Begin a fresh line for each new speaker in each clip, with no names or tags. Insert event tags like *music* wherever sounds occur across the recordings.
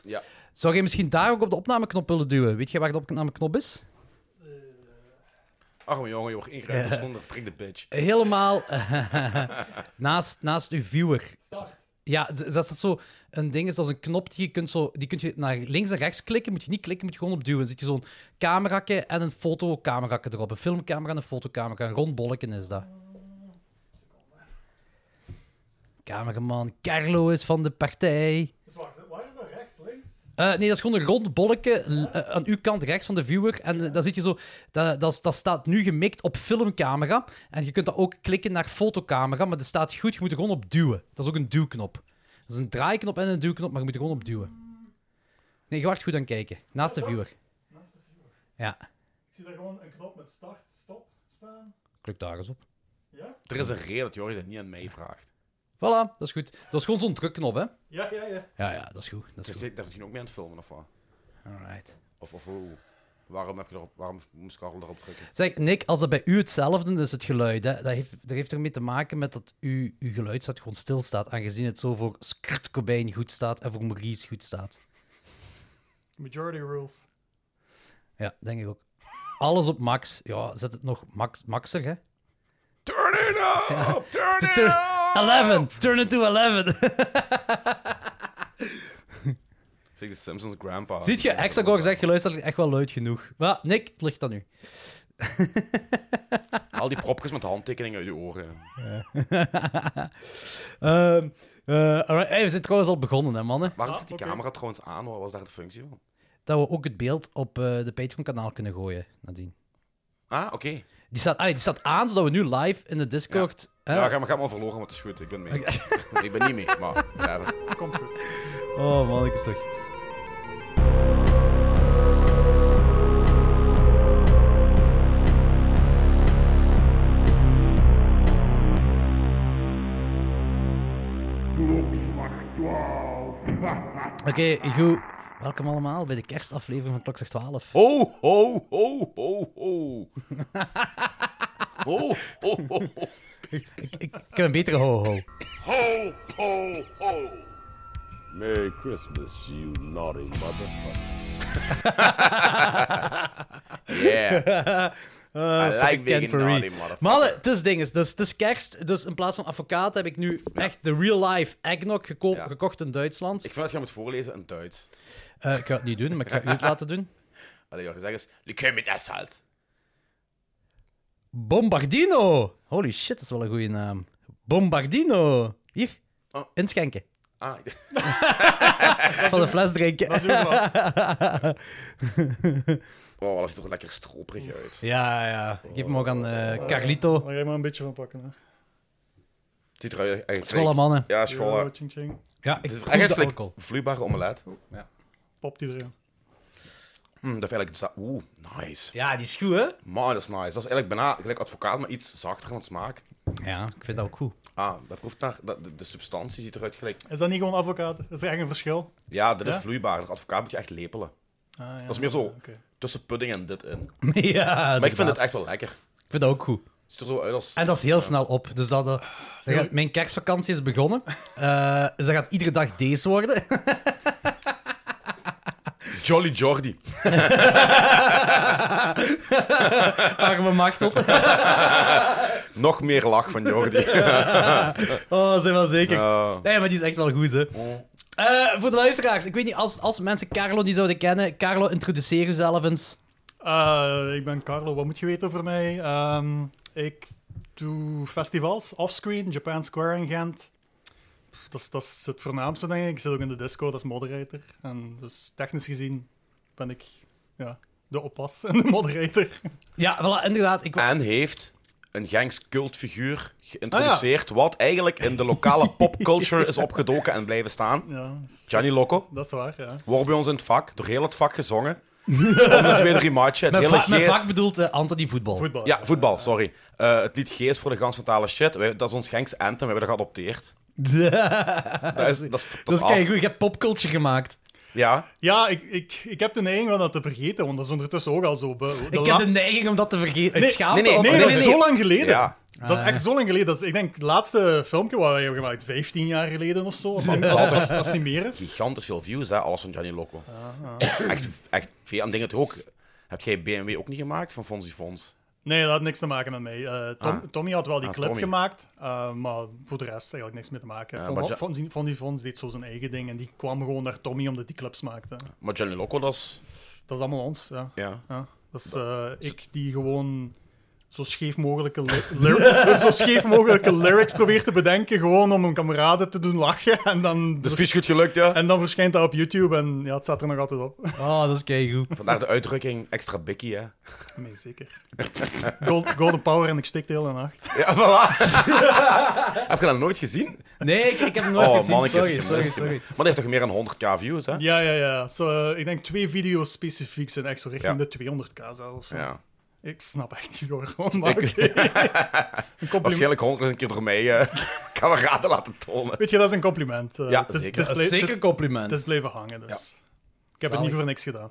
Ja.
Zou jij misschien daar ook op de opnameknop willen duwen? Weet je waar de opnameknop is?
Arme jongen, je wordt ingrijpen zonder prik de bitch. *laughs*
Helemaal naast, naast uw viewer. Ja, d- dat is zo een ding is, dat is een knop die je kunt zo, die kun je naar links en rechts klikken. Moet je niet klikken, moet je gewoon op duwen. Dan zit je zo'n camerakje en een fotocamerakje erop. Een filmcamera en een fotocamera. Een rond bolletje is dat. Cameraman Carlo is van de partij.
Dus wacht, waar is dat rechts, links?
Eh, nee, dat is gewoon een rond bolletje eh, aan uw kant rechts van de viewer. En eh, dan zit je zo, dat, dat, is- dat staat nu gemikt op filmcamera. En je kunt dat ook klikken naar fotocamera, maar dat staat goed. Je moet er gewoon op duwen. Dat is ook een duwknop. Dat is een draaiknop en een duwknop, maar je moet er gewoon op duwen. Nee, je wacht goed aan kijken. Naast de viewer.
Naast de viewer.
Ja,
Ik zie daar gewoon een knop met start, stop staan.
klik daar eens op.
Ja?
Er is een reden dat Jordi dat niet aan mij vraagt.
Voilà, dat is goed. Dat is gewoon zo'n drukknop, hè?
Ja, ja, ja.
Ja, ja, dat is goed. Dat
Dat
is
is
goed.
dat is misschien ook mee aan het filmen of wat?
Alright.
Of, of hoe? Waarom, heb je erop, waarom moest Karel erop drukken?
Zeg, Nick, als dat bij u hetzelfde is, het geluid, hè, dat, heeft, dat heeft ermee te maken met dat u, uw geluid staat gewoon stilstaat, aangezien het zo voor Skrt Cobain goed staat en voor Maurice goed staat.
Majority rules.
Ja, denk ik ook. Alles op max. Ja, zet het nog max, maxer, hè?
Turn it up! Turn it
Turn-
up!
11! Turn it to 11!
Zeg de Simpsons grandpa.
*laughs* Ziet je, Hexagor zegt geluid staat echt wel luid genoeg. Maar Nick, het ligt aan *laughs* u.
Al die propjes met handtekeningen uit je oren.
Ehm, eh, alright. Hey, we zijn trouwens al begonnen, hè, mannen?
Waarom
Ah,
zit die
oké.
camera trouwens aan? Wat was daar de functie van?
Dat we ook het beeld op eh, de Patreon-kanaal kunnen gooien, nadien.
Ah, oké.
Die staat, ah, die staat aan, zodat we nu live in de Discord... hè,
Ja, ga maar, ga maar verloren, want het is goed. Ik ben mee. *laughs* Ik ben niet mee, maar... whatever.
Komt goed.
Oh, man, ik is toch. Oké, goed. Welkom allemaal bij de kerstaflevering van Klokslag 12.
Ho, ho, ho,
*laughs*
ho, ho. Ho, ho, ho, ho.
Ik, ik kan een betere
*laughs*
ho-ho.
Ho, ho, ho.
Merry Christmas, you naughty motherfuckers.
Yeah.
*laughs* Uh,
I like being naughty, nou, motherfucker.
Mannen, het is dinges. Dus het is kerst. Dus in plaats van advocaat heb ik nu echt de real-life eggnog geko-
Ja.
gekocht in Duitsland.
Ik vind dat je moet voorlezen in Duits.
Eh, ik ga het niet doen, maar ik ga u het
*laughs*
laten doen.
Allee, Jordi, zeg eens... Likeu met assault.
Bombardino! Holy shit, dat is wel een goede naam. Bombardino! Hier,
Oh. *laughs*
inschenken.
Ah, ik-
Van de fles drinken.
Dat is uw *laughs* glas.
oh, dat ziet er lekker stroperig uit.
*laughs* Ja, ja. Geef hem ook aan eh, Carlito.
Daar ga je maar een beetje van pakken. Hè.
Het ziet eruit eigenlijk...
Scholle mannen.
Ja,
Ja,
scholen.
ching, ching.
Ja, ik
Het is
proef de
eigenlijk
alcohol.
vloeibare omelet. Ja.
Pop die erin.
Mm, dat is eigenlijk... za- Oeh, nice.
Ja, die is goed, hè?
Man, dat is nice. Dat is eigenlijk bijna gelijk advocaat, maar iets zachter van smaak.
Ja, ik vind dat ook goed. *laughs*
Ah, dat proeft naar... Dat, de, de substantie ziet eruit gelijk...
Is dat niet gewoon advocaat? Is er echt een verschil?
Ja, dit is
Ja?
vloeibaarder. Advocaat moet je echt lepelen.
Ah, ja.
Dat is meer zo
Oké.
tussen pudding en dit in.
ja,
Maar ik vind het echt wel lekker.
Ik vind dat ook goed.
Het ziet er zo uit als...
En dat is heel snel op. Dus dat, eh, dat gaat- mijn kerstvakantie is begonnen. Eh, dus dat gaat iedere dag deze worden. *laughs*
Jolly Jordi.
Arme machtelt.
Nog meer lach van Jordi.
*laughs* Oh, zijn wel zeker.
Eh,
Nee, maar die is echt wel goed, hè. Eh, voor de luisteraars, ik weet niet, als, als mensen Carlo niet zouden kennen... Carlo, introduceer jezelf eens.
Eh, ik ben Carlo, wat moet je weten over mij? Ehm, ik doe festivals, offscreen, Japan Square in Gent. Pff, Dat is, dat is het voornaamste, denk ik. Ik zit ook in de disco, dat is moderator. En dus technisch gezien ben ik ja, de oppas en de moderator.
Ja, voilà, inderdaad. Ik,
en heeft een Genks cultfiguur geïntroduceerd, wat eigenlijk in de lokale popculture is opgedoken en blijven staan.
Ja, dat is-
Gianni Loco
dat is waar, ja.
wordt bij ons in het vak, door heel het vak gezongen. Om de twee, drie matchen. Het
mijn,
hele
va- mijn
G-
vak bedoelt eh, Anthony Voetbal.
Voetbal.
Ja, voetbal, sorry. Eh, het lied G is voor de gans van talen shit. Wij- dat is ons Genks anthem, we hebben dat geadopteerd. Dat is, dat is, dat is
*laughs* dat is
af.
keigoed. Je hebt popculture gemaakt.
Ja,
Ja, ik, ik, ik heb de neiging om dat te vergeten, want dat is ondertussen ook al zo. be- de
ik
la-
heb de neiging om dat te Ah, vergeten. Uit
Nee,
schaamte
nee,
of-
Nee,
Nee,
dat
nee,
is
nee.
zo lang geleden.
ja.
Dat is echt zo lang geleden. Dat is, ik denk, het laatste filmpje wat we hebben gemaakt, 15 jaar geleden of
*laughs*
zo. Als, als, als, als het niet meer is.
Gigantisch veel views, hè, alles van Johnny Loco. Echt, echt veel. En dingen toch ook. Heb jij BMW ook niet gemaakt van Fonzie Fons?
Nee, dat had niks te maken met mij. Eh, Tom-
Ah.
Tommy had wel die
Ah,
clip
Tommy.
gemaakt, eh, maar voor de rest eigenlijk niks mee te maken.
Ja,
Von-
maar ja-
Von- Von- Von die Fons deed zo zijn eigen ding en die kwam gewoon naar Tommy omdat die clips maakte.
Maar Johnny Loco, dat is.
Dat is allemaal ons, ja.
Ja.
Ja, dat is eh, ik die gewoon zo scheef mogelijke, li- *laughs* lyri- zo scheef mogelijke lyrics probeer te bedenken, gewoon om een kameraden te doen lachen. En dan,
Dus vies goed gelukt, ja.
en dan verschijnt dat op YouTube en ja, het staat er nog altijd op. *laughs*
Oh, dat is keigoed.
Vandaar de uitdrukking extra bikkie, hè.
Nee, zeker. Gold, golden Power en ik stik de hele nacht.
*laughs* Ja, voilà. *laughs* heb je dat nooit gezien?
Nee, ik, ik heb hem nooit
Oh,
gezien.
mannetjes.
Sorry, sorry, sorry.
Maar die heeft toch meer dan 100k views, hè?
Ja, ja, ja. Zo, eh, ik denk twee video's specifiek zijn echt zo richting
Ja.
de 200k zelfs.
Ja.
Ik snap echt niet waarom, maar
Ik- *laughs*
oké. Een compliment.
Waarschijnlijk 100 een keer door mij eh *laughs* kameraden laten tonen.
Weet je, dat is een compliment. Eh,
Ja,
het is- het
zeker.
is
Dat
blij-
is zeker een compliment.
Het is blijven hangen, dus. Ik heb het
Zalig.
niet voor niks gedaan.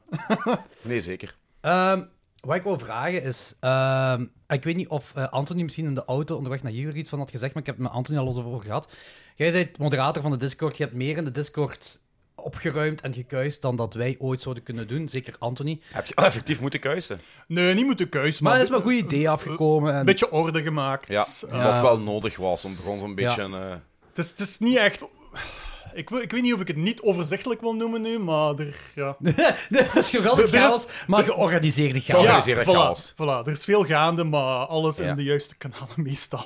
Nee, zeker.
Ehm, wat ik wil vragen is... ehm, ik weet niet of eh, Anthony misschien in de auto onderweg naar hier er iets van had gezegd, maar ik heb het met Anthony al los over gehad. Jij bent moderator van de Discord. Je hebt meer in de Discord opgeruimd en gekuist dan dat wij ooit zouden kunnen doen. Zeker Anthony.
Heb je oh, effectief moeten kuisen?
Nee, niet moeten keus,
Maar
maar... eh,
er is maar een goed idee afgekomen. En... *laughs*
Een beetje orde gemaakt.
Ja,
Eh,
wat wel nodig was. om begon zo'n beetje... eh,
het, is, het is niet echt... Ik, wil- ik weet niet of ik het niet overzichtelijk wil noemen nu, maar er... Ja,
dat is geweldig
Er is-
chaos, maar georganiseerde chaos.
Ja.
Ja,
Organiseer dat chaos.
voilà, voilà, er is veel gaande, maar alles
Ja.
in de juiste kanalen *laughs* meestal.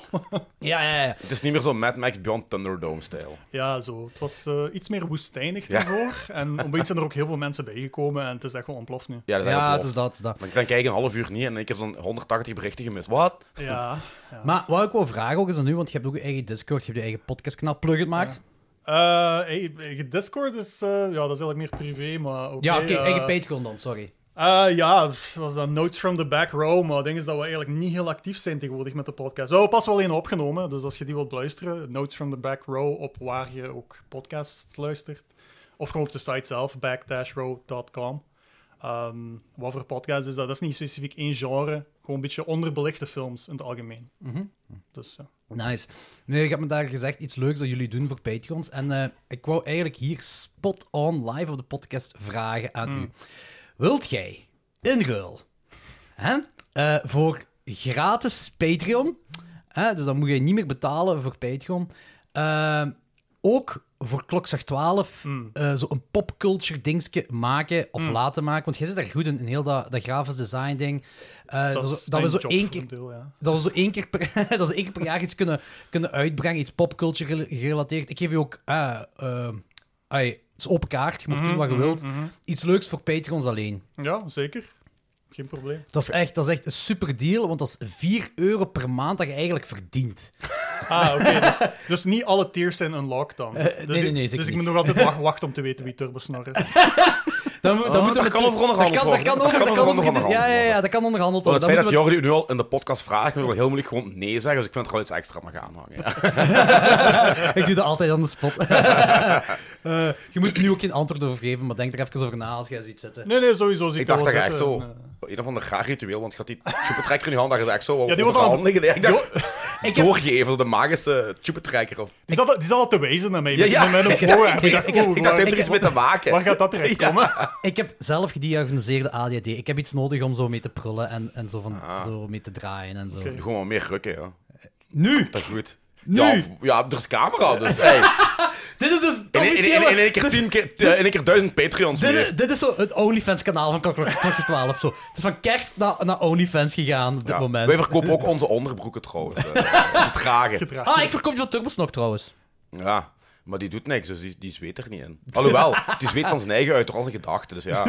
ja, ja. ja.
het is niet meer zo Mad Max Beyond Thunderdome-stijl.
ja, zo. Het was eh, iets meer woestijnig daarvoor. En opeens zijn er ook heel veel mensen bijgekomen en het is echt gewoon ontploft nu.
Ja, dat
Ja,
is eigenlijk
het is
wel.
dat, het is dat.
Maar ik denk eigenlijk een half uur niet en in één keer zo'n 180 berichten gemist. Wat?
Ja.
Maar wat ik wil vragen ook is dan nu, want je hebt ook je eigen Discord, je hebt je eigen podcastkanaal, plug het maar.
Eh, hey, hey, Discord is... eh, ja, dat is eigenlijk meer privé, maar oké.
Ja, oké,
eh,
eigen Patreon dan, sorry.
Eh, ja, pff, was dat Notes from the Back Row, maar het ding is dat we eigenlijk niet heel actief zijn tegenwoordig met de podcast. We hebben pas wel één opgenomen, dus als je die wilt luisteren, Notes from the Back Row, op waar je ook podcasts luistert. Of gewoon op de site zelf, back-row.com. Ehm, wat voor podcast is dat? Dat is niet specifiek één genre, gewoon een beetje onderbelichte films in het algemeen. Dus ja.
Nice. Nee, ik heb me daar gezegd iets leuks dat jullie doen voor Patreons. En eh, ik wou eigenlijk hier spot on live op de podcast vragen aan
Hmm.
u. Wilt jij in ruil hè, eh, voor gratis Patreon, hè, dus dan moet je niet meer betalen voor Patreon, eh, ook voor klokslag 12
Hmm.
eh, zo een popculture dingetje maken of laten maken? Want jij zit daar goed in, in heel dat, dat grafisch design ding. Eh,
Dat,
dat,
is
we- dat we
mijn
zo
job
één
voor
keer
een deel, ja.
dat we zo één keer per, *laughs* dat we één keer per jaar iets kunnen, kunnen uitbrengen, iets popculture gerela- gerelateerd. Ik geef je ook, eh, eh, ai, het is open kaart, je mag
Mhm,
doen wat je wilt. Iets leuks voor Patreons alleen.
ja, zeker. Geen probleem.
Dat is, echt, dat is echt een super deal, want dat is 4 euro per maand dat je eigenlijk verdient.
Ah, oké.
*laughs*
dus, dus niet alle tiers zijn unlocked dan. Dus,
Eh, nee, nee,
ik-
nee,
dus
zeker niet.
ik moet nog altijd
*laughs*
wacht- wachten om te weten wie Turbosnor is.
Dan, moet- dan
Ah,
moeten we
dat kan
met-
over onderhandeld
Oh. dat kan- dat
worden.
kan over-
Dat
Dat
kan
kan
over
over- ja, ja,
onderhandeld
ja, dat kan onderhandeld
Want
worden.
het
Dan
feit dat
moeten
Jordi nu al in de podcast vraagt, wil ik wel heel moeilijk gewoon nee zeggen. Dus ik vind er wel iets extra mag aanhangen. *laughs* Ja.
we- *laughs* Ik doe dat altijd aan de spot. Eh, je moet nu ook geen antwoord over geven, maar denk er even over na als jij ziet zitten.
Nee, nee, sowieso. zie
Ik dacht
wel
dat je echt zo...
zitten. eh.
eh,
Een of ander raar ritueel, want je had die chupetrekker in je hand, dat je echt zo
Ja, die was al-
overhandigen. Ja, ik dacht, *laughs*
Ik heb-
doorgeven, zo de magische chupetrekker. Of...
Die zat, die zat al te wijzen naar mij.
Ja,
Met
ja.
met een
*laughs* Ik
voorwerp. Ik dacht,
ik-
oeh,
Ik dacht,
waar,
heeft er iets mee te maken?
waar gaat dat
*laughs*
terecht komen?
Ik heb zelf gediagnoseerde ADHD. Ik heb iets nodig om zo mee te prullen en, en zo, van,
Ah.
zo mee te draaien en zo.
Oké.
Gewoon wat meer rukken, ja.
Nu!
Dat is goed.
Nu!
Ja, ja, er is camera,
*laughs*
dus hey.
Dit is dus het
in, in, in,
officiële...
in één keer tien keer... eh, In één keer duizend Patreons
dit,
meer.
is- dit is zo het OnlyFans-kanaal van Klok- *laughs* Klok 12 zo. Het is van kerst naar, naar OnlyFans gegaan op dit
Ja.
moment.
Wij verkopen ook onze onderbroeken trouwens.
*laughs*
eh, Dat is dragen.
Gedrag.
Ah, ik verkoop die van Turbos nog trouwens.
Ja, maar die doet niks, dus die, die zweet er niet in. Alhoewel, die zweet van zijn eigen uit, toch als een gedachte. Dus *laughs* ja,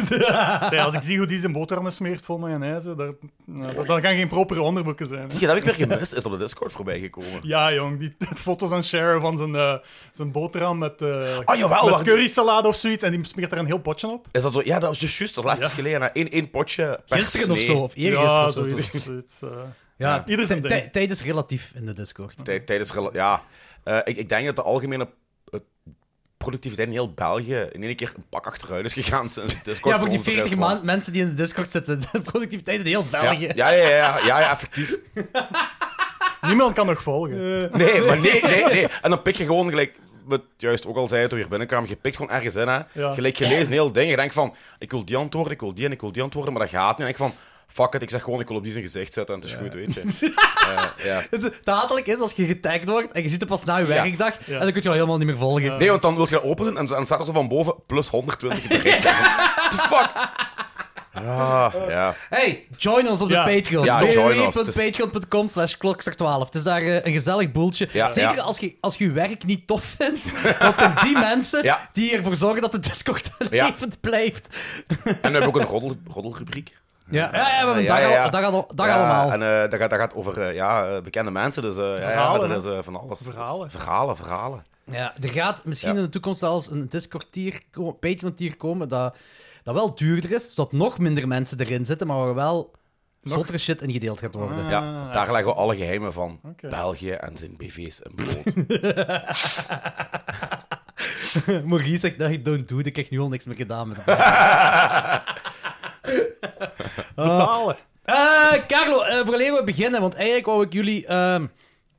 Zij, als ik zie hoe die zijn boterhammen smeert vol mayonaise, daar, nou, dat, dat gaan geen propere onderbroeken zijn. hè.
zie je, dat heb ik weer gemist, is op de Discord voorbij gekomen.
Ja, jong, die *laughs* foto's aan share van zijn, eh, zijn boterham met, eh
Ah, jawel,
met
wacht.
currysalade of zoiets. En die smeert daar een heel potje op.
Is dat zo? Ja, dat was dus juist, dat was laatst geleden. hè. Eén, één potje per
Gisteren of
snee.
zo, of eergisteren
Ja,
of zo.
zoiets. zoiets eh.
Ja,
Ieder zijn
t-
ding.
t- Tijd is relatief in de Discord.
Tij- Tijdens, rela- ja. Eh, ik, ik denk dat de algemene eh, productiviteit in heel België in één keer een pak achteruit is gegaan sinds het Discord
Ja, voor die
ons er is,
40
want-
maand mensen die in *laughs* de Discord zitten, de productiviteit in heel
Ja,
België.
ja, ja, ja, ja, ja, effectief.
Niemand kan nog volgen.
Eh.
Nee, maar
*laughs*
nee, nee, nee. En dan pik je gewoon gelijk. Wat juist ook al zei toen we hier binnenkwamen, je pikt gewoon ergens in. Hè.
Ja.
Gelijk, je leest een heel ding. Je denkt van: ik wil die antwoorden, ik wil die en ik wil die antwoorden, maar dat gaat niet. En ik denk van: fuck it, ik zeg gewoon: ik wil op die zijn gezicht zetten en het is goed,
*laughs*
weet je. Eh, ja.
Het hatelijk is als je getagd wordt en je ziet het pas na je
Ja.
werkdag
Ja.
en dan kun je al helemaal niet meer volgen.
Nee, want dan wil je dat openen en dan staat er zo van boven plus
*laughs*
120 berichten. What the fuck? Ja, ja.
Hey, join ons op de
Ja.
Patreon.
Ja, join ons.
www.patreon.com slash klokster12. Het is daar eh, een gezellig boeltje.
Ja.
Zeker
Ja.
Als, je, als je je werk niet tof vindt. *laughs* Want het zijn die mensen
Ja.
die ervoor zorgen dat de Discord *laughs*
Ja.
levend blijft.
En we hebben ook een roddel, roddelrubriek.
Ja, ja, we hebben een
Ja,
dag,
ja,
al-
ja.
dag al- dag
Ja,
allemaal.
En eh, dat, gaat, dat gaat over eh, ja, eh, bekende mensen, dus eh, ja, ja,
Verhalen,
er
hè?
is eh, van alles.
Verhalen.
Dus verhalen, verhalen.
Ja, er gaat misschien
Ja.
in de toekomst zelfs een Discord-tier, ko- Patreon-tier komen dat, dat wel duurder is, zodat nog minder mensen erin zitten, maar waar wel zottere shit in gedeeld gaat worden.
Ah.
ja, daar
ja,
leggen we alle geheimen van
Oké. Dus,
België en zijn
*laughs*
BV's en brood.
*laughs* Maurice zegt, dat je don't do it, ik krijg nu al niks meer gedaan met het
Betalen.
Eh, Carlo, eh vooraleer we beginnen, want eigenlijk wou ik jullie ehm,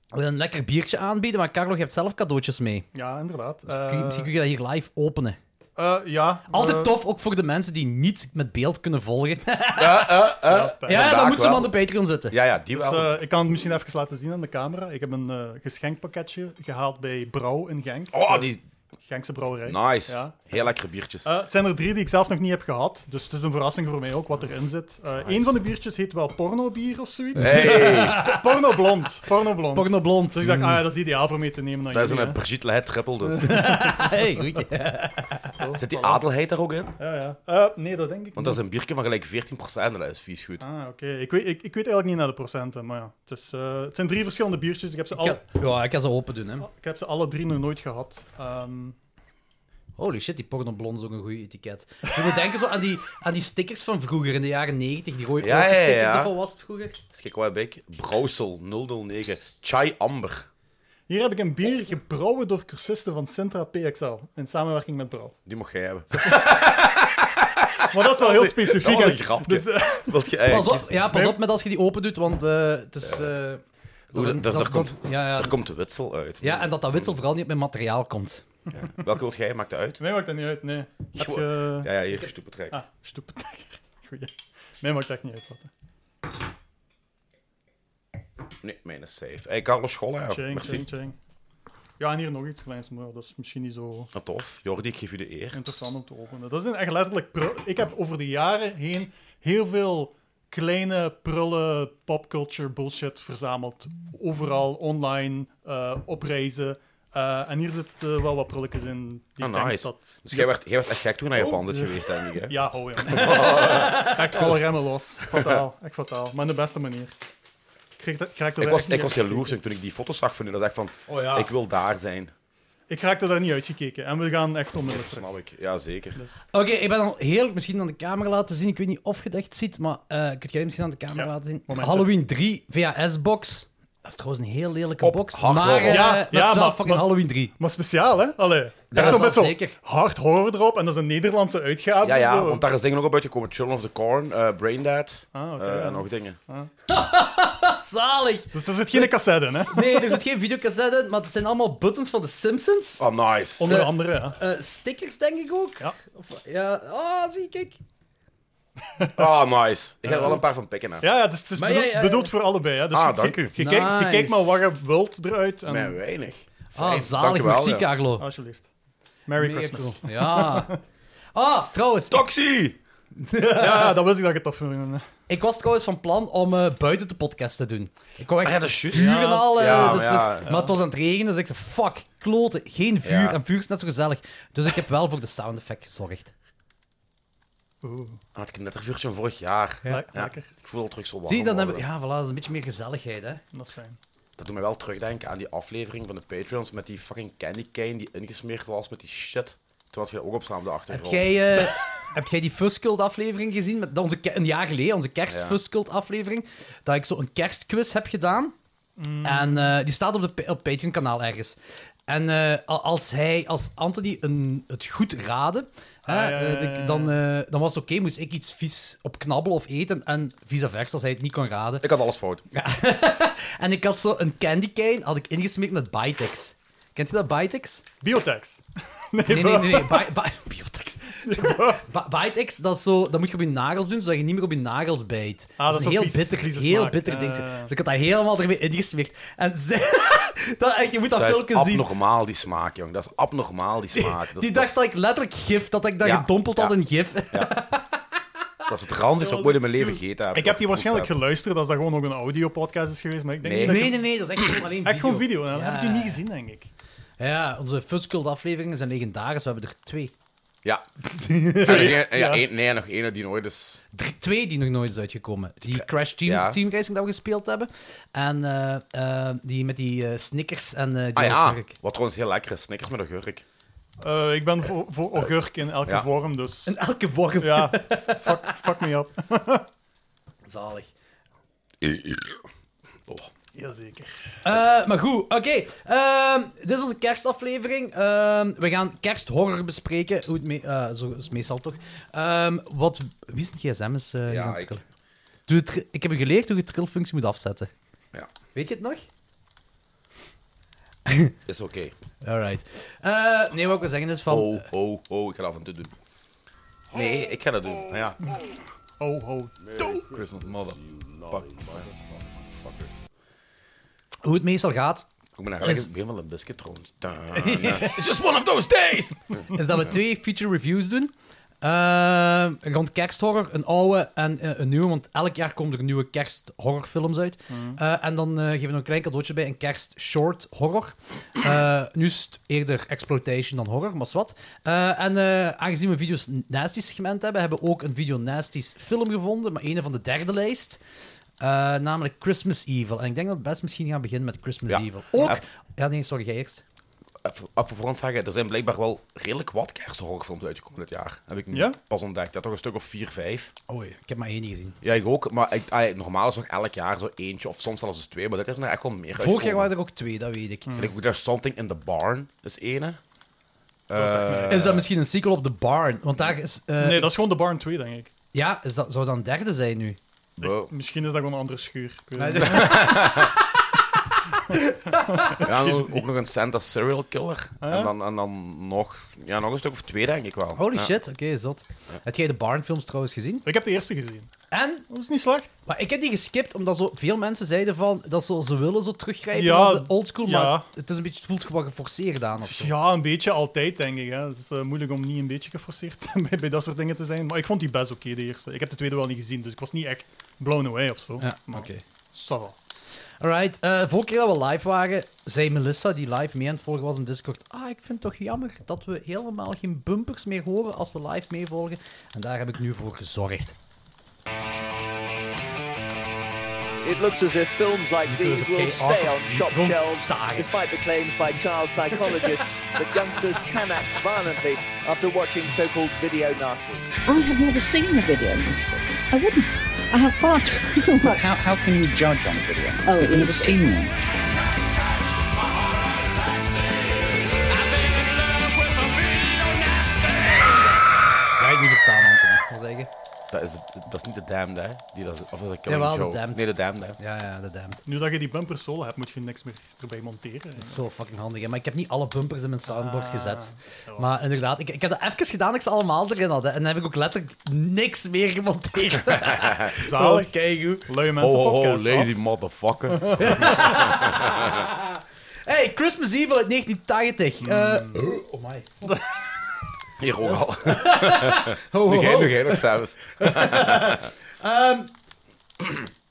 een lekker biertje aanbieden, maar Carlo, je hebt zelf cadeautjes mee.
Ja, inderdaad.
Dus kun je-
Eh,
misschien kun je dat hier live openen.
eh, ja.
Altijd
eh,
tof, ook voor de mensen die niet met beeld kunnen volgen.
Ja,
*laughs*
fijn.
ja, dan
vandaag
moeten ze
wel.
maar op de Patreon zitten.
Ja, ja, die
Dus,
wel.
eh, ik kan het misschien even laten zien aan de camera. Ik heb een eh, geschenkpakketje gehaald bij Brouw in Genk.
oh,
De
die...
Genkse brouwerij.
Nice.
Ja.
Heel lekkere biertjes.
Eh, het zijn er drie die ik zelf nog niet heb gehad. Dus het is een verrassing voor mij ook wat erin zit. Eh Eén van de biertjes heet wel pornobier of zoiets. *laughs*
hey,
Porno blond. Porno blond.
Porno *laughs* Mm. blond.
Dus ik dacht, ah ja, dat is ideaal voor mee te nemen. dan
dat is een
jullie,
eh, Brigitte Lehet
*laughs*
triple, dus.
Hey,
*laughs*
goeie.
hè.
Zit die
Oh, Voilà.
adelheid daar ook in?
Ja, ja. Eh, nee, dat denk ik
Want dat is een biertje van gelijk 14%, dat is vies goed.
Ah, oké. Ik, weet, ik, ik weet eigenlijk niet naar de procenten, maar ja. Het, is, eh, het zijn drie verschillende biertjes. Ik heb ze,
Ik
alle,
ga- Ja, ik ga ze open doen, hè.
ik heb ze alle drie nog nooit gehad. Ehm,
Holy shit, die pornoblond is ook een goeie etiket. Je moet denken zo aan die, aan die stickers van vroeger, in de jaren 90, die rode
Ja, ja, ja,
stickers
ja.
of wat was het vroeger?
Dus kijk, wat heb ik? Brouwsel 009, Chai Amber.
hier heb ik een bier gebrouwen door cursisten van Sintra PXL. In samenwerking met Brouw.
Die mag jij
*laughs*
hebben.
Maar dat is wel heel specifiek.
*laughs* Dat was een
hè.
grapje.
Dus, eh,
Wilt je, eh,
Pas
kies-
op, ja, pas
Nee.
op met als je die open doet, want eh, het is... eh,
Oeh,
dat-
daar- daar
dat-
komt-
Ja, ja,
Daar komt de witsel uit.
Ja, en dat dat witsel vooral niet op mijn materiaal komt.
Ja. Welke wilt jij? Maakt dat uit?
mij maakt dat niet uit, nee. Heb
Gewoon-
je...
Ja, ja, hier, stupid rijk.
Ah, stupid. *laughs* Goeie. Mij maakt dat niet uit. wat, hè.
Nee, mijn is safe. Hey, Carlos Scholla, ja.
Tjing,
Oh, merci.
tjing, tjing. Ja, en hier nog iets kleins, maar ja, dat is misschien niet zo
Ah, tof. Jordi, ik geef u de eer.
interessant om te openen. Dat is een echt letterlijk... prul- Ik heb over de jaren heen heel veel kleine prullen popculture bullshit verzameld. Overal, online, eh, op reizen. Eh, en hier zit eh, wel wat prulletjes in. Die
Ah,
ik denk
nice.
dat...
Dus jij werd, jij werd echt gek toen je naar Japan
Oh,
bent
ja.
geweest, denk ik. Hè?
*laughs* Ja, hou ja.
*laughs*
echt alle remmen los. Fataal, echt fataal. Maar in de beste manier. Ik, kreeg dat- ik, raakte
Ik
daar
was,
echt niet
ik was
uit
jaloers toen ik die foto's zag van u. Dat is echt van,
Oh ja.
ik wil daar zijn.
gekeken. Ik raakte daar niet uitgekeken. En we gaan echt onmiddellijk terug.
Snap ik. Ja, zeker.
Dus,
Oké, ik ben al heel misschien aan de camera laten zien. Ik weet niet of je het echt ziet, maar eh kun jij misschien aan de camera
Ja,
laten zien?
momentje.
Halloween 3 VHS-box. Dat is trouwens een heel lelijke
Op
box.
hard
maar
horror.
eh,
Ja,
dat
ja,
is wel
maar-
fucking
maar-
Halloween 3.
maar speciaal, hè? Allee. Dat
is
is zo
wel
met zo
zeker.
hard horror erop en dat is een Nederlandse uitgave.
Ja, ja,
zo.
want daar is dingen ook op uitgekomen. Children of the Corn, eh Braindead
Ah, oké,
eh,
ja.
en nog dingen.
Zalig!
Dus er zit geen cassette in, hè?
Nee, er zit geen videocassette in, maar het zijn allemaal buttons van The Simpsons.
Oh, nice.
Onder
Eh,
andere, ja.
Eh, stickers, denk ik ook.
Oh. Ja.
Of, ja. Oh, zie je, kijk.
Oh, nice. Ik heb er wel een paar van pikken, hè.
Ja, ja, dus het is
Maar
bedoel-
ja, ja, ja.
bedoeld voor allebei, hè? Dus
Ah,
je-
dank u.
Je, je kijkt- je
Nice.
kijkt maar wat je wilt eruit. En,
Mij weinig.
Ah,
Fijn.
zalig.
Dankjewel,
Merci,
ja.
Carlo.
Alsjeblieft. Ah, Merry
Mega
Christmas.
cool. Ja. Ah, trouwens.
Toxie!
*laughs* Ja, dat wist ik dat ik het tof vind. hè.
Ik was trouwens van plan om eh, buiten de podcast te doen. Ik wou echt
Ah, ja, dat is juist.
vuur en al. eh,
Ja, maar
dus, eh,
ja.
Maar het was aan het regenen, dus ik zei, fuck, kloten, geen vuur.
Ja.
En vuur is net zo gezellig. Dus ik heb wel voor de sound effect gezorgd.
Oeh,
Had ik net een vuurtje van vorig jaar.
le-
Ja,
lekker.
Ik voel al terug zo warm.
Zie je, dan heb ik...
worden.
Ja, voilà, dat is een beetje meer gezelligheid, hè.
Dat is fijn.
Dat doet me wel terugdenken aan die aflevering van de Patreons met die fucking candy cane die ingesmeerd was met die shit. Toen had je dat ook op staan op de
Heb
achtergrond.
jij, eh, heb jij die Fuskult-aflevering gezien? Met onze, ke- een jaar geleden, onze kerst-Fuskult-aflevering. Dat
Mm.
ik zo een kerstquiz heb gedaan. En eh, die staat op, de, pa- op Patreon-kanaal ergens. En eh, a- als hij, als Anthony een, het goed raadde, hè,
Ah, ja,
eh,
ja,
de-
ja, ja.
dan, eh, dan was het oké, moest ik iets vies op knabbelen of eten. En vice versa, als hij het niet kon raden.
Ik had alles fout.
En ik had zo een candy cane, had ik ingesmeerd met Bitex. Kent je dat, Bitex?
Biotex. *laughs* nee,
Nee, nee, nee. nee. Bi- bi- Biotex.
*laughs*
Bi- Bitex, dat, is zo, dat moet je op je nagels doen, zodat je niet meer op je nagels bijt.
Ah, dat is
een
zo'n
heel
vies-
bitter,
vieze
heel
smaak.
bitter ding.
Eh.
Dus ik had dat helemaal ermee ingesmeerd. En ze- *laughs* dat, en je moet dat,
Dat is
filmpje zien.
abnormaal, die smaak, jong. Dat is abnormaal, die smaak. Dat,
Die
is-
dacht dat
dat,
ik letterlijk gif, dat ik dat
Ja,
gedompeld
ja.
had in
*laughs*
gif.
is- dat is het ranzigste wat ik ooit in mijn leven gegeten heb.
Ik heb die waarschijnlijk
Proef
geluisterd als dat gewoon nog een audio-podcast is geweest, maar ik denk
Nee.
niet dat
Nee,
ik-
nee, nee, dat is echt gewoon alleen video.
Echt gewoon video, dan
Ja.
heb ik die niet gezien, denk *laughs* ik.
Ja, onze Fuzzcult afleveringen zijn legendarisch. We hebben er twee.
dat. Ja. Twee. Ja,
Ja.
één- nee, nog één die nooit is.
Drie- twee die nog nooit is uitgekomen. Die Crash Team,
ja.
team Racing dat we gespeeld hebben. En eh, eh, die met die eh, Snickers en eh die
Ah ja,
augurk.
wat trouwens heel lekker is. Snickers met een gurk.
Eh, ik ben voor, voor augurk in elke
Ja.
vorm, dus
In elke vorm.
ja, fuck, fuck me up. *laughs*
Zalig.
Jazeker.
Eh, maar goed, oké. Ehm, dit is onze kerstaflevering. Ehm, we gaan kersthorror bespreken. Hoe het me- eh, zo is het meestal toch. Ehm, wat, wie zijn gsm is eh,
Ja,
gaan
ik.
trillen? Doe de tri- ik heb je geleerd hoe je de trillfunctie moet afzetten.
Ja,
Weet je het nog?
is oké.
Alright. Eh, nee, wat ik wil zeggen is van...
Oh, oh, oh, ik ga dat af en toe doen. Nee, ik ga dat doen. Ah Ja.
Oh, ho.
Christmas mother. Fuck. Fuckers.
Hoe het meestal gaat,
Ik ben eigenlijk
Is-
een van een biscuit trouwens. Taan. It's just one of those days!
is dat we twee feature reviews doen. Ehm, rond kersthorror, een oude en eh, een nieuwe, want elk jaar komen er nieuwe kersthorrorfilms uit. Eh, en dan eh, geven we een klein cadeautje bij, een kerstshort horror. Eh, nu is het eerder exploitation dan horror, maar wat. en eh, aangezien we video's nasty segment hebben, hebben we ook een video nasties film gevonden, maar een van de derde lijst. Eh, namelijk Christmas Evil. En ik denk dat we best misschien gaan beginnen met Christmas
Ja.
Evil. Ook...
Even-
Ja, nee, sorry, jij eerst.
*laughs* Even, even voor ons zeggen, er zijn blijkbaar wel redelijk wat kersthoorfilms uitgekomen dit jaar. Heb ik nu
Ja?
pas ontdekt. Ja, toch een stuk of vier, vijf.
Oh, ik heb maar één gezien.
Ja, ik ook. Maar ik, ah, normaal is er elk jaar zo eentje of soms zelfs twee. Maar dit jaar zijn er echt wel meer
Vorig jaar waren er ook twee, dat weet ik.
Like, There's Something in the Barn is ene.
Is dat misschien een sequel op The Barn? Want daar is... eh,
Nee, dat is gewoon de Barn 2, denk ik.
Ja, is dat, zou dat een derde zijn nu?
Wow.
Misschien is dat gewoon een andere schuur. Ik weet het niet.
Eh,
Ja, en ook, ook nog een Santa Serial Killer. En, dan, en dan nog, ja, nog een stuk of twee, denk ik wel.
Holy
Ja.
shit, oké, zot. Heb jij de Barn-films trouwens gezien?
Ik heb de eerste gezien.
En?
Dat is niet slecht.
Maar ik heb die geskipt, omdat zo veel mensen zeiden van... Dat ze, ze willen zo teruggrijpen
Ja,
naar de oldschool, maar
ja.
het, is een beetje, het voelt gewoon geforceerd aan of zo.
Dus Ja, een beetje altijd, denk ik. Hè. Het is eh, moeilijk om niet een beetje geforceerd *laughs* bij, bij dat soort dingen te zijn. Maar ik vond die best oké, de eerste. Ik heb de tweede wel niet gezien, dus ik was niet echt blown away of zo.
Ja, oké.
Maar, ça va.
Alright, eh vorige keer dat we live waren, zei Melissa, die live mee aan het volgen was in Discord, ah, ik vind het toch jammer dat we helemaal geen bumpers meer horen als we live meevolgen. En daar heb ik nu voor gezorgd.
It looks as if films like
Because
these
of
will
gay
stay on
awkward
shop
won't
shelves,
stay.
despite the claims by child
*laughs*
psychologists that youngsters can act violently after watching so-called video nasties.
I have never seen the video, Mr. I wouldn't. I have far too *laughs* much.
How, how can you judge on a video?
Oh,
You've never
easy.
seen one.
Dat heb ik niet verstaan, Anthony. Wil zeggen?
Dat is, dat is niet de Damned, hè? Die, dat is, of is dat Killing
Jawel, de
Joe?
Damned.
Nee, de Damned, hè.
Ja, ja, dat damn.
Nu dat je die bumper solo hebt, moet je niks meer erbij monteren.
*laughs* Zo fucking handig, hè. Maar ik heb niet alle bumpers in mijn soundboard
Ah.
gezet. Maar inderdaad, ik, ik heb dat even gedaan dat ik ze allemaal erin had. hè. En dan heb ik ook letterlijk niks meer
*laughs*
gemonteerd. dat was
Zalig.
keigoed.
Luie
Ho,
mensen
ho, ho,
podcast.
Oh, lazy
af.
*laughs*
motherfucker.
Hey, Christmas Evil uit 1980.
Mm.
Eh, oh my.
Hier ook al.
Ho, ho,
Nu jij,
ho.
nu jij nog zelfs.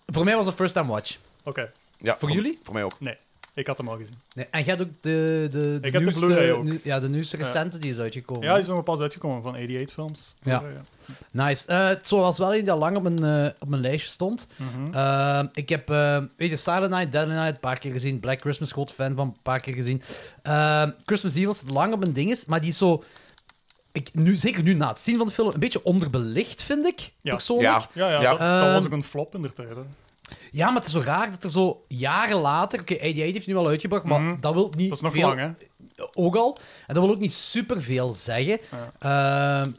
Voor mij was het first time watch.
Oké,
Ja,
Voor jullie?
Voor mij ook.
nee. Ik had hem al gezien.
Nee, en jij hebt ook de, de, de
Ik heb de
nieuwste...
Blu-ray ook.
nu- ja, de nieuwste recente die is uitgekomen.
Ja, die is nog pas uitgekomen van 88 Films.
Ja.
Maar, eh,
Nice. Eh, het zo was wel een die al lang op mijn, eh, op mijn lijstje stond.
Mhm.
Eh, ik heb, eh, weet je, Silent Night, Deadly Night een paar keer gezien. Black Christmas, groot fan van, een paar keer gezien. Eh, Christmas Evil zit lang op mijn ding is, maar die is zo... Ik, nu, zeker nu na het zien van de film, een beetje onderbelicht, vind ik,
Ja.
persoonlijk.
Ja.
ja, ja, dat, dat
Ehm,
was ook een flop in de tijd. hè.
Ja, maar het is zo raar dat er zo jaren later... Oké, AD8 heeft nu al uitgebracht, maar dat wil niet
Mhm. Dat is nog
veel...
lang, hè?
Ook al. En dat wil ook niet superveel zeggen. Ehm,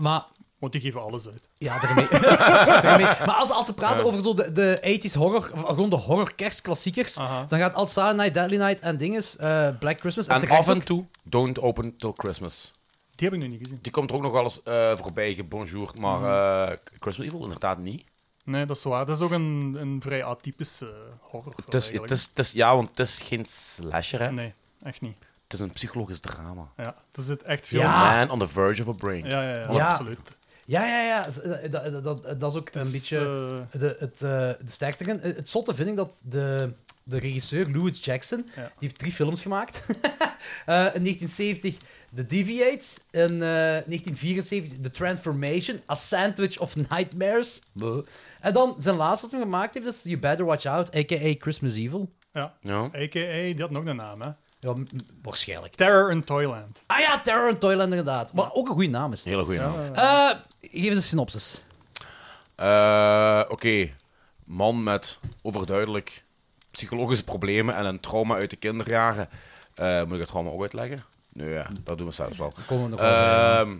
maar...
Want die geven alles uit.
Ja, daarmee. *laughs* daarmee. Maar als, als ze praten over zo de, de 80s horror, of gewoon de horror kerstklassiekers,
Aha.
dan gaat al Silent Night, Deadly Night en dinges, eh, Black Christmas.
En
terecht
af en
ook-
toe, Don't Open Till Christmas.
Die heb ik nog niet gezien.
Die komt er ook nog wel eens eh, voorbij gebonjourd, maar eh, Christmas Evil inderdaad niet.
Nee, dat is waar. Dat is ook een, een vrij atypische eh, horror.
Het is, het,
eigenlijk.
is, het is, ja, want het is geen slasher, hè.
Nee, echt niet.
Het is een psychologisch drama.
Ja, er zit echt veel...
Ja.
Man on the verge of a brink.
ja, ja, ja,
Ja.
absoluut.
Ja, ja, ja. Z- eh, Dat, dat, dat, dat is ook
Het is,
een beetje
eh,
de, het, eh, de sterkte erin. Eh, Het zotte vind ik dat de, de regisseur Louis Jackson,
Ja.
die heeft drie films gemaakt. *laughs* Eh, in 1970 The Deviates, in eh, 1974 The Transformation, A Sandwich of Nightmares. Bleh. En dan zijn laatste dat hij gemaakt heeft is You Better Watch Out, a.k.a. Christmas Evil.
ja.
Ja.
A.k.a. die had nog een naam, hè.
Ja, m- m- waarschijnlijk.
Terror in Toyland.
Ah ja, Terror in Toyland inderdaad. Maar ook een goede naam is.
Hele goede naam.
Eh, geef eens een synopsis.
Eh, Oké. Man met overduidelijk psychologische problemen en een trauma uit de kinderjaren. Eh, moet ik het trauma ook uitleggen? Nee, ja, dat doen we straks wel.
Komen we nog wel bij.
Ehm,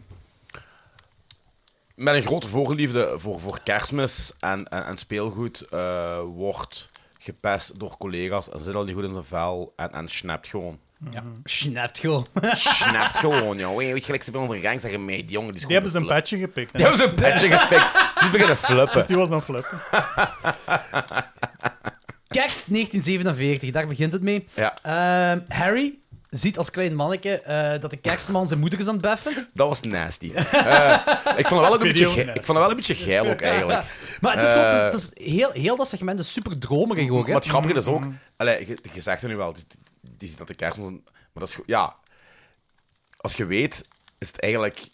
met een grote voorliefde voor, voor kerstmis en, en, en speelgoed eh, wordt gepest door collega's en zit al niet goed in zijn vel en, en snapt gewoon.
Ja, snapt gewoon.
snapt gewoon, joh. Hey, gelijk ze bij onze gang zeggen, meid, jongen, die is
Die hebben ze een
petje.
patchje gepikt. hè.
Die hebben ze een petje
*laughs*
gepikt. Die beginnen flippen.
Die was dan flippen.
Kerst 1947, daar begint het mee.
Ja,
Ehm, Harry ziet als klein manneke eh, dat de kerstman zijn moeder is aan het beffen.
dat was nasty. Eh, ik, vond het wel ook een beetje,
Video
ge-
nasty.
ik vond het wel een beetje geil ook, eigenlijk.
Maar het is gewoon,
Eh.
het is, het is heel, heel dat segment is super dromerig ook. Hè? Mm-hmm.
Maar het grappige is ook, allee, je, je zegt het nu wel, die, die ziet dat de kerstmis. een- Maar dat is goed, ja. Als je weet, is het eigenlijk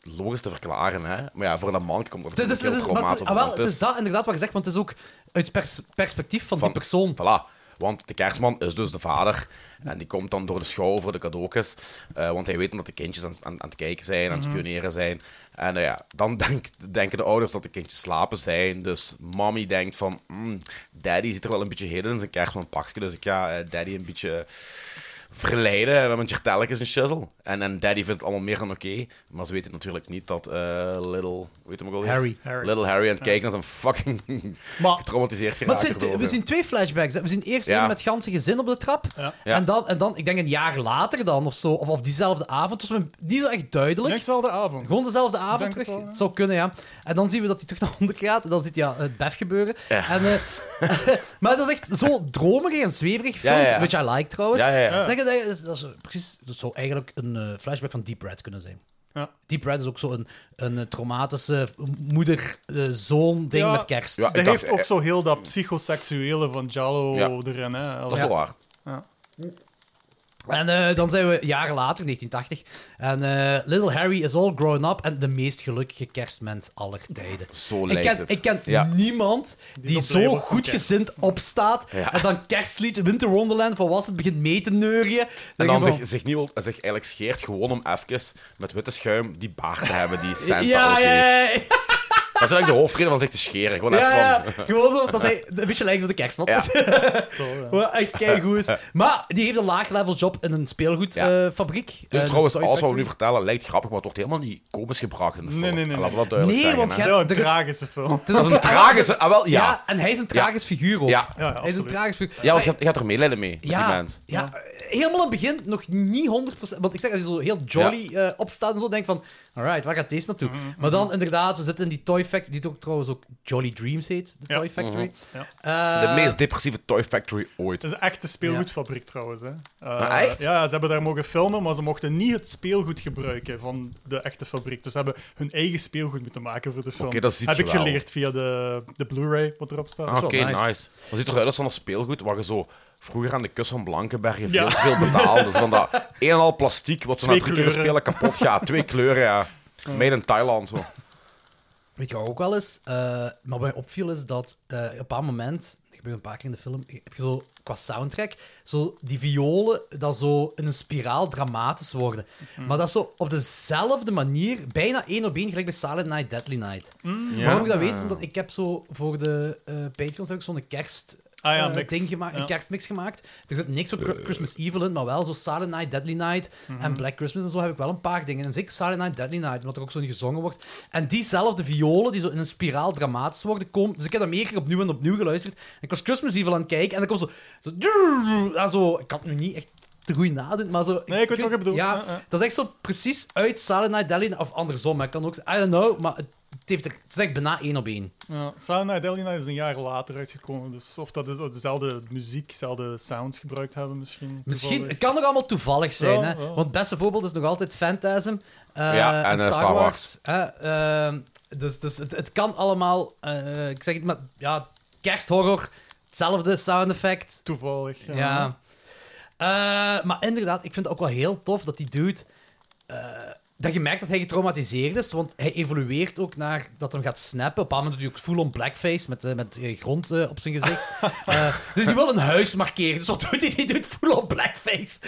logisch te verklaren, hè? Maar ja, voor dat man komt dat
Het is,
natuurlijk
het is,
heel
Dus- maar het,
traumatisch.
is- ah, wel,
want
het is dat inderdaad wat je zegt, want het is ook uit pers- perspectief van, die
Van-
persoon.
Voilà. Want de kerstman is dus de vader. En die komt dan door de schouw voor de cadeautjes. Eh, want hij weet dat de kindjes aan, aan, aan het kijken zijn, aan het
Mhm.
spioneren zijn. En eh, ja, dan *laughs* denk- denken de ouders dat de kindjes slapen zijn. Dus mommy denkt van... "Mm, daddy zit er wel een beetje heden in zijn kerstmanpakje. Dus ik ga eh, daddy een beetje verleiden met mijn jartelletjes en shizzle. En, en daddy vindt het allemaal meer dan oké. Maar ze weten natuurlijk niet dat eh, little... Weet hem ook alweer?
Harry.
Harry.
Little Harry aan het kijken is een fucking *laughs*
Maar-
getraumatiseerd
Maar het
geraakt
zijn t- we
erover.
zien twee flashbacks. hè. We zien eerst
Ja.
één met het ganse gezin op de trap.
Ja.
Ja.
En, dan, en dan, ik denk een jaar later dan of zo, of, of diezelfde avond. dus Het was me niet zo echt duidelijk.
Niks al de avond.
Gewoon dezelfde avond
Denk
terug.
het wel, ja.
het zou kunnen, ja. En dan zien we dat hij terug naar onder gaat. En dan ziet hij ja, het bef gebeuren. En, eh, *laughs* maar dat is echt zo dromerig en zweverig
Ja,
film.
ja, ja.
Which I like trouwens.
Ja, ja,
Ik
ja.
Denk dat, dat, is, dat is precies, dat zou eigenlijk een eh, flashback van Deep Red kunnen zijn.
Ja.
Deep Red is ook zo'n een, een traumatische moeder-zoon-ding
Ja.
met kerst.
Ja,
Dat
ik dacht,
heeft ook
eh,
zo heel dat psychoseksuele van Jallo
Ja.
erin. Hè?
Dat is wel waar.
En eh, dan zijn we jaren later, 1980. En eh, Little Harry is all grown up en de meest gelukkige kerstmens aller tijden.
Zo
Ik
lijkt
ken,
het.
ik ken
Ja.
niemand die
dat
zo
label van
goed
kerst.
gezind opstaat
Ja.
en dan kerstliedje Winter Wonderland van was het begint mee te neurien.
En dan zich,
van-
zich, niet wil, zich eigenlijk scheert gewoon om even met witte schuim die baard te hebben die Santa ook
ja, ja,
heeft.
ja, ja,
Dat is eigenlijk de hoofdreden van zich te scheren. Gewoon
ja, ja.
even van... *laughs*
Gewoon zo dat hij een beetje lijkt op de kerstman.
Ja.
*laughs* Wat echt keigoed is. Maar die heeft een laag level job in een
Ja.
speelgoedfabriek. Eh,
Dus trouwens, alles wat we nu vertellen lijkt grappig, maar het wordt helemaal niet komisch gebracht in de
Nee,
film.
nee, nee,
En Laten we
nee.
dat duidelijk
Nee,
zeggen.
want
hè.
jij-
Ja, een
er is-
tragische film.
*laughs*
Dat is een tragische... Ah, wel,
Ja.
ja.
en hij is een tragisch figuur ook.
Ja.
Ja, ja,
hij is een
absoluut.
tragisch figuur.
Ja, want je hebt, je hebt er medelijden mee, met die mens.
ja, helemaal in het begin nog niet 100%. Want ik zeg, als je zo heel jolly eh, opstaat en zo, denk van, alright, waar gaat deze naartoe?
Mhm,
Maar dan inderdaad, ze zitten in die Toy Factory, die ook trouwens ook Jolly Dreams heet, de
Ja. Mhm.
Toy Factory.
Ja.
Eh,
De meest depressieve Toy Factory ooit.
Het is echt de speelgoedfabriek trouwens. Hè. Eh,
Ah, echt?
Ja, ze hebben daar mogen filmen, maar ze mochten niet het speelgoed gebruiken van de echte fabriek. Dus ze hebben hun eigen speelgoed moeten maken voor de film.
Oké, dat ziet
Heb
je
ik
wel.
geleerd via de, de Blu-ray, wat erop staat.
Ah, Oké,
wel nice.
nice. Dat ziet eruit als van een speelgoed waar je zo... Vroeger aan de kus van Blankenberg je
Ja.
veel te veel betaalde. Dus
*laughs*
van dat een en al plastiek wat zo na
Twee
drie keer
kleuren.
spelen kapot gaat. Twee kleuren, ja. Made in Thailand, zo.
Weet je wat ook wel eens, eh, maar wat mij opviel is dat eh, op een bepaald moment, je gebeurt een paar keer in de film, heb je zo qua soundtrack, zo die violen dat zo in een spiraal dramatisch worden.
Mhm.
Maar dat is zo op dezelfde manier, bijna één op één, gelijk bij Silent Night, Deadly Night. Waarom ik dat
Ah.
weet, is omdat ik heb zo voor de eh Patreons heb ik zo'n kerst...
Ah ja,
eh,
mix.
ding gemaakt,
Ja.
Een kerstmix gemaakt. Er zit niks op Cru- Christmas Evil in, maar wel zo Silent Night, Deadly Night en Black Christmas en zo heb ik wel een paar dingen. En zeker Silent Night, Deadly Night, omdat er ook zo niet gezongen wordt. En diezelfde violen die zo in een spiraal dramatisch worden, komen... Dus ik heb dat meer keer opnieuw en opnieuw geluisterd. En ik was Christmas Evil aan het kijken en dan komt zo... zo, ja, zo ik kan het nu niet echt te goed nadoen, maar zo...
Nee, ik weet wat je bedoelt.
Ja,
Ja, ja.
dat is echt zo precies uit Silent Night, Deadly Night, of andersom. hè. Ik kan ook... I don't know, maar het, het heeft er, het is echt bijna één op één.
Ja, Silent Night Deadly Night is een jaar later uitgekomen. Dus of dat is ook dezelfde muziek, dezelfde sounds gebruikt hebben misschien.
Misschien, het
toevallig.
kan nog allemaal toevallig zijn.
Ja,
hè?
ja.
Want het beste voorbeeld is nog altijd Phantasm. eh,
Ja, en, eh, Star Wars.
hè. Ehm, dus dus het, het kan allemaal, eh, ik zeg het maar, ja, kersthorror, hetzelfde sound effect.
Toevallig. Ja.
Ja. Eh, maar inderdaad, ik vind het ook wel heel tof dat die dude. eh, dat je merkt dat hij getraumatiseerd is, want hij evolueert ook naar dat hem gaat snappen. Op een bepaald moment doet hij ook full on blackface met, eh, met eh, grond eh, op zijn
*laughs*
gezicht. Eh, dus hij wil een huis markeren. Dus wat doet hij? Hij doet full on blackface.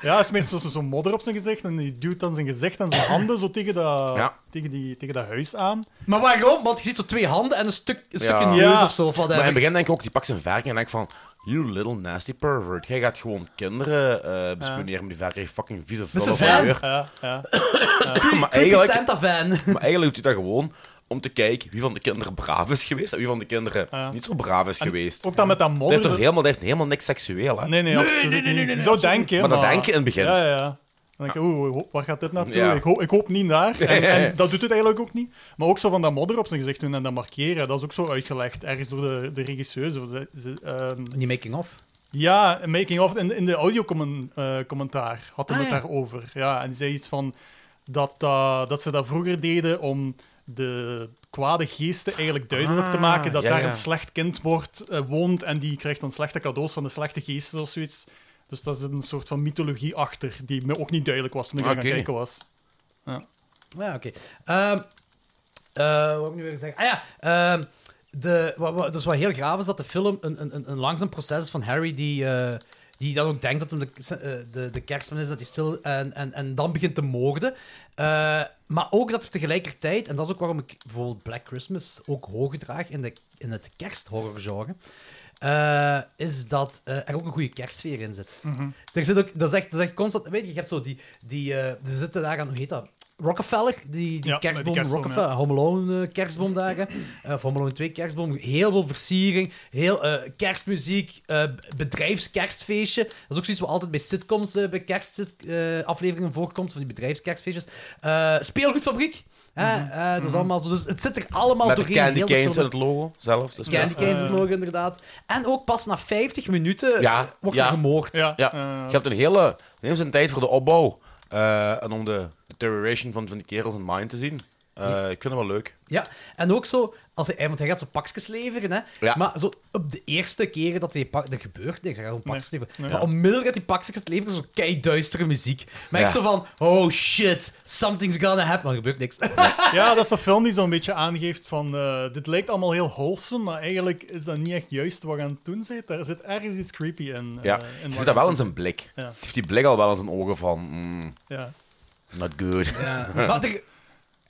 Ja, hij smeert zo- zo- zo'n modder op zijn gezicht en die duwt dan zijn gezicht en zijn handen zo tegen dat,
Ja.
tegen die, tegen dat huis aan.
Maar waarom? Want je ziet zo twee handen en een stuk een stukje
Ja.
neus
Ja.
of zo. Of
Maar in het
whatever.
begin denk ik ook, die pakt zijn verk en denkt van... You little nasty pervert. Jij gaat gewoon kinderen eh bespioneren met die verk. Je fucking vieze
Met zijn
vullen van
van
deur.
Ja, ja.
Maar
Creepy
eigenlijk,
Santa fan. *laughs*
maar eigenlijk doet hij dat gewoon om te kijken wie van de kinderen braaf is geweest en wie van de kinderen niet zo braaf is geweest.
Ook dan met dat
Dat
modder.
heeft, er helemaal, dat heeft helemaal niks seksueel, hè?
Nee, nee, absoluut niet. je zou denken, hè,
Maar dat denk je in het begin.
Ja, ja, ja. Dan denk je, oeh, oeh, waar gaat dit naartoe?
Ja.
Ik, hoop, ik hoop niet
*laughs*
daar. En, en dat doet het eigenlijk ook niet. Maar ook zo van dat modder op zijn gezicht doen en dat markeren, dat is ook zo uitgelegd. Ergens door de, de regisseuse. of de- ze- ehm,
Die making of.
ja, making of. In, in de audio-commentaar had hij
Ah,
het
ja.
daarover. Ja, en die zei iets van dat, eh, dat ze dat vroeger deden om de kwade geesten eigenlijk duidelijk te maken dat
Ah, ja,
daar
ja.
een slecht kind wordt, eh, woont en die krijgt dan slechte cadeaus van de slechte geesten of zoiets. Dus dat is een soort van mythologie achter, die me ook niet duidelijk was toen ik aan het
Ah, Oké.
kijken was.
Ja, oké. Ehm, eh, wat moet ik nu weer zeggen? Ah ja, ehm, de, wat, wat- dus wat heel graaf is, dat de film een, een, een, een langzaam proces is van Harry die... eh, die dan ook denkt dat hem de, eh, de, de kerstman is, dat hij stil en, en, en dan begint te moorden. Eh, maar ook dat er tegelijkertijd, en dat is ook waarom ik bijvoorbeeld Black Christmas ook hoog draag in, de, in het kersthorrorgenre, eh, is dat eh, er ook een goede kerstsfeer in zit. Er zit ook, dat, is echt, dat is echt constant. Weet je, je hebt zo die. die eh, er zitten daar aan, hoe heet dat? Rockefeller, die, die
Ja,
kerstboom,
die kerstboom,
Rockefeller, Home Alone eh, kerstboom daar. hè. Eh, of Home Alone 2 kerstboom. Heel veel versiering, heel eh, kerstmuziek, eh, bedrijfskerstfeestje. Dat is ook zoiets wat altijd bij sitcoms, eh, bij kerstafleveringen voorkomt, van die bedrijfskerstfeestjes. Eh, speelgoedfabriek. hè,
Mhm.
eh, dat is allemaal zo. Dus het zit er allemaal
Met de
doorheen.
Candy
heel de
Canes in
film.
het logo zelf. Dus
Candy
ja.
Canes in het logo, inderdaad. En ook pas na 50 minuten
Ja,
eh, wordt
ja.
er gemoord.
Ja,
Ja,
eh,
je hebt een hele... Neem zijn tijd voor de opbouw eh, en om de deterioration van, van die kerels in mind te zien. Eh, Ik vind het wel leuk.
Ja, en ook zo, als hij, want hij gaat zo pakjes leveren, hè.
Ja.
Maar zo op de eerste keren dat hij pak, er gebeurt niks, hij gaat gewoon pakjes leveren.
nee.
Maar
Ja.
onmiddellijk gaat hij pakjes leveren, zo keiduistere muziek. Maar echt zo
Ja.
van, oh shit, something's gonna happen. Maar er gebeurt niks.
Ja, dat is een film die zo'n beetje aangeeft van eh, dit lijkt allemaal heel wholesome, maar eigenlijk is dat niet echt juist wat je aan het doen bent. Daar zit ergens iets creepy in. eh,
Ja.
in
je
wat
ziet dat wel
aan
in
het
zijn blik.
Ja.
Hij heeft die blik al wel in zijn ogen van... mm,
doen bent. Ja.
not good.
maar er-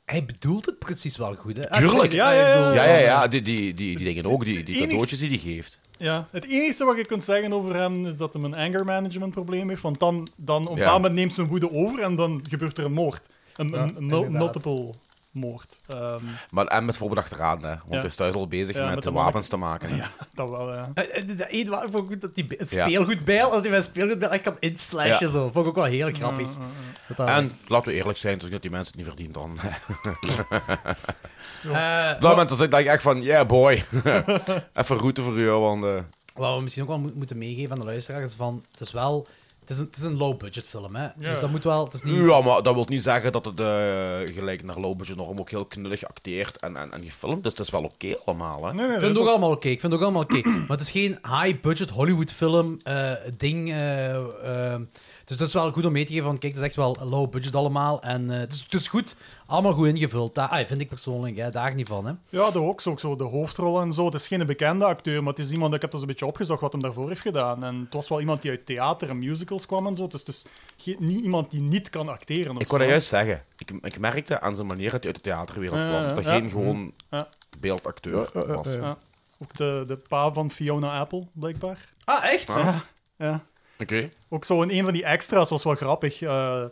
hij bedoelt het precies wel goed, hè.
Tuurlijk.
Ja, ja, ja.
Ja, ja, ja. Die, die, die, die dingen ook. Die, die
Enigst-
cadeautjes die hij geeft.
Ja, het enige wat je kunt zeggen over hem is dat hij een anger management probleem heeft, want dan, dan op een
Ja.
bepaald moment neemt zijn woede over en dan gebeurt er een moord. Een, een- een mul-
inderdaad.
multiple moord. Ehm,
Maar, en met voorbedacht achteraan, hè. Want hij is thuis al bezig
Ja,
met,
met
de
de
wapens te maken. Ja.
dat wel, ja.
Eén waar vond ik goed dat die be- het
Ja.
speelgoedbijl, dat hij met een speelgoedbijl echt kan inslashen,
Ja.
zo. Vond ik ook wel heel grappig. Dat dat-
En laten we eerlijk zijn, dus dat die mensen het niet verdienen dan. *laughs* Op
Eh,
dat moment dan denk ik echt van, yeah boy. *laughs* Even route voor jou, want... eh,
Wat we misschien ook wel mo- moeten meegeven aan de luisteraars is van, het is wel, het is een, het is een low-budget film, hè. Dus dat moet wel, het is niet...
Ja, maar dat wil niet zeggen dat het eh, gelijk naar low budget norm ook heel knullig geacteerd en, en, en gefilmd is. Het is wel oké allemaal,
Nee,
hè?
nee,
Ik
dat
vind
is
het ook
ook-
allemaal oké, ik vind het ook allemaal oké. Maar het is geen high-budget Hollywood-film eh, ding. eh, eh, dus dat is wel goed om mee te geven van, kijk, het is echt wel low-budget allemaal. En eh, het, is, het is goed Allemaal goed ingevuld. Dat, ah, vind ik persoonlijk, hè, daar niet van. Hè.
Ja, de Hawks ook zo, de hoofdrol en zo. Het is geen bekende acteur, maar het is iemand, ik heb dat een beetje opgezocht wat hem daarvoor heeft gedaan. En het was wel iemand die uit theater en musicals kwam en zo. Dus het is geen- niet iemand die niet kan acteren of
Ik wou
zo.
dat juist zeggen. Ik, ik merkte aan zijn manier dat hij uit de theaterwereld
Ja,
kwam.
ja,
Dat
ja.
geen gewoon
Ja.
beeldacteur was.
Ja. Ook de, de pa van Fiona Apple, blijkbaar.
Ah, echt?
Ja.
Oké.
Ook zo in een van die extra's was wel grappig. Eh,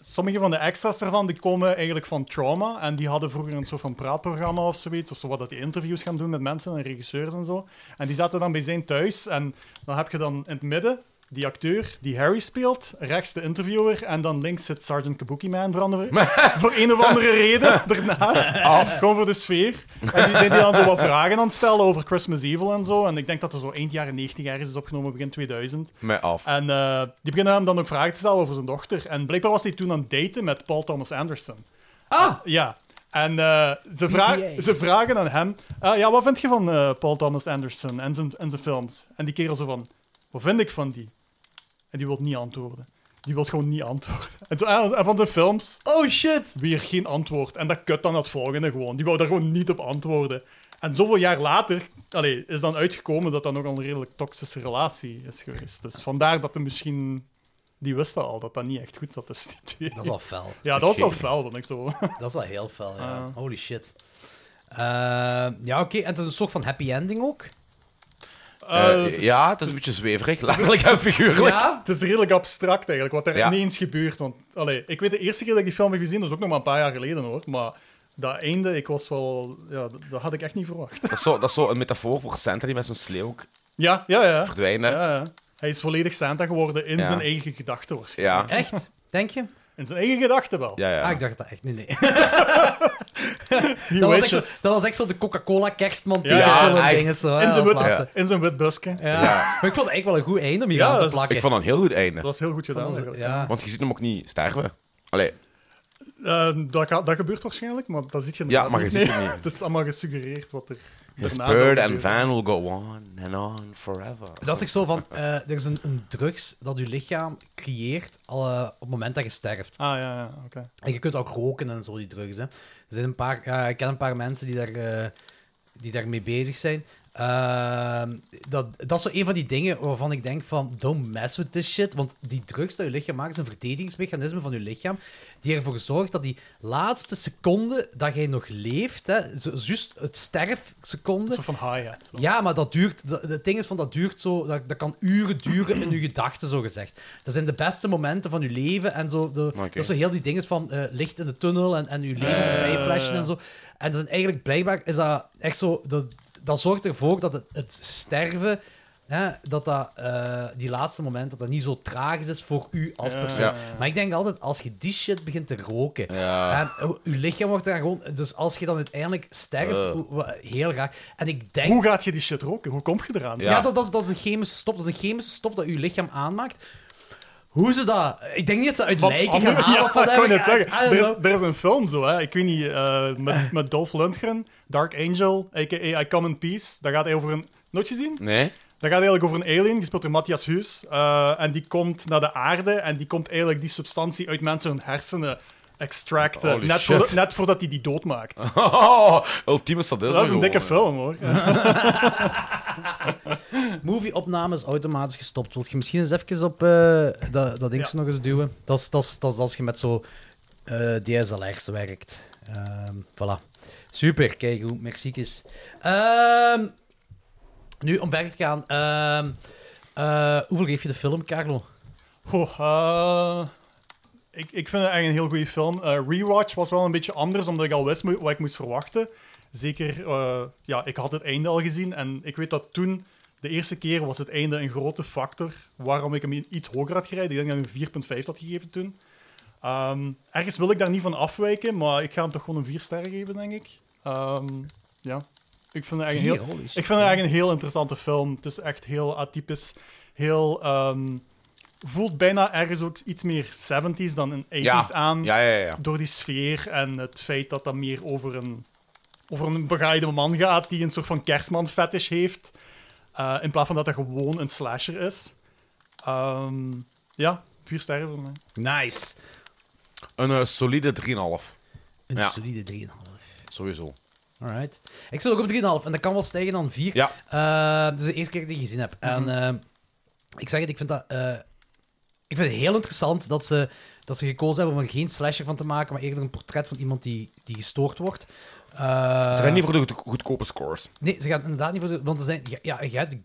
sommige van de extra's daarvan die komen eigenlijk van trauma. En die hadden vroeger een soort van praatprogramma of zoiets. Of zo wat dat die interviews gaan doen met mensen en regisseurs en zo. En die zaten dan bij zijn thuis. En dan heb je dan in het midden die acteur die Harry speelt. Rechts de interviewer. En dan links zit Sergeant Kabuki Man veranderen. voor een of andere reden daarnaast. Af. Gewoon voor de sfeer. En die zijn die dan zo wat vragen aan het stellen over Christmas Evil en zo. En ik denk dat er zo eind jaren 90 ergens is opgenomen, begin 2000.
Mij af.
En eh, die beginnen hem dan ook vragen te stellen over zijn dochter. En blijkbaar was hij toen aan het daten met Paul Thomas Anderson.
Ah,
Ja. En eh, ze, vra-
PTA.
ze vragen aan hem... "Ah, ja, wat vind je van eh, Paul Thomas Anderson en zijn, en zijn films? En die kerel zo van... Wat vind ik van die? En die wil niet antwoorden. Die wil gewoon niet antwoorden. En, zo, "Ah, en van zijn films
oh shit.
weer geen antwoord. En dat kut dan het volgende gewoon. Die wou daar gewoon niet op antwoorden. En zoveel jaar later allee, is dan uitgekomen dat dat nogal een redelijk toxische relatie is geweest. Dus vandaar dat er misschien... Die wisten al dat dat niet echt goed zat tussen die twee.
Dat is wel fel.
Ja, Ah. dat was wel fel, vond ik zo.
Dat is wel heel fel, ja. Holy shit. Eh, ja, oké. En het is een soort van happy ending ook.
Eh,
Eh, het is-
ja, het is een beetje zweverig, *laughs* letterlijk en figuurlijk.
Ja.
Het is redelijk abstract eigenlijk, wat er
Ja.
ineens gebeurt. Want allee, ik weet de eerste keer dat ik die film heb gezien, dat is ook nog maar een paar jaar geleden hoor. Maar dat einde, ik was wel... Ja, dat, dat had ik echt niet verwacht. *laughs*
Dat, is zo, dat is zo een metafoor voor Santa die met zijn sleeuw
Ja, ja, ja.
verdwijnen.
ja, ja. Hij is volledig Santa geworden in
Ja.
zijn eigen gedachten waarschijnlijk.
Ja.
Echt? Denk je?
In zijn eigen gedachten wel.
Ja, ja.
Ah, ik dacht dat echt. Nee, *laughs* nee.
Die
Dat was, echt, zo-
wishes.
dat was echt zo de Coca-Cola kerstman
Ja,
tegen film
echt.
dingen zo. hè,
In zijn, wit,
plaatsen.
in zijn wit busje.
Ja. Maar ik vond het echt wel een goed einde om hier
Ja,
aan
dat
te
is-
plakken.
Ik vond dat een heel goed einde.
Dat was heel goed gedaan.
Dat was-
eigenlijk.
ja.
Want je ziet hem ook niet sterven. Allee,
Eh, dat, ga- dat gebeurt waarschijnlijk, maar dat ziet je inderdaad
maar je
niet.
ziet het
Nee,
niet.
*laughs* Het is allemaal gesuggereerd wat er
his
daarna zou
bird and
gebeuren.
van will go on and on forever.
Dat is echt zo van, eh, er is een, een drugs dat je lichaam creëert al, eh, op het moment dat je sterft.
Ah, ja, ja, oké.
En je kunt ook roken en zo, die drugs. Hè. Er zijn een paar, ja, ik ken een paar mensen die, daar, eh, die daarmee bezig zijn. Ehm, dat, dat is zo een van die dingen waarvan ik denk van, don't mess with this shit. Want die drugs dat je lichaam maakt, is een verdedigingsmechanisme van je lichaam, die ervoor zorgt dat die laatste seconde dat jij nog leeft, hè, zo- juist het
Een
sterfseconde,
soort van hi-hat.
ja, maar dat duurt. dat- Het ding is van dat duurt zo. Dat, dat kan uren duren in uw gedachten, zo gezegd. Dat zijn de beste momenten van uw leven en zo. De, Dat is zo heel die dingen van eh, licht in de tunnel en, en uw leven
Eh.
voorbij flashen en zo. En dat is eigenlijk blijkbaar is dat echt zo. Dat, dat zorgt ervoor dat het, het sterven. Hè, dat, dat eh, die laatste moment dat dat niet zo tragisch is voor u als persoon.
Eh. Ja.
Maar ik denk altijd, als je die shit begint te roken, en uw- uw lichaam wordt daar gewoon... Dus als je dan uiteindelijk sterft,
Eh.
hoe- wa- heel raar. En ik denk...
Hoe gaat je die shit roken? Hoe kom je eraan?
Ja, dat, dat, is, dat is een chemische stof. Dat is een chemische stof dat uw lichaam aanmaakt. Hoe ze dat... Ik denk niet dat ze uit
Van
lijken
andere-
gaan halen.
Ja,
of wat
ik wou net
eigenlijk.
zeggen.
I- I
Er
don't
is,
know.
er is een film zo, hè. Ik weet niet, eh, met, met Dolph Lundgren, Dark Angel, a.k.a. I Come in Peace. Daar gaat hij over een... Nooit gezien?
Nee?
Dat gaat eigenlijk over een alien, gespeeld door Matthias Huus. Eh, en die komt naar de aarde en die komt eigenlijk die substantie uit mensen hun hersenen extracten.
Holy
Net,
shit.
voordat- net voordat hij die doodmaakt. dat,
Oh, *laughs* ultieme sadisme.
is een
gewoon, eh.
dikke
hè.
film, hoor.
Movie-opname is automatisch gestopt. Wilt je misschien eens even op eh, dat, dat ding
Ja.
nog eens duwen? Dat is, dat is, dat is als je met zo eh DSLR's werkt. Ehm, voilà. Super, kijk hoe merci is. Ehm, nu, om verder te gaan. Ehm, eh, hoeveel geef je de film, Carlo?
Goh, eh, ik, ik vind het eigenlijk een heel goede film. Eh, Rewatch was wel een beetje anders, omdat ik al wist mo- wat ik moest verwachten. Zeker, eh, ja, ik had het einde al gezien. En ik weet dat toen, de eerste keer, was het einde een grote factor waarom ik hem i- iets hoger had gereden. Ik denk dat ik hem een 4,5 had gegeven toen. Ehm, ergens wil ik daar niet van afwijken, maar ik ga hem toch gewoon een 4 sterren geven, denk ik. Ehm, ja, ik vind het eigenlijk een heel...
Hier, holy shit.
Ik vind het eigenlijk een heel interessante film. Het is echt heel atypisch. Heel, ehm, voelt bijna ergens ook iets meer 70s dan een 80s
Ja.
aan.
Ja, ja, ja.
Door die sfeer en het feit dat dat meer over een, over een begaaide man gaat die een soort van kerstman fetish heeft. eh, in plaats van dat dat gewoon een slasher is. Ehm, ja, vier sterren voor mij.
Nice.
Een eh, solide 3,5.
Een
Ja.
solide 3,5.
Sowieso.
Eh. Alright. Ik zit ook op 3,5 en dat kan wel stijgen dan 4.
Ja.
Eh, dat is de eerste keer dat ik die gezien heb. En eh, ik zeg het, ik vind dat. eh, ik vind het heel interessant dat ze, dat ze gekozen hebben om er geen slasher van te maken, maar eerder een portret van iemand die, die gestoord wordt. Eh,
Ze gaan niet voor de goed- goedkope scores.
Nee, ze gaan inderdaad niet voor de. Want er zijn. Ja, je hebt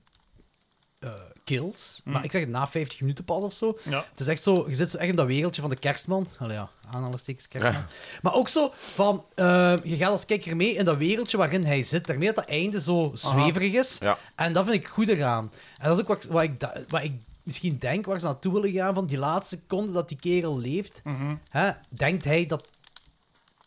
eh, kills, maar ik zeg het na 50 minuten pas of zo.
Mm. Ja.
Het is echt zo, je zit zo echt in dat wereldje van de kerstman. Allee, ja, aanhalingstekens kerstman. Maar ook zo van, eh, je gaat als kijker mee in dat wereldje waarin hij zit. Daarmee dat dat einde zo zweverig is.
Ja.
En dat vind ik goed eraan. En dat is ook wat, ik- wat, ik, da- wat ik misschien denk, waar ze naartoe willen gaan, van die laatste seconde dat die kerel leeft.
Mhm.
Hè, denkt hij dat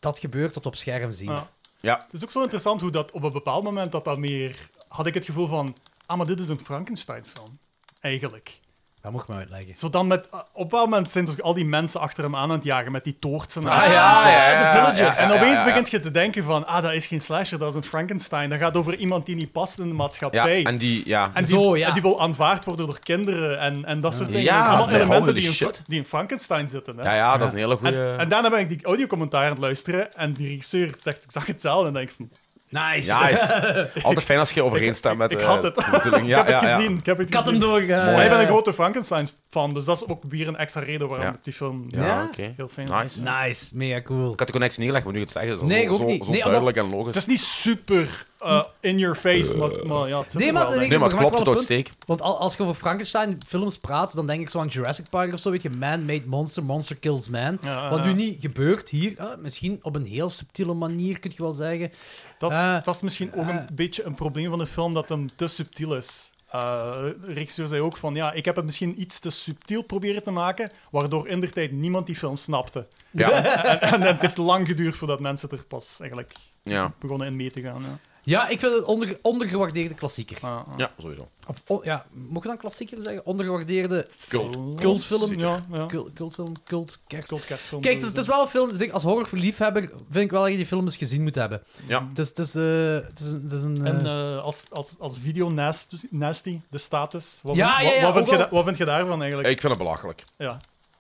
dat gebeurt tot op scherm zien.
Ja.
Ja.
Het is ook zo interessant hoe dat op een bepaald moment dat dat meer... Had ik het gevoel van, ah, maar dit is een Frankenstein-film. Eigenlijk.
Dat moet ik me uitleggen.
Zo dan met... Op een bepaald moment zijn toch al die mensen achter hem aan aan het jagen met die toortsen.
Ah, ja, ja, ja, de villagers.
En opeens
ja, ja.
begint je te denken van, ah, dat is geen slasher, dat is een Frankenstein. Dat gaat over iemand die niet past in de
Ja,
maatschappij.
en die, ja.
En die,
Zo, ja.
en die wil aanvaard worden door kinderen en, en dat soort dingen.
Ja,
Allemaal
nee,
elementen
holy
die in, Fra-
shit.
die in Frankenstein zitten. Hè?
ja, ja, dat is een hele goede.
En, en daarna ben ik die audiocommentaar aan het luisteren en die regisseur zegt, ik zag hetzelfde en denk ik van,
Nice.
*laughs*
Ja, is altijd fijn als je overeenstemt met
ik
eh,
had het.
de
*laughs*
bedoeling.
ik
Ja,
heb het
ja, ja.
gezien. Ik heb het
Ik had hem
gezien.
door. eh,
Mooi.
Maar ik ben een grote Frankenstein-fan, dus dat is ook weer een extra reden waarom
Ja.
ik die film... eh,
Ja,
Ja?
oké.
Heel fijn.
Nice.
Nice, mega cool.
Ik had de connectie niet gelegd, maar nu het zeggen is
Nee, ik
zo,
ook
zo,
niet.
zo
Nee, omdat-
duidelijk en logisch.
Het is niet super eh, in your face, maar, maar ja, het zit
Nee,
er
maar,
wel
nee,
in.
Nee, maar het
je maakt
klopt,
wel
het
een
houdt
punt. Want al- als je over Frankenstein-films praat, dan denk ik zo aan Jurassic Park of zo. Weet je, Man-Made Monster, Monster Kills Man.
Ja, ja,
Wat nu
ja.
niet gebeurt hier, eh, misschien op een heel subtiele manier, kun je wel zeggen.
Dat is,
Eh,
dat is misschien ook een beetje een probleem van de film, dat hem te subtiel is. Eh, de regisseur zei ook van, ja, ik heb het misschien iets te subtiel proberen te maken, waardoor in der tijd niemand die film snapte. *laughs*
Ja,
En, en het heeft lang geduurd voordat mensen er pas eigenlijk
ja.
begonnen in mee te gaan. Ja.
Ja, ik vind het een onder, ondergewaardeerde klassieker.
Ah, ah.
ja sowieso.
Of, oh, ja, mocht je dan klassieker zeggen? Ondergewaardeerde
Cool.
cultfilm.
Ja, ja.
Cult, cultfilm, cult, kerst.
Cult kerstfilm.
Kijk, het is, het is wel een film, dus ik als horrorliefhebber vind ik wel dat je die film eens gezien moet hebben.
Ja.
Het is, het is, eh, het is, een- het is een... eh,
En eh, als, als, als video nasty, nasty, de status, wat,
Ja,
wat-
ja, ja,
wat, vind
ook
je,
wel.
da- wat vind je daarvan eigenlijk?
Ik vind het belachelijk.
Ja,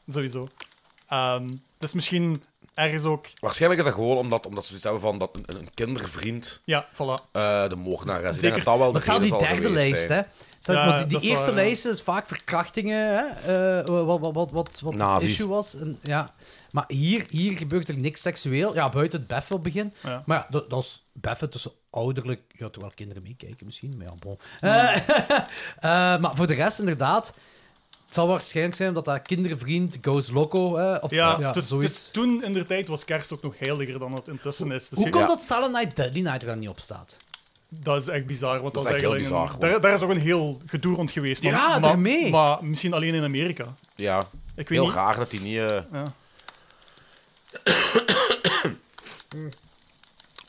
sowieso. Ehm, het is misschien ergens ook...
Waarschijnlijk is dat gewoon omdat, omdat ze zoiets hebben van dat een, een kindervriend
Ja, voilà.
eh, de moordenaar is. Ik denk
Dus Zeker.
dat dat wel de
Dat staat op
reden
die
zal
derde
geweest
lijst,
zijn.
hè? Staat-
Ja,
want die- die
dat is
eerste
waar, ja.
lijst is vaak verkrachtingen, hè? eh, wat, wat, wat, wat, wat het
Nazi's.
issue was. En, ja. Maar hier, hier gebeurt er niks seksueel. Ja, buiten het beffen op het begin.
Ja.
Maar ja, dat, dat is beffen tussen ouderlijk... Ja, toch wel kinderen meekijken misschien, maar ja, bon. Eh, *laughs* eh, maar voor de rest, inderdaad... Het zal waarschijnlijk zijn dat dat kindervriend Goes Loco... eh, of,
Ja,
ja,
dus,
zoiets.
dus toen in de tijd was kerst ook nog heiliger dan het intussen is. Dus
Hoe
je-
komt dat Silent Night Deadly Night er dan niet op staat?
Dat is echt bizar. Want
Dat
dat
is echt heel
eigenlijk een-
bizar,
daar, daar is ook een heel gedoe rond geweest. Maar,
Ja,
maar,
daarmee.
Maar misschien alleen in Amerika.
Ja.
Ik weet
Heel
niet.
raar dat die niet. eh,
Ja.
*coughs*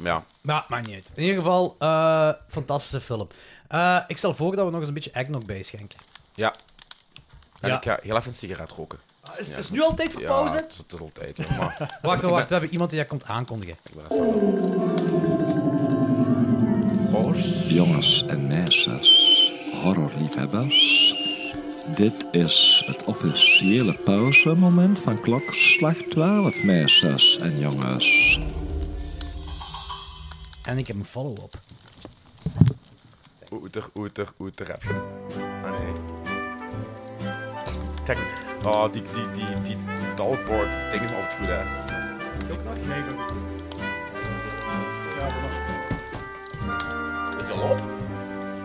Ja.
Maar maakt niet uit. In ieder geval, eh, fantastische film. Eh, ik stel voor dat we nog eens een beetje eggnog bijschenken.
ja. En
Ja.
ik ga heel even een sigaret roken.
Ah, Is, is nu al tijd voor
Ja,
pauze?
Het, is- het is altijd. Ja, maar
Wacht, wacht, we hebben iemand die dat komt aankondigen.
ik ben er Pauze.
Jongens en meisjes, horrorliefhebbers. Dit is het officiële pauzemoment van klokslag 12, meisjes en jongens.
En ik heb een follow-up.
Oeter, oeter, oeter heb je. Ah nee. Kijk, oh, die, die, die, die dalkboard ding is altijd goed, hè. Is die al op?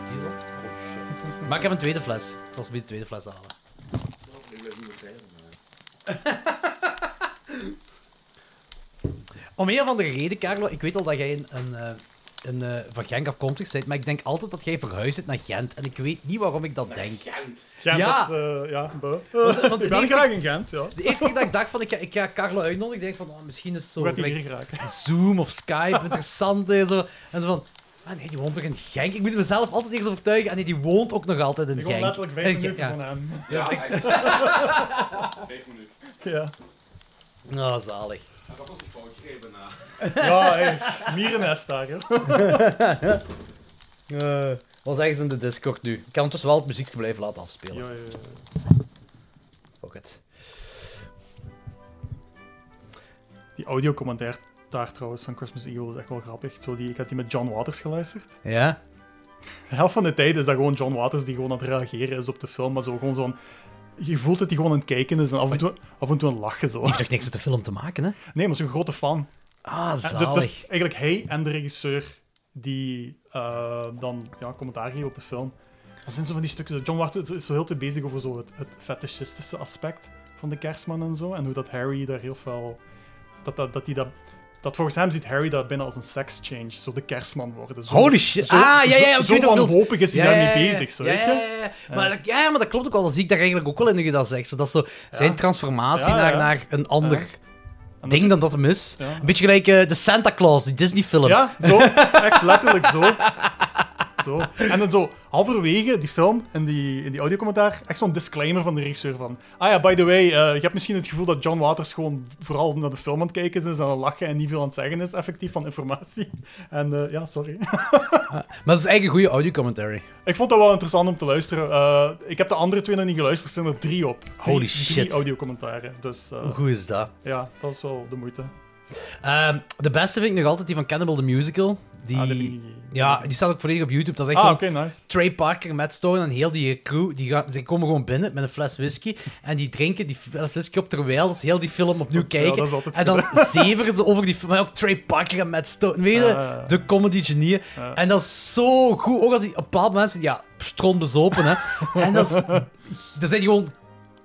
Die is op. Oh, shit.
Maar ik heb een tweede fles. Ik zal ze de tweede fles halen. Om een of andere reden, Carlo, ik weet al dat jij een, een, eh, een, eh, van Genk afkomstig bent, maar ik denk altijd dat jij verhuisd bent naar Gent. En ik weet niet waarom ik dat
*laughs*
denk.
Gent
Ja.
is... eh, ja, buh.
want
ik
deze-
ben graag in Gent, ja.
De eerste keer dat ik dacht van ik ga, ik ga Carlo uitnodigen, ik denk van oh, misschien is zo
Hoe gaat die
gelijk
hier geraken?
Zoom of Skype interessant en zo. En zo van, ah nee, die woont toch in Genk? Ik moet mezelf altijd eens overtuigen. En nee, die woont ook nog altijd in
Ik
Genk.
woon letterlijk
In
vijf
Genk,
minuten
ja.
van hem. *laughs*
Ja, eigenlijk.
Ja,
Oh, zalig.
Dat was een fout gegeven.
ja hey, mierennest daar. joh.
Eh, was ergens in de Discord nu. Ik kan ondertussen wel het muziekje blijven laten afspelen.
Ja, ja, ja.
Fuck it.
Die audiocommentaar daar trouwens van Christmas Evil is echt wel grappig. Zo die, ik had die met John Waters geluisterd.
Ja?
De helft van de tijd is dat gewoon John Waters die gewoon aan het reageren is op de film. Maar zo gewoon zo'n... Je voelt dat hij gewoon aan het kijken is en af en toe, af en toe een lachen zo.
Heeft toch niks met de film te maken, hè?
Nee, maar zo'n grote fan.
Ah,
Ja,
zalig.
Dus, dus eigenlijk hij en de regisseur die eh, dan ja, commentaar geven op de film. Wat zijn zo van die stukjes? John Waters is zo heel te bezig over zo het, het fetishistische aspect van de kerstman en zo. En hoe dat Harry daar heel veel... Dat, dat, dat, die dat, dat volgens hem ziet Harry dat binnen als een sex change. Zo de kerstman worden. Zo,
Holy shit.
zo-
ah, ja, ja,
zo-
ik weet wat
zo
je bedoelt.
wanhopig is hij
Ja,
daarmee
ja, ja.
bezig, zo,
ja,
weet je?
ja, ja, ja. Maar, dat- ja, maar dat klopt ook wel. Dat zie ik daar eigenlijk ook wel in, nu je dat zegt. Zo, dat is zo zijn transformatie
Ja, ja,
Naar,
ja.
naar een ander
Ja. En
ding dan dat hem is.
Ja.
Een beetje gelijk eh, de Santa Claus, die Disney-film.
Ja, zo. Echt letterlijk zo. Zo. En dan zo, halverwege die film, in die, in die audiocommentaar, echt zo'n disclaimer van de regisseur van... Ah ja, by the way, eh, je hebt misschien het gevoel dat John Waters gewoon vooral naar de film aan het kijken is en is aan het lachen en niet veel aan het zeggen is, effectief, van informatie. En eh, ja, sorry. *laughs*
Maar dat is eigenlijk een goede audio-commentary.
Ik vond dat wel interessant om te luisteren. Eh, ik heb de andere twee nog niet geluisterd, er zijn er drie op. Drie-
Holy
Drie
shit.
audiocommentaren. Dus eh,
Hoe goed is dat?
ja, dat is wel de moeite.
Ehm, de beste vind ik nog altijd die van Cannibal the Musical. Die,
Ah, dat heb ik niet-
ja, die staat ook volledig op YouTube. Dat is echt
Ah,
gewoon
oké, nice.
Trey Parker, Matt Stone en heel die crew, die gaan, ze komen gewoon binnen met een fles whisky en die drinken die fles whisky op terwijl ze heel die film opnieuw
Dat- ja,
kijken.
dat is altijd
en dan *laughs* zeveren ze over die film. Maar ook Trey Parker en Matt Stone, weet je,
Ja.
de comedy genieën.
Ah. Ja.
En dat is zo goed, ook als die op bepaalde mensen, ja, strontbezopen,
*laughs*
hè. en dat, is, dat zijn die gewoon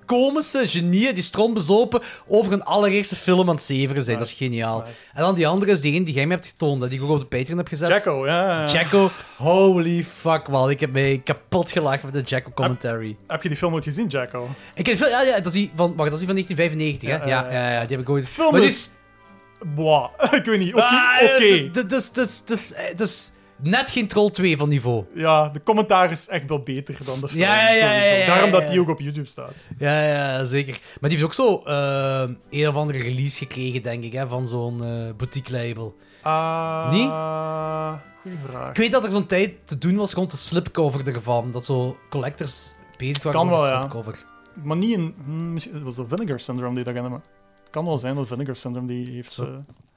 komische genieën die strontbezopen over een allereerste film aan het zeveren zijn. dat is
Nice,
geniaal.
nice.
En dan die andere is die die jij me hebt getoond, hè, die ik ook op de Patreon heb gezet.
Jacko, ja. ja.
Jacko, holy fuck man, ik heb mij kapot gelachen met de Jacko commentary.
Heb je die film ooit gezien, Jacko?
Ik heb veel, ja, ja, dat is die van, wacht, dat is die van 1995, hè?
Ja,
Ja,
eh,
ja, ja, die heb ik ooit.
film
maar die
is- Boah, *laughs* ik weet niet. Oké,
Ah,
oké.
eh, d- d- Dus, dus, dus, eh, dus net geen Troll 2 van niveau.
Ja, de commentaar is echt wel beter dan de film,
Ja, ja, ja, ja,
sowieso.
ja, ja,
Daarom
ja.
dat die ook op YouTube staat.
Ja, ja, zeker. Maar die heeft ook zo eh, een of andere release gekregen, denk ik, hè, van zo'n eh, boutique label. Niet?
Ah, Goeie vraag.
Ik weet dat er zo'n tijd te doen was rond de slipcover ervan. Dat zo collectors bezig waren
Kan
met de
wel, ja.
slipcover.
Maar niet in... hmm, misschien het was dat Vinegar Syndrome die dat gedaan hebben. Het kan wel zijn dat Vinegar Syndrome die heeft...
Zo.
eh,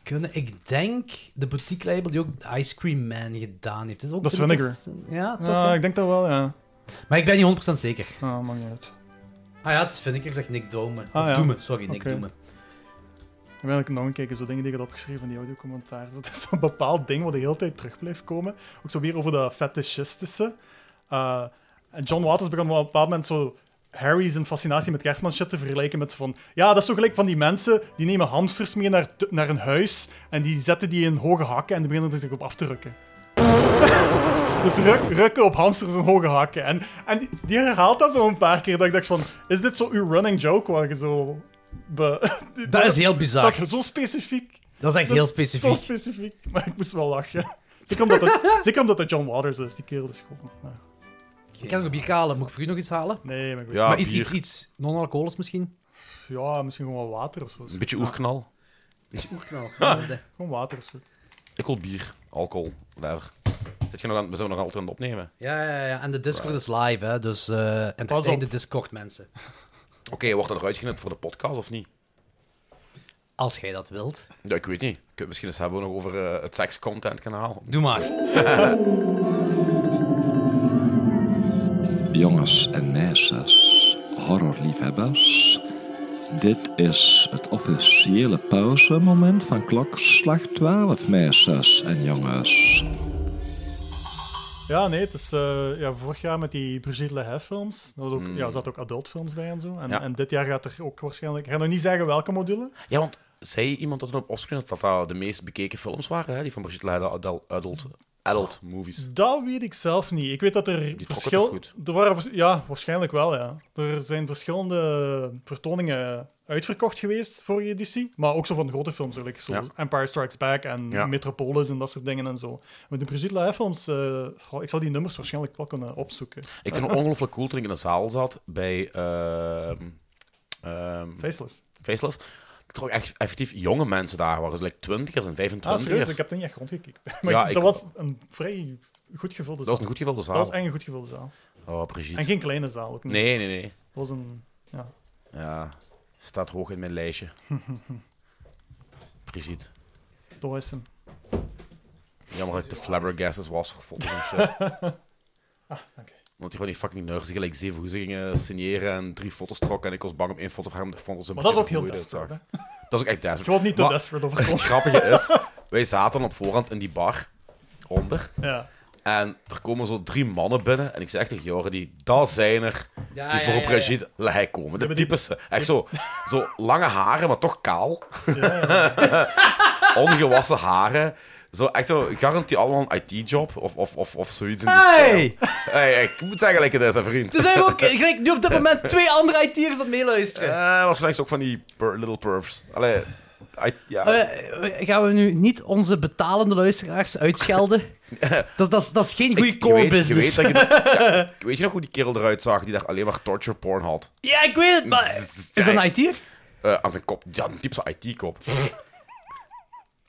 kunnen. Ik denk de boutique label die ook Ice Cream Man gedaan heeft. Is ook
Dat is
zoiets-
Vinegar.
Ja, toch?
ja,
hè?
ik denk dat wel, ja.
Maar ik ben niet 100% zeker.
Ah, maakt niet uit.
Ah ja, het is Vinegar, zegt Nick Dome.
Ah,
Of
ja.
Doeme, sorry, Nick
Oké.
Doeme.
Ik ben eigenlijk nog een kijken, zo dingen die ik had opgeschreven in die audiocommentaar. Zo, *laughs* Dat is zo'n bepaald ding wat de hele tijd terug blijft komen. Ook zo weer over dat fetishistische. Eh, en John Waters begon wel op een bepaald moment zo Harry's fascinatie met kerstman shit te vergelijken met zo van... Ja, dat is zo gelijk van die mensen, die nemen hamsters mee naar, t- naar een huis en die zetten die in hoge hakken en die beginnen er zich op af te rukken. *laughs* Dus ruk, rukken op hamsters en hoge hakken. En, en die, die herhaalt dat zo een paar keer, dat ik dacht van... Is dit zo uw running joke waar je zo... be- *laughs*
Dat is heel bizar.
dat is zo specifiek.
Dat is echt
Dat
heel
is
specifiek.
Zo specifiek, maar ik moest wel lachen. Zeker omdat dat, *laughs* zeker omdat dat John Waters is, die kerel is gewoon... nou,
Ik kan nog een bier halen. Moet ik voor u nog iets halen?
nee, maar ik weet-
Ja,
maar iets,
bier.
iets, iets non-alcoholisch misschien?
ja, misschien gewoon wat water of zo.
Een beetje oerknal.
Gewoon water is goed.
Ik wil bier, alcohol, whatever. Zit je nog aan, zijn we nog altijd aan het opnemen?
Ja, ja, ja. En de Discord is live, hè. Dus eh entertain
op.
de Discord, mensen.
Oké, wordt dat eruit geknipt voor de podcast of niet?
Als jij dat wilt.
Ja, ik weet niet. Ik weet- Misschien eens hebben we nog over eh, het sekscontent-kanaal.
Doe maar.
Jongens en meisjes, horrorliefhebbers. Dit is het officiële pauzemoment van klokslag 12, meisjes en jongens.
Ja, nee, het is eh, ja, vorig jaar met die Brigitte Lehef films. Er ook, ja, zat ook adultfilms bij en zo. En,
Mm. Ja.
en dit jaar gaat er ook waarschijnlijk... Ik ga nog niet zeggen welke module.
Ja, want zei iemand dat er op offscreen dat dat de meest bekeken films waren, hè? die van Brigitte Leiden, adult, adult, adult movies.
Dat weet ik zelf niet. Ik weet dat er
het
verschil...
toch goed?
Er waren, vers- ja, waarschijnlijk wel, ja. Er zijn verschillende vertoningen uitverkocht geweest vorige editie. Maar ook zo van grote films, eigenlijk. Zo
Ja.
Empire Strikes Back en
Ja.
Metropolis en dat soort dingen en zo. Maar de Brigitte Lahaie films, eh, goh, ik zou die nummers waarschijnlijk wel kunnen opzoeken.
Ik vind het ongelooflijk cool toen ik in de zaal zat bij ehm, ehm,
Faceless. Ah,
Faceless. Dat er ook echt effectief jonge mensen daar waren, dus like twintigers en
Ah,
25
serieus? Ik heb er niet echt rondgekeken. *laughs* Maar
Ja,
ik-
ik-
dat was een vrij goed gevulde
Dat
zaal.
was een goed gevulde
Dat was
zaal.
echt een goed gevulde zaal.
Oh,
En
Brigitte.
geen kleine zaal ook niet.
Nee, nee, nee.
Dat was een... Ja. *laughs*
Ja, staat hoog in mijn lijstje. Brigitte.
Dat was hem.
Jammer dat ik de flabbergasted was voor foto's
*laughs*
en shit.
Ah, Dank je.
Want die gewoon die fucking nerds die gelijk zeven hoezen gingen signeren en drie foto's trokken. En ik was bang om één foto van hem te foto's
Maar dat is ook heel desperate. hè.
Dat is ook echt desperate.
Je wilt niet te
Maar
desperate
Het *laughs*
overkomen.
grappige
*laughs*
is, wij zaten op voorhand in die bar, onder.
Ja.
En er komen zo drie mannen binnen. En ik zeg tegen Jordi, die, dat zijn er
Ah,
die voor op Brigitte Lehij komen. De
maar die-
typische. Echt zo, zo lange haren, maar toch kaal.
ja,
*laughs* Ongewassen haren. Zo, echt zo, garantie allemaal een IT-job of, of, of, of zoiets in die
Hey!
stijl. Hey, ik moet zeggen lekker dit, hè, vriend.
Er zijn ook eh, gelijk nu
*laughs*
op dit moment twee andere IT'ers dat meeluisteren.
Eh, waarschijnlijk ook van die per- little pervs. Allee, I- ja.
Eh, gaan we nu niet onze betalende luisteraars
*laughs*
uitschelden? dat, dat, is- dat is geen goede
Je
core
weet- je
business. *laughs*
weet dat je- ja, weet je nog hoe die kerel eruit zag die daar alleen maar torture porn had?
Ja, ik weet het, maar... Is dat nou een IT'er?
Eh, aan zijn kop. Ja, een typische IT-kop.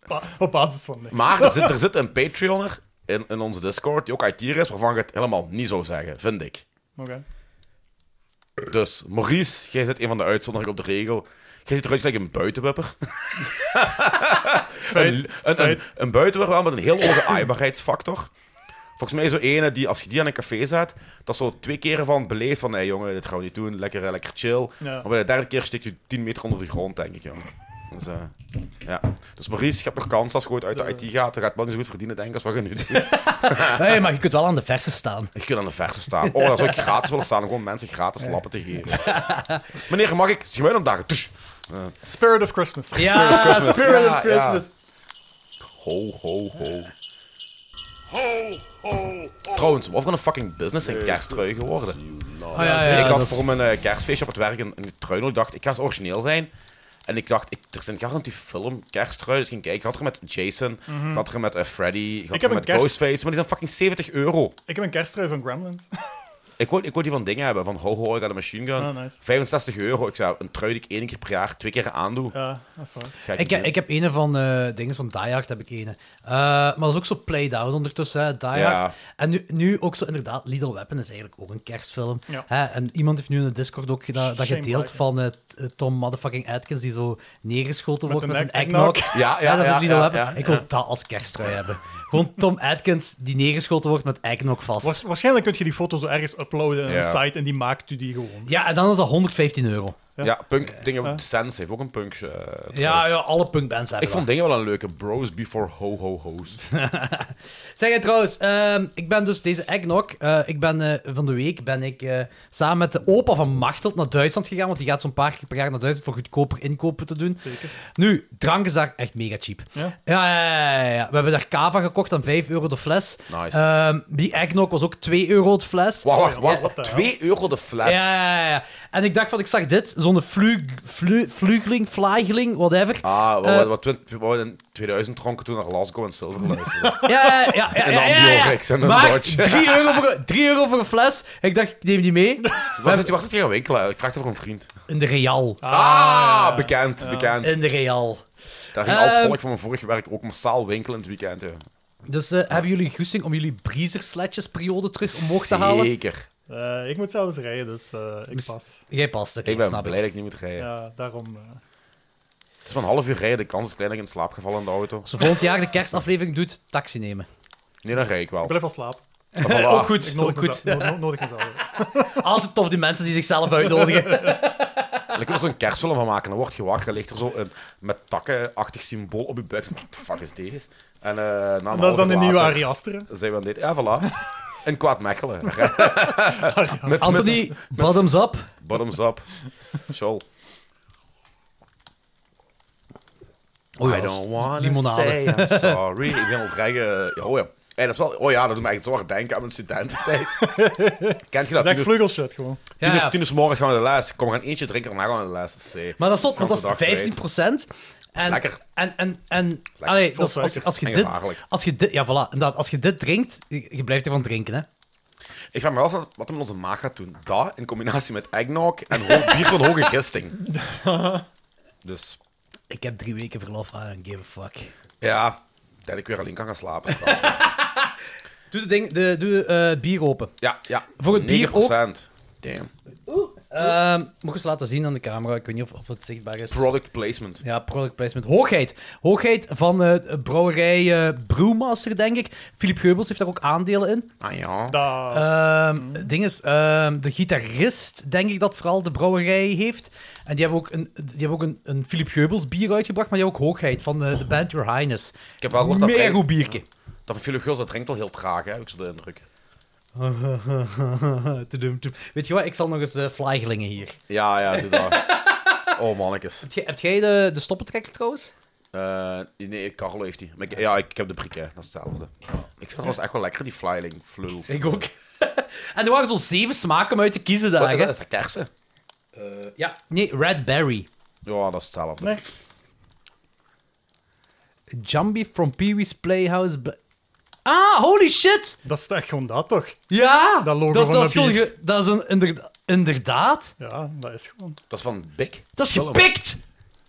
Pa- op basis van niks.
*laughs* Maar er zit, er zit een Patreoner in, in onze Discord die ook IT'er is, waarvan ik het helemaal niet zou zeggen, vind ik.
Oké.
Dus, Maurice, jij zit een van de uitzonderingen op de regel. Jij ziet eruit gelijk een *laughs* buitenwipper. een, een, een, een buitenwipper wel met een heel hoge aaibaarheidsfactor. Volgens mij zo ene die, als je die aan een café zet, dat zo twee keren van beleefd van, hé jongen, dit gaan we niet doen, lekker, eh, lekker chill.
Ja.
Maar bij de derde keer steekt je 10 meter onder de grond, denk ik, jongen. Dus, eh, ja. dus Maurice, je hebt nog kans als je ooit uit de IT gaat. Dan gaat het wel niet zo goed verdienen, denk ik, als wat je nu doet. Ah.
Hé, Eh, maar je kunt wel aan de verse staan.
Ik kan aan de verse staan. Oh, dan zou ik gratis willen staan om gewoon mensen gratis lappen te
*laughs*
geven. Meneer, mag ik? Gewoon een dag. Tush.
Spirit of Christmas. *laughs*
Ja, Spirit of
Ja,
Christmas.
Ho, ho, ho. Ho, Trouwens, wat voor een fucking business zijn kersttrui geworden?
Oh, ja, ja,
ik had
dat is-
voor mijn eh, kerstfeestje op het werk een, een trui nodig. Ik dacht, ik ga eens origineel zijn. En ik dacht, ik, er zijn garantie film kersttrui. Dus ik ging kijken. Ik had er met Jason,
Mhm.
ik had er met eh, Freddy, ik had
Ik heb
er
een
met
kerst-
Ghostface. Maar die zijn fucking 70 euro.
Ik heb een kersttrui van Gremlins.
Ik wou, ik wou die van dingen hebben, van ho ho, ik had een machine gun.
Ah, nice.
65 euro. Ik zou een trui die ik één keer per jaar twee keer aandoe.
ja, dat is waar.
Ga
Ik,
ik, niet
heb-
doen.
ik heb een van eh dingen van Die Hard, heb ik ene. Eh, maar dat is ook zo Playdown ondertussen, hè, Die
Ja.
Hard. En nu, nu ook zo inderdaad, Little Weapon is eigenlijk ook een kerstfilm.
Ja.
Hè, en iemand heeft nu in de Discord ook dat, dat
Shane
gedeeld
Black, hè.
van eh, t- eh, Tom motherfucking Atkins die zo neergeschoten wordt
een
met zijn
eggnog.
eggnog.
Ja, ja,
dat is
ja,
het Little
ja,
Weapon.
ja,
ik wil
ja.
dat als kersttrui hebben. Gewoon Tom Atkins die neergeschoten wordt met eggnog vast.
Waars- waarschijnlijk kun je die foto zo ergens uploaden in een
Ja.
site en die maakt u die gewoon.
Ja, en dan is dat 115 euro.
Ja, punk dingen. Sense heeft ook een punk. eh, trui.
Ja, ja alle punkbands hebben
Ik
dat.
vond dingen wel een leuke. Bros before ho ho ho's.
*laughs* Zeg het trouwens, ehm, ik ben dus deze eggnog. eh, ik ben eh, van de week ben ik eh, samen met de opa van Machteld naar Duitsland gegaan. Want die gaat zo'n paar keer per jaar naar Duitsland voor goedkoper inkopen te doen. Nu, drank is daar echt mega cheap.
Ja?
Ja, ja, ja, ja, ja. We hebben daar kava gekocht aan 5 euro de fles.
Nice.
Ehm, die eggnog was ook 2 euro de fles.
Wacht, wacht, wacht.
what the hell?
2 euro de fles.
Ja, ja, ja. En ik dacht van, ik zag dit, zo'n vlug, vlu- vlugling, flygeling, whatever.
Ah,
Eh.
wat, wat, wat, wat in 2000 dronken toen naar Glasgow en
*laughs*
Silver luisteren.
Ja, ja, ja. ja,
*laughs* En
ja,
dan
ja,
die
ja.
Orex en een
maar
Dodge.
3 euro, voor- drie euro voor een fles. Ik dacht, ik neem die mee.
Waar zit je wacht, dat je gaan winkelen? Ik vraag het voor een vriend.
In de Real.
Ah, bekend, bekend.
In de Real.
Daar ging al het
Ehm.
volk van mijn vorig werk ook massaal winkelen in het weekend. hè.
Dus eh, hebben jullie goesting om jullie breezersletjesperiode terug omhoog te halen?
Zeker.
Eh, ik moet zelfs rijden, dus eh, ik
Dus-
pas.
Jij past, oké,
Ik ben
snap
blij dat ik niet moet rijden.
Ja, daarom. eh.
Het is maar een half uur rijden. De kans is klein dat ik in slaap gevallen in de auto.
Als je Dus volgend jaar de kerstaflevering doet, taxi nemen.
Nee, dan rijd ik wel.
ik blijf wel
*laughs*
slapen.
En voilà.
Ook goed,
Ik
ook
nodig,
goed.
mezelf, no- no- nodig
*laughs*
mezelf.
Altijd tof die mensen die zichzelf uitnodigen.
En dan kun je er zo'n kerstfilm van maken. Dan word je wakker, ligt er zo een met takkenachtig symbool op je buik. Wat de fuck is deze? En, eh, na een
En dat
half
is dan de
uur
nieuwe
later
Ari Aster.
Zijn we aan dit? Ja, voilà. En kwaad
*laughs*
mechelen. met, met
Anthony, bottoms up.
bottoms up. Shoal.
Oh ja,
I
dat is
don't want to
limonade.
say
*laughs*
I'm sorry. ik ben aan het rijden. Oh ja. Hey, dat is wel, oh ja, dat doet me echt zo hard denken aan mijn
*laughs*
studententijd. Kent je
Zeg
dat? Tien uur,
vleugelshit gewoon.
tien uur,
Ja.
tien uur 's morgens gaan we naar de les. Kom, we gaan eentje drinken, daarna gaan we naar de les. C.
Maar dat is tot, want dat
Ganse dag
is 15 procent. En,
lekker.
En, en, en allee, dat is-
Vol
als,
suiker.
als, je
En
dit,
gevaarlijk.
als je dit... Ja, voilà. Inderdaad, als je dit drinkt, je, je blijft ervan drinken, hè.
Ik vraag me wel af wat het met onze maag gaat doen. Dat in combinatie met eggnog en ho- *laughs* bier van hoge
*laughs*
gisting. Dus
Ik heb drie weken verlof, I don't give a fuck.
ja, ik denk dat ik weer alleen kan gaan
*laughs*
slapen. straks.
Doe, de ding, de, doe eh, bier open.
Ja, ja.
Voor het bier ook?
9%. Damn.
Ehm moet eens laten zien aan de camera. Ik weet niet of, of het zichtbaar is.
Product placement.
ja, product placement. Hoogheid. Hoogheid van eh, brouwerij eh, Brewmaster, denk ik. Philip Geubels heeft daar ook aandelen in.
Ah ja.
Da.
Ehm, het ding is, ehm, de gitarist, denk ik dat vooral de brouwerij heeft. En die hebben ook een, die hebben ook een, een Philip Geubels bier uitgebracht, maar die hebben ook hoogheid van eh, de band Your Highness.
Ik heb wel gehoord dat
Mega
vrij-
goed biertje. *laughs*
Dat van Philip Guls, dat drinkt wel heel traag, hè, heb ik zo de indruk.
Tudum, tudum. Weet je wat, ik zal nog eens eh flygelingen hier.
Ja, ja, doe
*laughs*
dat. Oh, mannetjes.
Heb jij, heb jij de, de stoppentrekker trouwens?
Eh, nee, Carlo heeft die. Maar ik- ja, ik, ik heb de briquet, dat is hetzelfde. Ik vind het was echt wel lekker, die flyling flu.
Ik ook. *laughs* en er waren zo'n zeven smaken om uit te kiezen
Wat
daar.
is
hè?
dat? Is dat kersen?
Ja. Nee, Red Berry.
Ja, dat is hetzelfde.
Nee.
Jambi from Pee-wee's Playhouse. Bla- Ah, holy shit!
Dat is echt gewoon dat, toch?
Ja!
Dat logo
dat, is-
van
dat is
dat
gewoon
bier.
ge- Dat is een inderda- inderdaad.
Ja, dat is gewoon.
Dat is van Big.
Dat is
Film.
gepikt!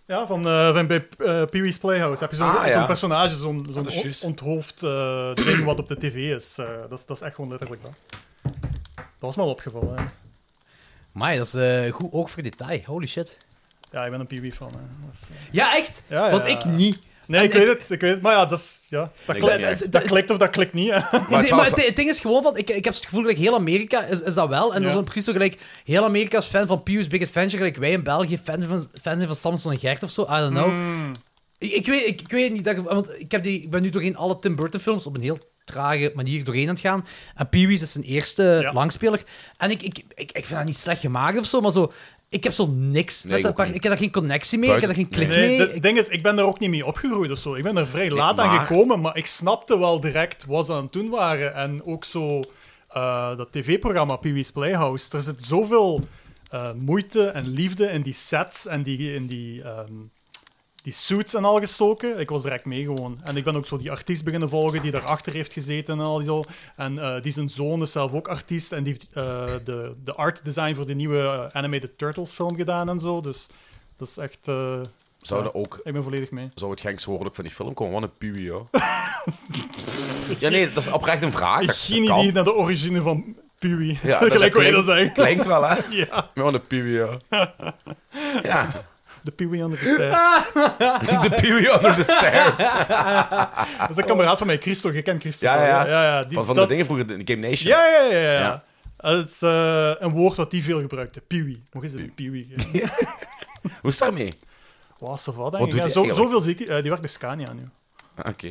Ja, van, eh, van bij eh, Pee Wee's Playhouse heb je zo'n
Ah, ja.
zo'n personage, zo'n zo'n
dat is
on-
juist.
onthoofd eh, ding wat op de tv is. Eh, dat is. Dat is echt gewoon letterlijk dat. Dat was me al opgevallen. hè.
Maar dat is eh, goed oog voor detail. Holy shit.
Ja, ik ben een Pee Wee fan. Hè. Dat is, eh,
Ja, echt?
Ja, ja.
Want ik niet.
Nee,
En
ik, weet het, ik weet het. Maar ja, dat, is, ja, dat,
Ah, Ik
kli-
weet niet echt.
dat klikt of dat klikt niet. Hè.
Maar het
Nee,
is wel-
maar het, het ding is gewoon van, ik, ik heb het gevoel dat heel Amerika is, is dat wel. En dat is
Ja.
dan precies zo gelijk, heel Amerika is fan van Pius Big Adventure, gelijk wij in België fan, van, fan zijn van Samson en Gert of zo, I don't know.
Hmm.
Ik, ik weet, ik, ik weet niet, dat, want ik, heb die, ik ben nu doorheen alle Tim Burton films op een heel trage manier doorheen aan het gaan. En Pee-wee's is zijn eerste
Ja.
langspeler. En ik, ik, ik, ik vind dat niet slecht gemaakt of zo, maar zo... Ik heb zo niks.
Nee,
met
ik
dat
ook
paar-
niet.
ik heb daar geen connectie mee, ik heb daar geen klik
Nee,
mee.
het
Ik-
ding is, ik ben daar ook niet mee opgegroeid of zo. Ik ben er vrij laat aan
maar-
gekomen, maar ik snapte wel direct wat ze aan het doen waren. En ook zo eh, dat tv-programma Pee Wee's Playhouse. Er zit zoveel eh, moeite en liefde in die sets en die, in die, ehm, die suits en al gestoken. Ik was direct mee gewoon. En ik ben ook zo die artiest beginnen volgen die daarachter heeft gezeten en al die zo. En eh, die zijn zoon is zelf ook artiest en die heeft eh, de, de art design voor de nieuwe eh, animated Turtles film gedaan en zo. Dus dat is echt... eh,
Zouden
ja.
ook
Ik ben volledig mee.
zou het gengswoordelijk van die film komen? Wat een puwe, ja. ja, nee, dat is oprecht een vraag. Dat
Geen
kan.
idee naar de origine van Pee-wee.
Ja,
*laughs*
dat,
Gelijk hoe je dat
klinkt,
zegt.
klinkt wel, hè?
Ja,
Maar Wat een puwe, ja. Ja,
de Pee-wee onder de stairs.
de puwe under the stairs.
Dat is een kameraad van mij, Christo. Je kent Christo.
Ja,
toch?
ja, ja.
die,
Van, van
dat-
de dingen vroeger in Game Nation.
Ja, ja, ja. ja, ja.
Ja.
Dat is eh, een woord dat die veel gebruikte. Pee-wee. Mocht eens een Pee-wee.
*laughs*
Ja.
Hoe is het daarmee?
Wow, ça va, denk
Wat
ik.
doet
Ja,
die
zo,
eigenlijk?
zoveel ziet hij. eh, die werkt bij Scania nu.
Ah, Oké.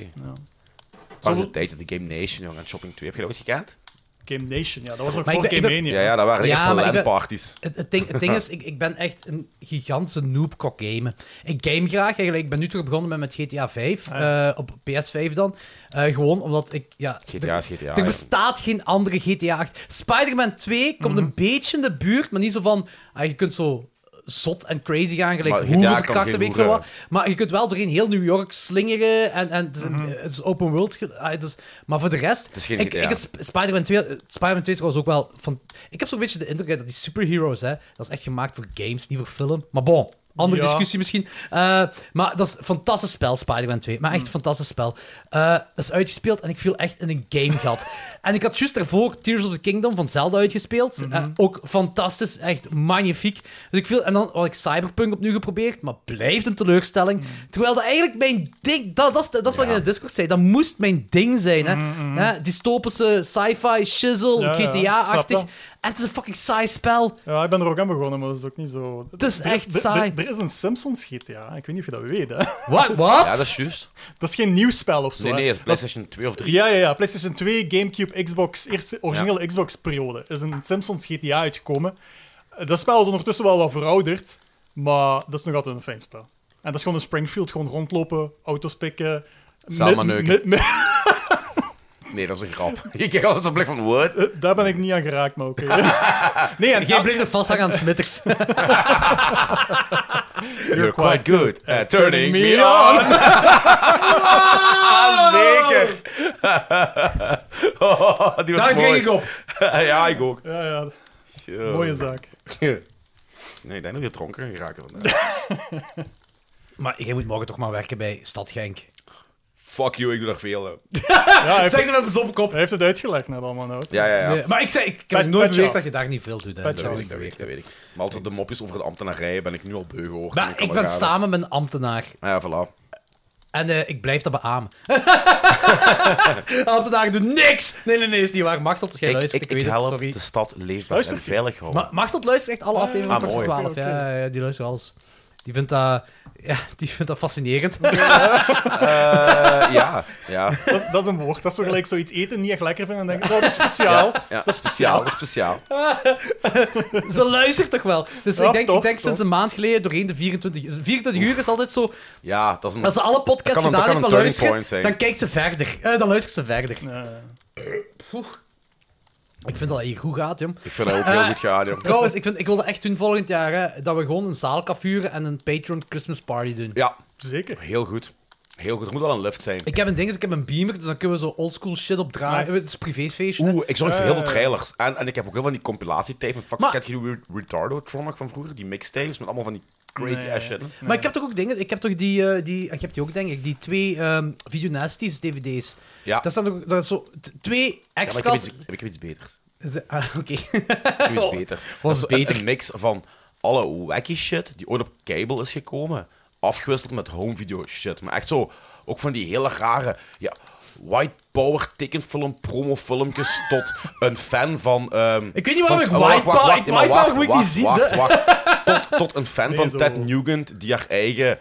Was het tijd dat de Game Nation, jongen, en Shopping 2, heb je dat ooit gekend?
Game Nation, ja. Dat was ook
Maar ik
voor
ben-
Game
ik ben-
Ja,
Mania.
ja, dat waren de
Ja,
eerste
maar ik ben-
LAN-parties.
Het, het ding, het ding is, ik, ik ben echt een gigantische noob qua gamen. Ik game graag, eigenlijk. Ik ben nu terug begonnen met, met GTA 5, eh, op PS5 dan. Eh, gewoon omdat ik, ja...
GTA is GTA.
Er
ja.
bestaat geen andere GTA 8. Spider-Man 2 komt een beetje in de buurt, maar niet zo van... ah, je kunt zo zot en crazy gaan, gelijk
Maar GTA
hoeren
kan
verkrachten,
geen
weet ik veel wat.
hoeren.
Maar je kunt wel doorheen heel New York slingeren en, en het, is een- het is open world. ge- ah, het is- maar voor de rest...
is geen
ik,
GTA.
ik had Sp- Spider-Man 2, eh, Spider-Man 2 is trouwens ook wel van... Ik heb zo'n beetje de indruk dat die superheroes, hè, dat is echt gemaakt voor games, niet voor film. Maar bon, andere
Ja.
discussie misschien. Eh, maar dat is een fantastisch spel, Spider-Man 2. Maar echt
Mm.
een fantastisch spel. Eh, dat is uitgespeeld en ik viel echt in een
*laughs*
gamegat. en ik had juist daarvoor Tears of the Kingdom van Zelda uitgespeeld.
Mhm.
Eh, ook fantastisch, echt magnifiek. Dus ik viel, en dan had ik Cyberpunk opnieuw geprobeerd, maar blijft een teleurstelling.
Mm.
Terwijl dat eigenlijk mijn ding... Dat, dat is, dat is wat je in de Discord zei. Dat moest mijn ding zijn. Hè? Hè, dystopische sci-fi, shizzle,
Mm, Ja, ja, snap
GTA-achtig.
dat.
En het is een fucking saai spel.
Ja, ik ben er ook aan begonnen, maar dat is ook niet zo... Het
is echt saai.
Er, is een Simpsons GTA. Ik weet niet of je dat weet, hè. *laughs*
Wat?
Ja, dat is juist.
Dat is geen nieuw spel of zo.
Nee,
hè.
nee, het
Dat
is PlayStation 2 of 3.
Ja, ja, ja. PlayStation 2, GameCube, Xbox, eerste originele Xbox-periode. is een Simpsons GTA uitgekomen. Eh, Dat spel is ondertussen wel wat verouderd, maar dat is nog altijd een fijn spel. En dat is gewoon een Springfield, gewoon rondlopen, auto's pikken.
Samen
mi-
neuken.
mi- mi-
Nee, dat is een grap. *laughs* Je kijkt altijd zo'n blik van, what?
Daar ben ik niet aan geraakt, maar
*laughs*
oké. nee, en
Jij bleef er vast aan Smitters.
You're quite good at turning me
me
on.
on.
*laughs* Ah, zeker. Oh, die was
Daar
mooi.
ging ik op.
*laughs* ja, ik ook.
Ja, ja,
Ja.
mooie zaak.
*laughs* Nee, ik denk dat je dronken *laughs* gaan geraken vandaag.
Maar jij moet morgen toch maar werken bij Stad Genk.
Fuck you, ik doe nog veel. hè.
Ja, hij, heeft,
Zeg het met een zonnenkop.
hij heeft het uitgelegd net allemaal. Nou.
Ja, ja, ja.
Nee, maar ik, zei, ik, ik heb
Pet-
nooit
pet
beweerd
shop.
dat je daar niet veel doet. Hè.
Pet
Dat
shop.
weet ik, dat weet ik, dat weet ik. Maar altijd de mopjes over de ambtenarij ben ik nu al beu gehoord.
Maar ik ben
staan.
samen met een ambtenaar.
Ja, voilà.
En eh, ik blijf dat
*laughs*
beamen. ambtenaar doet niks! Nee, nee, nee, is niet waar. Machtelt, jij
Ik,
luistert,
ik,
ik,
ik
weet het,
help
sorry.
de stad leefbaar
Luister
en
je?
veilig houden.
Ma Machtelt luistert echt alle afleveringen
Ah,
van Portrait
mooi.
12. Ja, ja, ja, die luistert alles. Die vindt dat, ja, die vindt dat fascinerend. *laughs*
Eh, ja, ja.
Dat, is- dat is een woord. Dat is zo gelijk zoiets eten niet echt lekker vinden en denken, oh, dat is speciaal.
ja.
Dat is speciaal.
*laughs* Dat is speciaal.
ze luistert toch wel. Sinds,
Ja,
ik denk, ik
tof,
denk
tof.
sinds een maand geleden, doorheen de 24, 24 uur, is altijd zo.
Ja, dat is een...
Als ze alle podcasts
Dat kan een-
gedaan
dat kan
heeft,
een
maar
turning
luisteren,
point zijn.
dan kijkt ze verder. Eh, dan luistert ze verder.
Eh,
Ik vind dat hier goed gaat, jong.
Ik vind dat ook heel goed gaan, joh.
Trouwens, ik, vind, ik wilde echt doen volgend jaar hè, dat we gewoon een zaalkaf huren en een Patreon Christmas party doen.
Ja,
zeker.
heel goed. Heel goed. Er moet wel een lift zijn.
Ik heb een ding, dus ik heb een beamer, dus dan kunnen we zo oldschool shit opdraaien.
Nice.
Het is een privéfeestje. hè.
Oeh, ik zorg voor heel veel trailers. En, en ik heb ook heel van die compilatietapes. Fuck,
Maar-
ken je die Retardotron nog van vroeger? Die mixtapes met allemaal van die crazy
Nee.
ass shit.
Maar ik heb toch ook dingen, ik heb toch die, eh, die ik heb die ook denk ik, die twee ehm videonasties DVD's.
Ja.
Daar staan ook, daar is zo t- twee
Ja, maar ik heb,
extra's.
iets, ik heb iets beters.
Ze- *laughs* ah, Oké.
Ik heb iets beters.
was
Dat is een-
beter.
Een mix van alle wacky shit die ooit op cable is gekomen, afgewisseld met home video shit. Maar echt zo, ook van die hele rare, ja, white power tekenfilm, promofilmpjes tot een fan van... ehm,
Ik weet niet waarom
van-
ik
wacht,
white
wacht,
power-
wacht,
ik
maar
white
wacht,
power moet ik niet
wacht,
zien,
wacht, wacht. Tot, tot een fan
Nee,
van
zo.
Ted Nugent die haar eigen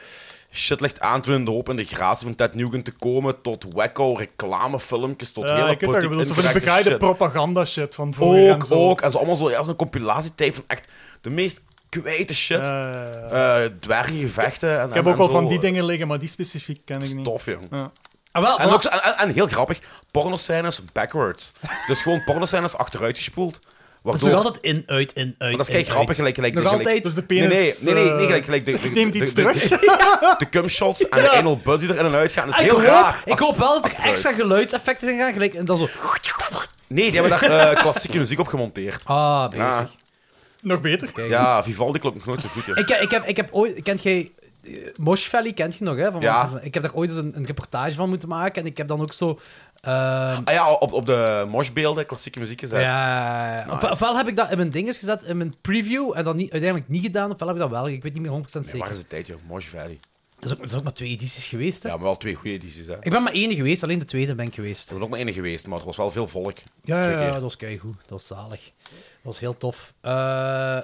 shit ligt aan te doen in de hoop in de gratie van Ted Nugent te komen, tot wacko reclamefilmpjes, tot
Ja,
hele
Eh, ik weet dat je
politiek
bedoelt. Zo van die begaaide
incorrecte shit.
propaganda shit van vroeger
Ook,
en zo.
ook. En zo allemaal zo, ja, zo'n compilatietape van echt de meest kwijte shit.
Ja,
eh
ja, ja.
dwergengevechten. En,
ik heb ook wel van die dingen liggen, maar die specifiek ken ik niet.
Stof, joh.
Ja.
Ah, wel,
En,
voilà.
ook, zo- en, en, en heel grappig, pornoscènes backwards. Dus gewoon pornoscènes achteruit gespoeld.
dat is nog
Waardoor...
altijd in, uit, in, uit.
Maar dat is
in,
kijk grappig,
uit.
gelijk... gelijk
Nog
gelijk-
altijd.
Dus de
Nee,
penis...
nee, nee, nee, nee,
eh,
gelijk, gelijk de,
*laughs*
de,
neemt iets
de, de-
terug.
de- de cumshots en de anal buds die er in en uit gaan. Dat is
Ah, ik,
heel
hoop,
raar.
ik hoop wel dat er
Achteruit.
extra geluidseffecten zijn gaan, gelijk en dan zo.
Nee, die hebben daar eh, klassieke muziek op gemonteerd.
Ah, bezig.
Ja.
Nog beter.
Kijk.
Ja, Vivaldi klopt nog nooit zo goed, joh.
Ik, heb- ik, heb, ik heb ooit. Kent jij. eh, Mosh Valley kent je nog, hè? Van,
Ja.
Ik heb daar ooit eens een, een reportage van moeten maken. En ik heb dan ook zo. ehm,
Ah ja, op, op de moshbeelden, klassieke muziek gezet.
ja,
Nice.
Of- ofwel heb ik dat in mijn dinges gezet, in mijn preview, en dan niet, uiteindelijk niet gedaan, ofwel heb ik dat wel, ik weet niet meer 100%
Nee,
zeker.
waar is de tijd, joh? Mosh Valley.
dat, is ook, dat is ook maar twee edities geweest, hè?
Ja, maar wel twee goede edities, hè. Ik
Ik ben maar één geweest, alleen de tweede ben ik geweest.
ben er ook maar één geweest, maar er was wel veel volk.
Ja,
Twee
ja,
keer.
ja, dat was keigoed, dat was zalig. Dat was heel tof. Eh,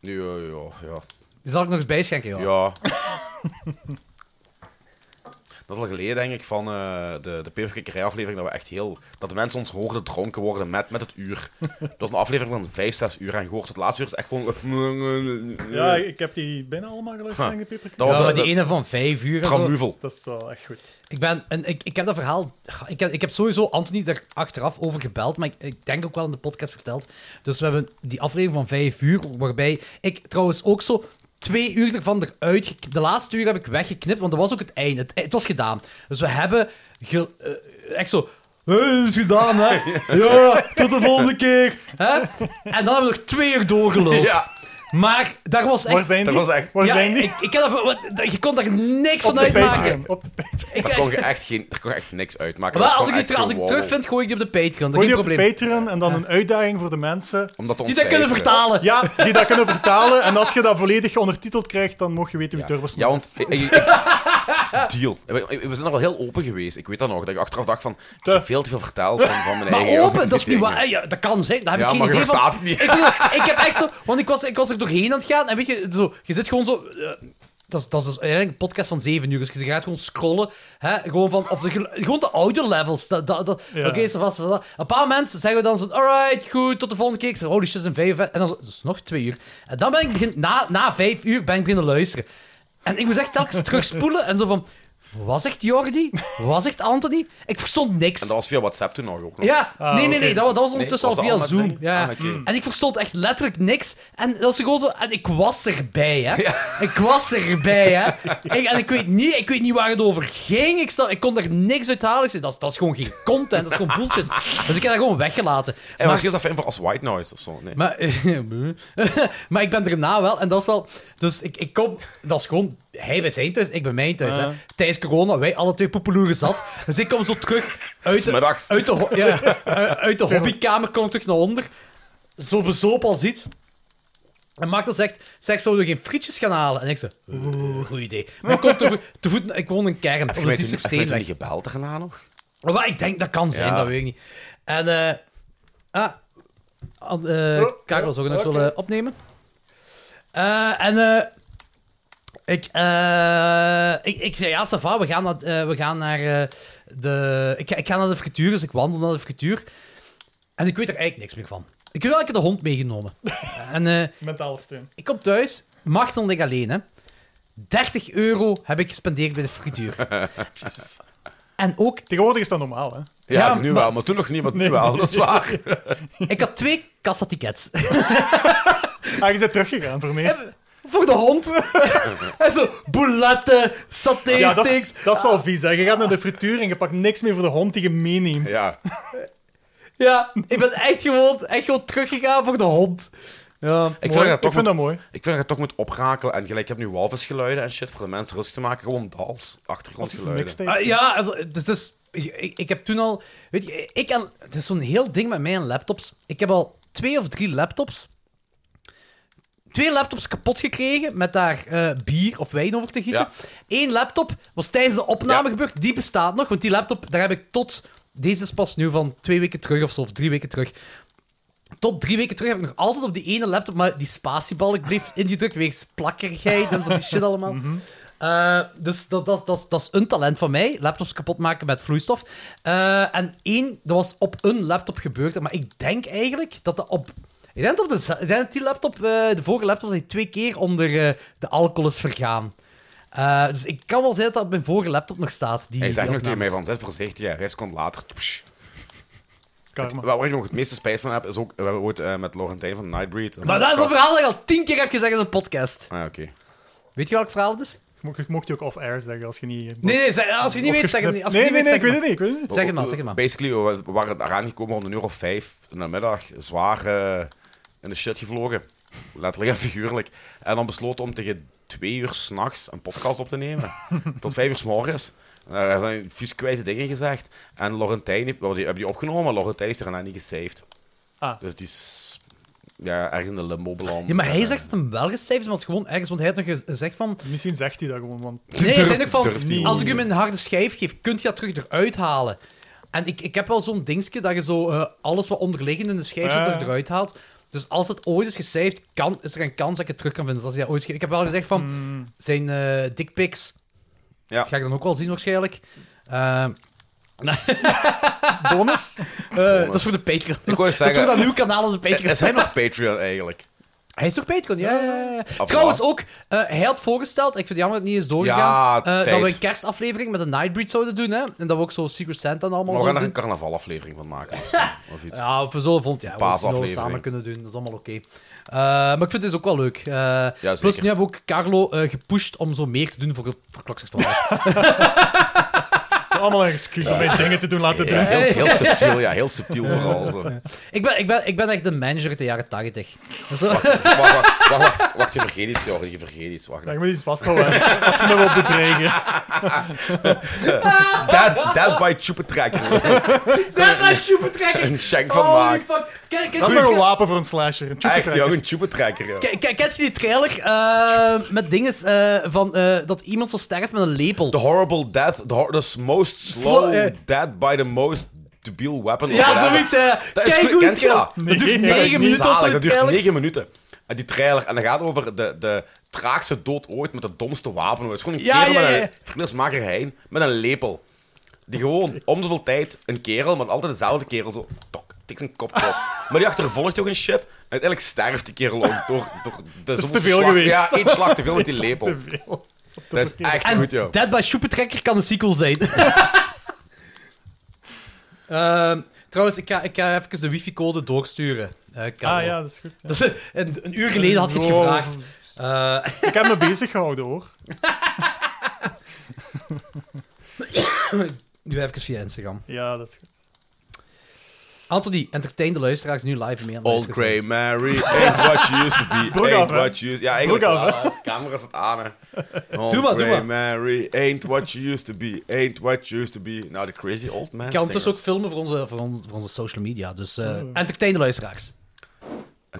Nu, ja, ja, ja.
zal ik nog eens bijschenken, joh? *laughs*
Ja. Dat is al geleden, denk ik, van eh, de, de Peperkikkerij-aflevering, dat we echt heel... Dat de mensen ons hoorden dronken worden met, met het uur. Dat was een aflevering van vijf, zes uur, en je hoort het laatste uur is echt gewoon...
Ja, ik heb die bijna allemaal geluisterd, denk ik, de
Ah. Dat
peperkoek.
was
Ja,
een-
maar die ene van vijf uur. en zo.
Tramuvel.
Dat is wel echt goed.
Ik, ben, en ik, ik heb dat verhaal. Ik heb, ik heb sowieso Anthony daar achteraf over gebeld. Maar ik, ik denk ook wel in de podcast verteld. Dus we hebben die aflevering van vijf uur. Waarbij ik trouwens ook zo twee uur ervan eruit. gek- De laatste uur heb ik weggeknipt. Want dat was ook het einde. Het, het was gedaan. Dus we hebben ge- eh, echt zo. Hé, dat is gedaan,
*laughs*
hè? Ja, tot de volgende keer. Hè? En dan hebben we nog twee uur doorgeluld.
Ja,
Maar daar was echt.
Waar zijn
dat
die?
was echt...
Waar
Ja,
zijn die?
Ik, ik heb dat, wat- je kon daar niks
Op
van
de
uitmaken.
Patreon. Op de Patreon.
Ik,
Daar kon, je echt geen, daar kon je echt niks uitmaken.
Maar
Dat was
als ik, die
gewoon
ter- als ik
echt
die
gewoon-
terugvind, gooi ik die op de Patreon. Dat
Gooi
is
die
geen
op de
probleem.
Patreon en dan een uitdaging voor de mensen.
Omdat het
Die dat kunnen
ontcijferen.
vertalen.
Ja, die dat kunnen vertalen. En als je dat volledig ondertiteld krijgt, dan mocht je weten wie
Ja,
Turbo's
ja
nog
want... ik-
*laughs*
ik- ik- deal. We, we zijn er wel heel open geweest, ik weet dat nog. Dat ik achteraf dacht van, ik
Te-
heb veel te veel verteld van, van mijn
Maar
eigen...
open, dat is niet waar. Ja, dat kan zijn. Daar heb
Ja,
ik
maar
geen
je
idee van.
verstaat het niet.
Ik,
*laughs*
bedoel, ik heb echt zo... Want ik was, ik was er doorheen aan het gaan. En weet je, zo, je zit gewoon zo... eh, dat is, dat is dus eigenlijk een podcast van 7 uur. Dus je gaat gewoon scrollen. Hè, gewoon, van, of de, gelu- gewoon de audio levels. Dat, dat, dat,
Ja.
Oké, zo vast. zo vast. Op Een paar mensen zeggen we dan zo... Alright, goed, tot de volgende keer. Ik zeg, holy shit, zijn vijf... En dan zo, dat is nog twee uur. En dan ben ik begin, na, na vijf uur ben ik beginnen luisteren. En ik moest echt telkens terugspoelen. En zo van... Wat zegt Jordi? Wat zegt Anthony? Ik verstond niks.
En dat was via WhatsApp toen nog ook nog.
Ja, nee, nee, nee, dat, wa- dat was ondertussen
Ah, was
al
dat
via
anders
Zoom.
ding?
Ja. Mm.
Ah, oké.
En ik verstond echt letterlijk niks. En dat was gewoon zo... En ik was erbij, hè. Ik was erbij, hè. Ik, en ik weet, niet, ik weet niet waar het over ging. Ik, sta, ik kon er niks uit halen. Ik zei, dat, is- dat is gewoon geen content, dat is gewoon bullshit. Dus ik heb dat gewoon weggelaten.
En
Maar-
misschien is dat fijn voor als white noise of zo. Nee.
maar, maar *laughs* ik ben
Ah.
daarna wel, en dat is wel... Dus ik, ik kom... Dat is gewoon... Hij bij zijn thuis, ik bij mijn thuis. hè. Thijs corona, wij alle twee poepeloeren zat. Dus ik kom zo terug
Dus
uit de,
Smiddags.
uit de, ho-
*laughs*
ja, eh, uit de hobbykamer, kom ik terug naar onder. Zo bezopen als iets. En Maarten zegt, zeg, zouden we geen frietjes gaan halen? En ik zeg, oeh, goed idee. Maar ik kom te, vo- te voet, ik woon in Kern, op
Heb
de
je mij toen- heb je mij toen
Diestersteenweg.
niet gebeld daarna nog?
Maar wat ik denk dat kan zijn,
Ja.
dat weet ik niet. En, eh ah, An- eh, Karel, zou je nog willen opnemen? Eh, en eh, ik, eh, ik, ik zei, ja, Sava, we gaan naar, eh, we gaan naar eh, de... Ik, ga- ik ga naar de frituur, dus ik wandel naar de frituur. En ik weet er eigenlijk niks meer van. Ik heb wel een keer de hond meegenomen. en eh,
Mentale steun.
ik kom thuis, Martel ligt alleen, hè. 30 euro heb ik gespendeerd bij de frituur.
Jezus.
en ook
Tegenwoordig is dat normaal, hè?
Ja,
Ja,
nu
maar-
wel, maar toen nog niet, maar nu wel, dat is
*laughs*
waar.
Ik had twee kassatickets.
Ah, je bent teruggegaan voor meer.
*laughs* Voor de hond. *laughs* en zo bouletten,
Ja, dat
satésteaks.
is, dat is
Ah.
wel vies, hè? Je gaat naar de frituur en je pakt niks meer voor de hond die je meeneemt.
Ja.
Ja, ik ben echt gewoon, echt gewoon teruggegaan voor de hond. Ja.
Ik
Mooi.
vind, dat
Ik
toch
vind
moet,
dat mooi.
ik vind dat je toch moet oprakelen. En gelijk, ik heb nu walvisgeluiden en shit voor de mensen rustig te maken. Gewoon dals, achtergrondgeluiden.
Mixtape.
Ah, ja, also, dus, dus ik, ik- ik heb toen al... Weet je, ik en, het is zo'n heel ding met mij en laptops. Ik heb al twee of drie laptops... Twee laptops kapot gekregen met daar eh, bier of wijn over te gieten.
Ja.
Eén laptop was tijdens de opname
Ja.
gebeurd. Die bestaat nog, want die laptop, daar heb ik tot... Deze is pas nu van twee weken terug of zo, of drie weken terug. Tot drie weken terug heb ik nog altijd op die ene laptop, maar die spatiebalk bleef ingedrukt wegens plakkerigheid en dat die shit allemaal.
Mhm.
Eh, dus dat, dat, dat, dat is een talent van mij, laptops kapot maken met vloeistof. Eh, en één, dat was op een laptop gebeurd, maar ik denk eigenlijk dat dat op... Ik denk dat, op de, ze- ik denk dat die laptop, eh, de vorige laptop, dat die twee keer onder eh, de alcohol is vergaan. Eh, dus ik kan wel zeggen dat dat op mijn vorige laptop nog staat. Die,
Hij
die
zegt nog tegen
opnames.
mij van, zet voorzichtig, ja, hij seconden later. Toesh.
Karma.
Waar ik nog het meeste spijt van heb, is ook... We hebben ooit eh, met Laurentijn van Nightbreed...
Maar dat is een verhaal dat ik al tien keer heb gezegd in een podcast.
Ah, oké.
Weet je welk verhaal het is?
Je mocht- Je mocht je ook off-air zeggen als je niet...
Nee, nee, zeg- als je niet weet, zeg het niet. Als je
nee,
niet
nee, nee,
weet,
ik weet
zeg
het niet. Ik weet het niet.
Zeg het maar, zeg het maar.
Basically, we we waren eraan gekomen rond een uur of vijf in de middag. Zwaar eh, in de shit gevlogen. Letterlijk en figuurlijk. En dan besloten om tegen twee uur s'nachts een podcast op te
*laughs*
nemen. Tot vijf uur s morgens. Daar zijn vies kwijte dingen gezegd. En Laurentijn heeft... wel, die hebben die opgenomen. Laurentijn heeft er daarna niet gesaved.
Ah.
Dus die is... Ja, ergens in de limbo beland.
Ja, maar hij
En,
zegt dat hem wel gecijferd is, want gewoon ergens, want hij had nog gez- gezegd van...
Misschien zegt hij dat gewoon, want...
Nee, hij
Durf-
zei nog
durft hij
van, als ik
niet.
hem een harde schijf geef, kunt je dat terug eruit halen. En ik, ik heb wel zo'n dingetje dat je zo eh, alles wat onderliggend in de schijf zit,
Ja, ja.
nog eruit haalt. Dus als het ooit is gecijferd, kan, is er een kans dat ik het terug kan vinden. Dus als hij dat ooit ge- ik heb wel gezegd van,
Hmm.
zijn eh dickpics
Ja.
ga ik dan ook wel zien waarschijnlijk. *laughs* Ehm,
Bonus?
eh, dat is voor de Patreon. *laughs*
Ik Eh, wou
dat is
zeggen...
voor dat nieuwe kanaal op de Patreon.
Is hij nog Patreon eigenlijk?
Hij is toch Patreon, ja. ja, ja, ja.
Of
Trouwens
wat?
ook, eh, hij had voorgesteld, ik vind het jammer dat het niet is
Ja,
doorgegaan, eh, dat
tijd.
we een kerstaflevering met een Nightbreed zouden doen. Hè? En dat we ook zo Secret Santa allemaal
Maar we gaan
zouden
er een
doen.
carnavalaflevering van maken. of zo, Of iets.
Ja, of we zullen vond, ja, we zullen het
paasaflevering.
samen kunnen doen, dat is allemaal oké. Eh, maar ik vind het dus ook wel leuk. Eh, plus
zeker.
nu hebben we ook Carlo eh, gepusht om zo meer te doen voor, voor Klokzicht
*laughs*
Zo allemaal een excuus om mij dingen te doen laten doen.
Heel, heel subtiel, ja, heel subtiel vooral. Zo.
ik, ben, ik, ben, ik ben echt de manager uit de jaren 80. Zo, *laughs*
Wacht, wacht, wacht, wacht, wacht, je vergeet iets, Jorgen, je vergeet iets. Wacht.
Ja, je moet iets vasthouden hè, als je me wilt bedreigen.
Dead, dead by *laughs* Chupetracker.
dat was supertrekker!
Een shank van Maak.
fuck. Kijk, kijk,
Dat is nog een wapen voor een slasher. Een
Echt,
chupatracker.
jongen, een Chupetracker. Ja.
K- k- Kent je die trailer eh, met dinges eh, van eh, dat iemand zo sterft met een lepel?
The horrible death, the, hor- the most slow
Slow, eh.
death by the most debiel weapon. of
ja,
whatever.
zoiets. eh
Dat is
kijk
goed,
hoe
kent je dat?
Dat duurt
Nee,
Dat is
negen minuten of zo.
zalig, Dat
die
duurt
trailer.
9 minuten. En die trailer. En dat gaat over de, de traagste dood ooit met het domste wapen. Het is gewoon een
Ja,
kerel
ja, ja.
met een verknilsmaker heen met een lepel. Die gewoon om zoveel tijd een kerel, maar altijd dezelfde kerel zo. Tok, tik zijn kop op. Maar die achtervolgt ook een shit. En uiteindelijk sterft die kerel ook door, door de
is te
zoveelste
veel
slag.
geweest.
Ja, één slag te veel met die lepel.
Te veel.
Dat is echt
En
goed, joh.
Dead by Supertrekker kan een sequel
*laughs*
zijn. Ehm, trouwens, ik ga, ik ga even de wifi-code doorsturen. eh, Karel.
Ah ja, dat is goed.
*laughs*
ja.
Dat is- een, een uur geleden had je het
Wow.
gevraagd. Eh, *laughs*
Ik heb me bezig gehouden hoor.
nu even via Instagram.
Ja, dat is goed.
Anthony, entertain de luisteraars nu live mee. aan de
Old
luisteraars.
Grey *laughs* Mary, ain't what you used to be,
Broek
ain't
af, hè?
what you used... Ja, eigenlijk
Broek af,
wel, hè. de camera zit aan, hè. eh? *laughs* Old
Doe maar, doe
Grey
maar.
Mary, ain't what you used to be, ain't what you used to be. Nou, de crazy old man
Ik ga ondertussen ook
singers.
filmen voor onze, voor on- voor onze social media. Dus eh
Oh.
entertain de luisteraars.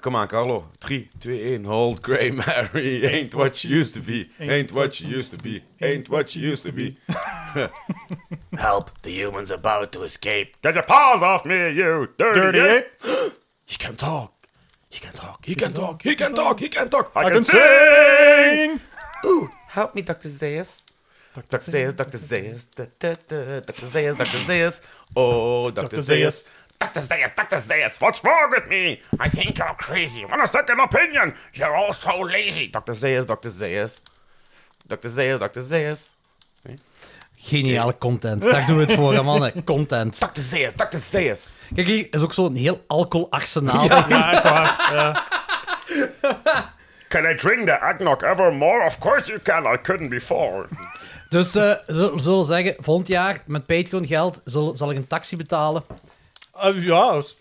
Kom aan, Eh, Carlo. 3, 2, 1. Old Grey *laughs* Mary, ain't what you used to be, ain't what you used to be, ain't what you used to be. *laughs* Help, the human's about to escape. Get your paws off me, you dirty,
Dirty
ape.
ape.
He can talk. He can talk. He can talk. He can talk. He can talk.
I can sing!
Ooh, help me, Dr. Zeus. Dr. Zeus, Dr. Zeus. Da, da, da, Dr. Zeus, Dr. Zeus. Oh, Dr.
Dr.
Zeus.
Zeus.
Dr. Zeus, Dr. Zeus, what's wrong with me? I think I'm crazy. Want a second opinion? You're all so lazy. Dr. Zeus, Dr. Zeus. Dr. Zeus, Dr. Zeus.
Geniale content. Daar doen we het voor, hè,
*laughs*
mannen. Content.
Dr. Zeus, Dr. Zeus.
Kijk, hier is ook zo'n heel alcoholarsenaal.
Ja, echt waar. Ja.
Can I drink the eggnog ever more? Of course you can. I couldn't before.
Dus eh, ze we zullen zeggen, volgend jaar met Patreon geld zal, zal ik een taxi betalen.
Eh, ja, als-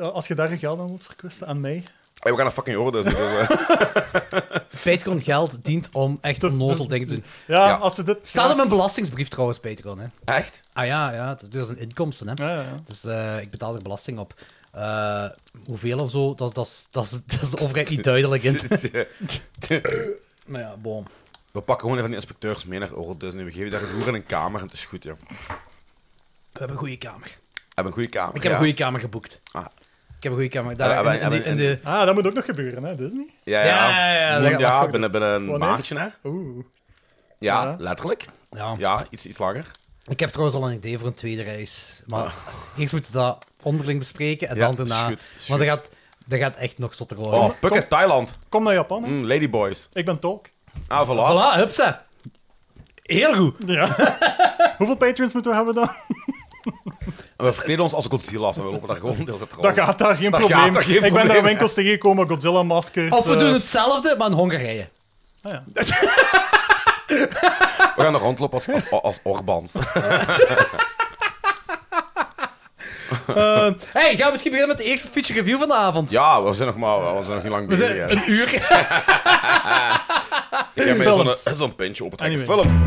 als je daar een geld aan wilt verkwisten, aan mij.
Hey, we gaan een fucking horen, dus. *laughs*
Patreon geld dient om echt onnozel dingen te doen.
Ja,
Ja.
als ze dit...
Staat op mijn belastingsbrief trouwens, Patreon. Hè?
Echt?
Ah ja, ja het is dus een inkomsten. Hè?
Ja, ja.
Dus eh, ik betaal er belasting op. Eh, hoeveel of zo, dat, dat, is- dat, is- dat is de overheid niet duidelijk
*laughs*
in. Maar ja, boom.
We pakken gewoon een van die inspecteurs mee naar Oral Disney. We geven daar een hoer in een kamer en het is goed, joh. We
We hebben een goede kamer.
hebben een goede kamer.
Ik heb
ja.
een goede kamer geboekt.
Ah.
Ik heb een goede kamer.
Ah,
Daar,
ah,
in, in
ah,
die- in de,
Ah, dat moet ook nog gebeuren, hè, Disney?
Ja,
Ja,
ja.
ja, ja,
Moet-
dat gaat
ja,
wacht
binnen, binnen een
Wanneer?
maandje, hè?
Oeh.
Ja,
Ja.
letterlijk.
ja.
Ja, iets, iets langer.
Ik heb trouwens al een idee voor een tweede reis. Maar eerst moeten we dat onderling bespreken en
Ah. Ja,
dan daarna.
is goed, is
Want dat
goed.
gaat, dat gaat echt nog zotter worden.
Oh, Phuket, Thailand.
Kom naar Japan, hè.
Mm, ladyboys.
Ik ben tolk.
Ah, voilà.
Voilà, hupsa. Heel goed.
Ja. *laughs* Hoeveel patrons moeten we hebben dan?
En we verkleden ons als Godzilla's en we lopen daar gewoon deel getrouwd.
Dat gaat daar geen
Oh. Dat
probleem.
gaat daar geen
Ik ben
probleem,
daar winkels tegengekomen, Godzilla-maskers.
Of we
eh,
doen hetzelfde, maar in Hongarije.
ah, ja.
We gaan er rondlopen als, als, als Orbans.
hey, gaan we misschien beginnen met de eerste feature review van de avond?
Ja, we zijn nog maar... We zijn nog niet lang
We
bezig.
zijn
hè.
een uur.
*laughs* Ik heb mij zo'n
Films.
zo'n pintje opentrekken.
Anyway.
Films.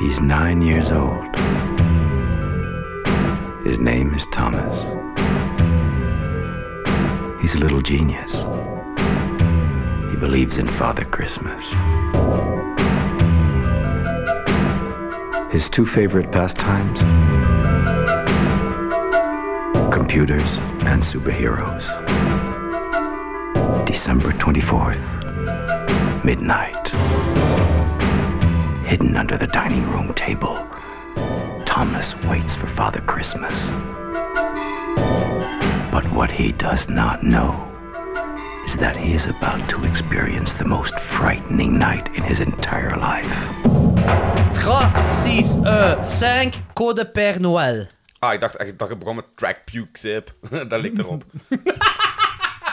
He's nine years old. His name is Thomas. He's a little genius. He believes in Father Christmas. His two favorite pastimes computers and superheroes. December 24th, midnight. Hidden under the dining room table, Thomas waits for Father Christmas. But what he does not know is that he is about to experience the most frightening night in his entire life.
3, 6, 1, 5, eh, code Père Noël.
Ah, ik dacht echt dat je begon met track puke zip. *laughs* dat leek erop.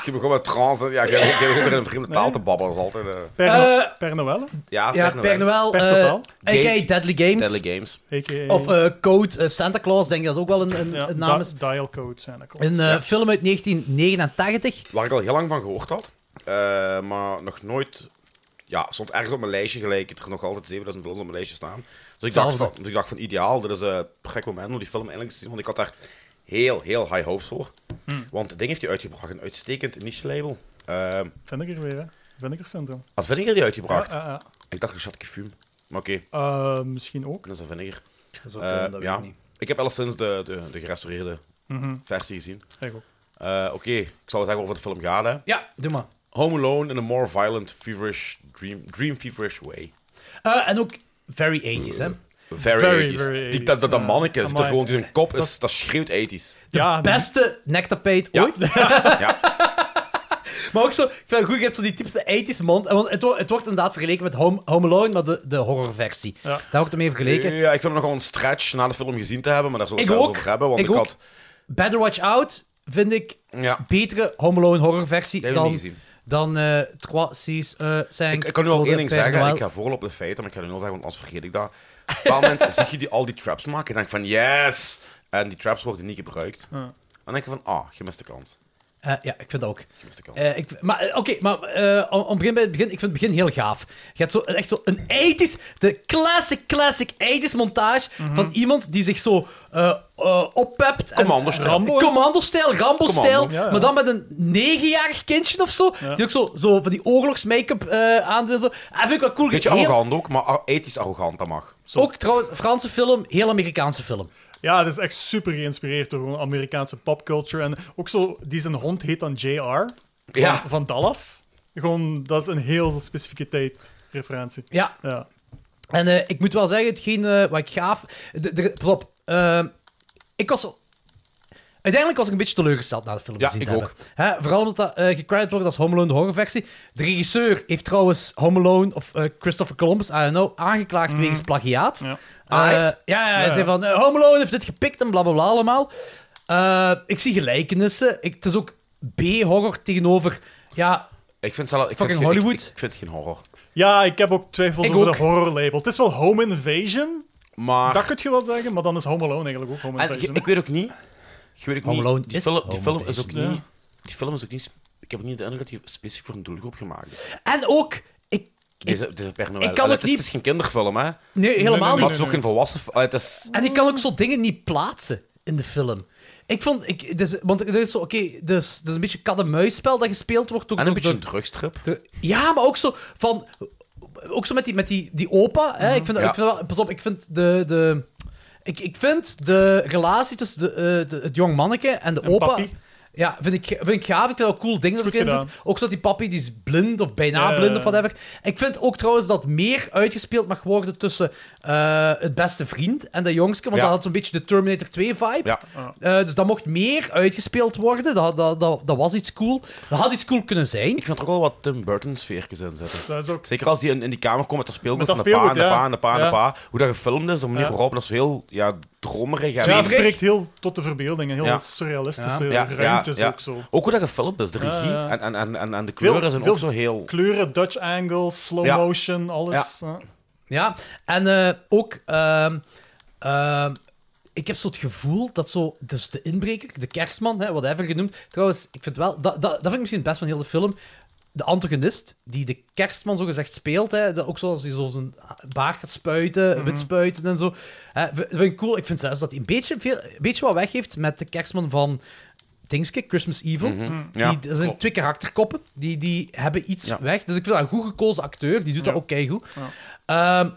je begon met trance. Ja, je je begint weer in een vreemde taal te babbelen. Dat is altijd... eh,
Per,
Eh.
per Noël,
Ja,
Ja,
Pernowelle.
Père Noël.
Père
eh,
Noël.
A.k.a.
Game-
Deadly Games.
Deadly Games.
a.k.a.
Of eh, Code eh, Santa Claus, denk ik dat ook wel een, een,
ja,
een
da-
naam is.
Dial code zijn dat
Een
klopt.
eh, film uit 1989.
Waar ik al heel lang van gehoord had, eh, maar nog nooit. Ja, stond ergens op mijn lijstje gelijk. Er is nog altijd 7000 films op mijn lijstje staan. Dus ik, dacht
Hetzelfde.
van, dus ik dacht van ideaal, dit is eh, een gek moment om die film eindelijk te zien. Want ik had daar heel, heel high hopes voor. Want het ding heeft hij uitgebracht, een uitstekend niche-label. Ehm
Vind ik er weer, hè. Vind ik er syndroom.
als Vinegar heeft die uitgebracht.
Ja, ja, ja.
Ik dacht, Richard Cufume. Maar oké,
Eh, misschien ook.
dat is een Vinegar.
Dat is
Eh, ja. Ik, heb alleszins de, de, de gerestaureerde versie gezien.
Ik ook.
Eh, oké, ik zal wel zeggen over de film gaat. Hè.
Ja, doe maar.
Home Alone in a more violent, feverish, dream, dream feverish way.
Eh, en ook very 80s, hè.
Very,
Very,
80s.
very
Die, dat, dat, dat
80s,
manneke
ja.
is, dat
Amai.
gewoon die zijn kop is, dat schreeuwt 80s.
ja, die-
Beste nektapijt
Ja.
ooit. *laughs* maar ook zo, ik vind het goed, je hebt zo die typische 80s mond. En Want het, wo- het wordt inderdaad vergeleken met Home, Home Alone, maar de, de horrorversie.
Ja.
Daar heb ik het mee vergeleken.
Ja, ik vind het nogal een stretch na de film gezien te hebben, maar daar zullen we
Ik
het
ook.
zelfs over hebben. Want
Ik
ik,
ook.
had...
Better Watch Out vind ik
Ja,
betere Home Alone horrorversie
Die heb ik
dan...
niet gezien.
Dan eh Trois Seas eh, zijn...
ik, ik kan nu al
Code
één ding
Père
zeggen.
Noël.
Ik ga voorlopig de feiten, maar ik ga nu al zeggen, want anders vergeet ik dat. Op een bepaald moment zie je die, al die traps maken en denk ik van yes, En die traps worden niet gebruikt.
Ja.
Dan denk je van, ah, je mist de kans.
Eh, ja, ik vind dat ook.
Je mist de kans.
Eh, ik, maar eh, oké, maar eh, om, om begin bij het begin, ik vind het begin heel gaaf. Je hebt zo, eh, echt zo een 80s, de classic, classic 80s montage van iemand die zich zo eh eh, oppept. en-
Commando-stijl. Rambo,
Eh, Commando-stijl, Rambo-stijl.
Commando,
ja, ja.
Maar dan met een negenjarig kindje of zo, die ook zo, zo van die oorlogsmake-up eh aan doet en zo. Ah, vind ik wel cool.
Beetje
Heel-
arrogant ook, maar a- ethisch arrogant, dat mag.
Ook trouwens, Franse film, heel Amerikaanse film.
Ja, het is echt super geïnspireerd door gewoon Amerikaanse popculture. En ook zo, die zijn hond heet dan JR van,
Ja.
van Dallas. Gewoon, dat is een heel specifieke tijd referentie.
Ja,
Ja.
En eh, ik moet wel zeggen, hetgeen eh, wat ik gaaf... d- d- Pas op. eh, ik was... Uiteindelijk was ik een beetje teleurgesteld na de film
Ja,
gezien te
ik
hebben. Hè, vooral omdat dat eh, gecrediteerd wordt als Home Alone, de horrorversie. De regisseur heeft trouwens Home Alone of eh, Christopher Columbus, I don't know, aangeklaagd wegens plagiaat.
Ja.
Ah,
echt?
ja, ja, hij
Ja,
zei
ja.
van, eh, Home Alone heeft dit gepikt en blablabla allemaal. Eh, ik zie gelijkenissen. Ik, het is ook B-horror tegenover... Ja,
Ik vind, zelf, ik vind
Fucking
geen- ik-
Hollywood.
Ik, ik vind het geen horror.
ja, ik heb ook twijfels
Ik
over
ook.
de horrorlabel. Het is wel Home Invasion,
Maar...
dat kun je wel zeggen, maar dan is Home Alone eigenlijk ook Home
En je-
Invasion.
Ah, ik weet ook niet. Ik weet ook
Home
niet.
Alone
die
is
film, die
Home
film is ook
Invasion.
niet.
Ja.
Die film is ook niet. sp- Ik heb ook niet de indruk dat die specifiek voor een doelgroep gemaakt is.
en ook... Ik,
Deze, deze per Noël.
ik kan
Allee,
het
het, is,
niet-
het is geen kinderfilm, hè?
nee, helemaal
nee,
niet.
maar het is ook geen volwassen. fi- Allee, Het is,
En ik kan ook zo dingen niet plaatsen in de film. Ik vond, ik, dus, want het is zo, oké, dus, dat is een beetje kat-en-muisspel dat gespeeld wordt. Door,
en een
door-
beetje een
door-
drugstrip.
door- ja, maar ook zo van, ook zo met die, met die, die opa. Hè? Ik vind,
Ja.
Mhm.
ik vind wel, pas op, ik vind de, de, ik, ik vind de relatie tussen de, eh, de- het jong manneke en de
En
opa.
papi.
Ja, vind ik, vind ik gaaf. Ik vind ook cool dingen dat
Is goed
erin zitten.
gedaan.
Ook zo dat die papi, die is blind of bijna
Ja.
blind of whatever. Ik vind ook trouwens dat meer uitgespeeld mag worden tussen eh, het beste vriend en de jongske. Want
Ja.
dat had zo'n beetje de Terminator 2-vibe.
Ja.
Eh, dus dat mocht meer uitgespeeld worden. Dat, dat, dat, dat was iets cool. Dat had iets cool kunnen zijn.
Ik vind er ook wel wat Tim Burton sfeertjes in zitten.
Dat is ook...
Zeker als die in, in die kamer komt met dat speelgoed
Met
van
dat
de pa en de
speelgoed,
pa
ja.
en de pa en de
Ja.
pa. Hoe dat gefilmd is, de manier
Ja.
waarop, dat is heel ja, dromerig.
Ja,
En
het
Zweverig.
spreekt heel tot de verbeelding. en Heel
Ja.
surrealistische
Ja, ja,
ruimtes
ja.
ook zo.
Ook hoe dat gefilmd is, de regie
ja.
En, en, en, en, en de
Veel-
kleuren zijn
veel
ook zo heel...
Kleuren, Dutch angles, slow
Ja.
motion, alles. Ja.
Ja. En eh, ook... ehm, ehm, ik heb zo het gevoel dat zo... Dus de inbreker, de kerstman, hè, whatever genoemd. Trouwens, ik vind wel... Dat, dat, dat vind ik misschien het best van heel de film. De antagonist, die de kerstman zogezegd speelt. Hè, dat ook zoals hij zo zijn baard gaat spuiten,
Mhm.
wit spuiten en zo. Hè, vind vind ik cool. Ik vind zelfs dat hij een beetje, veel, een beetje wat weggeeft met de kerstman van... Dingske, Christmas Evil.
Ja,
die, dat zijn
klopt.
twee karakterkoppen. Die, die hebben iets
Ja.
weg. Dus ik vind dat een goed gekozen acteur. Die doet dat ook keigoed. Ehm,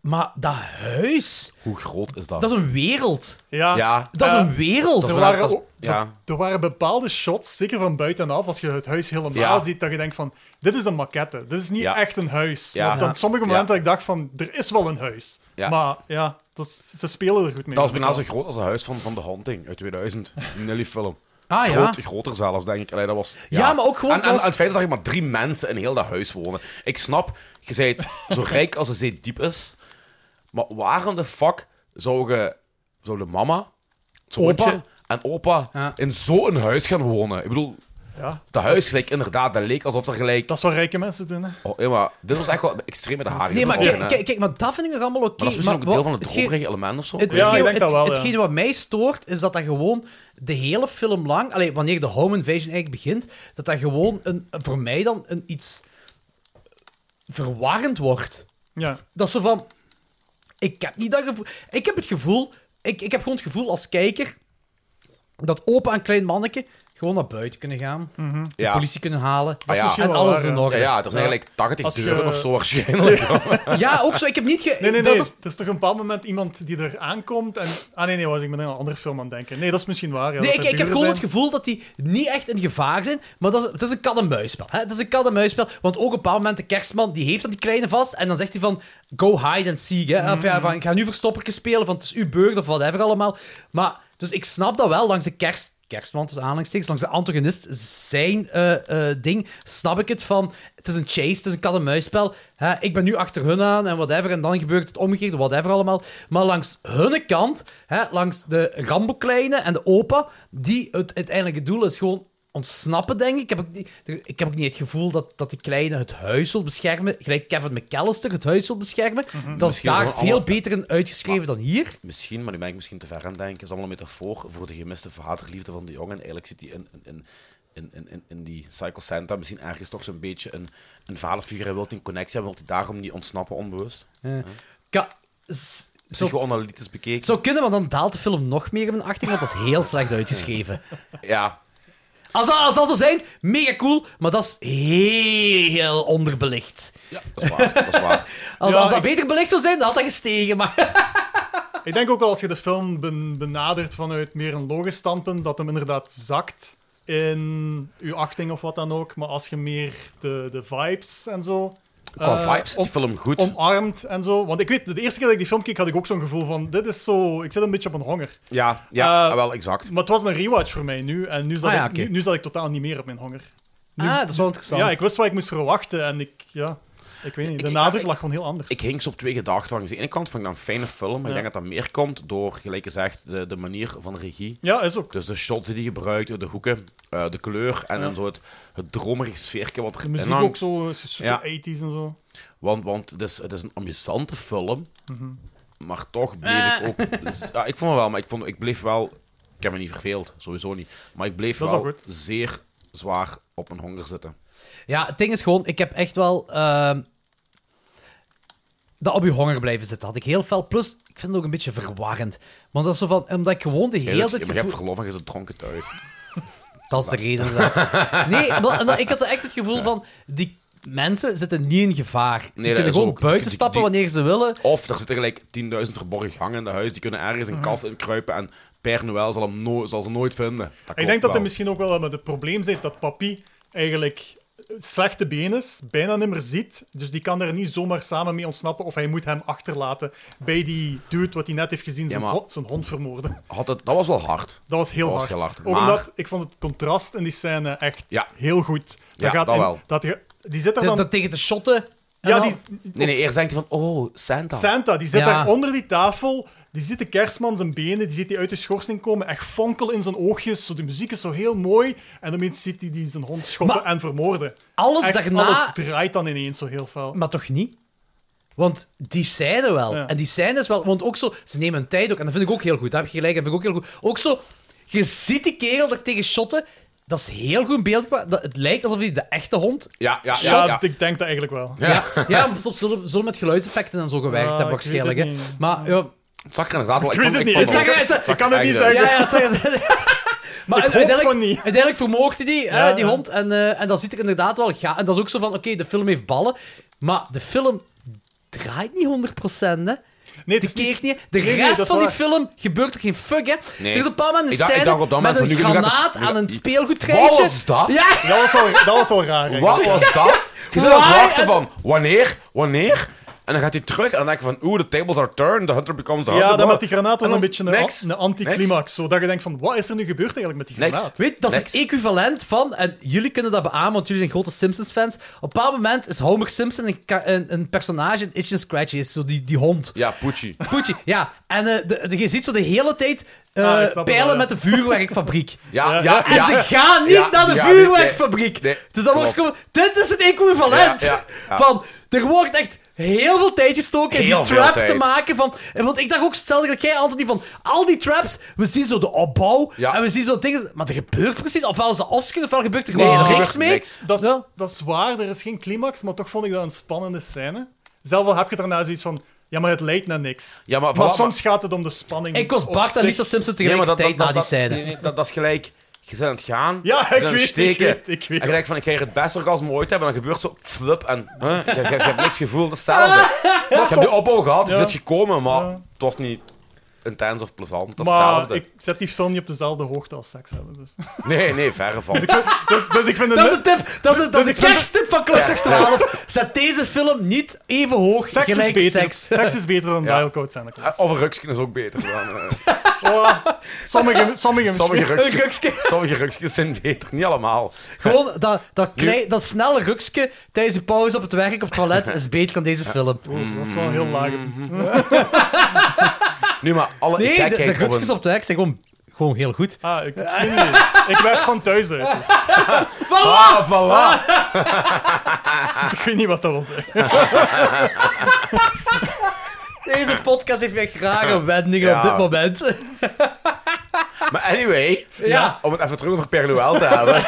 maar dat huis...
Hoe groot is dat?
Dat is een wereld.
Ja.
Ja.
Dat is
Ja.
een wereld.
Dat
Er
is-
waren,
dat is-
ook-
ja.
er waren bepaalde shots, zeker van buitenaf, als je het huis helemaal
Ja.
ziet, dat je denkt van, dit is een maquette, dit is niet
Ja.
echt een huis.
Ja.
Want
Ja.
aan sommige
Ja.
momenten dat ik dacht van, er is wel een huis.
Ja.
Maar ja, dus, ze spelen er goed mee.
Dat was
aan de
bijna zo
kant.
groot als het huis van, van The Haunting uit 2000. Die Nelly-film.
Ah, ja.
Groot, groter zelfs, denk ik. Allee, dat was,
Ja, maar ook gewoon,
En,
dat
en,
was-
en het feit dat er maar drie mensen in heel dat huis wonen. Ik snap, je bent
*laughs*
zo rijk als de zee diep is. Maar waarom de fuck zou je... Zou de mama, het
Opa.
zoontje en opa
Ja.
in zo'n huis gaan wonen? Ik bedoel,
Ja.
dat huis gelijk, inderdaad, dat leek alsof er gelijk...
Dat is wat rijke mensen doen, hè.
Oh, ja, maar dit was echt wel extreem met de haren
Nee, maar
getrokken,
kijk,
hè.
kijk, kijk, maar dat vind ik nog allemaal oké.
Maar dat is misschien ook een
wat-
deel van het
hetgeen-
dromerige element of zo.
Het,
Ja, ik
hetgeen,
denk dat
het-
wel, ja.
hetgeen wat mij stoort, is dat dat gewoon de hele film lang, allee, wanneer de home invasion eigenlijk begint, dat dat gewoon een, voor mij dan een iets verwarrend wordt.
Ja.
Dat is zo van. Ik heb niet dat gevoel. Ik heb het gevoel. Ik, ik heb gewoon het gevoel als kijker. dat opa en klein manneke gewoon naar buiten kunnen gaan.
ja.
Politie kunnen halen.
ja.
Ah. En
misschien wel
alles
waar,
in
ja.
Ja,
orde.
ja, er zijn eigenlijk 80
Als je-
deuren of zo waarschijnlijk. *laughs*
Ja, ook zo. Ik heb niet. Ge...
Nee, nee,
dat
nee.
is-
Er is toch een bepaald moment iemand die er aankomt en... Ah, nee, nee, was ik ben aan een andere film aan het denken. Nee, dat is misschien waar. Ja,
Nee,
dat
ik,
er
ik heb
buren
gewoon
zijn.
het gevoel dat die niet echt in gevaar zijn. Maar dat is, het is een kat-en-muisspel. hè. Het is een kat-en-muisspel. Want ook op een bepaald moment, de kerstman, die heeft dan die kleine vast. En dan zegt hij van, go hide and seek. Hè? Of ja, van, ik ga nu verstoppertjes spelen, van het is uw beurt of whatever allemaal. Maar, dus ik snap dat wel, langs de kerst... Kerstman, tussen aanhalingstekens, langs de antagonist, zijn eh, eh, ding, snap ik het van. Het is een chase, het is een kat-en-muisspel. hè. Ik ben nu achter hun aan en whatever. En dan gebeurt het omgekeerde, whatever allemaal. Maar langs hun kant, hè, langs de Rambo-kleine en de opa, die het uiteindelijke doel is gewoon ontsnappen, denk ik. Ik heb ook, niet- ik heb ook niet het gevoel dat, dat de kleine het huis wil beschermen. Gelijk Kevin McAllister het huis wil beschermen. Dat is
Misschien
daar
zijn
veel
alle-
beter in uitgeschreven dan hier.
Misschien, maar nu ben ik misschien te ver aan het denken. is allemaal een metafoor voor de gemiste vaderliefde van de jongen. Eigenlijk zit hij in, in, in, in, in, in, in die Psycho Santa misschien ergens toch zo'n beetje een, een vaderfiguur. Hij wil een connectie hebben, wil hij daarom niet ontsnappen onbewust.
Ka- s- zo,
Psychoanalytisch bekeken.
zo kunnen, maar dan daalt de film nog meer in mijn achting, want dat is heel slecht uitgeschreven.
Ja,
Als dat, als dat zou zijn, mega cool, maar dat is heel onderbelicht.
ja, dat is waar. Dat is
*laughs*
waar.
Als,
Ja,
als dat
ik-
beter belicht zou zijn, dan had dat gestegen. Maar
Ik denk ook wel als je de film ben- benadert vanuit meer een logisch standpunt, dat hem inderdaad zakt in uw achting of wat dan ook. Maar als je meer de, de vibes en zo.
Qua
eh,
vibes zit die
om-
film goed.
Omarmd en zo. Want ik weet, de eerste keer dat ik die film keek, had ik ook zo'n gevoel van: dit is zo. Ik zit een beetje op een honger.
Ja, ja ah,
Eh,
wel exact.
Maar het was een rewatch voor mij nu. En nu zat,
Ah ja,
ik,
oké.
nu, nu zat ik totaal niet meer op mijn honger.
ah, dat is wel interessant.
Ja, ik wist wat ik moest verwachten. En ik, ja, ik weet niet. De
ik-
nadruk
ik-
lag gewoon heel anders.
Ik hing ze op twee gedachten. Langs de ene kant vond ik dat een fijne film, maar ik
Ja.
denk dat dat meer komt door, gelijk gezegd, de, de manier van de regie.
ja, is ook.
Dus de shots die hij gebruikt, de hoeken, eh, de kleur en, en zo het, het dromerige sfeerke wat
De
erin
muziek
hangt.
ook zo, zo super
Ja.
80s en zo.
Want, want het, is, het is een amusante film,
Mhm.
maar toch bleef ik ook... z- Ja, ik vond het wel, maar ik, vond, ik bleef wel... Ik heb me niet verveeld, sowieso niet. Maar ik bleef
Dat is
wel
wel goed.
zeer zwaar op mijn honger zitten.
Ja, het ding is gewoon, ik heb echt wel. ehm, dat op je honger blijven zitten had ik heel fel. Plus, ik vind het ook een beetje verwarrend. Want dat is zo van, omdat ik gewoon de hele
Heel
tijd
maar je hebt
gevoel...
verlof en je zit dronken thuis.
Dat is de reden.
*laughs*
inderdaad. Nee, maar, maar ik had zo echt het gevoel van, die mensen zitten niet in gevaar. Die
dat
kunnen
is
gewoon
ook. Die-
buiten
die-
stappen
die-
wanneer ze willen.
Of er zitten gelijk 10.000 verborgen gangen in de huis. Die kunnen ergens
Mhm.
een kast inkruipen en Per Noël zal, hem no- zal ze nooit vinden.
Ik denk dat er misschien ook wel met het probleem zit dat Papi eigenlijk slechte been is, bijna nimmer ziet. Dus die kan er niet zomaar samen mee ontsnappen of hij moet hem achterlaten bij die dude wat hij net heeft gezien, zijn,
maar-
hond, zijn hond vermoorden. *laughs*
Had het, dat was wel hard.
Dat was heel
Dat was
hard.
heel hard,
Ook
maar-
omdat ik vond het contrast in die scène echt
Ja.
heel goed.
Ja, dat wel.
dat je- die zit er
Dat,
dan...
dat tegen de shotten. en
ja,
al.
die,
Nee, nee, eerst denkt hij van, oh, Santa.
Santa, die zit
Ah. Ja.
daar onder die tafel. Die ziet de kerstman zijn benen, die ziet die uit de schorsing komen. Echt fonkel in zijn oogjes. Zo, de muziek is zo heel mooi. En opeens ziet hij die zijn hond schoppen
Maar
en vermoorden.
alles
Echt,
daarna-
Alles draait dan ineens zo heel fel.
Maar toch niet? Want die scène wel.
Ja.
En die scène is wel... Want ook zo... Ze nemen hun tijd ook. En dat vind ik ook heel goed. Daar heb je gelijk. Dat vind ik ook heel goed. Ook zo... Je ziet die kerel er tegen shotten. Dat is heel goed in beeld. gebracht. Dat, het lijkt alsof hij de echte hond...
Ja, ja,
ja,
ja.
dus ik denk dat eigenlijk wel.
Ja.
Ja, ja maar soms zullen, zullen met geluidseffecten en zo gewerkt
Ah,
hebben
ik weet het
waarschijnlijk. hè.
niet.
Maar ja...
Het zag er inderdaad wel...
Ik weet het niet.
vond
Het zag er-
ook-
het-
ik kan het niet
echt,
zeggen.
Ja, ja, *laughs* het zijn- Maar
hoop
uiteindelijk,
van niet.
uiteindelijk vermoogde die, hè,
Ja,
die
ja.
hond. En, eh, en dat ziet er inderdaad wel ga. En dat is ook zo van: oké, de film heeft ballen. Maar de film draait niet 100%. Hè.
Nee, het
De
is niet-
keert niet. De
Nee, nee,
rest
dat is
van die
waar.
film gebeurt er geen fuck, hè.
Nee.
Er is op een bepaald moment
Ik
een
dacht- ik
scène
dacht op dat
met
moment
een
van, nu- nu gaat het-
granaat
nu
aan
gaat-
een speelgoedtreintje.
Wat was dat?
Ja!
Dat was al, dat was al raar. eigenlijk.
Wat was dat? Je zit aan het
Why?
wachten
En-
van, wanneer? Wanneer? En dan gaat hij terug en dan denk je van, oeh, the tables are turned, the hunter becomes the hunter.
Ja, dat
Wow.
met die granaat was
En
een
dan
beetje een,
niks,
an- een anticlimax. Zodat je denkt van, wat is er nu gebeurd eigenlijk met die
Niks.
granaat?
Weet, dat is
Next.
het equivalent van, en jullie kunnen dat beamen, want jullie zijn grote Simpsons-fans. Op een bepaald moment is Homer Simpson een, ka- een, een personage in Itchy and Scratchy, is zo die, die hond.
Ja, Pucci.
Gucci, ja. En eh, de, de- je ziet zo de hele tijd eh,
Ah, ik snap het
pijlen
wel, ja.
met de vuurwerkfabriek.
Ja,
Ja,
ja, ja.
*laughs* En
*laughs*
ze gaan niet
Ja,
naar de
ja, nee,
vuurwerkfabriek.
nee, nee,
dus dan wordt
klopt.
gewoon... Dit is het equivalent.
Ja, ja, ja.
Van, er wordt echt heel veel tijd gestoken in die
Heel veel
trap
tijd.
te maken. Van, en want ik dacht ook, stel dat jij altijd van... Al die traps, we zien zo de opbouw.
Ja.
En we zien zo dingen... Maar er gebeurt precies... Ofwel is dat offscreen, ofwel gebeurt er
Nee,
gewoon
er gebeurt
niks mee.
niks.
Dat is,
Ja.
dat is waar, er is geen climax, maar toch vond ik dat een spannende scène. Zelf al heb je daarna zoiets van, ja, maar het leidt naar niks.
Ja, maar voilà,
soms gaat het om de spanning.
Ik was
op
Bart en
zich.
Lisa Simpson
Nee, maar dat-
tegelijkertijd
dat-
na die
dat-
scène.
nee, nee, dat, dat is gelijk. Je bent aan het gaan.
Ja,
je
ik
bent aan het
weet, ik
steken.
weet, ik weet.
En je denkt van, ik ga hier het beste orgasme ooit hebben. En dan gebeurt zo, flip, en huh? je, je, je hebt niks gevoeld. Dat is hetzelfde. je hebt de opbouw gehad, je
Ah! Ja.
zit gekomen, maar
Ja.
het was niet intens of plezant. Dat is
Maar
hetzelfde.
ik zet die film niet op dezelfde hoogte als seks hebben. Dus, *laughs*
Nee, nee, verre van.
dus, dus ik vind het
Dat is
nut-
een tip. Dat is een, dat
Dus
is een
ik vind-
kersttip van Klokslag 12. Zet deze film niet even hoog
Seks is
gelijk
beter.
seks.
*laughs* Seks is beter dan
Ja. Ah,
Dial Code Santa Claus.
Of een ruksken is ook beter. Dan, eh.
Oh, sommige, sommige,
sommige,
Een ruksken.
rukskes, sommige rukskes zijn beter, niet allemaal.
Gewoon dat, dat, klei- dat snelle rukske tijdens de pauze op het werk, op het
*laughs*
toilet, is beter dan deze film.
oh.
Oeh, Oh, dat is wel
Mm-hmm.
heel laag.
Nu maar, alle
Nee, de, de
gekheid op
rukskes
een-
op het werk zijn gewoon gewoon heel goed.
Ah, ik, geen idee. ik werk van thuis uit, dus
Ah, voilà! Ah.
Dus ik weet niet wat dat wil zeggen.
Deze podcast heeft echt rare wendingen
Ja.
op dit
*laughs*
moment.
Maar anyway,
Ja.
om het even terug over Perluel te hebben.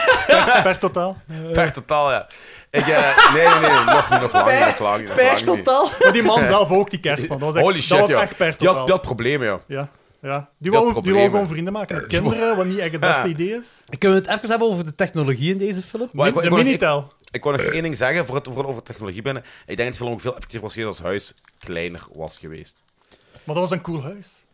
Per totaal.
Per totaal, ja. Ik, eh, nee, nee, nee, nog niet, nog lang niet, nog lang niet. nog lang
Per
niet.
totaal.
Maar die
*laughs*
man zelf ook, die kerstman. Dat was echt,
Holy shit,
dat was
ja.
echt per
Die had-
totaal.
die had problemen, ja.
Ja, ja. Die wou,
had
die wou
problemen.
gewoon vrienden maken
*laughs*
met kinderen, wat niet echt het beste
Ja.
idee is.
Kunnen we het even hebben over de technologie in deze film?
Maar ik-
de
ik- ik-
minitel.
Ik kon nog één ding zeggen voor het voor het over technologie binnen. Ik denk dat het film ook veel effectiever was geweest als huis kleiner was geweest.
Maar dat was een cool huis.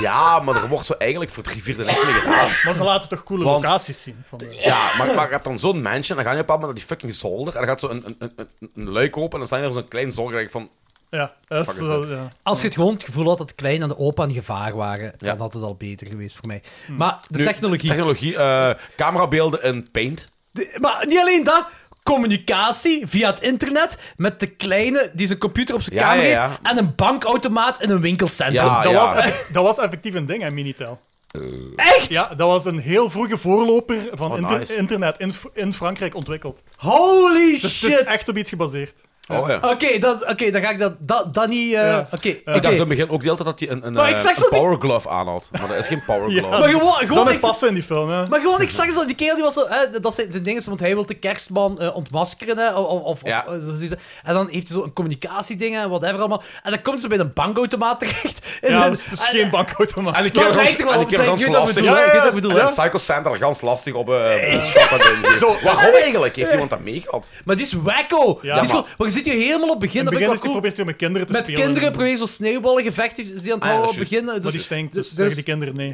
Ja, maar er wordt zo eigenlijk voor drie vierde niks mee gedaan.
Maar ze laten toch coole
Want-
locaties zien. Van eh, de...
Ja, maar, maar je hebt dan zo'n mansion, dan ga je op een bepaald moment naar die fucking zolder, en dan gaat zo een, een, een, een- een luik open, en dan staan er zo'n klein zorgrijk van...
Ja, dat is,
Fuck is dit?
eh, ja.
Als je het gewoon het gevoel had dat Klein en de opa een gevaar waren, dan
Ja. Hm.
had het al beter geweest voor mij. Maar de
Nu,
technologie...
Technologie, eh, camerabeelden in Paint.
De- maar niet alleen dat. Communicatie via het internet met de kleine die zijn computer op zijn
Ja,
kamer
ja, ja.
heeft en een bankautomaat in een winkelcentrum.
Ja,
dat,
ja.
was effect- dat was effectief een ding, hè, Minitel.
Eh. Echt?
Ja, dat was een heel vroege voorloper van
Oh,
inter-
nice.
internet in, Fr- in Frankrijk ontwikkeld.
*laughs*
Holy
Dus
shit.
het is echt op iets gebaseerd.
Oh ja.
Oké, dat is- oké, dan ga ik dat, dat, dat niet... eh,
Ja.
Oké, oké.
Ik dacht in het begin ook de hele tijd dat hij een, een,
Maar
eh,
ik zag
een
dat die-
power glove aan had. Maar dat is
*laughs*
geen power
Ja.
glove.
Maar gewoon,
Dat
gewoon
zou net
ik-
passen in die film, hè.
Maar gewoon, ik zag zo, die kerel die was zo... Hè, dat zijn zijn dingen, want hij wil de kerstman eh, ontmaskeren, hè, of... of, of
Ja.
of, eh, zo- zoiets. en dan heeft hij zo'n communicatieding en whatever allemaal. En dan komt ze bij een bankautomaat terecht. En-
Ja, dus, dus
en-
geen bankautomaat.
En ik
Dat
heb
lijkt er wel
en die
op.
kerel
Ik
gans
weet wat
lastig.
bedoel, ik weet wat bedoel,
En
ja.
Psycho Sam daar gans lastig op eh, op
*laughs*
schappen in.
Zo.
Waarom eigenlijk? Heeft iemand dat meegehad?
Maar die is wacko.
Ja,
die is
maar-
gewoon, maar je zit hier helemaal op het begin.
in
dat
het begin
vind
is
ik
die
wel cool.
probeert weer met kinderen te
Met
spelen.
kinderen proberen zo'n sneeuwballengevecht heeft die aan het
Ah, ja,
houden
dat
op het
is
begin. Dus,
Maar die stinkt, dus,
dus-
zeggen die kinderen nee.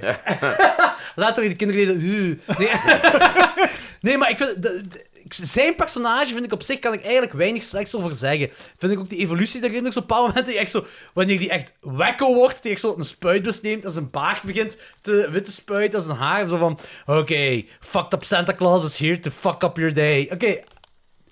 Later die kinderen deden... "Uh." Nee. *laughs* nee, maar ik vind... de- de- ik- zijn personage vind ik op zich, kan ik eigenlijk weinig slechts over zeggen. Vind ik ook die evolutie daarin ook zo'n paar momenten die echt zo... Wanneer die echt wekko wordt, die echt zo een spuitbus neemt en zijn baard begint te wit te spuiten en zijn haar. Zo van, oké, fucked up Santa Claus is here to fuck up your day. Oké,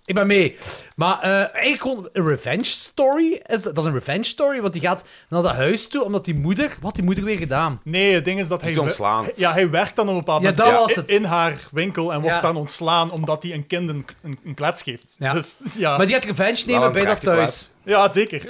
ik ben mee. Maar eh, eigenlijk gewoon een revenge story. Is, dat dat is een revenge story, want die gaat naar dat huis toe omdat die moeder... Wat had die moeder weer gedaan?
Nee, het ding is dat hij...
te ontslaan.
Ja, hij werkt dan op een bepaald
Ja,
moment
dat was
in,
het.
in haar winkel en wordt
Ja.
dan ontslaan omdat hij een kind een, een, een klets geeft.
Ja.
Dus *laughs* ja,
Maar die gaat revenge
Wel
nemen
een
bij dat
prachtige
thuis.
ja zeker. *laughs*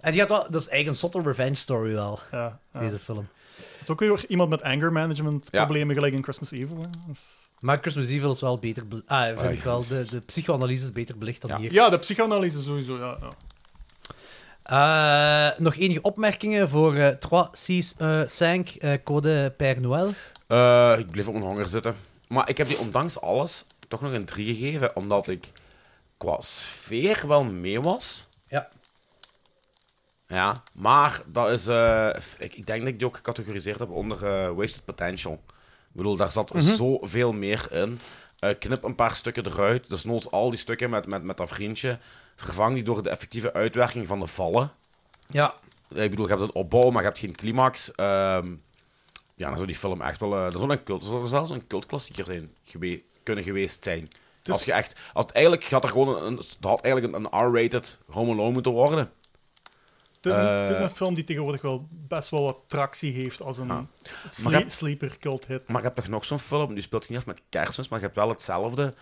En die had wel, dat is eigenlijk een zotte revenge story wel,
ja, ja.
deze film.
Dat is ook weer iemand met anger management
Ja.
problemen gelijk in Christmas Evil. hè. Dus-
Maar Christmas Evil is wel beter, be- ah, vind ik wel, de, de psychoanalyse is beter belicht dan
Ja.
hier.
Ja, de psychoanalyse sowieso, ja. ja.
Eh, nog enige opmerkingen voor eh 3, 6, 5, eh, code Père Noël.
Eh, ik bleef op mijn honger zitten. Maar ik heb die ondanks alles toch nog een 3 gegeven, omdat ik qua sfeer wel mee was.
Ja.
Ja, maar dat is... eh, ik, ik denk dat ik die ook gecategoriseerd heb onder eh, Wasted Potential. Ik bedoel, daar zat zoveel meer in. Eh, knip een paar stukken eruit. Dus noods al die stukken met, met, met dat vriendje. Vervang die door de effectieve uitwerking van de vallen. Eh,
Ja,
Ik bedoel, je hebt het opbouw, maar je hebt geen climax. Ehm, ja, dan zou die film echt wel... eh, dat zou een cult, dat zou zelfs een cultklassieker zijn, gewe- kunnen geweest zijn.
Dus-
Als je echt... Als het eigenlijk had er gewoon een, het had eigenlijk een, een R-rated Home Alone moeten worden.
Het is, een,
Eh.
het is een film die tegenwoordig wel best wel wat tractie heeft als een sle-
Maar heb-
sleeper cult hit.
Maar je hebt toch nog zo'n film, die speelt zich niet af met kerstmis, maar je hebt wel hetzelfde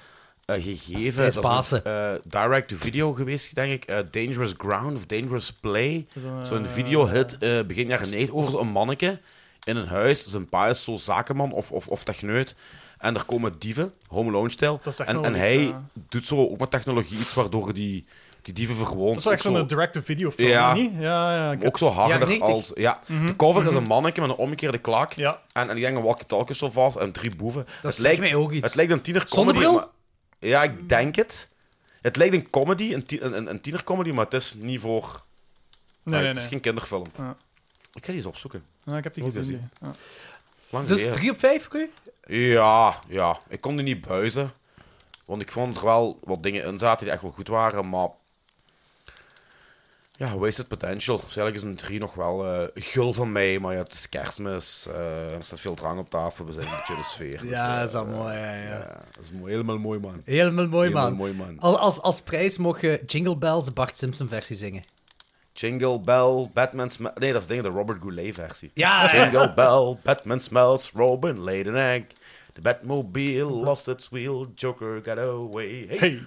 eh, gegeven.
Het is
een,
Pasen.
eh, direct-to-video geweest, denk ik. Eh, Dangerous Ground of Dangerous Play.
is een,
Zo'n
eh,
videohit eh begin jaren 90 over zo'n manneke in een huis. Zijn pa is zo'n zakenman of, of, of techneut. En er komen dieven, Home Alone-stijl.
Dat zegt me
En,
wel
en
iets,
hij
ja.
doet zo ook met technologie iets waardoor die, die dieven verwoond.
dat is wel echt
ook zo-
zo'n direct-to-video film,
Ja.
niet? Ja, ja. ik-
ook zo harder
Jaren 90.
als... Ja,
Mhm.
De cover is een manneke met een omgekeerde klak.
Ja.
En, en ik denk een walkie-talkie zo vast en drie boeven.
zegt mij ook iets.
Het lijkt een tiener
Zonder
comedy.
bril?
maar- ja, ik denk het. Het lijkt een comedy, een, ti- een, een, een tiener comedy, maar het is niet voor...
Nee, nee,
Het is
nee.
geen kinderfilm.
Ja.
Ik ga die eens opzoeken.
Ja, ik heb die
Wat is
gezien.
die?
die. Ja.
Lang
dus
geleden.
3 op 5, oké?
Ja, ja. Ik kon die niet buizen. Want ik vond er wel wat dingen in zaten die echt wel goed waren, maar... Ja, wasted potential. Dus eigenlijk is een 3 nog wel eh, gul van mij, maar ja, het is kerstmis. eh, er staat veel drank op tafel, we zijn een chille sfeer. dus,
Ja,
eh,
dat is al mooi, ja, ja.
ja, dat is mooi, helemaal mooi, man.
Helemaal mooi,
Helemaal
man.
mooi, man.
Al- Als, als prijs mocht je Jingle Bells de Bart Simpson versie zingen.
Jingle Bell, Batman Smells... Nee, dat is dingen de Robert Goulet-versie.
Ja, ja.
Jingle Bell, Batman Smells, Robin laid an egg. The Batmobile
Mhm.
lost its wheel, Joker got away. Hey,
Hey,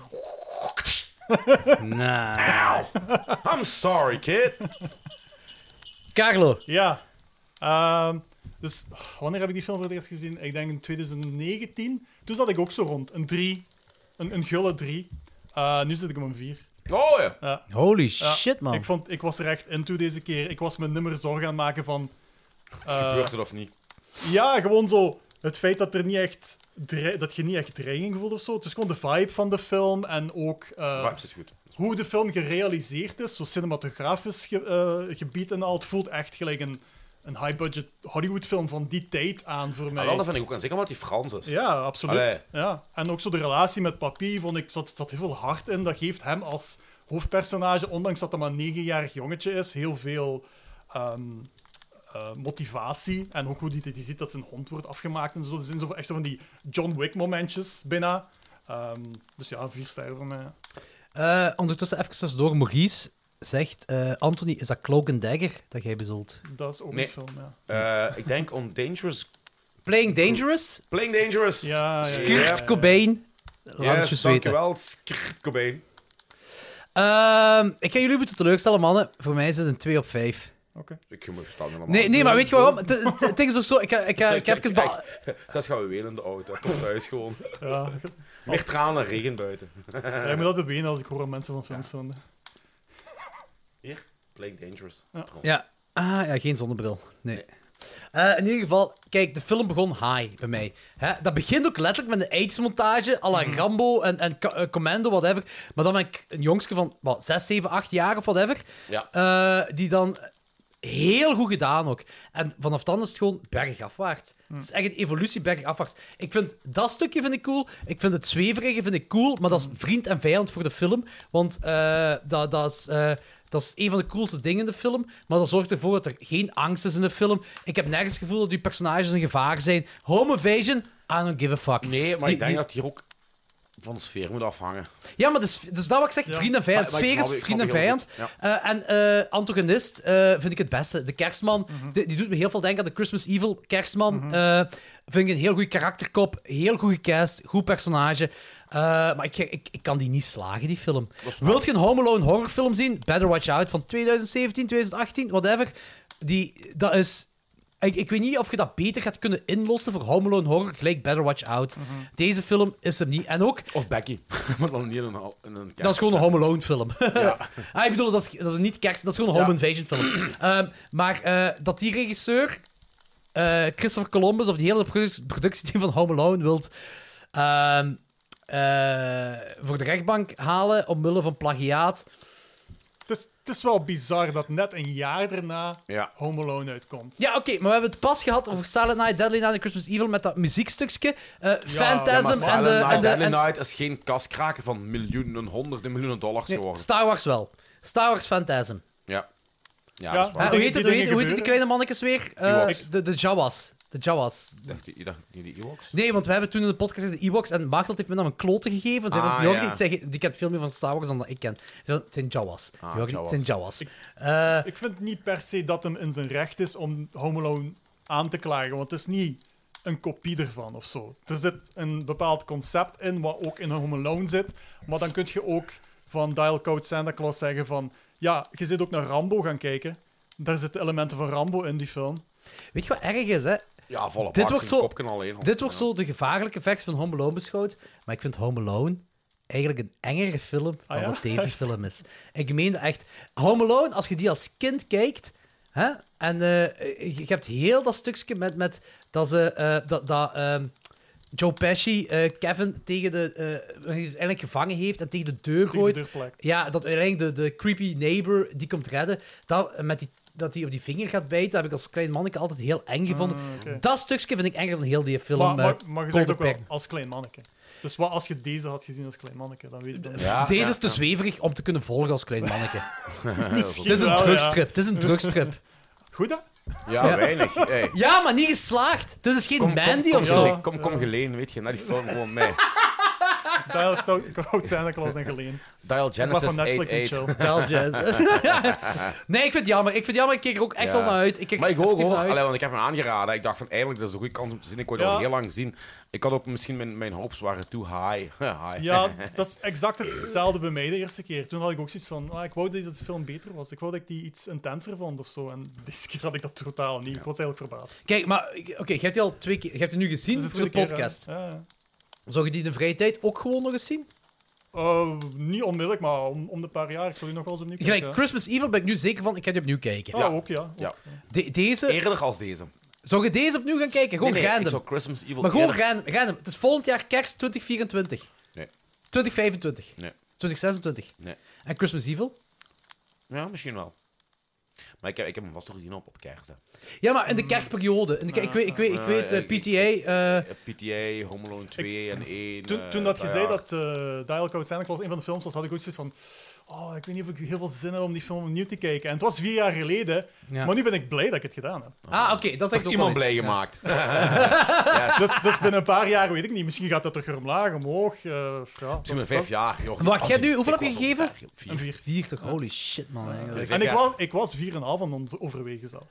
Nou.
I'm sorry, kid.
Carlo.
ja. Ehm, dus wanneer heb ik die film voor het eerst gezien? Ik denk in 2019. Toen zat ik ook zo rond. Een 3. Een, een gulle 3. nu zit ik op een 4.
Oh ja.
Eh,
Holy
Ja,
shit, man.
Ik, vond, ik was er echt into deze keer. Ik was me nimmer zorgen aan het maken van... eh,
Gebeurt het of niet?
ja, gewoon zo... Het feit dat, er niet echt dre- dat je niet echt dreiging voelt of zo. Het is gewoon de vibe van de film en ook eh,
Vibe zit goed.
hoe de film gerealiseerd is. Zo cinematografisch ge- eh, gebied en al. Het voelt echt gelijk een, een high-budget Hollywood-film van die tijd aan voor mij.
Ah, wel, dat vind ik ook. En zeker omdat hij Frans is.
Ja, absoluut.
Allee.
Ja. En ook zo de relatie met Papi, vond ik, zat, zat heel veel hart in. Dat geeft hem als hoofdpersonage, ondanks dat hij maar een negenjarig jongetje is, heel veel ehm, eh, motivatie. En ook hoe hij ziet dat zijn hond wordt afgemaakt en zo. Er zijn zo echt zo van die John Wick-momentjes bijna. Ehm, dus ja, vier sterren voor mij.
Eh, ondertussen even door. Maurice zegt: eh, Anthony, is dat Cloak and Dagger dat jij bedoelt?
Dat is ook
Nee.
een film, ja.
Eh, ik denk on Dangerous...
Playing Dangerous?
Playing Dangerous.
Ja, ja, ja, ja,
Kurt
ja.
Cobain. Laat het
yes,
je weten.
dankjewel, Skrt Cobain.
Ehm, ik ga jullie moeten teleurstellen, mannen. Voor mij is het een 2 op 5.
Oké.
Ik moet verstaan helemaal.
Nee, nee, maar weet je waarom? Het- Het het ding is ook zo. Ik, ga- ik, ga- ik heb even. bea-
Zes gaan we wenen in de auto. Tot thuis gewoon.
ja.
Meer tranen en regen buiten.
ja. Ik moet altijd wenen als ik hoor aan mensen van films van.
Hier, Playing Dangerous. Tron.
Ja. Ah, ja, geen zonnebril. Nee. Eh, in ieder geval, kijk, de film begon high bij mij. Hè, dat begint ook letterlijk met een AIDS-montage, à la
Mhm.
Rambo en, en Ca- eh, Commando, whatever. Maar dan ben ik een jongske van wat, 6, 7, 8 jaar of whatever.
Ja.
eh, die dan heel goed gedaan ook. En vanaf dan is het gewoon bergafwaarts.
Hm.
Het is echt een evolutie bergafwaarts. Ik vind dat stukje vind ik cool. Ik vind het zweverige vind ik cool. Maar
Hm.
dat is vriend en vijand voor de film. Want eh, dat, dat is... eh, dat is een van de coolste dingen in de film. Maar dat zorgt ervoor dat er geen angst is in de film. Ik heb nergens het gevoel dat die personages in gevaar zijn. Home invasion, I don't give a fuck.
Nee, maar
Die-
ik denk
die-
dat hier ook van de sfeer moet afhangen.
Ja, maar dus, dus dat wat ik zeg, vriend en vijand.
Maar- maar ik
Sfeer is
snap- ik
vriend en
snap heel
vijand.
goed,
Eh, en eh, antagonist eh, vind ik het beste. De kerstman,
Mhm.
die, die doet me heel veel denken aan de Christmas Evil kerstman. Eh, vind ik een heel goede karakterkop, heel goed gecast, goed personage. Eh, maar ik, ik, ik kan die niet slagen, die film. Wilt je een Home Alone horrorfilm zien? Better Watch Out van 2017, 2018, whatever. Die, dat is... Ik, ik weet niet of je dat beter gaat kunnen inlossen voor Home Alone horror, gelijk Better Watch Out.
Mhm.
Deze film is hem niet. En ook,
Of Becky. *laughs* maar dan niet in een, in een
dat is gewoon een Home Alone film. *laughs* ah, ik bedoel, dat is, dat is niet kerst, dat is gewoon een Home Invasion film. *clears throat* Ehm, maar eh, dat die regisseur, eh, Christopher Columbus, of die hele produ- productieteam van Home Alone, wilt ehm, eh, voor de rechtbank halen omwille van plagiaat.
Het is, het is wel bizar dat net een jaar daarna
Ja.
Home Alone uitkomt.
Ja, oké, maar we hebben het pas gehad over Silent Night, Deadly Night en Christmas Evil met dat muziekstukje. eh Phantasm
en
en de...
Night,
en de-
Deadly
en-
Night is geen kaskraken van miljoenen, honderden miljoenen dollars
nee,
geworden.
Star Wars wel. Star Wars Phantasm.
Ja.
Ja.
Ja, dat is
Hè,
Die-
waar.
hoe heet
die
het, hoe heet,
dingen
hoe heet het die
gebeuren.
kleine mannetjes weer? Eh,
Ewoks.
de, de Jawas. De Jawas.
Ik dacht, ik dacht niet die Ewoks.
Nee, want we hebben toen in de podcast gezegd, de Ewoks en Machteld heeft me dan een klote gegeven. Ze hebben
Ah,
Jordi,
ja.
het zeggen- die kent veel meer van Star Wars dan dat ik ken. Ze zeggen, Het zijn Jawas.
Ah,
Jordi, het
Jawas.
zijn Jawas.
Ik vind niet per se dat hem in zijn recht is om Home Alone aan te klagen, want het is niet een kopie ervan of zo. Er zit een bepaald concept in, wat ook in Home Alone zit, maar dan kun je ook van Dial Code Santa Claus zeggen van ja, je zit ook naar Rambo gaan kijken. Daar zitten elementen van Rambo in die film.
Weet je wat erg is, hè?
Ja, volop.
Dit wordt, zo,
Kopken alleen al.
dit wordt
Ja.
zo de gevaarlijke vecht van Home Alone beschouwd. Maar ik vind Home Alone eigenlijk een engere film dan
Ah, ja?
wat deze film is. Ik meende echt... Home Alone, als je die als kind kijkt... Hè, en eh, je hebt heel dat stukje met, met dat ze... eh, dat, dat, ehm, Joe Pesci eh, Kevin tegen de... eh, wanneer hij ze eigenlijk gevangen heeft en tegen de deur
Tegen de
gooit.
deur plakt.
Ja, dat uiteindelijk de, de creepy neighbor die komt redden, dat, met die, dat die op die vinger gaat bijten, dat heb ik als klein manneke altijd heel eng gevonden.
Ah, oké.
Dat stukje vind ik enger dan heel die film.
Maar, maar,
eh,
maar je
Cold
zegt ook wel
Open.
als klein manneke. Dus wat als je deze had gezien als klein manneke, dan weet je
*laughs*
dan
Ja,
eh, Deze
ja,
is te
ja.
zweverig om te kunnen volgen als klein
*laughs*
manneke.
misschien
Het is een
wel, ja.
drugstrip. Het is een drugstrip.
Goed hè?
Ja,
Ja.
weinig.
*laughs*
Hey.
Ja, maar niet geslaagd. Dit is geen
Kom, kom,
Mandy
kom,
of
kom,
zo.
ja. *laughs*
Kom, kom geleen, weet je, naar die film gewoon mee.
Dial so Code Santa Claus en geleen.
Dial
Ik mag van
Genesis
Netflix en
88.
chill.
Wel jazz. *laughs* nee, ik vind het jammer. Ik vind het jammer. Ik keek er ook echt
Ja.
wel naar uit. Ik keek
Maar ik
er
ook
effectief
hoor.
naar nou uit.
Allee, want ik heb hem aangeraden. Ik dacht van eigenlijk, dat is een goede kans om te zien. Ik wou het
Ja.
al heel lang zien. Ik had ook misschien mijn, mijn hopes waren too high. *laughs* high.
Ja, dat is exact hetzelfde bij mij de eerste keer. Toen had ik ook zoiets van, ah, ik wou dat deze film beter was. Ik wou dat ik die iets intenser vond of zo. En deze keer had ik dat totaal niet. Ik was eigenlijk verbaasd.
Kijk, maar ik- oké, je hebt die al twee keer... Je hebt die nu gezien
Dus
voor de
tweede keer, eh,
podcast.
hè. Ja, ja.
Zou je die in de vrije tijd ook gewoon nog eens zien?
Eh, niet onmiddellijk, maar om, om de paar jaar. Ik zal je nog wel eens opnieuw
Gelijk,
kijken.
Christmas Evil ben ik nu zeker van, ik ga die opnieuw kijken.
Oh, ook ja.
Ja.
De- deze...
Eerder als deze.
Zou je deze opnieuw gaan kijken?
Nee,
Gewoon
nee, ik
random.
zou Christmas Evil
Maar gewoon
eerder-
random, random. Het is volgend jaar kerst 2024.
Nee.
2025.
Nee.
2026.
Nee.
En Christmas Evil.
Ja, misschien wel. Maar ik heb, ik heb hem vast nog gezien op, op kerst. hè.
Ja, maar in de kerstperiode. In de ke- ik weet, ik weet, ik
Ah,
weet
Mm. ja,
eh,
ik-
PTA... eh,
Eh, PTA, Home Alone 2 en 1.
Toen, toen dat
Eh,
je zei dat eh Dial Code Santa Claus een van de films was, had ik ook zoiets van... Oh, ik weet niet of ik heel veel zin heb om die film opnieuw te kijken. En het was vier jaar geleden,
Ja.
maar nu ben ik blij dat ik het gedaan heb.
ah, oké, dat is echt ook
Iemand
wel
blij
iets. Ja.
gemaakt. Ah.
Dus, dus binnen een paar jaar, weet ik niet, misschien gaat dat toch weer omlaag, omhoog. eh, ja, dat is-
Misschien wel
dat-
vijf jaar. joh.
Wacht, jij
Ik
nu- hoeveel
was
heb je
al
gegeven?
ver- Vier.
Een vier.
Vier toch? Holy shit, man. eigenlijk.
Vijf
En ik
jaar.
was, ik was vier en een half aan het overwegen zelf.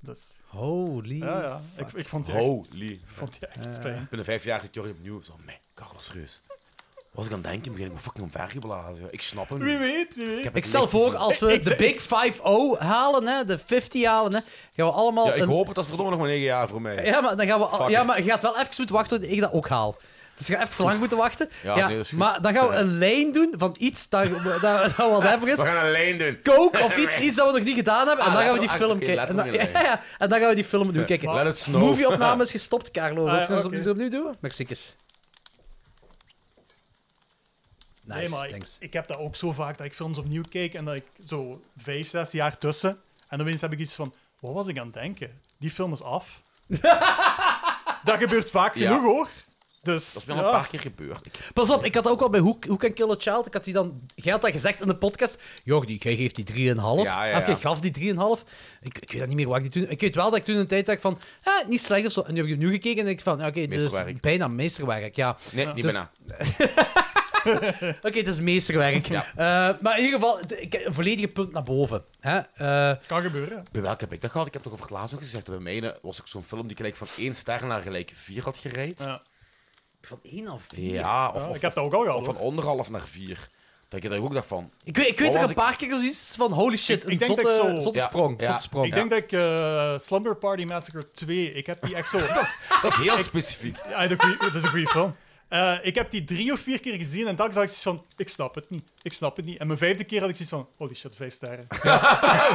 Dus,
Holy.
ja, ja. Ik, ik vond die echt,
Holy.
ik vond die echt fijn.
Binnen vijf jaar zit Jordi opnieuw. Zo, meh, Carlos Reus. Wat ik aan het denken begin, ik me fucking omvergeblazen. joh. Ik snap hem.
Wie
niet.
weet, wie weet.
heb
Ik
het
stel
licht
voor,
gezien.
als we
Ik- ik
de
zeg-
Big 5-0 halen, hè, de 50 halen, hè, gaan we allemaal...
Ja, ik
een-
hoop het. Dat is verdomme nog maar negen jaar voor mij.
ja, maar dan gaan we... al-
Fuck
Ja,
it.
maar je gaat wel even moeten wachten tot ik dat ook haal. Dus je gaat even lang moeten wachten.
*laughs* Ja, nee, dat is goed.
maar dan gaan we een lijn doen van iets dat, *laughs* dat, dat whatever is.
We gaan een lijn doen.
Coke of iets, iets dat we nog niet gedaan hebben. En
Ah,
dan gaan we
laten
die
we-
film
oké,
kijken. En
laten we
dan,
die
*laughs* ja, ja, en dan gaan we die film opnieuw kijken.
Let it snow.
Movie-opname
*laughs*
is gestopt, Carlo. Wil
Ah,
je
ja,
ons
oké.
opnieuw, opnieuw doen? Merci. kus. Nice,
Nee, maar ik-
thanks.
Ik heb dat ook zo vaak dat ik films opnieuw kijk en dat ik zo vijf, zes jaar tussen. En opeens heb ik iets van: wat was ik aan het denken? Die film is
*laughs*
af. dat gebeurt vaak
Ja.
genoeg hoor. Dus,
Dat is wel
ja.
een paar keer gebeurd. Ik-
Pas op, ik had dat ook al bij Hoe, Hoe Can Kill a Child. Ik had die dan, jij had dat gezegd in de podcast. Jordi, jij geeft die 3,5.
Ja, ja,
Of jij
ja.
gaf die 3,5. Ik, ik weet dat niet meer waar ik die toen... Ik weet wel dat ik toen een tijd dacht van... Eh, niet slecht of zo. En nu heb ik opnieuw gekeken en denk ik van... "Ah, Oké, dit is
Meesterwerk.
bijna meesterwerk, ja.
Nee, niet
Dus-
bijna.
Oké, het is
*laughs*
meesterwerk. Eh, maar in ieder geval, d- ik- een volledige punt naar boven. Hè? Eh,
Kan gebeuren.
Bij welke heb ik dat gehad? Ik heb toch over het laatst nog gezegd. dat Bij mij eh, was ik zo'n film die gelijk van één ster naar gelijk vier had gereed.
Ja.
van 1 of 4.
Ja, of,
Ja,
of-
ik heb
of-
dat ook al gehad,
Of van
hoor.
anderhalf naar vier. Dat je daar ook dacht
*laughs*
van.
Ik weet, ik
Wat
weet er
was
een
ik-
paar keer zoiets van... Holy shit,
Ik-
een
ik denk
zotte,
dat ik zo-
zotte
Ja,
sprong.
ja.
zotte sprong.
Ik denk dat ik eh, Slumber Party Massacre 2, ik heb die echt zo.
*laughs*
*laughs*
Dat is heel specifiek.
Ja, dat is een goeie- dat is een goede film. Eh, ik heb die drie of vier keer gezien en dan zag ik zoiets van: ik snap het niet. Ik snap het niet. En mijn vijfde keer had ik zoiets van: holy shit,
*laughs*
vijf sterren.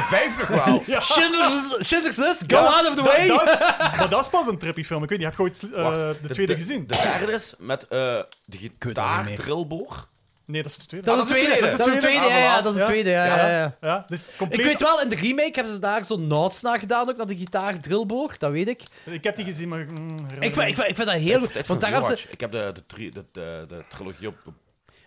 Vijf nog *laughs* wel.
Ja.
Schindler's, Schindler's List, go
Ja,
out of the
dat-
way!
dat is- maar dat is pas een trippy film. Ik weet niet, heb je ooit eh,
Wacht,
de, tweede gezien?
De derde is met eh de
niet
gitaar
meer.
drillboor.
nee, dat is de tweede.
Dat is de tweede. Dat is de tweede. Ja, ja, dat is de
Ja.
tweede. Ja, ja, ja.
Ja, dus compleet,
Ik weet wel, in de remake hebben ze daar zo'n notes naar gedaan, ook naar de gitaar drillboor, dat weet ik.
Ik heb die gezien, maar... mm, herinner
Ik vind, ik
me
vind, ik vind dat heel goed.
Het
Want
is van
daar hebben ze,
Baywatch. Ik heb de, de, tri- de, de, de trilogie op. op-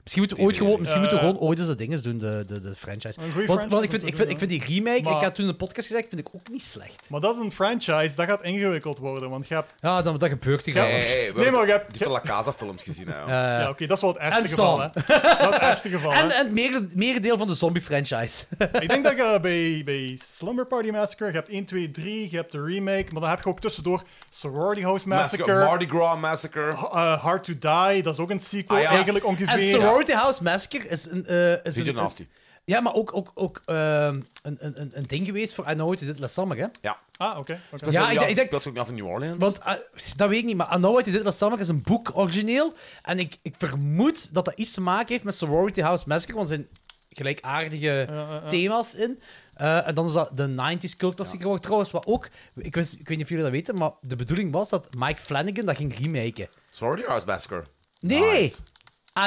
misschien moeten we ooit gewoon, misschien moeten we
Eh.
gewoon ooit eens dat ding eens doen, de, de, de franchise.
Een goeie
Want,
franchise
want ik, vind, ik, vind,
natuurlijk,
ik vind die remake,
Maar-
ik had toen in de podcast gezegd, vind ik ook niet slecht.
niet. Maar dat is een franchise, dat gaat ingewikkeld worden, want je hebt...
Ja, dan, dat gebeurt hier
Ja.
wel.
Hey,
eens.
hey, we
Nee, maar
hebben
je hebt-
die van La Casa films gezien.
Eh,
Hè.
ja, oké, dat is wel het
en
ergste geval, hè.
Saw.
Dat is het ergste geval,
*laughs*
hè.
En, en het mere- merendeel van de
*laughs*
zombie-franchise.
Ik denk dat je bij, bij Slumber Party Massacre, je hebt 1, 2, 3, je hebt de remake, maar dan heb je ook tussendoor Sorority House Massacre,
Massacre, Oh. Mardi Gras Massacre.
eh, Hard to Die, dat is ook een sequel,
Ah, ja.
eigenlijk ongeveer.
en Sorority House Massacre is een... eh is
Video
een,
Nasty.
ja, maar ook, ook, ook ehm, een, een, een- een ding geweest voor I Know It Is It Last Summer, hè?
Ja.
Ah, oké. oké.
Ja, ik denk- ik denk-
dat is ook niet af in New Orleans.
Want ah, dat weet ik niet, maar Anna White, dit was Summer is een boek origineel. En ik, ik vermoed dat dat iets te maken heeft met Sorority House Massacre, want er zijn gelijkaardige thema's in. Eh, en dan is dat de 90s cultklassieker geworden. Trouwens, wat ook, ik, wist, ik weet niet of jullie dat weten, maar de bedoeling was dat Mike Flanagan dat ging remaken.
Sorry, House Massacre.
Nee!
Nice.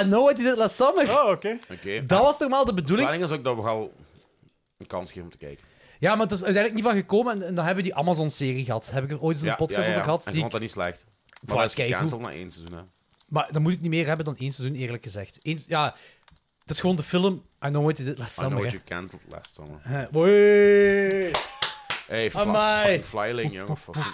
I know what you did last summer.
Oh, oké.
Oké.
Dat was normaal de bedoeling.
Planning is ook dat we gaan een kans geven om te kijken.
Ja, maar het is uiteindelijk niet van gekomen. En, en dan hebben we die Amazon-serie gehad. Daar heb ik er ooit eens een podcast over gehad.
En ik
die
vond dat niet slecht. Maar
Voilà,
dat is
kijk,
gecanceld na één seizoen. Hè.
Maar dan moet ik niet meer hebben dan één seizoen, eerlijk gezegd. Eén, ja, het is gewoon de film I Know What You Did Last
I know
Summer.
what
hè.
you cancelled last summer.
Hè, Wee.
*laughs* Hey, fla
Amai. *laughs*
fucking flyling, jongen. Fucking-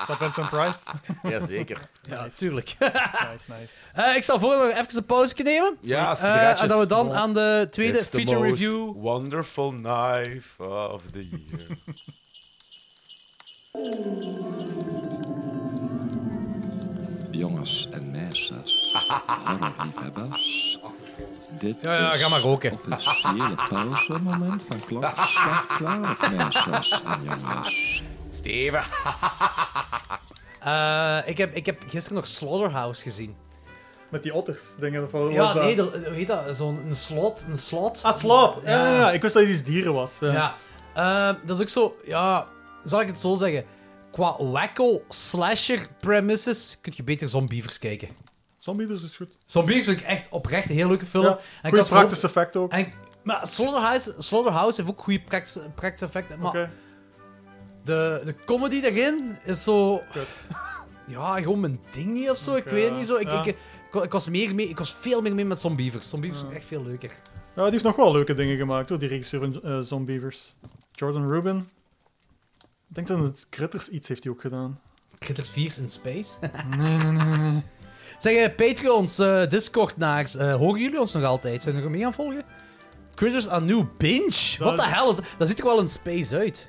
Is dat Vincent Price?
Jazeker.
Ja,
Nice.
tuurlijk. *laughs*
nice, nice.
Eh, ik zal voor nog even een pauze nemen.
Ja,
Eh, en dat we dan aan de tweede
It's the
feature
most
review.
Wonderful knife of the year.
Jongens en meisjes, horrorliefhebbers. Dit
Ja, ja,
is
ga maar roken.
het officiële pauzemoment van klokslag 12, meisjes en jongens.
*laughs* Steven.
Eh, ik, heb, ik heb gisteren nog Slaughterhouse gezien.
Met die otters, dingen. Of wat was
ja,
dat?
nee, dat- hoe heet dat? Zo'n een slot. Een slot.
Ah, slaat. Ja.
Ja.
ja, ja. Ik wist dat het iets dieren was. Ja.
Ja, eh, dat is ook zo. Ja, zal ik het zo zeggen? Qua wacko slasher premises kun je beter zombievers kijken.
Zombie dus is goed.
Zombievers vind ik echt oprecht een heel leuke film.
Ja.
ik
Goeie
had gehoopt-
praktisch effect ook.
en ik- maar Slaughterhouse, Slaughterhouse heeft ook goede praktische, praktische effecten. Maar
Oké.
de, de comedy daarin is zo.
Kut.
*laughs* Ja, gewoon mijn ding niet of zo. Ik
Oké,
weet niet zo. Ik,
ja.
ik, ik, ik was meer mee, ik was veel meer mee met zombievers. Zombievers is echt veel leuker.
Ja, die heeft nog wel leuke dingen gemaakt, hoor, die regisseur van eh, Zombievers. Jordan Rubin. Ik denk dat het Critters iets heeft hij ook gedaan.
Critters 4 in Space? *laughs* nee, nee, nee, nee. Zeg, eh, Patreons, eh Discord-naars, eh, horen jullie ons nog altijd? Zijn er nog mee aan het volgen? Critters aan New Binge? What the
is-
hell is dat? Dat ziet er wel een space uit.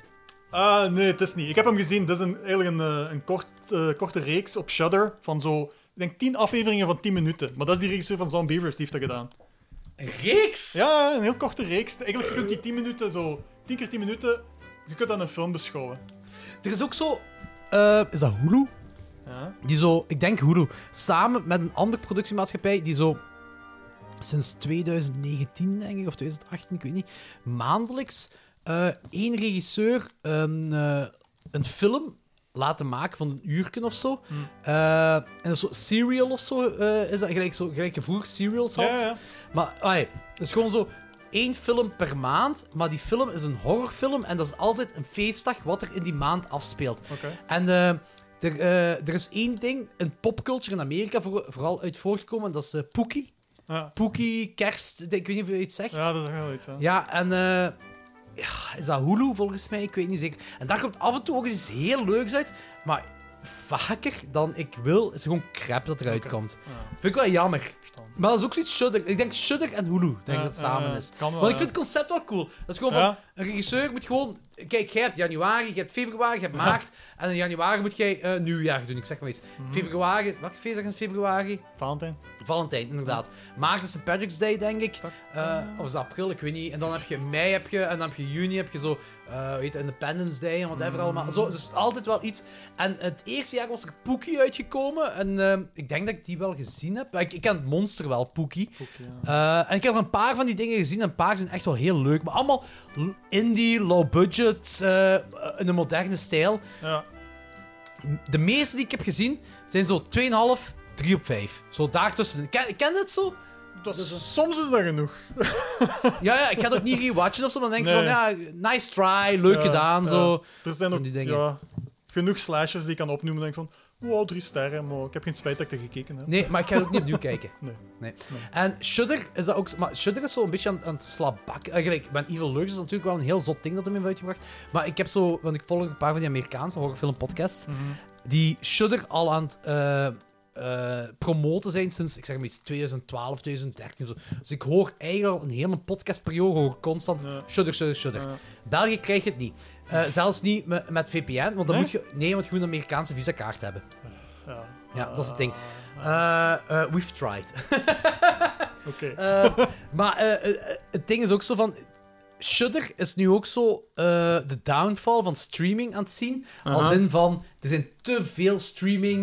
Ah, nee, het is niet. Ik heb hem gezien. Dat is een, eigenlijk een, eh, een kort, eh, korte reeks op Shudder van zo, ik denk 10 afleveringen van 10 minuten. Maar dat is die regisseur van Zombievers, die heeft dat gedaan.
Een reeks?
Ja, een heel korte reeks. Eigenlijk kun je die 10 minuten zo, 10 keer 10 minuten, je kunt dat een film beschouwen.
Er is ook zo... eh, is dat Hulu?
Ja.
Die zo... Ik denk Hulu. Samen met een andere productiemaatschappij die zo... Sinds 2019, denk ik, of 2018, ik weet niet. Maandelijks eh, één regisseur een, eh, een film laten maken van een uurken of zo.
Hmm.
Eh, en dat is zo serial of zo. eh, is dat gelijk, zo, gelijk gevoel serials had.
Ja, ja.
Maar ai, het is gewoon zo één film per maand. Maar die film is een horrorfilm. En dat is altijd een feestdag wat er in die maand afspeelt.
Oké.
En eh, er, eh, er is één ding in popculture in Amerika voor, vooral uit voortkomen. Dat is eh, Pookie.
Ja.
Pookie, kerst. Ik weet niet of je iets zegt.
ja, dat is wel iets. Hè.
Ja, en eh, ja, is dat Hulu volgens mij? Ik weet niet zeker. En daar komt af en toe ook eens iets heel leuks uit, maar vaker dan ik wil, is gewoon crap dat eruit komt. Vind ik wel jammer. Maar dat is ook zoiets Shudder. Ik denk Shudder en Hulu, denk ik
Ja,
dat het samen
eh,
is.
kan wel,
maar ik
ja.
vind het concept wel cool. Dat is gewoon van,
Ja.
een regisseur moet gewoon... Kijk, jij hebt januari, je hebt februari, je
*laughs*
hebt maart. En in januari moet jij eh, nieuwjaar doen, ik zeg maar iets.
Mhm.
Februari, welke feestdag in februari?
Valentijn.
Valentijn, inderdaad. Maart is St. Patrick's Day, denk ik. Eh, of is dat april, ik weet niet. En dan heb je mei, heb je, en dan heb je juni, heb je zo, eh, hoe heet het, Independence Day en whatever allemaal. Zo, dus altijd wel iets. En het eerste jaar was er Pookie uitgekomen. En ehm, ik denk dat ik die wel gezien heb. Ik, ik ken het monster wel, Pookie. Eh, en ik heb er een paar van die dingen gezien. en Een paar zijn echt wel heel leuk. Maar allemaal l- indie, low budget, eh, in een moderne stijl.
Ja.
De meeste die ik heb gezien zijn zo 2,5, 3 op 5. Zo daartussen. Ken, ken je het zo? Dus-
Dat is- dus soms is dat genoeg.
Ja, ja, ik ga het ook niet rewatchen of zo. Dan denk je
Nee.
van, ja, nice try, leuk
Ja,
gedaan,
ja.
zo.
Er zijn
Zo
ook
die dingen.
Ja, genoeg slashes die ik kan opnoemen. denk ik van, wow, drie sterren, maar ik heb geen spijt dat ik er gekeken heb.
Nee, maar ik ga het ook niet opnieuw kijken.
*laughs* Nee.
En Shudder is dat ook... zo- Maar Shudder is zo een beetje aan, aan het slapbakken. Eh, gelijk, Mijn Evil Lurks is natuurlijk wel een heel zot ding dat hem heeft uitgebracht. Maar ik heb zo... Want ik volg een paar van die Amerikaanse horrorfilmpodcasts.
Mhm.
Die Shudder al aan het... eh, eh, promoten zijn sinds, ik zeg maar iets, 2012, 2013 of zo. Dus ik hoor eigenlijk al een hele podcastperiode hoor ik constant
Ja.
Shudder, Shudder, Shudder.
Ja.
België krijg je het niet. Eh, zelfs niet me- met VPN, want dan
Nee?
moet je... Nee, want je moet een Amerikaanse visa-kaart hebben.
Ja,
Ja, dat is het ding. Eh, eh, we've tried. *laughs*
oké.
Eh, maar eh, eh, eh, het ding is ook zo van. Shudder is nu ook zo eh, de downfall van streaming aan het zien. Als in van, er zijn te veel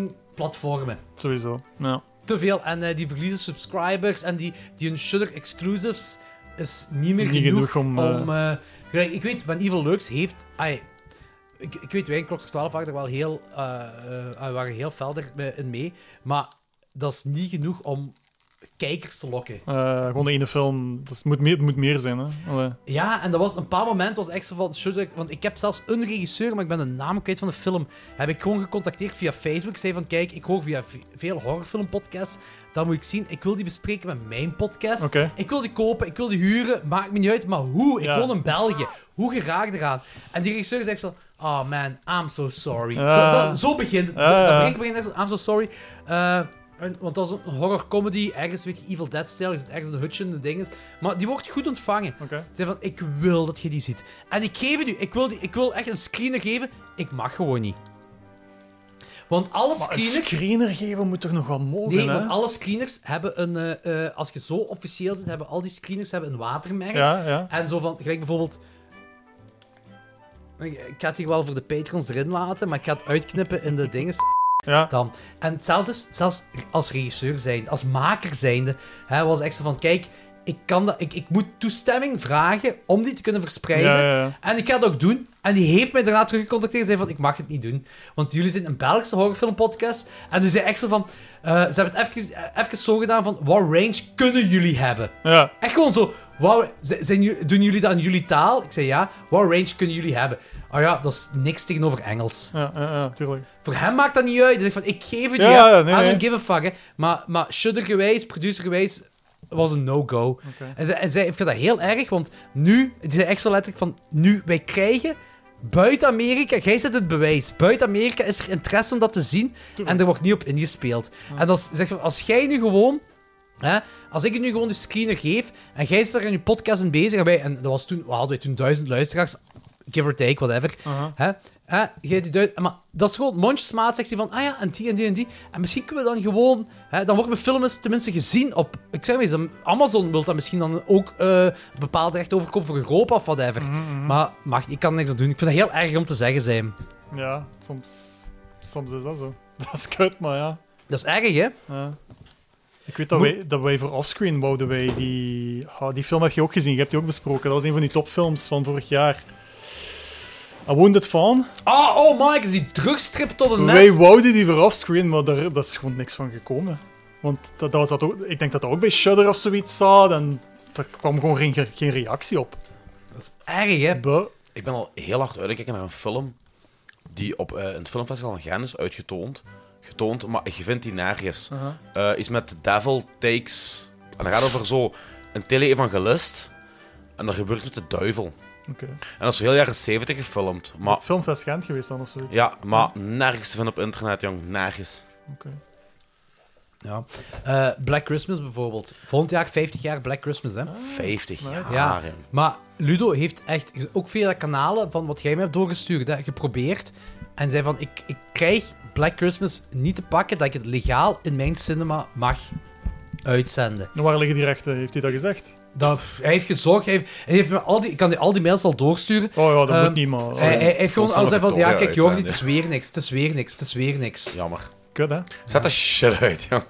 streaming-platformen.
Sowieso. Ja.
Te veel. En eh, die verliezen subscribers en die, die hun Shudder-exclusives is niet meer
Niet
genoeg,
genoeg om, eh,
eh, gelijk, ik weet, Van Evil Lurks heeft... ai, ik, ik weet, wij in Kloksters 12 waren er wel heel, ah, eh eh, waren heel fel er- in mee. Maar dat is niet genoeg om kijkers te lokken.
Eh, gewoon de ene film. Dus het, moet meer, het moet meer zijn, hè? Allee.
Ja, en dat was een paar momenten was echt zo van... shit, ik- Want ik heb zelfs een regisseur, maar ik ben de naam kwijt van de film. Heb ik gewoon gecontacteerd via Facebook. Ik zei van, kijk, ik hoor via v- veel horrorfilmpodcasts. Dat moet ik zien. Ik wil die bespreken met mijn podcast.
Oké.
Ik wil die kopen, ik wil die huren. Maakt me niet uit, maar hoe? Ik
Ja.
woon in België. Hoe geraak ik eraan? En die regisseur zegt zo... Oh man, I'm so sorry. Zo-
Ja.
dat- zo begint het.
Ja,
Dat- dat
ja.
bericht begint echt zo, I'm so sorry. Eh, en- want dat is een horror-comedy, ergens, weet je, Evil Dead-stijl, is het ergens een hutje en de dinges. Maar die wordt goed ontvangen.
Oké.
Ze van, ik wil dat je die ziet. En ik geef het u. Ik wil, die, ik wil echt een screener geven. Ik mag gewoon niet. Want alle
Maar een
screeners...
screener geven moet toch nog wel mogen,
Nee,
hè?
want alle screeners hebben een... eh, eh, als je zo officieel zit, hebben al die screeners hebben een watermerk.
Ja, ja.
En zo van, gelijk bijvoorbeeld... Ik ik ga het hier wel voor de patrons erin laten, maar ik ga het uitknippen in de dinges
ja.
dan. En hetzelfde is, zelfs als regisseur zijnde, als maker zijnde, hè, was echt zo van, kijk, ik, kan dat, ik, ik moet toestemming vragen om die te kunnen verspreiden.
Ja, ja, ja.
En ik ga dat ook doen. En die heeft mij daarna teruggecontacteerd en zei van, ik mag het niet doen. Want jullie zijn een Belgische horrorfilmpodcast. En die zei echt zo van, eh, ze hebben het even, eh, even zo gedaan van, wat range kunnen jullie hebben?
Ja.
Echt gewoon zo. Wow, zijn, jullie- doen jullie dat in jullie taal? Ik zei ja. Wat range kunnen jullie hebben? Oh ja, dat is niks tegenover Engels.
Ja, ja, ja, tuurlijk.
Voor hem maakt dat niet uit. Hij zegt van, ik geef het
Ja,
niet.
ja,
hè.
nee,
I
nee.
don't give a fuck. Hè. Maar, maar Shudder geweest, producer geweest, was een no-go. En, zij, en zij ik vind dat heel erg, want nu, het is echt zo letterlijk van, nu, wij krijgen buiten Amerika, jij zet het bewijs, buiten Amerika is er interesse om dat te zien en er wordt niet op ingespeeld. En dat is, zeg, van, als jij nu gewoon Hè? Als ik je nu gewoon de screener geef en jij zit daar in je podcast in bezig, en, wij, en dat was toen, we hadden wij toen duizend luisteraars, give or take, whatever. Hè? Hè? Jij die duid- maar dat is gewoon mondjesmaat, zegt hij van, ah ja, en die en die en die. En misschien kunnen we dan gewoon, hè, dan worden mijn films tenminste gezien op, ik zeg maar eens, Amazon wil dat misschien dan ook eh bepaald recht overkomen voor Europa of whatever. Maar mag, ik kan niks aan doen. Ik vind dat heel erg om te zeggen, zijn.
Ja, soms, soms is dat zo. *laughs* Dat is kut, maar ja.
Dat is erg, hè?
ja. Ik weet dat wij, dat wij voor offscreen wouden wij die... ah, die film heb je ook gezien, je hebt die ook besproken. Dat was een van die topfilms van vorig jaar. I Wounded Fawn.
Oh, oh Mike, is die drugstrip tot een
Wij
net.
wouden die voor offscreen, maar daar, daar is gewoon niks van gekomen. Want dat, dat was dat ook, ik denk dat dat ook bij Shudder of zoiets zat en daar kwam gewoon geen, geen reactie op.
Dat is erg, hè?
Buh.
Ik ben al heel hard uitgekeken naar een film die op eh, een filmfestival in Gent is uitgetoond. Getoond, maar je vindt die nergens.
Uh-huh.
Eh, iets met The Devil Takes... En dat gaat over zo een tele-evangelist. En dat gebeurt met de duivel.
Oké.
En dat is heel jaren 70 gefilmd. Maar,
Filmfest Gent geweest dan of zoiets.
Ah. ja, maar nergens te vinden op internet, jong. Nergens.
Oké.
Ja. Eh, Black Christmas bijvoorbeeld. Volgend jaar 50 jaar Black Christmas, hè?
50
nice.
jaar, jong.
Maar Ludo heeft echt, ook via kanalen van wat jij me hebt doorgestuurd, hè, geprobeerd. En zei van, ik, ik krijg Black Christmas niet te pakken dat ik het legaal in mijn cinema mag uitzenden.
En waar liggen die rechten? Heeft hij dat gezegd?
Dat, hij heeft gezorgd, hij heeft, hij heeft me al die, ik kan die, al die mails wel doorsturen.
Oh ja, dat
Ehm,
moet niet, maar...
Hij, hij heeft gewoon al
Constant
zei van, ja
Victoria
kijk joh, dit
uitzenden.
is weer niks, het is weer niks, het is weer niks.
Jammer.
Kut, hè?
Zet dat shit uit, jong.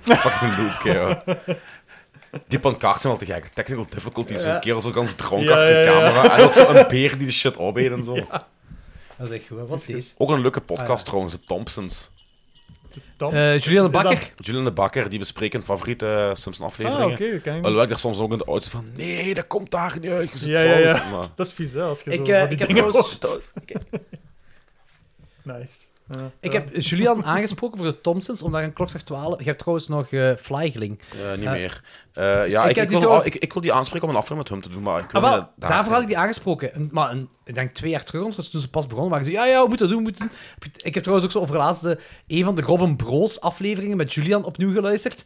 Fucking loopje, joh. Die pancarts zijn wel te gek. Technical difficulties. Zo'n kerel zo ganz dronken
Ja,
achter de
ja, ja.
camera. En ook zo'n beer die de shit opeet en zo.
Dat is echt goed, hè. wat is deze?
Ook een leuke podcast trouwens, de Thompsons.
Dan.
Eh Julianne
dat-
Bakker.
Julian de Bakker, die bespreken hun favoriete
ah,
Simpson-afleveringen.
oké, ken ik
Alhoewel ik daar soms ook in de auto van... Nee, dat komt daar niet uit. Je zit
Ja, ja, ja.
fout." Maar
Dat is vies, hè, als je zo
Ik,
van
eh
die
ik heb
dingen Oh,
trouwens...
hoort. Nice. Ja,
Ik
ja.
heb Julian aangesproken voor de Thompsons, om daar een klokslag 12... Je hebt trouwens nog eh Flygeling.
eh, niet
Ja.
meer. Eh, ja,
Ik
ik,
heb
ik,
die
wil,
trouwens-
ik, ik wil die aanspreken om een aflevering met hem te doen, maar ik wil
Ah, wel,
niet dat-
daarvoor had ik die aangesproken. En- Maar een, ik denk twee jaar terug, want toen ze pas begonnen waren ze... Ja, ja, we moeten dat doen, we moeten dat doen. Ik heb trouwens ook zo over de laatste... Een van de Robin Broos afleveringen met Julian opnieuw geluisterd.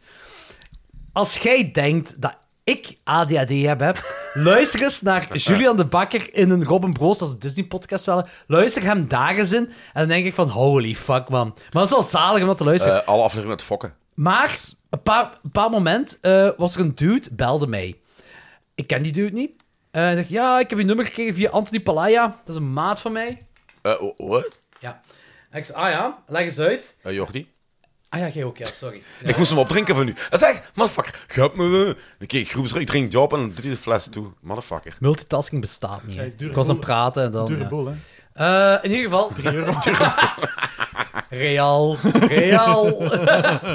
Als jij denkt dat ik ADHD heb, hè, *laughs* luister eens naar Julian de Bakker in een Robin Broos, dat is een Disney-podcast wel. Luister hem daar eens in. En dan denk ik van, holy fuck, man. Maar dat is wel zalig om dat te luisteren.
Eh, alle afleveringen met fokken.
Maar een paar, een paar moment eh, was er een dude, belde mij. Ik ken die dude niet. Eh, hij zegt, ja, ik heb je nummer gekregen via Anthony Palaya. Dat is een maat van mij.
Eh, w- Wat?
Ja. En ik zeg, ah ja, leg eens uit.
Eh, Jordi?
Ah ja, jij ook, ja, sorry. Ja.
Ik moest hem opdrinken van nu. Hij zegt, motherfucker, je hebt me... Oké, groep ik drink die op en dan doet hij de fles toe. Motherfucker.
Multitasking bestaat niet. hè.
is dure
ik was aan het
boel.
praten en dan...
Dure
ja.
boel, hè?
Eh, in ieder geval... Real, *laughs* Real.
Ik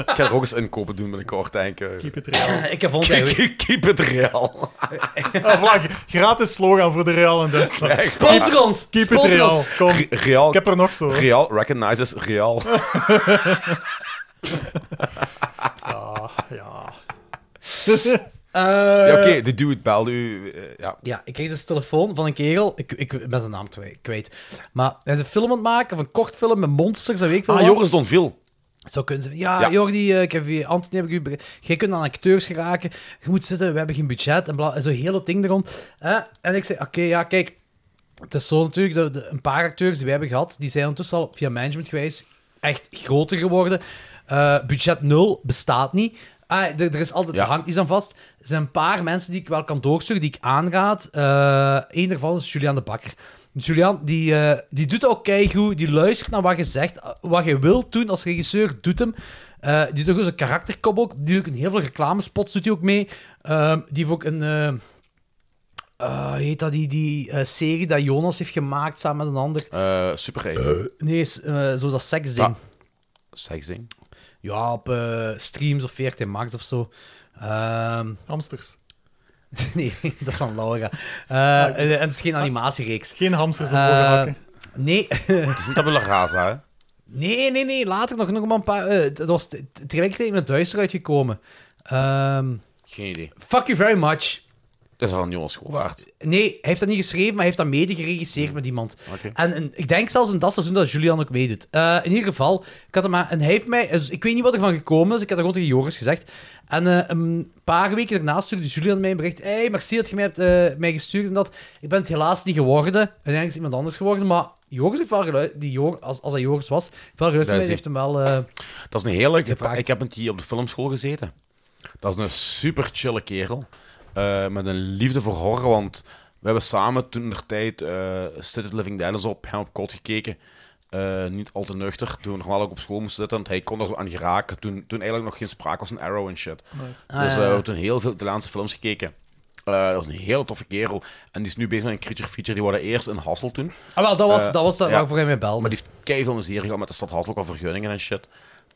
ga er ook eens inkopen doen binnenkort, denk ik.
Keep it real. *laughs*
ik heb vond eigenlijk...
Keep it real.
Ah, vlag, gratis slogan voor de Real in Duitsland.
Sponsor ons!
Keep it
sponsor
real.
ons.
Kom.
Re- Real,
Ik heb er nog zo. hoor.
Real recognizes Real.
Ja, ja.
Eh,
Ja, oké, de dude belde u. eh, ja.
Ja, ik kreeg dus een telefoon van een kerel. Ik, ik ben zijn naam twe- kwijt. Maar hij is een film aan het maken, of een kort film met monsters en weet ik veel
Ah,
wat.
Joris Donvil.
Zo kunnen ze... Ja,
Ja.
Jordi, eh, ik heb je... Anthony heb ik u... bere- Jij kunt aan acteurs geraken. Je moet zitten, we hebben geen budget. En, bla, en zo'n hele ding erom. Eh, en ik zei, oké, ja, kijk. Het is zo natuurlijk, de, de- een paar acteurs die we hebben gehad, die zijn ondertussen al via management geweest echt groter geworden. Eh, budget nul bestaat niet. Ah, er, er is altijd,
Ja.
er hangt iets aan vast. Er zijn een paar mensen die ik wel kan doorsturen, die ik aanraad. Eén daarvan is Julian de Bakker. Julian, die, eh, die doet ook keigoed. Die luistert naar wat je zegt. eh, Wat je wilt doen als regisseur, doet hem. Eh, die doet ook zo'n karakterkop ook. Die doet ook in heel veel reclamespots doet hij ook mee. Ehm, die heeft ook een... eh, eh, heet dat die, die eh, serie dat Jonas heeft gemaakt samen met een ander?
Eh super
Nee, is, eh, zo dat seksding.
Ja. Sexing.
Ja, op eh, streams of 14 Max of zo. Ehm, *laughs*
Hamsters.
nee, *laughs* dat is van Laura. Eh, en, en het is geen animatiereeks.
Geen hamsters in
Eh,
uh,
Nee, *laughs*
Het is een tabula rasa, hè?
nee, nee, nee. Later nog, nog maar een paar. eh, dat was te- te- tegelijkertijd met Duister uitgekomen. Ehm,
Geen idee.
fuck you very much.
Dat is al een jonge schoolwaard.
Nee, hij heeft dat niet geschreven, maar hij heeft dat mede geregisseerd met iemand.
Oké.
En, en ik denk zelfs in dat seizoen dat Julian ook meedoet. Eh, in ieder geval, ik had hem aan, en hij heeft mij, dus ik weet niet wat er van gekomen is, ik had dat gewoon tegen Joris gezegd. En eh, een paar weken daarna stuurde Julian mij een bericht. Hé, hey, merci dat je mij hebt eh, mij gestuurd en dat. Ik ben het helaas niet geworden. Uiteindelijk is iemand anders geworden, maar Joris heeft wel geluisterd. Die Jor- als, als dat Joris was, heeft wel geluisterd.
Dat
Hij heeft
is
hem wel... eh,
Dat is een heel leuke...
Gevraagd.
Ik heb met die op de filmschool gezeten. Dat is een super chille kerel. Eh, met een liefde voor horror, want we hebben samen toen der tijd eh City of the Living Dead is op hem op kot gekeken. Eh, niet al te nuchter, toen we normaal ook op school moesten zitten. Want hij kon er zo aan geraken, toen, toen eigenlijk nog geen sprake was van Arrow en shit.
ah,
dus eh,
ja.
we hebben toen heel veel Italiaanse films gekeken. Eh, dat was een hele toffe kerel. En die is nu bezig met een creature feature. Die waren eerst in Hassel toen.
Ah, wel, dat was,
eh,
dat was dat
ja.
waarvoor hij mij belde.
Maar die heeft keiveel plezier gehad met de stad Hasselt, ook al vergunningen en shit.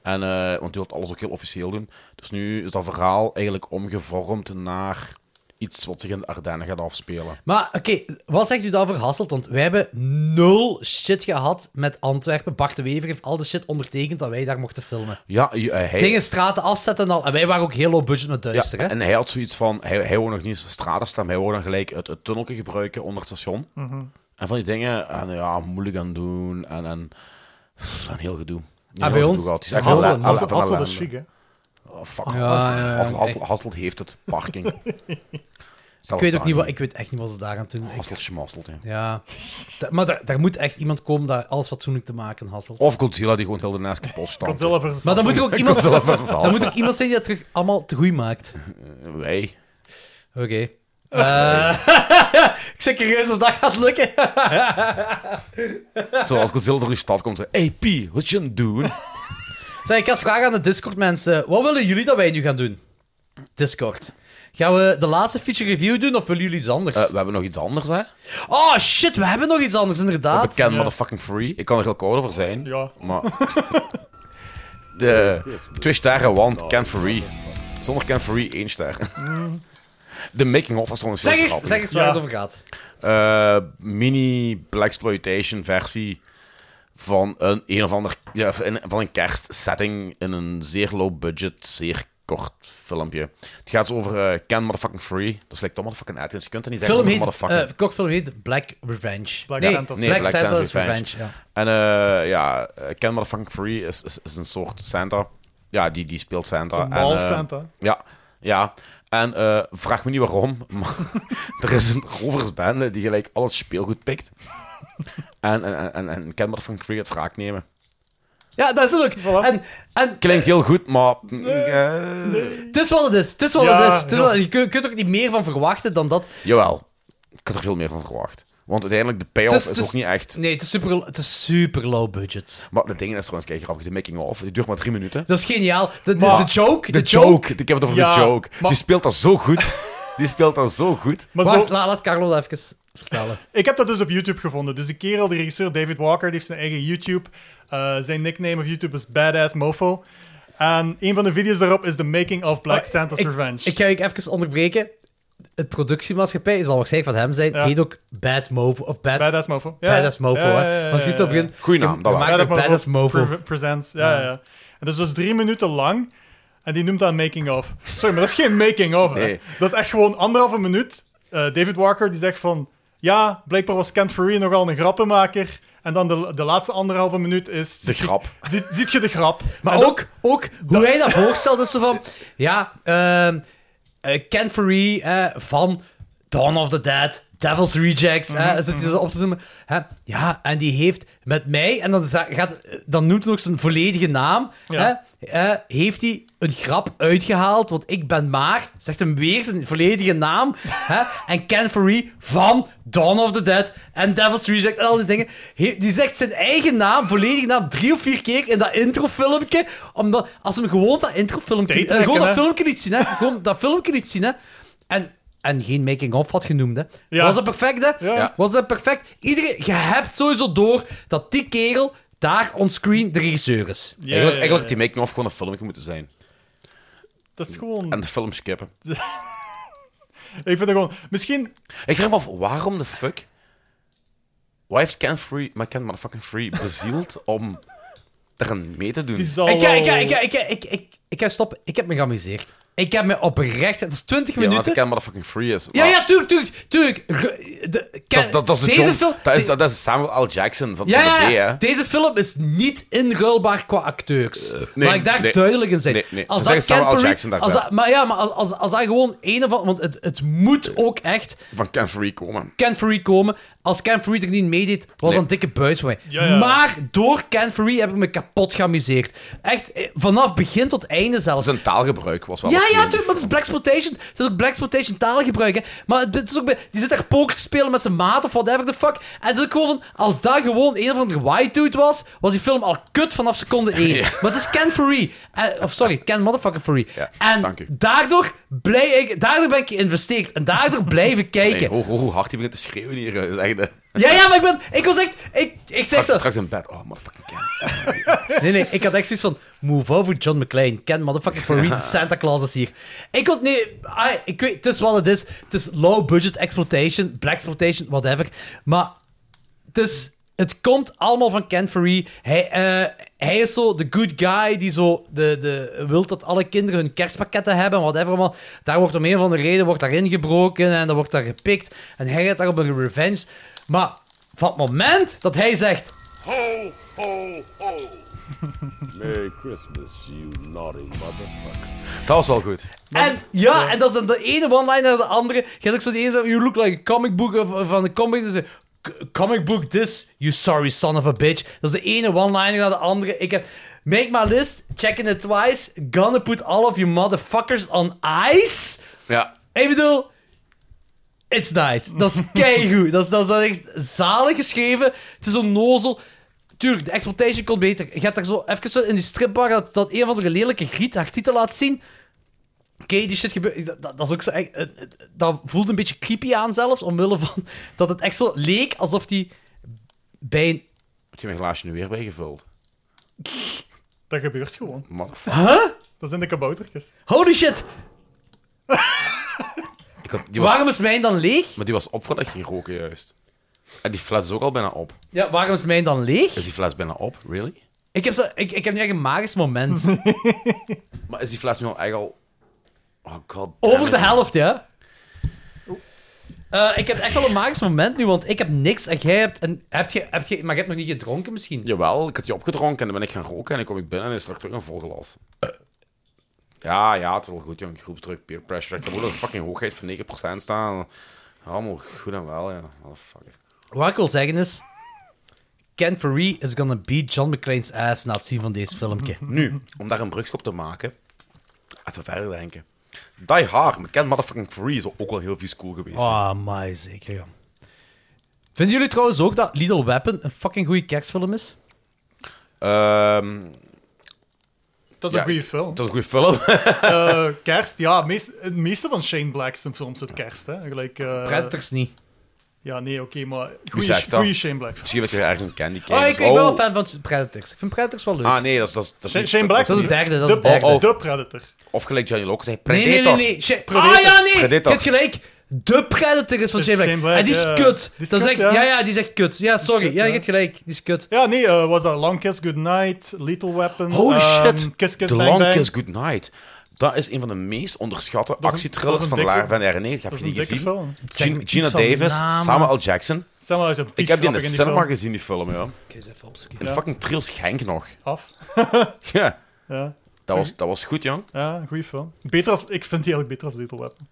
En, eh, want die wil alles ook heel officieel doen. Dus nu is dat verhaal eigenlijk omgevormd naar iets wat zich in de Ardennen gaat afspelen.
Maar oké, wat zegt u daarvoor Hasselt? Want wij hebben nul shit gehad met Antwerpen. Bart de Wever heeft al de shit ondertekend dat wij daar mochten filmen.
Ja, je- eh, hij...
Dingen straten afzetten en al. En wij waren ook heel low budget met
ja,
duister, hè?
en hij had zoiets van, hij, hij wou nog niet eens de straten staan, maar hij wou dan gelijk het, het tunnelje gebruiken onder het station.
Mhm.
En van die dingen, en ja, moeilijk aan doen, en, en pff, een heel gedoe. Een
Ah,
heel
bij
gedoe
ons?
gehad. Het is echt
Hasselt-
wel la-
Hassel,
la-
Hassel, dat
ellende.
is chic, hè?
Oh, fuck,
Ja,
Hasselt.
ja, ja.
Hasselt- Hasselt- Hasselt heeft het,
*laughs*
parking.
Ik weet ook niet wat, ik weet echt niet wat ze daar aan doen. Ik-
Hasselt schmasselt, ja.
ja. Da- maar daar, daar moet echt iemand komen dat alles fatsoenlijk te maken Hasselt.
Of Godzilla die gewoon heel de naast kapot staat.
Godzilla versus
maar dan moet er ook iemand,
Godzilla versus
dan moet
Hasselt.
er ook iemand zijn die dat terug allemaal te goed maakt.
Wij.
Oké.
*laughs*
Eh, *laughs* ik zeg curieus of dat gaat lukken. *laughs*
Zoals Godzilla door die stad komt en zegt, hey P, wat je aan
*laughs*
het doen?
Zeg, ik ga eens vragen aan de Discord mensen. Wat willen jullie dat wij nu gaan doen? Discord. Gaan we de laatste feature review doen of willen jullie iets anders?
Eh, we hebben nog iets anders, hè?
oh shit, we hebben nog iets anders, inderdaad.
Bekend motherfucking free. Ik kan er heel koud over zijn.
Ja.
Maar... *laughs* De twee sterren, want Ken Free. Zonder Ken Free, één ster. *laughs* De making-of was trouwens
Mm. Zeg
heel
eens,
grappig.
zeg eens waar
Ja.
het over gaat.
eh mini blaxploitation versie van een, een of ander ja, van van een kerstsetting in een zeer low budget, zeer kort filmpje. Het gaat over eh Ken Motherfucking Free. Dat is like Tom Motherfucking Atkins. Je kunt het niet zeggen.
film
maar
heet,
motherfucking.
eh, kortfilm heet Black Revenge.
Black
nee,
Santa's
nee,
Black,
Black
Santa's,
Santa's
Revenge.
Revenge.
ja.
En eh, ja, eh, Ken Motherfucking Free is, is, is een soort Santa. Ja, die, die speelt Santa.
Een
En,
mall
eh,
Santa.
Ja, ja. En eh, vraag me niet waarom, *laughs* maar er is een roversbende die gelijk al het speelgoed pikt. En, en, en- en, en Ken van Free het wraak nemen.
Ja, dat is het ook.
Voilà.
En, en
Klinkt heel goed, maar... eh,
het is wat het is. Het is wat
Ja,
het is. Het is
ja.
wat- je kunt, je kunt er ook niet meer van verwachten dan dat.
Jawel. Ik had er veel meer van verwacht. Want uiteindelijk, de payoff
Dus-
Het is-
is,
het is-
ook niet echt...
Nee, het is super, het is super low budget.
Maar de ding is trouwens, kijk, grappig, de making-of, die duurt maar drie minuten.
Dat is geniaal. De, de,
Maar-
de joke.
De joke, ik heb het over
Ja,
de joke.
maar-
Die speelt dat zo goed. Die speelt dat zo goed.
Maar
Wacht,
zo,
laat, laat Carlo dat even vertellen.
Ik heb dat dus op YouTube gevonden. Dus die kerel, de regisseur David Walker, die heeft zijn eigen YouTube. Eh, zijn nickname op YouTube is Badass Mofo. En een van de video's daarop is The Making of Black Santa's
Oh, ik,
Revenge.
Ik ga je even onderbreken. Het productiemaatschappij zal waarschijnlijk van hem zijn.
Ja.
Heet ook Bad Mofo. Of Bad,
Badass Mofo. Ja,
Badass Mofo.
ja, ja,
hè.
ja, ja,
Want ziet
ja,
op
ja.
begin.
Goeie naam, dat waar.
maakt een Badass Mofo.
pre- Presents, ja, ja. ja. En dat is dus drie minuten lang. En die noemt dat een making-of. Sorry, maar dat is geen making-of. hè.
Nee.
Dat is echt gewoon anderhalve minuut. Eh, David Walker die zegt van... Ja, blijkbaar was Kent Furry nogal een grappenmaker. En dan de, de laatste anderhalve minuut is...
De grap.
Ziet, ziet je de grap.
Maar
En dan-
ook, ook hoe hij dat voorstelt, is zo van... Ja, ehm eh, Ken Faree eh, van Dawn of the Dead, Devil's Rejects,
Mhm,
hè, zit hij zo op te noemen. Hè? Ja, en die heeft met mij, en dan, za- gaat, dan noemt hij ook zijn volledige naam,
Ja.
hè, eh, heeft hij een grap uitgehaald, want ik ben maar, zegt hem weer zijn volledige naam, *laughs* hè, en Ken Faree van Dawn of the Dead en Devil's Reject en al die dingen, he- die zegt zijn eigen naam, volledige naam, drie of vier keer in dat introfilmpje, omdat als hem gewoon dat introfilmpje, eh,
Tijdrekken,
gewoon dat
hè?
filmpje niet zien, hè. Gewoon dat filmpje niet zien, hè. En, en geen making-of had genoemd, hè.
Ja.
Was dat perfect, hè?
Ja.
Was dat perfect? Iedereen, je hebt sowieso door dat die kerel daar onscreen de regisseur is.
Ja,
eigenlijk,
ja, ja,
eigenlijk had die making-of gewoon een filmpje moeten zijn.
Dat is gewoon...
En de film skippen.
Ik vind het gewoon... Misschien...
Ik vraag me af, waarom de fuck... Why heeft Ken Free... Maar Ken motherfucking Free
*laughs*
bezield om eraan mee te doen?
Die zal
Ik, ik, ik,
wel-
ik, ik, ik, ik, ik ga stoppen. Ik heb me geamuseerd. Ik heb me oprecht... Het is 20
Ja, want
minuten.
Ken motherfucking Free is.
Ja,
maar
ja, tuurlijk, tuurlijk, tuurlijk. Ge- de- Ken-
Dat, dat, dat is de
deze
John-
film...
dat, is,
de-
dat, dat is Samuel L. Jackson van
Ja,
de
ja,
D, hè?
ja. deze film is niet inruilbaar qua acteurs.
nee,
Laat ik daar
Eh, nee.
duidelijk in zijn.
Nee, nee. Dan zeggen Samuel L.
Kent Furry-
Jackson daar
als
zat.
dat- Maar ja, maar als, als, als dat gewoon een of andere... Want het, het moet ook echt
Van Ken Free komen.
Ken Free komen. Als Ken Free er niet meedeed, was dat
Nee.
een dikke buis voor mij.
Ja, ja.
Maar door Ken Free heb ik me kapot geamuseerd. Echt, eh, vanaf begin tot einde zelfs.
Zijn taalgebruik was wel...
Ja,
wat
ja,
vreemd.
tuurlijk, maar het is Black Exploitation. Het is ook Black Exploitation taalgebruik, hè. Maar het het is ook, bij- die zit daar poker te spelen met zijn maat of whatever the fuck. En het is ook gewoon van, als daar gewoon een of andere white dude was, was die film al kut vanaf seconde 1.
*laughs*
Maar het is Ken Furry. Eh, of sorry, Ken motherfucking Furry.
Ja,
en
dank u.
daardoor, blij, ik, daardoor ben ik geïnvesteerd. En daardoor blijven kijken.
*laughs* Nee, hoe, hoe, hoe hard hij begint te schreeuwen hier. Dat is echt de...
Ja, ja, maar ik ben... Ik was echt... Ik, ik zeg
Straks,
zo...
straks in bed. Oh, motherfucking Ken.
Nee, nee, ik had echt zoiets van... Move over John McClane. Ken motherfucking Farid, de Santa Claus is hier. Ik was... Nee, ah, ik weet... Het is wat het is. Het is low budget exploitation, black exploitation, whatever. Maar het is... Het komt allemaal van Ken Faree. Hij, eh, hij is zo de good guy die zo de, de, wil dat alle kinderen hun kerstpakketten hebben. Whatever allemaal. Daar wordt om een van de reden wordt daar ingebroken en dan wordt daar gepikt. En hij gaat daar op een revenge. Maar van het moment dat hij zegt...
Ho, ho, ho! Merry Christmas, you naughty motherfucker.
Dat was wel goed.
En ja, en dat is dan de ene one-line naar de andere. Je hebt ook zo de ene, zo, you look like a comic book of- van de comic. Dus, eh, "C- comic book this, you sorry son of a bitch. Dat is de ene one-liner naar de andere. Ik heb, make my list, checking it twice, gonna put all of you motherfuckers on ice.
Ja.
Ik bedoel, it's nice.
*laughs*
Dat is keigoed. dat, is, dat is dat is echt zalig geschreven. Het is onnozel. Tuurlijk, de exploitation komt beter. Je hebt daar zo even zo in die stripbar dat, dat een van de lelijke griet haar titel laat zien. Oké, die shit gebeurt. Dat, dat, dat is ook zo. echt- eh, eh, Dat voelt een beetje creepy aan zelfs, omwille van dat het echt zo leek alsof die bij een.
Heb je mijn glaasje nu weer bijgevuld?
Dat gebeurt gewoon.
Motherfucker.
Dat zijn de kaboutertjes.
Holy shit!
Ik had- die was-
Waarom is mijn dan leeg?
Maar die was op voordat ik ging roken, juist. En die fles is ook al bijna op.
Ja, waarom is mijn dan leeg?
Is die fles bijna op? Really?
Ik heb, zo, ik, ik heb nu echt een magisch
*laughs*
moment.
Maar is die fles nu al echt al... Oh god.
Over de helft, ja. Eh, ik heb echt wel een magisch moment nu, want ik heb niks en jij hebt... En, heb je, heb je, maar je hebt nog niet gedronken misschien?
Jawel, ik had die opgedronken en dan ben ik gaan roken en dan kom ik binnen en is er terug een vol glas.
Eh.
Ja, ja, het is wel goed, jong. Groepsdruk, peer pressure. Ik heb ook een fucking hoogheid van 9% staan. Allemaal goed en wel, ja. Motherfucker.
Wat ik wil zeggen is... Ken Faree is gonna beat John McClane's ass na het zien van deze filmpje.
Nu, om daar een brugschop te maken, even verder denken. Die Hard met Ken Motherfucking Free is ook wel heel vies cool geweest.
*laughs* Ah, maar zeker, ja. Vinden jullie trouwens ook dat Little Weapon een fucking goede kerstfilm is? Ah.
Ehm,
Dat is
Ja,
een goede film.
het is een goede film. *laughs*
Eh, kerst, ja. Meest, het meeste van Shane Black's films zit kerst, hè. Gelijk, eh,
Predators niet.
Ja, nee, oké, maar
zegt dat?
goede Shane Black.
Misschien dat je ergens een Candy Cane
Oh, ik,
is.
ik ben wel fan van Predators. Ik vind Predators wel leuk.
Ah, nee, dat is... Dat is, dat is
Shane,
niet-
Shane
dat
Black
is
dat is
niet-
de derde, dat is de
de,
derde.
oh, de Predator.
Of gelijk Johnny Locke zei,
Nee,
Predator.
nee, nee, nee. Sha-
Predator.
Ah ja, nee.
Predator.
Je hebt gelijk. De Predator is van
Is
Shane Black.
Shane Black,
en die is
ja.
kut.
Die is
dat is
kut,
echt, ja.
ja.
ja, die is echt kut. Ja, sorry.
kut,
ja, je
ja.
hebt gelijk. Die is kut.
Ja, nee, eh, was dat Long Kiss Goodnight, Lethal Weapon,
Holy
ehm,
shit.
Kiss Kiss
The
Bang
Long
Bang.
Kiss Goodnight. Dat is een van de meest onderschatte
een- dat
actietrillers
is een
van de la-
dikke-
van de jaren 90. Heb
Dat
je
is een
die
dikke
gezien?
film.
Zeg me
Gina, Gina
iets van
Davis,
namen.
Samuel L. Jackson.
Sam Ellis is een
Ik heb die in de
vies grappig
cinema
film.
gezien, die film, ja.
Oké, eens even opzoeken.
En
Ja.
fucking Trill Schenk nog. *laughs*
Af.
Ja,
Ja,
dat was, dat was goed, jong.
ja een goede film. Beter als, ik vind die eigenlijk beter als Lethal Weapon.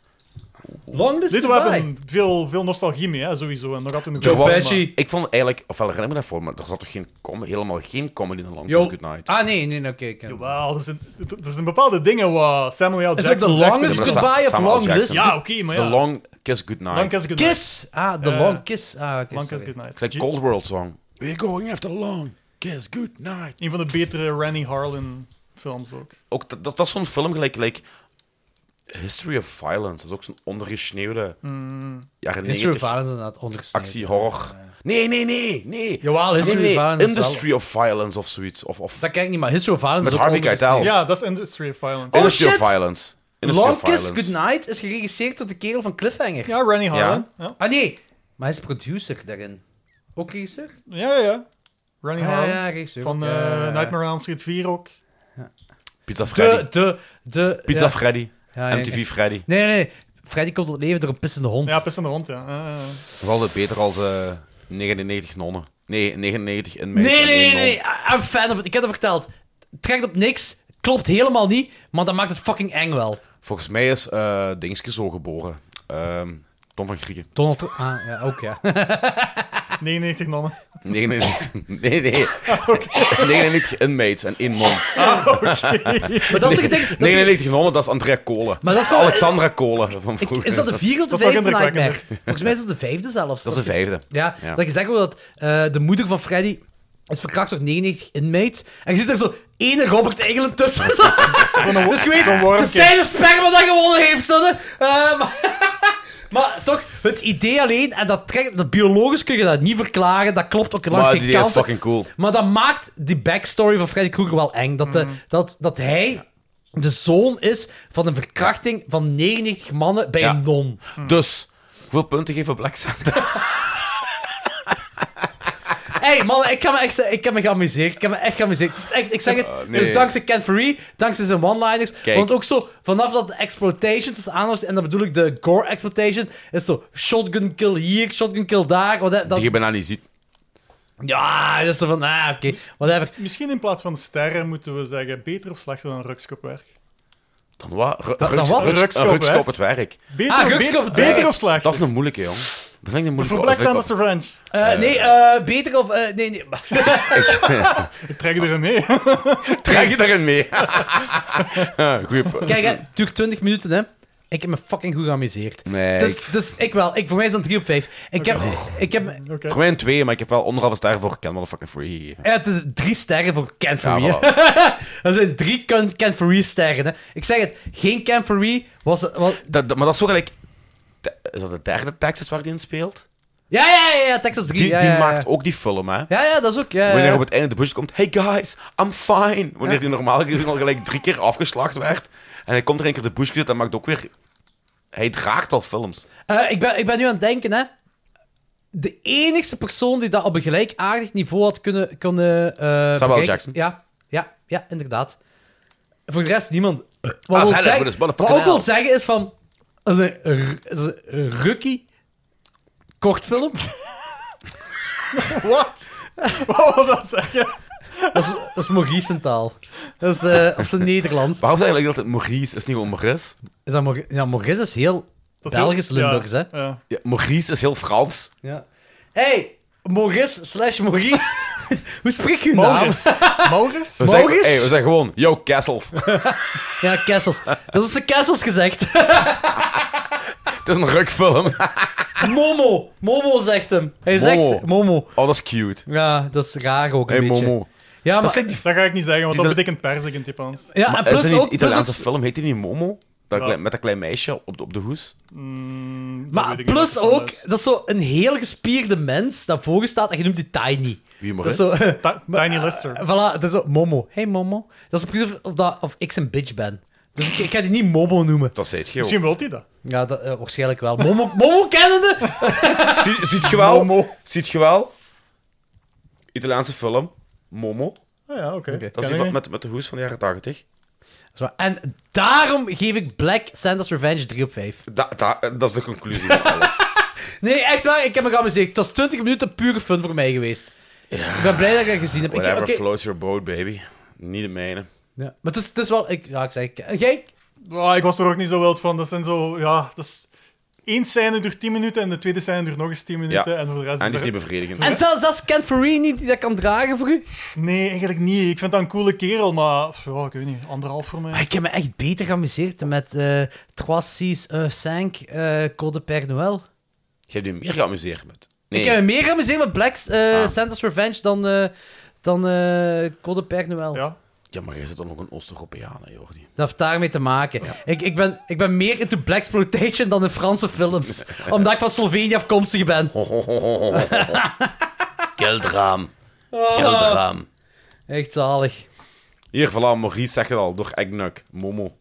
Long is
Lethal
Goodbye.
Weapon, veel, veel nostalgie mee, hè, sowieso. En nog altijd een
Er
goede
was,
film,
Pesci.
ik vond eigenlijk, ofwel herinner me daarvoor, maar er zat toch geen com- helemaal geen comedy in Long
Yo.
Kiss Goodnight.
Ah, nee, nee, nee, oké. ik ken
maar-
hem.
Jawel, er zijn, er zijn bepaalde dingen waar Samuel L.
Is
Jackson
het The
zegt met
Longest
de-
Ja, maar
dus Goodbye of
Samuel L.
Long List?
Jackson.
Ja, oké, maar ja.
The Long Kiss Goodnight.
Long Kiss Goodnight.
Kiss. Ah, The
Eh,
Long Kiss. Ah, oké.
Long Kiss
sorry.
Goodnight.
Gelijk
G-
Cold World Song. We're going after Long Kiss Goodnight.
Een van de betere Randy Harlan films ook.
Ook dat, dat, dat is zo'n film gelijk, gelijk History of Violence. Dat is ook zo'n ondergesneeuwde jaren
Hmm. History of
90
Violence is inderdaad ondergesneden.
actiehorror. Nee, nee, nee, nee.
Jawel, History
Nee, nee,
of Violence is wel-
Industry of Violence of zoiets. Of, of
Dat kijk ik niet, maar History of Violence
Met
is ook
Harvey Keitel.
ondergesneden.
Ja, dat is Industry of Violence.
Oh,
Industry
shit.
of Violence. Industry
Long
of
Kiss
Violence.
Goodnight is geregisseerd door de kerel van Cliffhanger.
Ja, Randy Harlan. Ja,
Ah nee, maar hij is producer daarin. Ook regisseur?
ja, ja. ja. Randy
Ah, ja,
Harlan.
ja, regisseur.
Van
ook,
eh,
ja.
Nightmare on Elm Street 4 ook.
Pizza Freddy.
De, de, de...
Pizza
ja. Ah,
Freddy.
Ja, ja,
MTV
ja.
Freddy.
Nee, nee, nee. Freddy komt tot leven door een pissende hond.
Ja, pissende hond, ja. Eh, eh.
Dat is altijd beter als eh 99 nonnen. Nee, 99 in mijn
nee, nee, nee, nee. I- I'm fan of it. Ik heb het verteld. Het trekt op niks. Klopt helemaal niet. Maar dat maakt het fucking eng wel.
Volgens mij is eh Dingske zo geboren. Ehm Tom van Grieken.
Donald Trump. Ah, ja, ook ja. *laughs*
99 nonnen.
Nee, nee,
*laughs*
nee. *laughs* Nee, nee. 99 inmates en één non.
Maar dat is het ding. dat is-
99 nonnen, dat is Andrea Kolen.
Maar dat is wel-
Alexandra Kolen van vroeger.
Is dat de vierde of de
Dat is nog
vijfde Nightmare?
indrukwekkender.
Volgens mij is dat de vijfde zelfs.
Dat is de vijfde.
Ja,
Ja.
dat gezegd wordt dat eh, de moeder van Freddy is verkracht door 99 inmates. En je ziet er zo ene Robert Englund
*laughs*
tussen. Zo. dus je weet,
zo'n
het
wormpje.
is zijn sperma dat gewonnen heeft. Zo, hè. Eh, maar, *laughs* maar toch, het idee alleen, en dat, trekt, dat biologisch kun je dat niet verklaren, dat klopt ook langs
Maar
geen
die is
kant.
fucking cool.
Maar dat maakt die backstory van Freddy Krueger wel eng. Dat,
Mm.
de, dat, dat hij de zoon is van een verkrachting van 99 mannen bij
Ja.
een non.
Dus, ik wil punten geven op Black *laughs* Santa.
Hé, hey, mannen, ik heb, me echt, ik heb me geamuseerd. Ik heb me echt geamuseerd. Het is echt, ik zeg het,
Eh,
het
nee.
is dankzij Ken Free, dankzij zijn one-liners.
Kijk.
Want ook zo, vanaf dat de exploitation, tussen aanhalingstekens, en dan bedoel ik de gore exploitation, is zo shotgun kill hier, shotgun kill daar. Wat, dat,
Die je bijna niet ziet.
ja, dat is zo van, ah, oké, whatever.
Misschien in plaats van sterren moeten we zeggen beter of slechter dan rukskopwerk.
Dan wat? Ru-
Dan- dan
ruks-
wat?
ruks-
Rukskop,
een rukskop
hè?
op het werk.
Beter,
Ah,
be-
rukskop-
beter
Eh,
of slechter?
Dat is een moeilijke, jong. Dat vind ik een moeilijke.
Voor Black
vind ik wel- *laughs*
Santa's Revenge.
Eh, nee, eh, beter of... eh, nee, nee.
Ik trek er een mee. *laughs*
Trek je daarin mee. *laughs* Goeie punt.
Kijk,
*laughs*
hè, het duurt 20 minuten, hè. Ik heb me fucking goed geamuseerd.
Nee,
Dus,
ik- Oh.
dus ik wel. Ik, voor mij is dat 3 op 5. Ik heb... Ik heb
Oké.
Voor mij een twee, maar ik heb wel anderhalve ster voor Ken Motherfucking Free gegeven.
Ja, het is drie sterren voor Ken Furry.
Ja,
*laughs* dat zijn drie Ken, Ken Furry sterren. Hè. Ik zeg het, geen Ken Furry was... was
Dat, dat- maar dat is zo gelijk... Te- Is dat de derde Texas waar die in speelt?
ja, ja, ja, ja, Texas 3.
Die,
ja,
die
ja, ja.
maakt ook die film, hè?
Ja, ja, dat is ook... Ja, ja.
Wanneer op het einde de busje komt, hey guys, I'm fine. Wanneer
Eh. Ja.
die normaal gezien al gelijk drie keer afgeslacht werd. En hij komt er een keer de busje zitten, dat maakt ook weer... Hij draagt wel films.
Eh, ik, ben, ik ben nu aan het denken, hè. De enigste persoon die dat op een gelijkaardig niveau had kunnen... kunnen eh, bekijken-
Jackson.
Ja, ja, ja, inderdaad. Voor de rest niemand. Wat, wil
verder,
zeggen-
voor de
wat
motherfucking
ook wil
hell.
zeggen is van... Dat is een, r- dat is een rookie kortfilm.
Wat? Wat wil dat zeggen?
Dat is, dat is Maurice een taal. Dat is eh, op zijn Nederlands.
Waarom zeg je eigenlijk altijd Maurice? Is niet gewoon Maurice?
Is dat Maur- ja, Maurice is heel
Dat is heel-
Belgisch Limburgs,
ja,
hè?
ja.
Ja, Maurice is heel Frans.
Ja. Hey, Maurice slash Maurice. *laughs* Hoe spreek je uw naam?
Maurits. Maurits?
We zeggen,
Maurice?
hey, we zeggen gewoon, yo, Kessels. *laughs*
Ja, Kessels. Dat is op de Kessels gezegd. *laughs*
Het is een rukfilm.
Momo. Momo zegt hem. Hij zegt
Momo.
Momo.
Oh, dat is cute.
Ja, dat is raar ook een
Hey,
beetje.
Momo.
Ja, maar...
Dat is like die
Dat ga ik niet zeggen, want dat
Die-
betekent perzik in het Japans.
Ja, en
Maar
plus
Eh, is dat niet
ook...
een
Plus ook
Italiaanse film? Heet die niet Momo? Dat
Ja.
klein- met dat klein meisje op de, op de hoes.
Mm, dat weet
Maar
ik niet
plus
of het
ook,
van is.
dat is zo een heel gespierde mens dat voor je staat en je noemt die Tiny.
Wie maar
Dat is
is.
zo, *laughs*
Ti- Eh, Tiny Lister.
voilà, dat is zo, Momo. Hey Momo. Dat is precies of, of, dat, of ik een bitch ben. Dus ik, ik ga die niet Momo noemen.
Dat zei je
Misschien wilt hij dat.
Ja, dat, eh, waarschijnlijk wel. Momo, *laughs* Momo kennende!
Zie, ziet je wel? Ziet je wel? Italiaanse film. Momo.
Ah ja, oké.
Dat is
Ken
die
ik
van-
niet.
met, met de hoes van de jaren 80.
Dat is waar. En daarom geef ik Black Santa's Revenge 3 op 5.
Da, da- dat is de conclusie van *laughs* alles.
Nee, echt waar, ik heb me geamuseerd. Het was 20 minuten pure fun voor mij geweest. Ik ben blij dat ik dat gezien heb. Ik,
Whatever
oké,
floats your boat, baby. Niet de mijne.
ja. Maar het is, het is wel... Ik, ja, ik zeg... ik- Jij,
Ah, ik was er ook niet zo wild van. Dat zijn zo, ja, dat is... Eén scène duurt 10 minuten en de tweede scène duurt nog eens 10 minuten.
Ja.
En voor de rest
En die is
er-
niet bevredigend.
En zelfs als Ken Faree niet die dat kan dragen voor u.
Nee, eigenlijk niet. Ik vind dat een coole kerel, maar pff, ja, ik weet niet. Anderhalf voor mij.
Maar ik heb me echt beter geamuseerd met eh Trois Six uh, Cinq eh, Code Père Noël.
Je hebt je meer geamuseerd met.
Ik heb
Nee,
me meer geamuseerd met Black eh
Ah.
Santa's Revenge dan, eh, dan eh, Code Père Noël.
Ja.
ja, maar jij zit dan ook een Oost-Europeaan, hè,
*laughs*
*laughs* Jordi.
Dat heeft daarmee te maken. Ik, ik, ben, ik ben meer into Black Exploitation dan in Franse
*laughs*
films. omdat ik van Slovenië afkomstig ben.
Keldraam. Keldraam.
Echt zalig.
Hier, voilà, Maurice zegt het al, door Eggnog, Momo.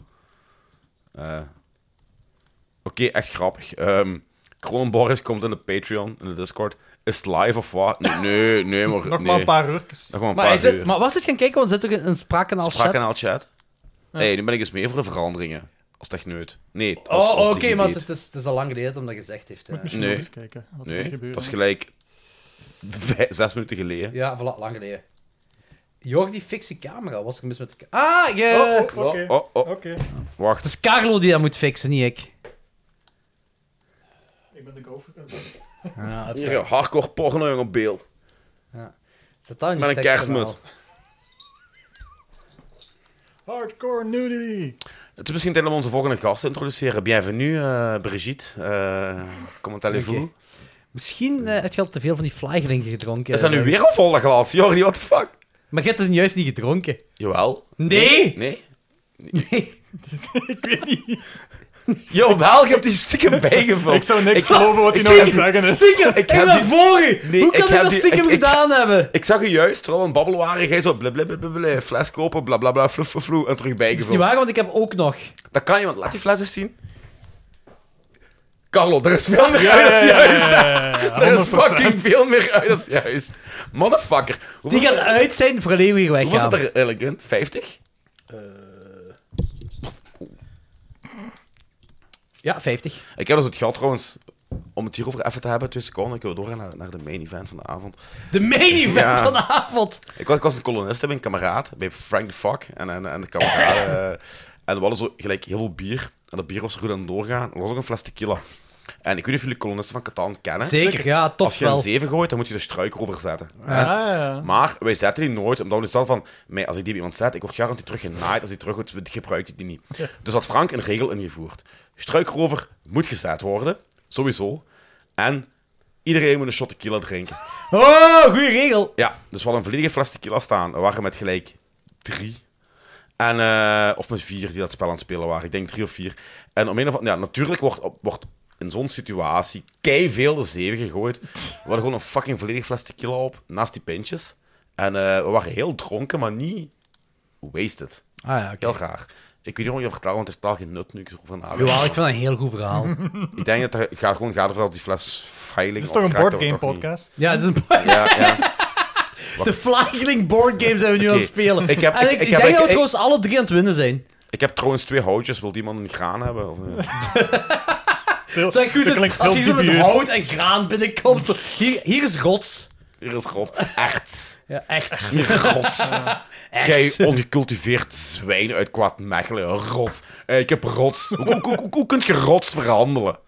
Eh, Oké, echt grappig. Ehm Kronenborg komt in de Patreon, in de Discord. Is het live of wat? Nee, nee, nee maar...
Nog
nee.
maar een paar uurtjes.
Nog maar een
Maar,
paar
is het,
uur.
maar was het gaan kijken? Want er zit ook een, een spraakkanaal chat.
Spraakkanaal chat. hey, nu ben ik eens mee voor de veranderingen. Als techneut. Nee, als,
Oh,
als
oké, maar het
digibet.
is, het is- het is al lang geleden omdat je gezegd heeft. ja.
Misschien
Nee.
nog eens kijken wat er
Nee,
gebeurt.
dat is gelijk vij- zes minuten geleden.
Ja, voilà, lang geleden. Jordi, fix die camera. Wat is er mis met de ca- Ah, je...
Oh, oh, oké.
Oh, oh,
Oké.
Het
wacht.
is Carlo die dat moet fixen, niet ik.
Ik ben de gopher.
Ja, heb
Hier, hardcore porno, jongen, op beeld.
Zet dat in je
Met een
sekskanaal.
kerstmuts.
Hardcore nudity.
Het is misschien tijd om onze volgende gast te introduceren. Bienvenue, eh, Brigitte. Eh comment allez-vous?
Oké. Misschien eh heb je al te veel van die flygering gedronken.
Is dat nu
Eh,
weer een volle glas? Jordi, what the fuck?
Maar je hebt het juist niet gedronken.
Jawel.
Nee!
Nee?
Nee.
ik weet niet.
Jawel, je hebt die stiekem bijgevuld.
Ik zou niks geloven wat hij nou aan het zeggen is.
Stiekem!
Ik
Ik
heb
ben
die-
voor u!
Nee,
Hoe
ik
kan je
heb
dat
die-
stiekem
ik- ik-
gedaan hebben?
Ik zag je juist, terwijl we een babbel waren, jij zo blablabla, fles kopen, blablabla, floe, floe, floe, en terug
Dat is niet
bijgevuld.
waar, want ik heb ook nog.
Dat kan iemand. Laat die fles eens zien. Carlo, er is veel meer uit als
ja,
juist.
ja, ja,
Er is
100%.
fucking veel meer uit als juist. Motherfucker. Hoeveel,
Die gaat uit zijn voor we hier
Hoeveel
weggaan.
zit er eigenlijk in? 50?
Ja, 50.
Ik heb dus het gehad trouwens, om het hierover even te hebben, twee seconden, ik wil doorgaan naar, naar de main event van de avond.
De main event
Ja.
van de avond.
Ik was, ik was een kolonist bij een kameraad, bij Frank the Fuck en, en, en de
*laughs*
kameraden. eh, en we hadden zo gelijk heel veel bier. En dat bier was er goed aan het doorgaan. Er was ook een fles tequila. En ik weet niet of jullie kolonisten van Catan kennen.
Zeker, ja, tof
Als je een
wel.
zeven gooit, dan moet je de struik overzetten.
Ah, ja.
Maar wij zetten die nooit, omdat we dus zelf van... "Mij, als ik die bij iemand zet, ik word garantie terug genaaid. Als die terug wordt, gebruikt hij die niet. Dus had Frank een regel ingevoerd. Struikrover moet gezet worden, sowieso. En iedereen moet een shot tequila drinken.
Oh, goede regel.
Ja, dus we hadden een volledige fles tequila staan. We waren met gelijk drie. En, eh, of met vier die dat spel aan het spelen waren. Ik denk drie of vier. En om een of andere... Ja, natuurlijk wordt, op- wordt in zo'n situatie kei veel de zeven gegooid. We hadden gewoon een fucking volledige fles tequila op, naast die pintjes. En eh, we waren heel dronken, maar niet wasted.
Ah ja, oké.
Heel raar. Ik weet niet of je verklaar, want het heeft totaal geen nut nu ik erover nadenk.
Jawel, ik vind dat een heel goed verhaal.
Ik denk dat het gaat gewoon gaat over dat die fles veilig
Dit is toch een
opgeraakt,
boardgame
dat we toch niet-
podcast?
Ja, het is een... *laughs*
Ja, ja.
de Flageling board games zijn we nu
Oké.
aan het spelen.
Ik heb-
en
ik-
ik,
ik
ik,
heb-
denk
ik-
dat we
ik-
trouwens alle drie aan het winnen zijn.
Ik heb trouwens twee houtjes. Wil die man een graan hebben? Of, eh?
Veel-
Zeg, goed,
dat
zit-
klinkt
als
heel
hier zo met
dubieus.
hout en graan binnenkomt. Zo, hier, hier is rots.
Hier is
*laughs*
God. Echt.
Ja, echt.
Hier rots. Jij ongecultiveerd zwijn uit kwaad Mechelen. Rots. Eh, Ik heb rots. Hoe, hoe, hoe, hoe, hoe kun je rots verhandelen?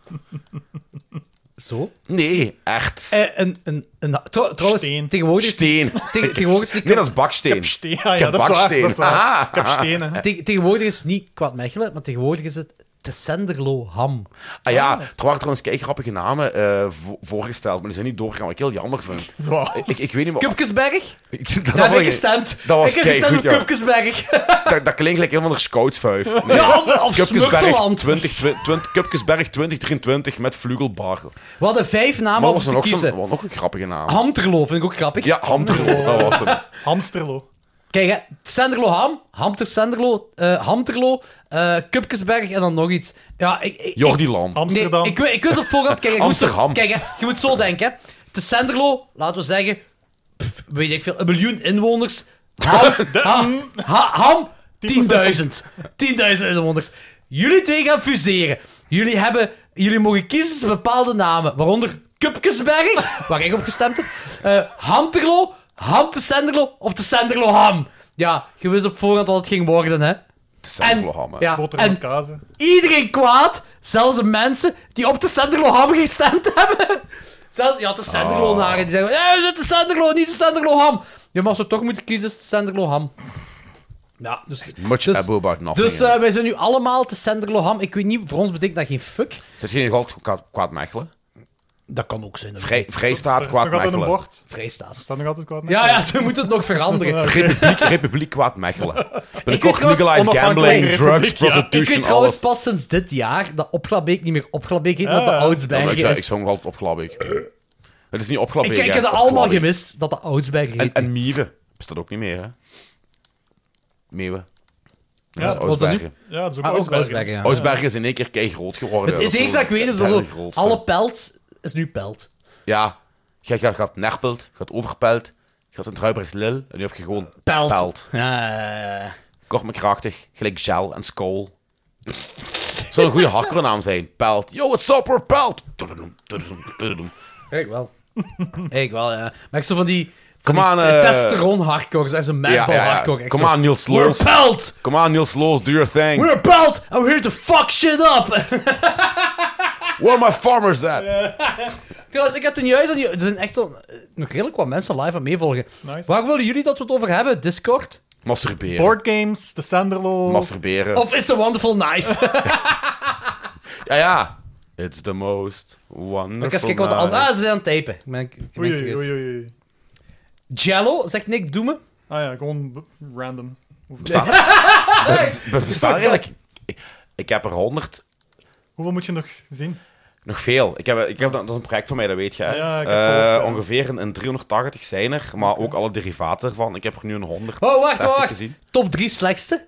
Zo?
Nee, echt.
Eh, een,
*laughs*
een, een, trouw- trouwens,
Steen.
tegenwoordig is,
Steen.
tegen- tegenwoordig, is niet,
Nee, dat is baksteen.
Ik heb
Ah
steen. Ja, ja, dat is waar. Dat is waar.
Aha. *laughs*
Ik heb stenen. hè.
tegen- tegenwoordig is niet kwaad Mechelen, maar tegenwoordig is het te Senderlo Ham.
Ah ja, er waren trouwens kei grappige namen eh, vo- voorgesteld, maar die zijn niet doorgegaan, wat ik heel jammer
*laughs*
vind.
Zoals.
Ik, ik weet niet *laughs* meer...
Kupkesberg?
Ik-
Daar heb
was-
ik gestemd.
Dat was
ik heb
kei
gestemd
goed,
op
ja.
Kupkesberg. *laughs*
Dat, dat klinkt like een van de scoutsvuif. Nee.
Ja, of, of
Kupkesberg
Smurfeland.
20, 20, Kupkesberg 2023 met Vlugelbar.
We hadden vijf namen
Maar er
Ah, om
was er
te
nog, zo'n-
kiezen.
er was nog een grappige naam.
Hamterlo vind ik ook grappig.
ja, Hamterlo,
*laughs*
dat was hem.
Hamsterlo.
Kijk, hè, Senderlo Ham, Hamter Senderlo, eh, Hamterlo, eh Kupkesberg en dan nog iets. Ja, ik, ik,
Jordi Lam.
Nee,
Amsterdam.
ik, weet- ik wist op voorhand... Kijk, je moet zo-
Amsterdam.
Kijk, hè, je moet zo denken. hè. Het is Senderlo, laten we zeggen... pff, weet ik veel, een miljoen inwoners.
*laughs*
Ham, ha- ha- ham 10.000. 10.000 inwoners. Jullie twee gaan fuseren. Jullie, hebben, jullie mogen kiezen tussen bepaalde namen, waaronder Kupkesberg, *laughs* waar ik op gestemd heb, eh, Hamterlo, Ham te Senderlo of te Senderlo Ham. Ja, je wist op voorhand wat het ging worden, hè.
Senderlo Ham, hè.
ja,
Boter
en
en kazen.
iedereen kwaad. Zelfs de mensen die op de Senderlo Ham gestemd *laughs* hebben. Zelfs, ja, de Senderlo-naren die zeggen: "Ja, we zitten Senderlo, niet de Senderlo Ham. Ja, maar als we toch moeten kiezen, is het Senderlo Ham. Ja, dus.
Much
Dus-
ado about nothing.
Dus eh, wij zijn nu allemaal te Senderlo Ham. Ik weet niet, voor ons betekent dat geen fuck.
Zit geen goud kwaad, kwaad mechelen?
Dat kan ook zijn. dat
Vrij,
Er
vrijstaat
is
kwaad
nog altijd een
mechelen.
bord.
het Vrijstaat.
Staat nog altijd kwaad.
Ja, ja, ze moeten het nog *laughs* veranderen.
Republiek, republiek kwaad
*laughs*
mechelen. Binnenkort
trouwens-
legalized
Onafhankelijke
gambling, drugs,
republiek, ja.
Ik
prostitution,
weet trouwens
alles.
pas sinds dit jaar dat Opglabeek niet meer Opglabeek heet, maar de
ja.
Ja, maar
Oudsbergen
ik, zei- ik
is.
zong altijd opglabbeek. Het is niet
Ik,
opglabbeek.
ik heb dat allemaal gemist, dat de Oudsbergen heet.
En, en Mieven bestaat ook niet meer, hè? Meeuwen.
Ja,
Dat is
wat is dat nu?
Oostbergen.
Ja, dat is ook
Ah, ook
Oostbergen.
Oudsbergen, ja.
Oostbergen is in één keer kei groot geworden.
Het is
zo
eens dat ik weet, is dat
derde
zo.
grootste.
Alle pelt is nu pelt.
Ja, je gaat, gaat nerpelt, gaat overpelt, gaat sint ruibergs lil en nu heb je gewoon
Pelt.
pelt.
Ja,
Kort maar krachtig, gelijk gel en skool. Zou een goede hackernaam zijn. Pelt. Yo, what's up, we're Pelt. Tududoem, tududoem, tududoem.
ik wel.
*laughs*
ik wel, ja. Maar ik zo van die. van
Come
die
on, eh,
testosteron hardcore, zo echt zo'n manpal
Ja, ja, ja.
hardcore. echt
Come
zo,
on, Niels
We're
Loos.
pelt!
Come on, Niels Loos, do your thing.
We're pelt! And we're here to fuck shit up! *laughs*
Where my farmers at?
Trouwens, ik heb toen juist aan jullie- Er zijn echt al, eh, nog redelijk wat mensen live aan meevolgen.
Nice.
Waar willen jullie dat we het over hebben? Discord?
Masturberen.
Board games, de Sanderlo.
Masturberen.
Of It's a Wonderful
*laughs*
Knife?
Ja, ja. It's the most wonderful
ik eens kijken wat de
night.
andere... Ah, ze zijn aan het typen. Ik ben, ik ben
Oei, oei,
curieus.
oei, oei.
Jello, zegt Nick Doemen.
Ah ja, gewoon b- random.
Be- Bestaat eigenlijk... Ik, ik heb er honderd...
Hoeveel moet je nog zien?
Nog veel. Ik heb, ik heb, dat dat is een project van mij, dat weet je. hè.
Ja, ik heb
Eh,
gehoord, ja.
Ongeveer een, een 380 zijn er, maar ook alle derivaten ervan. Ik heb er nu een 100
Oh, wacht, wacht.
gezien.
Top 3 slechtste.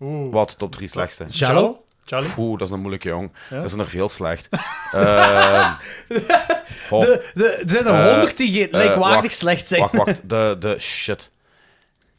Oeh.
Wat? Top 3 slechtste?
Jello.
Charlie?
Oeh, dat is een moeilijke jong. Dat zijn er veel
*laughs*
slecht. Ehm,
De, de, er zijn er
Eh,
honderd die ge-
wacht,
gelijkwaardig slecht zijn.
Wacht, wacht. De, de shit.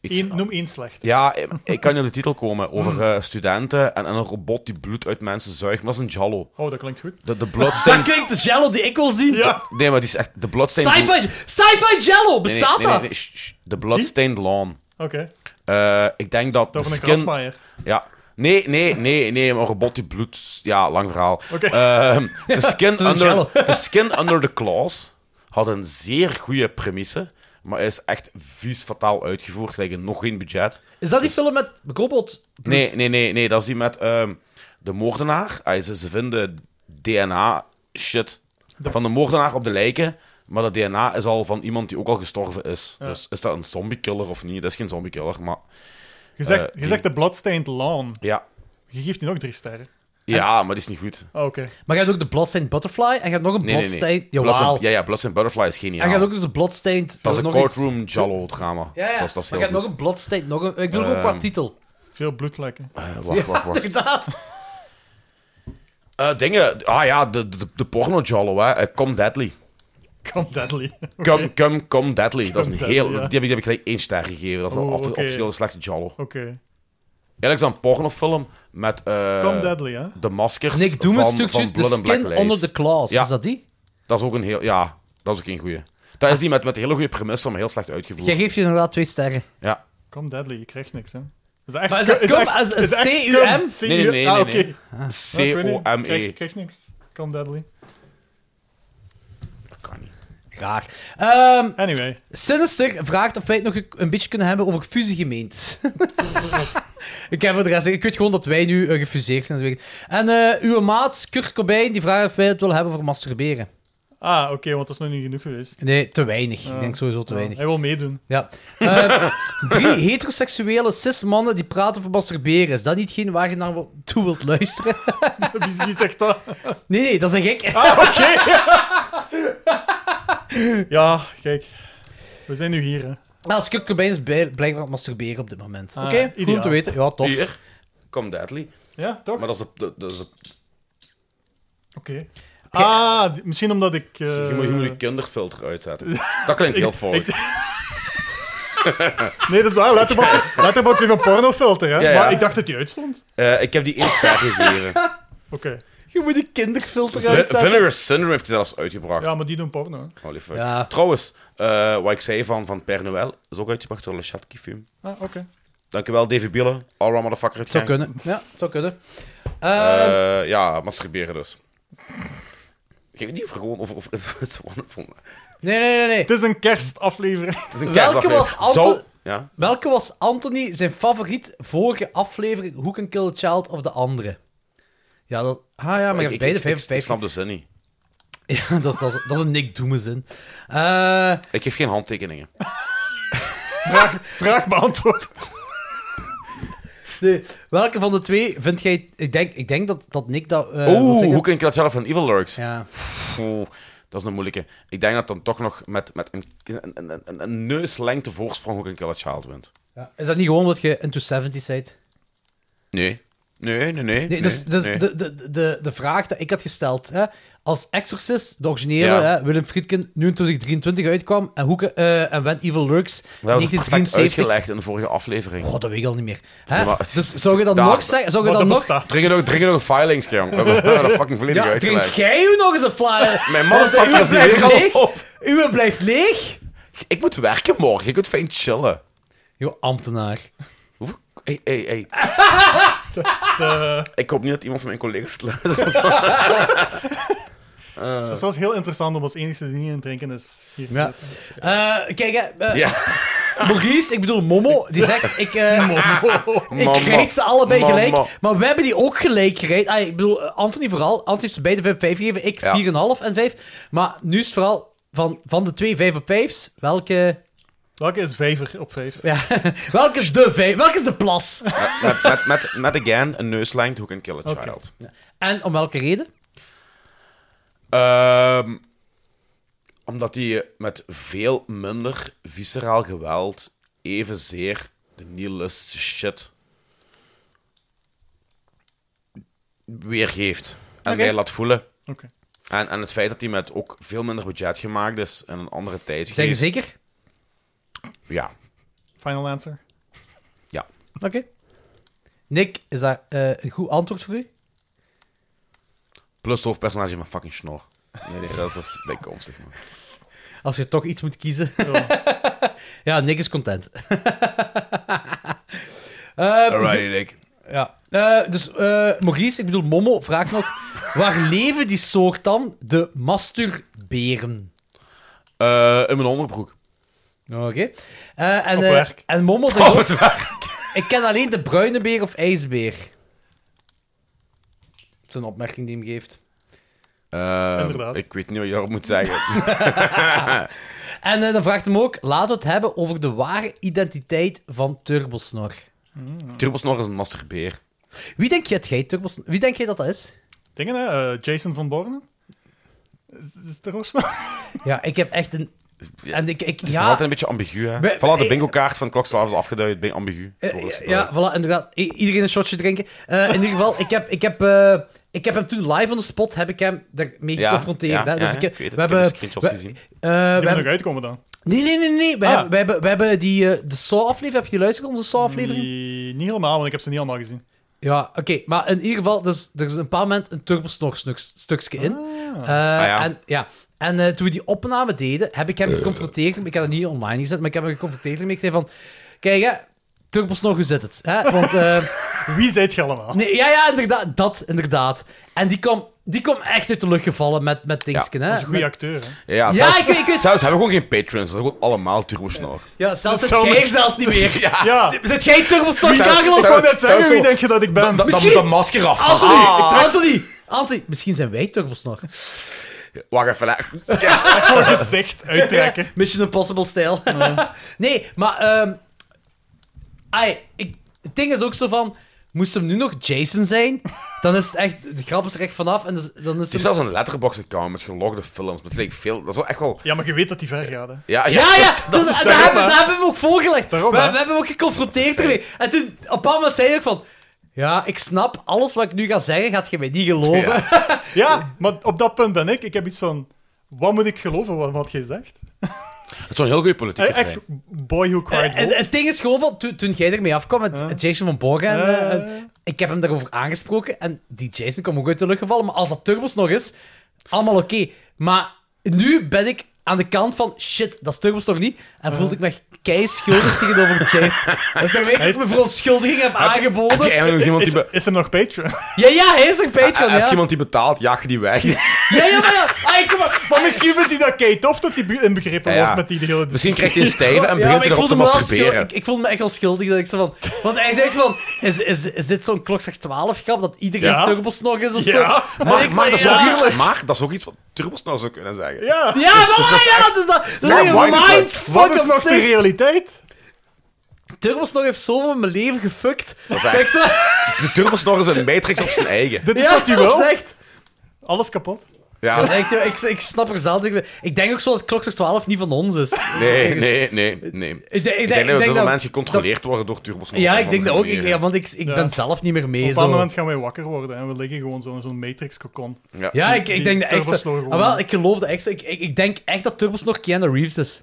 Iets-
Eén- noem één slecht.
Ja, ik- ik kan niet op de titel komen. Over eh, studenten en, en een robot die bloed uit mensen zuigt. Maar dat is een Jallo.
Oh, dat klinkt goed.
De, de
Dat
bloodstain...
klinkt de Jello die ik wil zien.
Ja.
Nee, maar die is echt... De bloodstain...
Sci-fi, sci-fi Jello,
Nee, nee,
bestaat
nee, nee,
dat?
nee, shh, shh. De Bloodstained Lawn.
Oké.
Eh, ik denk dat
Dat
de
van een
skin...
grasmaaier.
Ja. Nee, nee, nee, nee, maar een robot die bloed... Ja, lang verhaal.
Oké.
Ehm,
*laughs*
de, skin
is een
under, de Skin Under the Claws had een zeer goede premisse, maar is echt vies fataal uitgevoerd, tegen nog geen budget.
Is dat die film met bijvoorbeeld...
Nee, nee, nee, nee, dat is die met ehm, de moordenaar. Ah, ze, ze vinden DNA-shit van de moordenaar op de lijken, maar dat DNA is al van iemand die ook al gestorven is. Dus is dat een zombiekiller of niet? Dat is geen zombiekiller, maar
Je zegt,
Eh,
je
die-
zegt de Bloodstained Lawn.
ja.
Je geeft die nog drie sterren.
Ja, maar die is niet goed.
Ah, oké.
Maar je hebt ook de Bloodstained Butterfly en je hebt nog een
Nee, nee, nee.
Bloodstained...
Bloods
Jawel.
and- ja, ja, Bloods and Butterfly is geniaal.
En je hebt ook nog de Bloodstained...
Dat is een
nog
courtroom Jallo-drama.
iets. Ja, ja.
Dat is, dat is
maar
heel
je hebt nog
goed.
een Bloodstained... Nog een... Ik bedoel ook qua
Ehm,
titel.
Veel bloedvlekken. *laughs*
Eh, wacht, wacht,
*laughs*
wacht.
Inderdaad.
Eh, dingen. Ah ja, de, de, de porno-Jallo, hè. Eh, Come Deadly.
Come deadly. *laughs* Oké.
Come,
*laughs*
come, come Deadly. dat is een
Come
heel...
Deadly, ja.
Die heb ik, die heb ik gelijk één ster gegeven. Dat is een
Oh,
off-
oké.
officiële slechtste Jallo.
Oké.
Ja, dat is een pornofilm met... eh,
Come deadly, hè?
De maskers
Nick Doemen
van,
stukjes
van
The
Blood and Black
Skin
Lace.
Under the Claws.
Ja.
Is dat die?
Dat is ook een heel... Ja, dat is ook een goeie. Dat is die met, met een hele goede premisse, maar heel slecht uitgevoerd.
Jij geeft je inderdaad twee sterren.
Ja.
Come deadly. Je krijgt niks, hè? Is dat echt...
Maar is dat come als een
is dat echt
C-U-M?
come?
Nee, nee, nee,
Ah,
nee,
oké.
nee. E.
Ja, ik weet niet.
C-O-M-E.
Krijg, krijg niks. Come deadly.
Kan niet.
Graag. Ehm,
Anyway,
Sinister vraagt of wij het nog een- een beetje kunnen hebben over fusiegemeentes. *laughs* ik, heb voor de rest, ik weet gewoon dat wij nu eh, gefuseerd zijn. dat weet ik. En eh, uw maat, Kurt Cobain, die vraagt of wij het willen hebben voor masturberen.
ah, oké, want dat is nog niet genoeg geweest.
Nee, te weinig.
Ja.
Ik denk sowieso te weinig.
Hij wil
*laughs*
meedoen.
Ja.
*laughs*
Eh, drie heteroseksuele cis-mannen die praten over masturberen. Is dat niet geen waar je naar wil- toe wilt
*laughs*
luisteren?
Wie, wie zegt dat?
Nee, nee, dat zeg ik.
Ah.
*laughs*
Ja, kijk. We zijn nu hier, hè.
Als Kurt Cobain is bij- blijkbaar aan het masturberen op dit moment.
Ah,
Oké, goed om
ideaal.
te weten. Ja, tof.
Hier, Come Deadly.
Ja, toch?
Maar dat is, de, de- dat is de-
Oké. Ah, die- misschien omdat ik... eh,
je, moet, je moet je kinderfilter uitzetten. Dat klinkt heel fout.
Nee, dat is waar. Letterboxd
*laughs*
Letterboxd heeft een pornofilter, hè.
Ja, ja.
Maar ik dacht dat die uitstond.
Eh, ik heb die één ster gegeven.
Oké.
Je moet een kinderfilter
Vi-
uitzetten.
Vinegar Syndrome heeft hij zelfs uitgebracht.
Ja, maar die doen porno. hè.
Holy fuck.
Ja.
Trouwens, eh, wat ik zei van, van Père Noël is ook uitgebracht door Le Chat Kifum.
Ah, oké.
Dankjewel, Davy Biele. Allround motherfucker. uit
zou
Genk.
kunnen. Ja, het zou kunnen. Eh,
Eh, ja, masturberen dus. Ik weet niet of er gewoon over... *laughs* over het is wonderful.
nee, nee, nee, nee.
Het is een kerstaflevering. *laughs*
Het is een
Welke
kerstaflevering.
was Anton-
Zou- Ja?
Welke was Anthony zijn favoriet vorige aflevering? Who Can Kill a Child of de andere? Ja, dat... Ah ja, maar je
ik,
hebt
ik,
beide
ik-
vijf
ik-
vijf.
ik snap de zin niet.
Ja, *laughs* dat, is- dat, is, dat is een Nick Doemen zin. Eh,
Ik geef geen handtekeningen.
Vraag, vraag beantwoord.
nee, welke van de twee vind jij... Ik denk, ik denk dat, dat Nick dat... eh, wil
Oeh,
zeggen.
hoe kan ik dat zelf van Evil Lurks?
Ja.
Oeh, dat is een moeilijke. Ik denk dat dan toch nog met, met een, een, een, een, een neuslengte voorsprong ook een Kill a Child wint.
ja. Is dat niet gewoon omdat je into 70 bent?
Nee. Nee, nee, nee.
Nee, dus, dus
nee.
De, de, de, de vraag die ik had gesteld, hè, als Exorcist, de originele,
Ja.
hè, Willem Friedkin, nu in 2023 uitkwam, en, Hoeken, eh, en When Evil Lurks,
We hebben het perfect
1973...
uitgelegd in de vorige aflevering.
God, dat weet ik al niet meer. Hè?
Ja, maar-
dus zou je dan
Daar-
nog zeggen... Zou je
Wat dat
dan nog...
bestaat.
Drink er nog, drink er nog een filings, jong. We hebben we hebben dat fucking volledig
Ja, drink
uitgelegd.
jij u nog eens een flyer?
*laughs* Mijn motherfucker is
Uwe
die weer
blijft
al op.
leeg. Uwe blijft leeg.
Ik moet werken morgen. Ik moet fijn chillen.
Jo, ambtenaar.
Hoeveel... Hey, hey,
*laughs*
hey.
Dus, eh,
Ik hoop niet dat iemand van mijn collega's luistert.
dat is trouwens heel interessant om als enige die niet aan het drinken is. Hier.
Ja. Eh, kijk, hè, eh,
Ja.
Maurice, ik bedoel Momo, die
*laughs*
zegt... Ik, eh, *laughs* ik
Momo.
reed ze allebei
Momo.
gelijk. Maar we hebben die ook gelijk gereden. Ah, ik bedoel, eh, Anthony vooral. Anthony heeft ze beide 5 op 5 gegeven. Ik
Ja.
4,5 en 5. Maar nu is het vooral van, van de twee 5 op 5's, welke...
Welke is vijver op vijf?
Ja, *laughs* welke is de vijf? Welke is de plas?
Met, met, met, met again, een neuslengte, ook een Kill a Child.
En om welke reden?
Ehm, omdat die met veel minder visceraal geweld evenzeer de nihilistische shit weergeeft. En
Oké.
mij laat voelen.
Oké.
En, en het feit dat die met ook veel minder budget gemaakt is en een andere tijdsgeest.
Zeg je zeker?
Ja.
Final answer.
Oké. Nick, is dat eh, een goed antwoord voor u?
Plus het hoofdpersonage van fucking Snor. Nee, nee, dat is, dat is bijkomstig, man.
Als je toch iets moet kiezen.
Ja.
*laughs* Ja, Nick is content.
Alrighty, Nick.
Ja. Eh, dus eh, Maurice, ik bedoel Momo, vraagt nog... *laughs* waar leven die soort dan? De masturberen.
Eh, in mijn onderbroek.
Oké. Eh, en,
Op
eh,
werk.
en Momo zegt
Op
ook,
Oh, het *laughs* werk.
ik ken alleen de bruine beer of ijsbeer. Dat is een opmerking die hem geeft.
Eh,
Inderdaad.
ik weet niet wat je daarop moet zeggen.
En eh, dan vraagt hem ook, laten we het hebben over de ware identiteit van Turbosnor.
Turbosnor is een masturbeer.
Wie denk jij dat jij Turbosnor... Wie denk jij dat dat is?
Dingen, hè? Eh, Jason van Borne? Is, is het er ook snel?
Ja, ik heb echt een... En ik, ik,
Het is
ja,
nog altijd een beetje ambigu, hè?
We-
voilà, de
ik-
bingo-kaart van Klokslaaf is afgeduid, ben ambigu. Door
Eh,
het
ja, voilà, inderdaad. I- iedereen een shotje drinken. Eh, in ieder geval, ik heb, ik, heb, eh, ik heb hem toen live on the spot heb ik hem daarmee
Ja,
geconfronteerd.
ja,
hè.
ja,
dus
ja,
ik,
ik weet het.
we
Ik heb
hebben,
de screenshots
we-
gezien.
eh, we
Die moet nog
hebben,
uitkomen dan.
nee, nee, nee. nee. We,
Ah.
hebben, we, hebben, we hebben die, eh, de Saw-aflevering. Heb je geluisterd, onze Saw-aflevering?
Die- niet helemaal, want ik heb ze niet allemaal gezien.
Ja, oké. Maar in ieder geval, dus, er is een paar moment een turbosnog-stukje in.
Ah.
Eh,
Ah, ja. Eh.
En, ja. en eh, toen we die opname deden, heb ik hem geconfronteerd. Ik had het niet online gezet, maar ik heb hem geconfronteerd. En ik zei van, kijk hè, turbosnog, hoe zit het? Hè? Want... eh, *laughs*
Wie zijt je allemaal?
Nee, ja, ja, inderdaad. Dat, inderdaad. En die kwam Die komt echt uit de lucht gevallen met, met Dingsken, hè?
Dat is een goede acteur. Hè?
Ja,
Ja,
zelfs,
ik Ah, weet- ik weet-
zelfs hebben we gewoon geen patrons. Dat is gewoon allemaal turbo-snor.
Ja, zelfs
Dat
het
zou
jij
me-
zelfs niet meer.
*laughs* Ja.
Ja.
Z- Zit jij Turbostad
Zou-
Karel?
zou-
Ik wou net zeggen,
Zou zo-
wie denk je dat ik ben?
Dan
Misschien-
moet dat masker af.
Anthony,
Ah.
Anthony, Anthony, misschien zijn wij Turbostad.
Ah, Wacht even. hè.
Voor gezicht uittrekken.
Mission Impossible-stijl. *laughs* nee, maar... ehm, ai, ik, het ding is ook zo van... Moest hem nu nog Jason zijn, dan is het echt... De grap is er echt vanaf en dus- dan is
Er is
het...
zelfs een letterbox-account met gelogde films. Met gelijk veel... Dat is wel echt wel...
Ja, maar je weet dat die ver gaat. Hè.
Ja,
Ja, ja, dus, daar,
daarom,
hebben,
hè.
daar hebben we hem ook voorgelegd.
Daarom,
we,
hè.
we hebben hem ook geconfronteerd ermee. En toen, op een bepaald moment zei hij ook van... Ja, ik snap, alles wat ik nu ga zeggen, gaat je mij niet geloven.
Ja, maar op dat punt ben ik. Ik heb iets van... Wat moet ik geloven wat, wat je zegt? Eh,
Het zou een heel goede politiek
Eh,
Echt,
zijn.
boy who cried
Eh,
En,
wolf.
het ding is gewoon van, toen, toen jij ermee afkwam met Jason van Borgen, en, eh,
Eh.
en ik heb hem daarover aangesproken en die Jason kwam ook uit de lucht gevallen. Maar als dat Turbos nog is, allemaal oké. Maar nu ben ik aan de kant van, shit, dat is Turbos nog niet. En voelde ik me kei schuldig tegenover
*laughs*
Jason. Dus daarmee dat
Hij
ik
is-
mijn verontschuldiging heb
Heb je
aangeboden.
eigenlijk nog iemand
Is,
die... be- eh,
is hem nog Patreon?
Ja, ja, hij is er beter van,
Heb je
ja.
iemand die betaalt, jaag je die weg.
Ja, ja, maar ja. Ai, kom maar.
*laughs* Maar misschien vindt hij dat kei tof dat hij bu- inbegrepen
Ah, Ja, ja.
wordt met die hele
Misschien
discussie.
krijgt hij een stijve en
Ja,
begint
maar ik
hij erop
voelde,
te
me wel schuldig-
masturberen.
ik, ik voelde me echt wel schuldig dat ik zo van... Want hij zegt van, is, is, is dit zo'n klokslag 12 grap dat iedereen
Ja.
turbos nog is of zo?
Ja.
En
Maar,
ik
maar,
zo,
dat is
ja.
ook eerlijk. maar dat is ook iets wat Turbos nou zou kunnen zeggen.
Ja.
Ja, maar waar, ja, dus dat dat is
Maar
echt
why
een
is dat-
mindfuck
Wat is
op
nog de
zich.
realiteit?
Turbos nog heeft zoveel in mijn leven gefukt. Dat
is echt-
ik zo...
De Turbosnor is een matrix op zijn eigen.
Dit is
Ja,
wat hij
dat
wil.
is echt...
Alles kapot.
Ja,
dat is echt, ik, ik snap er zelf niet meer- Ik denk ook zo dat klokslag 12 niet van ons is.
nee, nee, nee, nee. Ik
Ik, denk- ik,
denk, dat we op dit moment
dat-
gecontroleerd worden door Turbosnor.
Ja, ik denk dat ook. Ik, ja,
ja,
want ik, ik
Ja.
ben zelf niet meer
Op
mee.
een bepaald
Zo.
moment gaan wij wakker worden en we liggen gewoon zo in zo'n matrix-cocon.
Ja, ik, ik
Die
denk dat echt
Turbosnor
zo...
gewoon.
Ah, wel, ik geloof dat echt zo. Ik, ik, ik denk echt dat Turbos nog Keanu Reeves is.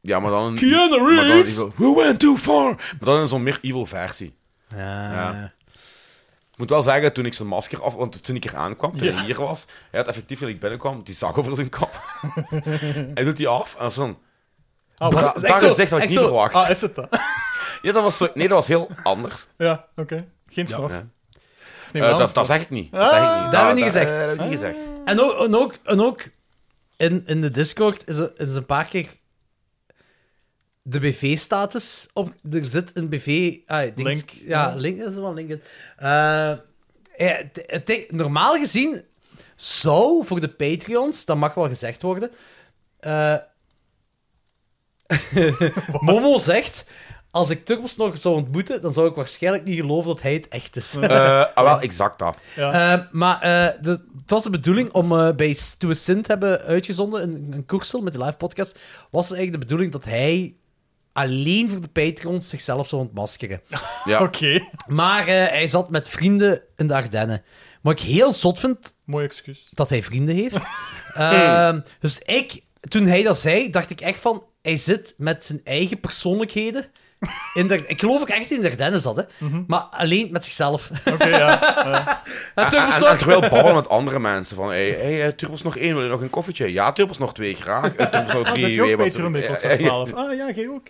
Ja, maar dan...
Keanu
maar dan een
Reeves!
evil- Who went too far? Maar dan in zo'n meer evil versie.
Ja.
Ja. Ik moet wel zeggen, toen ik zijn masker af... Want toen ik hier aankwam, toen hij hier was... Hij had effectief, toen ik binnenkwam, die zak over zijn
*laughs*
kop. hij doet die af en zo...
Ah,
Dat
was-
is
dat
echt zo-
is echt wat ik
echt
niet
zo-
verwacht.
ah, is het dat?
Ja, dat was zo- nee, dat was heel anders.
Ja, oké. Geen straf.
ja.
Nee,
Eh,
wel
dat,
een
dat zeg ik niet. Dat, zeg ik niet.
Ah. Dat hebben we niet
eh,
gezegd. Ah.
dat heb ik niet gezegd.
En ook, en ook, en ook in, in de Discord is, er, is een paar keer de BV-status op. Er zit een BV. Ah, dings-
Link.
Ja, link is wel link. in. Eh, eh, het- het ding- normaal gezien zou voor de Patreons, dat mag wel gezegd worden. eh, *laughs* Momo zegt. Als ik Turbos nog zou ontmoeten, dan zou ik waarschijnlijk niet geloven dat hij het echt is.
Eh, ah, wel, exact dat.
Eh, maar eh, de- het was de bedoeling om eh, bij Stuwe Sint hebben uitgezonden, een, een koersel met de live podcast, was het eigenlijk de bedoeling dat hij alleen voor de Patreons zichzelf zou ontmaskeren.
Ja.
Oké,
Maar eh, hij zat met vrienden in de Ardennen. Wat ik heel zot vind,
mooi excuus.
dat hij vrienden heeft. Ehm, dus ik, toen hij dat zei, dacht ik echt van, hij zit met zijn eigen persoonlijkheden. In de, ik geloof ook echt dat hij in de Ardennen zat, hè. maar alleen met zichzelf.
Oké,
*laughs*
ja.
En
En,
Turbos
en,
nog.
en terwijl ballen met andere mensen van, hey, hey eh, Turbos nog één, wil je nog een koffietje? Ja, Turbos nog twee, graag. Eh, Turbos
*laughs*
nog
Ah,
drie,
zet je ook
weet wat-
Patreon bij
eh,
Klokslag
*laughs* eh,
12? Ah, ja, jij ook.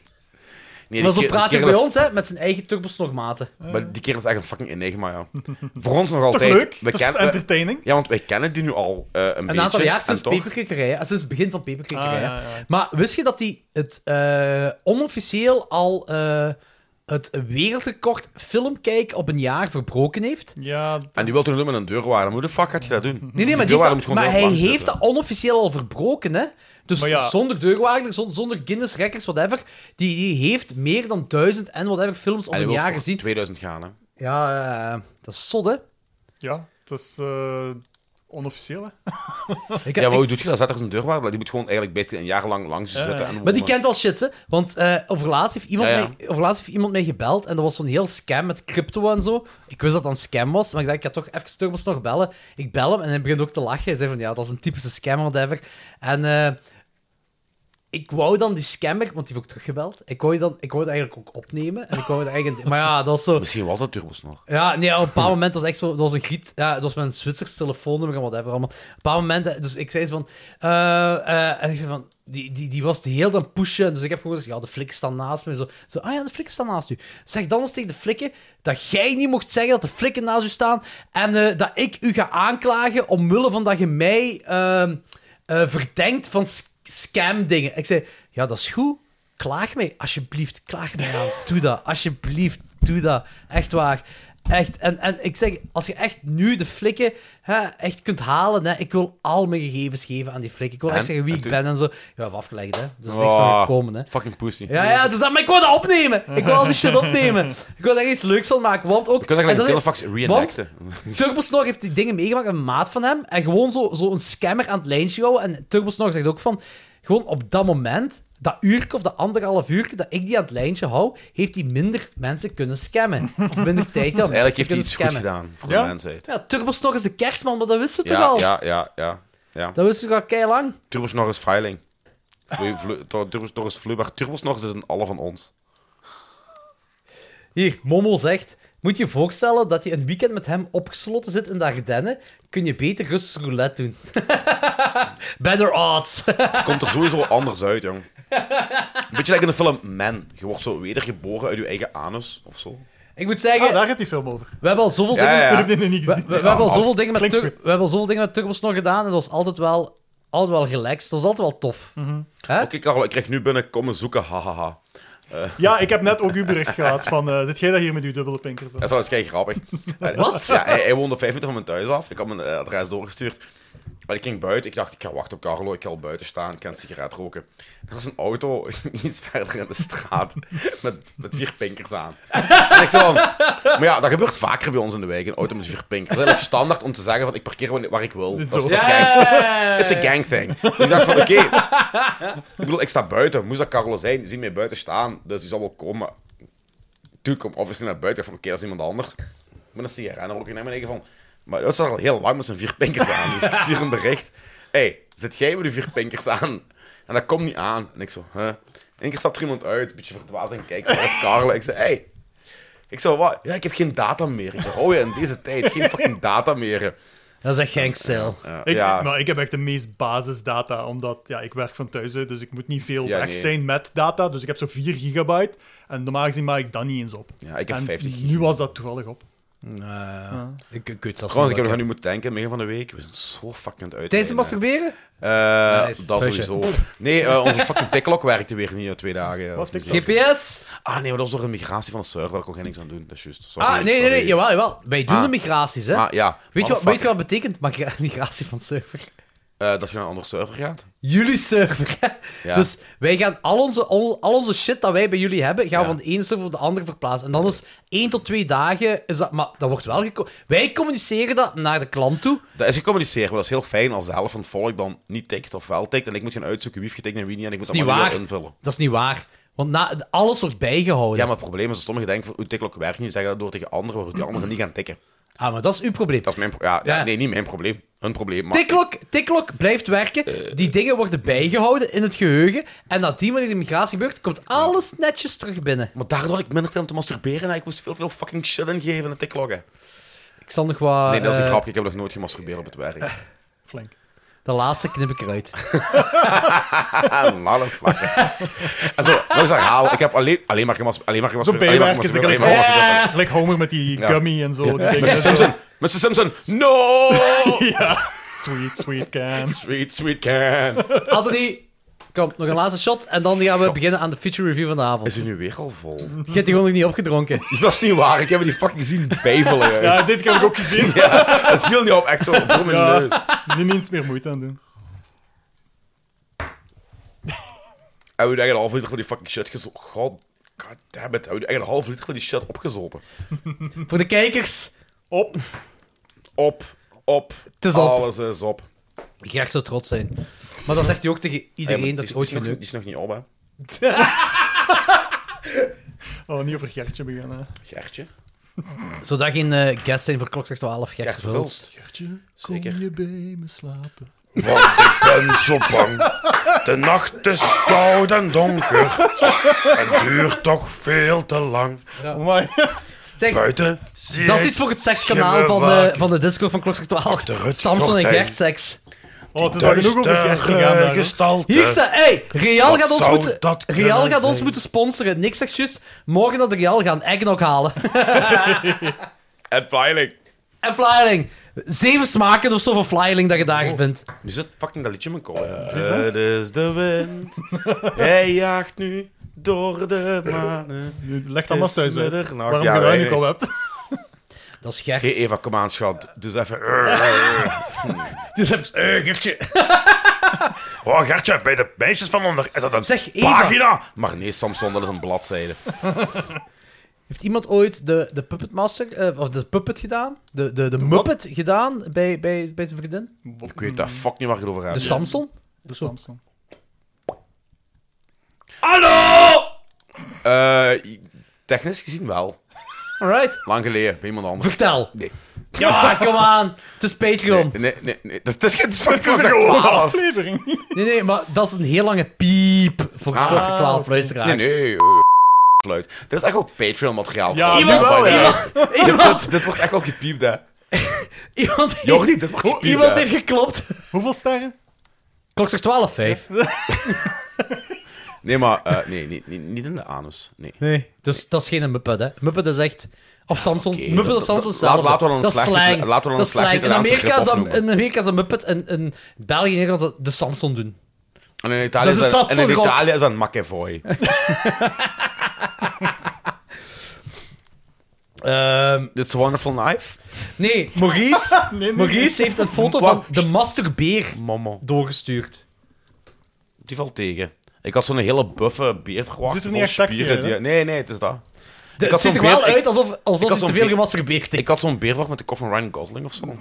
Nee,
maar
die
zo
kerel-
praat
die
hij
kerel
bij
is-
ons, hè, met zijn eigen turbosnormaten.
Maar die kerel is echt een fucking
*laughs*
enigma, ja. Voor ons nog
Toch
altijd.
leuk?
We
dat is
kennen- we-
entertaining.
ja, want wij kennen die nu al eh, een,
Een
beetje.
aantal jaar sinds
en toch,
peperkikkerij, hè, sinds het begin van peperkikkerij.
Ah,
hè.
ja, ja.
Maar wist je dat hij het eh, onofficieel al eh, het wereldrecord filmkijken op een jaar verbroken heeft?
Ja, d-
En die wil toen doen met een deurwaarde. Hoe de fuck gaat je dat doen?
Nee, nee, maar, die
deurwaarder
heeft
moet
dat, maar
gewoon heel
hij
lang
heeft
zitten.
dat onofficieel al verbroken, hè? Dus
Maar ja.
zonder deurwaarder, zonder, zonder Guinness records, whatever. Die, die heeft meer dan duizend en whatever films op
En hij
een
wil
jaar
voor
gezien.
2000 gaan, hè.
Ja, ja, ja. dat is zot, hè?
ja, het is eh, onofficieel, hè. Ah,
Ik,
Ja, maar
ik-
hoe doet je dat? Zet er zijn deurwaarde. Die moet gewoon eigenlijk best een jaar lang langs je
Ja, ja.
zitten. en
Maar die
wonen.
kent wel shit, hè? Want eh over, laatst heeft iemand
Ja, ja.
Mij, over laatst heeft iemand mij gebeld en dat was zo'n heel scam met crypto en zo. Ik wist dat dat een scam was, maar ik dacht, ik ga toch even Turbos nog bellen. Ik bel hem en hij begint ook te lachen. Hij zei van, ja, dat is een typische scam, whatever. En eh, ik wou dan die scammer, want die heeft ook teruggebeld, ik wou, dan, ik wou het eigenlijk ook opnemen. En ik wou het eigenlijk, maar ja, dat was zo...
Misschien was dat Turbos nog.
Ja, nee, op een bepaald moment was echt zo, dat was een griet, ja, dat was mijn Zwitsers telefoonnummer en whatever allemaal. Op een bepaald moment, dus ik zei ze van, eh, eh, en ik zei van, die, die, die was heel aan het pushen. Dus ik heb gewoon gezegd, ja, de flikken staan naast me. Zo, zo ah ja, de flikken staan naast u. Zeg dan eens tegen de flikken dat jij niet mocht zeggen dat de flikken naast u staan. En eh, dat ik u ga aanklagen omwille van dat je mij ehm, eh, verdenkt van scam dingen. Ik zei, ja, dat is goed. Klaag mij, alsjeblieft. Klaag mij aan. Doe dat, alsjeblieft. Doe dat. Echt waar. Echt. En, en ik zeg, als je echt nu de flikken hè, echt kunt halen, hè, ik wil al mijn gegevens geven aan die flikken. Ik wil
En?
echt zeggen wie
En
ik
toen-
ben en zo. Ja, heb afgelegd, hè. Er is niks van
Oh,
gekomen, hè.
Fucking pussy.
Ja, ja, dus dat, maar ik wil dat opnemen. Ik wil al die shit
*laughs*
opnemen. Ik wil daar iets leuks van maken, want ook...
Je kunt
en
eigenlijk
dat
een
is-
telefax Dus reenacten.
Turbosnor heeft die dingen meegemaakt, een maat van hem. En gewoon zo'n zo een scammer aan het lijntje houden. En Turbosnor zegt ook van... Gewoon op dat moment, dat uur of dat anderhalf uur dat ik die aan het lijntje hou, heeft hij minder mensen kunnen scammen. Of
*laughs*
minder tijd
Dus
gehad om mensen
eigenlijk
te
heeft hij
kunnen
iets goed
scammen.
gedaan voor
Ja.
de mensheid.
Ja, Turbosnor is de kerstman, maar dat wisten we toch
Ja,
al?
ja, ja, ja. ja.
Dat wisten we al kei lang.
Turbosnor is veiling. Vloe- *laughs* vloe- to- Turbosnor is vloeibaar. Turbosnor is een alle van ons.
Hier, Momo zegt... Moet je je voorstellen dat je een weekend met hem opgesloten zit in de Ardennen? Kun je beter Russisch roulette doen. *laughs* Better odds.
Het komt er sowieso anders uit, jong. Beetje like in de film Man. Je wordt zo wedergeboren uit je eigen anus of zo.
Ik moet zeggen,
Ah, daar gaat die film over.
we hebben al zoveel
Ja,
dingen...
ja.
Ik heb die nog niet *laughs*
We, we-
gezien.
we hebben al
af-
zoveel dingen met
klinkt
Tur- we
goed.
hebben al zoveel dingen met Turbos nog gedaan en dat was altijd wel, altijd wel relaxed. Dat was altijd wel tof. Hè?
Oké, Karel, ik krijg nu binnen komen zoeken, hahaha.
Ja, ik heb net ook uw bericht gehad van... eh, zit jij daar hier met uw dubbele pinkers aan?
Dat is kei grappig.
Wat?
Ja, hij, hij woonde vijf minuten van mijn thuis af. Ik had mijn eh, adres doorgestuurd. Maar ik ging buiten. Ik dacht, ik ga wachten op Carlo. Ik ga al buiten staan. Ik kan een sigaret roken. Er was een auto *laughs* iets verder in de straat met, met vier pinkers aan. En ik zo van, maar ja, dat gebeurt vaker bij ons in de wijk. Een auto met vier pinkers. Dat is eigenlijk standaard om te zeggen van, ik parkeer wanneer- waar ik wil. Dat is, dat is gang- It's a gang thing. Dus ik dacht van, oké. Ik bedoel, ik sta buiten. Moest dat Carlo zijn? Die ziet mij buiten staan. Dus die zal wel komen. Toen kwam obviously naar buiten. Ik dacht van, oké, dat is iemand anders. Ik ben een sigaret ook in mijn eigen van... Maar dat zat al heel lang met zijn vier pinkers aan. Dus ik stuur een bericht. Hé, hey, zit jij met die vier pinkers aan? En dat komt niet aan. En ik zo, hè? Eén keer stapt er iemand uit, een beetje verdwaasd en kijk, zo, waar is Carlo? Ik zei, hé, hey, ik zei, wat? Ja, ik heb geen data meer. Ik zei, oh ja, in deze tijd, geen fucking data meer.
Dat is echt gangstijl.
Ja,
Ik,
ja.
Maar ik heb echt de meest basisdata, omdat ja, ik werk van thuis uit, dus ik moet niet veel
Ja,
weg
nee.
zijn met data. Dus ik heb zo'n 4 gigabyte en normaal gezien maak ik dat niet eens op.
Ja, ik heb
en
50
nu was dat toevallig op.
Ik, ik weet zelfs
Trouwens, ik
niet
heb nog
wat
aan u moeten denken, midden van de week. We zijn zo fucking uit.
Tijdens het masturberen?
Eh,
Nice.
Dat
Vuistje.
sowieso. Nee, eh, onze fucking TikTok werkte weer niet na twee dagen. eh, Dat is
TikTok?
bizar.
GPS?
Ah nee, maar dat was door een migratie van een server. Daar kon geen niks aan doen. Dat is juist. Sorry,
Ah, nee, nee, nee.
sorry.
Jawel, jawel. Wij doen
Ah.
de migraties, hè.
Ah, ja.
weet, je wat,
Motherfucker.
weet je wat betekent migra- *laughs* migratie van server?
Eh, dat je naar een andere server gaat.
Jullie server, hè.
Ja.
Dus wij gaan al onze, al, al onze shit dat wij bij jullie hebben, gaan we
Ja.
van de ene server op de andere verplaatsen. En dan is één tot twee dagen... Is dat, maar dat wordt wel... geco- Wij communiceren dat naar de klant toe.
Dat is gecommuniceerd, maar dat is heel fijn als de helft van het volk dan niet tikt of wel tikt. En ik moet gaan uitzoeken wie heeft getikt en wie niet. En ik moet
Dat
dat
is niet
manueel
waar.
invullen.
Dat is niet waar. Want na, alles wordt bijgehouden.
Ja, maar het probleem is dat sommigen denken van hoe TikTok werkt niet. Zeggen dat door tegen anderen, waardoor die anderen niet gaan tikken.
Ah, maar dat is uw probleem.
Dat is mijn pro- ja, ja,
Ja.
nee, niet mijn probleem. Hun probleem. Maar
TikTok, TikTok blijft
Eh,
werken. Die dingen worden bijgehouden in het geheugen. En dat die manier de migratie gebeurt, komt alles netjes terug binnen.
Maar daardoor had ik minder tijd om te masturberen en ik moest veel, veel fucking shit ingeven in de tikloggen.
Ik zal nog wat...
Nee, dat is een
eh,
grapje. Ik heb nog nooit gemasturbeerd op het werk.
Flink.
De laatste knip ik eruit.
Ah, motherfucker. En zo, nog eens herhaal. Ik heb alleen, alleen maar gemasturbeerd. Alleen maar
Zo'n
gemasturbeerd. Alleen maar
bijwerk is
gemasturbeerd.
gelijk
Alleen maar
*laughs*
gemasturbeerd.
Ja. Like Homer met die
Ja.
gummy en zo. die dingen.
Mr. Simpson. Mr. Simpson. No!
Sweet, sweet can.
Sweet, sweet can.
Anthony, kom, nog een laatste shot. En dan gaan we beginnen aan de feature review van de avond.
Is hij nu weer al vol?
Je hebt die gewoon nog niet opgedronken.
Dat is niet waar. Ik heb die fucking zien bijvullen. juist.
Ja, dit Eh, heb ik ook gezien.
Het viel niet op. Echt zo voor mijn
Ja.
neus.
Niet eens meer moeite aan doen.
En we hebben echt een half liter van die fucking shit gezopen. God, god damn it. We hebben echt een half liter van die shit opgezopen.
Voor de kijkers,
Op.
Op, op.
het is op.
Alles is op.
Graag zo trots zijn. Maar dat zegt hij ook tegen iedereen
Ja, maar
dat
die
hij
is-
ooit
die is nog-
geneukt
Die is nog niet op, hè.
Oh, niet over Gertje beginnen.
Gertje.
Zodat geen eh guest zijn voor klok 12. Gert,
Gert
Vuls.
Verhulst.
Gertje, kom
Zeker.
je bij me slapen?
Want ik ben zo bang. De nacht is koud en donker. En duurt toch veel te lang.
Oh my.
Zeg,
Buiten zie
dat is
ik
iets voor het sekskanaal van, eh,
schimmelwaken.
van de Discord van klok 12.
de Rutger
Samson en
Gordijn.
Gert seks.
Oh, het is al genoeg over Gert gegaan daar, hoor.
gestalte.
Hier staat... Hey, Real
Wat
gaat ons
zou
moeten...
dat
Real
kunnen
gaat ons
zijn?
moeten sponsoren. Niks seksjes. Morgen naar de Real gaan. Eggnog halen. *laughs*
En veilig.
en flyling. Zeven smaken of zo van flyling dat je daar vindt.
Nu zit fucking dat liedje in mijn kop.
Eh,
Het is
*laughs*
de wind, hij jaagt nu door de
*laughs*
manen.
Nu, Leg dat maar
is
thuis uit.
middernacht.
Waarom
Ja,
je dat
wij-
niet al
*laughs*
hebt.
Dat is Gert.
Hé Eva, kom aan, schat. Dus even... *laughs*
Dus even...
Eh, Gertje. oh, Gertje, bij de meisjes van onder is dat een
Zeg, Eva.
pagina.
Maar nee, Samson, dat is een bladzijde.
Heeft iemand ooit de, de Puppet Master... eh, of de Puppet gedaan? De, de, de Muppet gedaan bij, bij, bij zijn vriendin?
Ik weet
Mm.
dat fuck niet waar je het over
De
gaat.
Samson?
De Samsung.
Hallo!
Eh, technisch gezien wel.
Alright.
Lang geleden, bij iemand anders.
Vertel.
Nee.
Ja, kom aan. Het is Patreon.
Nee, nee, nee. nee. Dat, dat is, dat is
*laughs*
van
Het is een gewone
12.
aflevering. *laughs*
Nee, nee, maar dat is een heel lange piep voor
Ah.
klokslag 12 luisteraars.
Nee, nee. eh, Fluit. Dit is echt wel Patreon-materiaal.
Ja,
trouwens.
nu wel,
Dit-
ja. *laughs*
Dit,
Iemand,
dit, dit wordt echt wel gepiept, hè. *laughs*
iemand,
Jordi, dit wordt gepiept,
iemand
hè.
heeft geklopt.
Hoeveel sterren?
Klokslag 12, 5.
Nee, maar... eh, nee, nee, nee, niet in de anus. Nee.
Nee. Dus dat is geen Muppet, hè. Muppet is echt... Of Samson.
oké,
Muppet
dat-
of Samson is
dat- laten-
hetzelfde.
laten we dan een
Dat is
slechte-
slang.
laten we dan
Dat is
een slechte
slang. In
Italiaanse
Amerika is
grip
dat-
opnoemen.
in Amerika is dat Muppet en in België en Nederland is dat de Samson doen.
En in Italië
Dat is
is
een
dat, en in
sapselgrond.
Italië is dat een McAvoy.
Ehm,
It's a Wonderful
*laughs*
Knife.
nee, Maurice, Maurice heeft een foto van
Wacht.
de masturbeer
Mama.
doorgestuurd.
Die valt tegen. Ik had zo'n hele buffe beer verwacht.
Doet er niet
vol
echt sexy
spieren
uit,
die-
hè?
Nee, nee, het is dat.
De-
had
het ziet
zo'n
er wel
beer- ik-
uit alsof, alsof
had
hij te
zo'n
veel
beer-
gemasturbeerd heeft.
Ik had zo'n beer verwacht met de kop van Ryan Gosling of
Oh,
zo.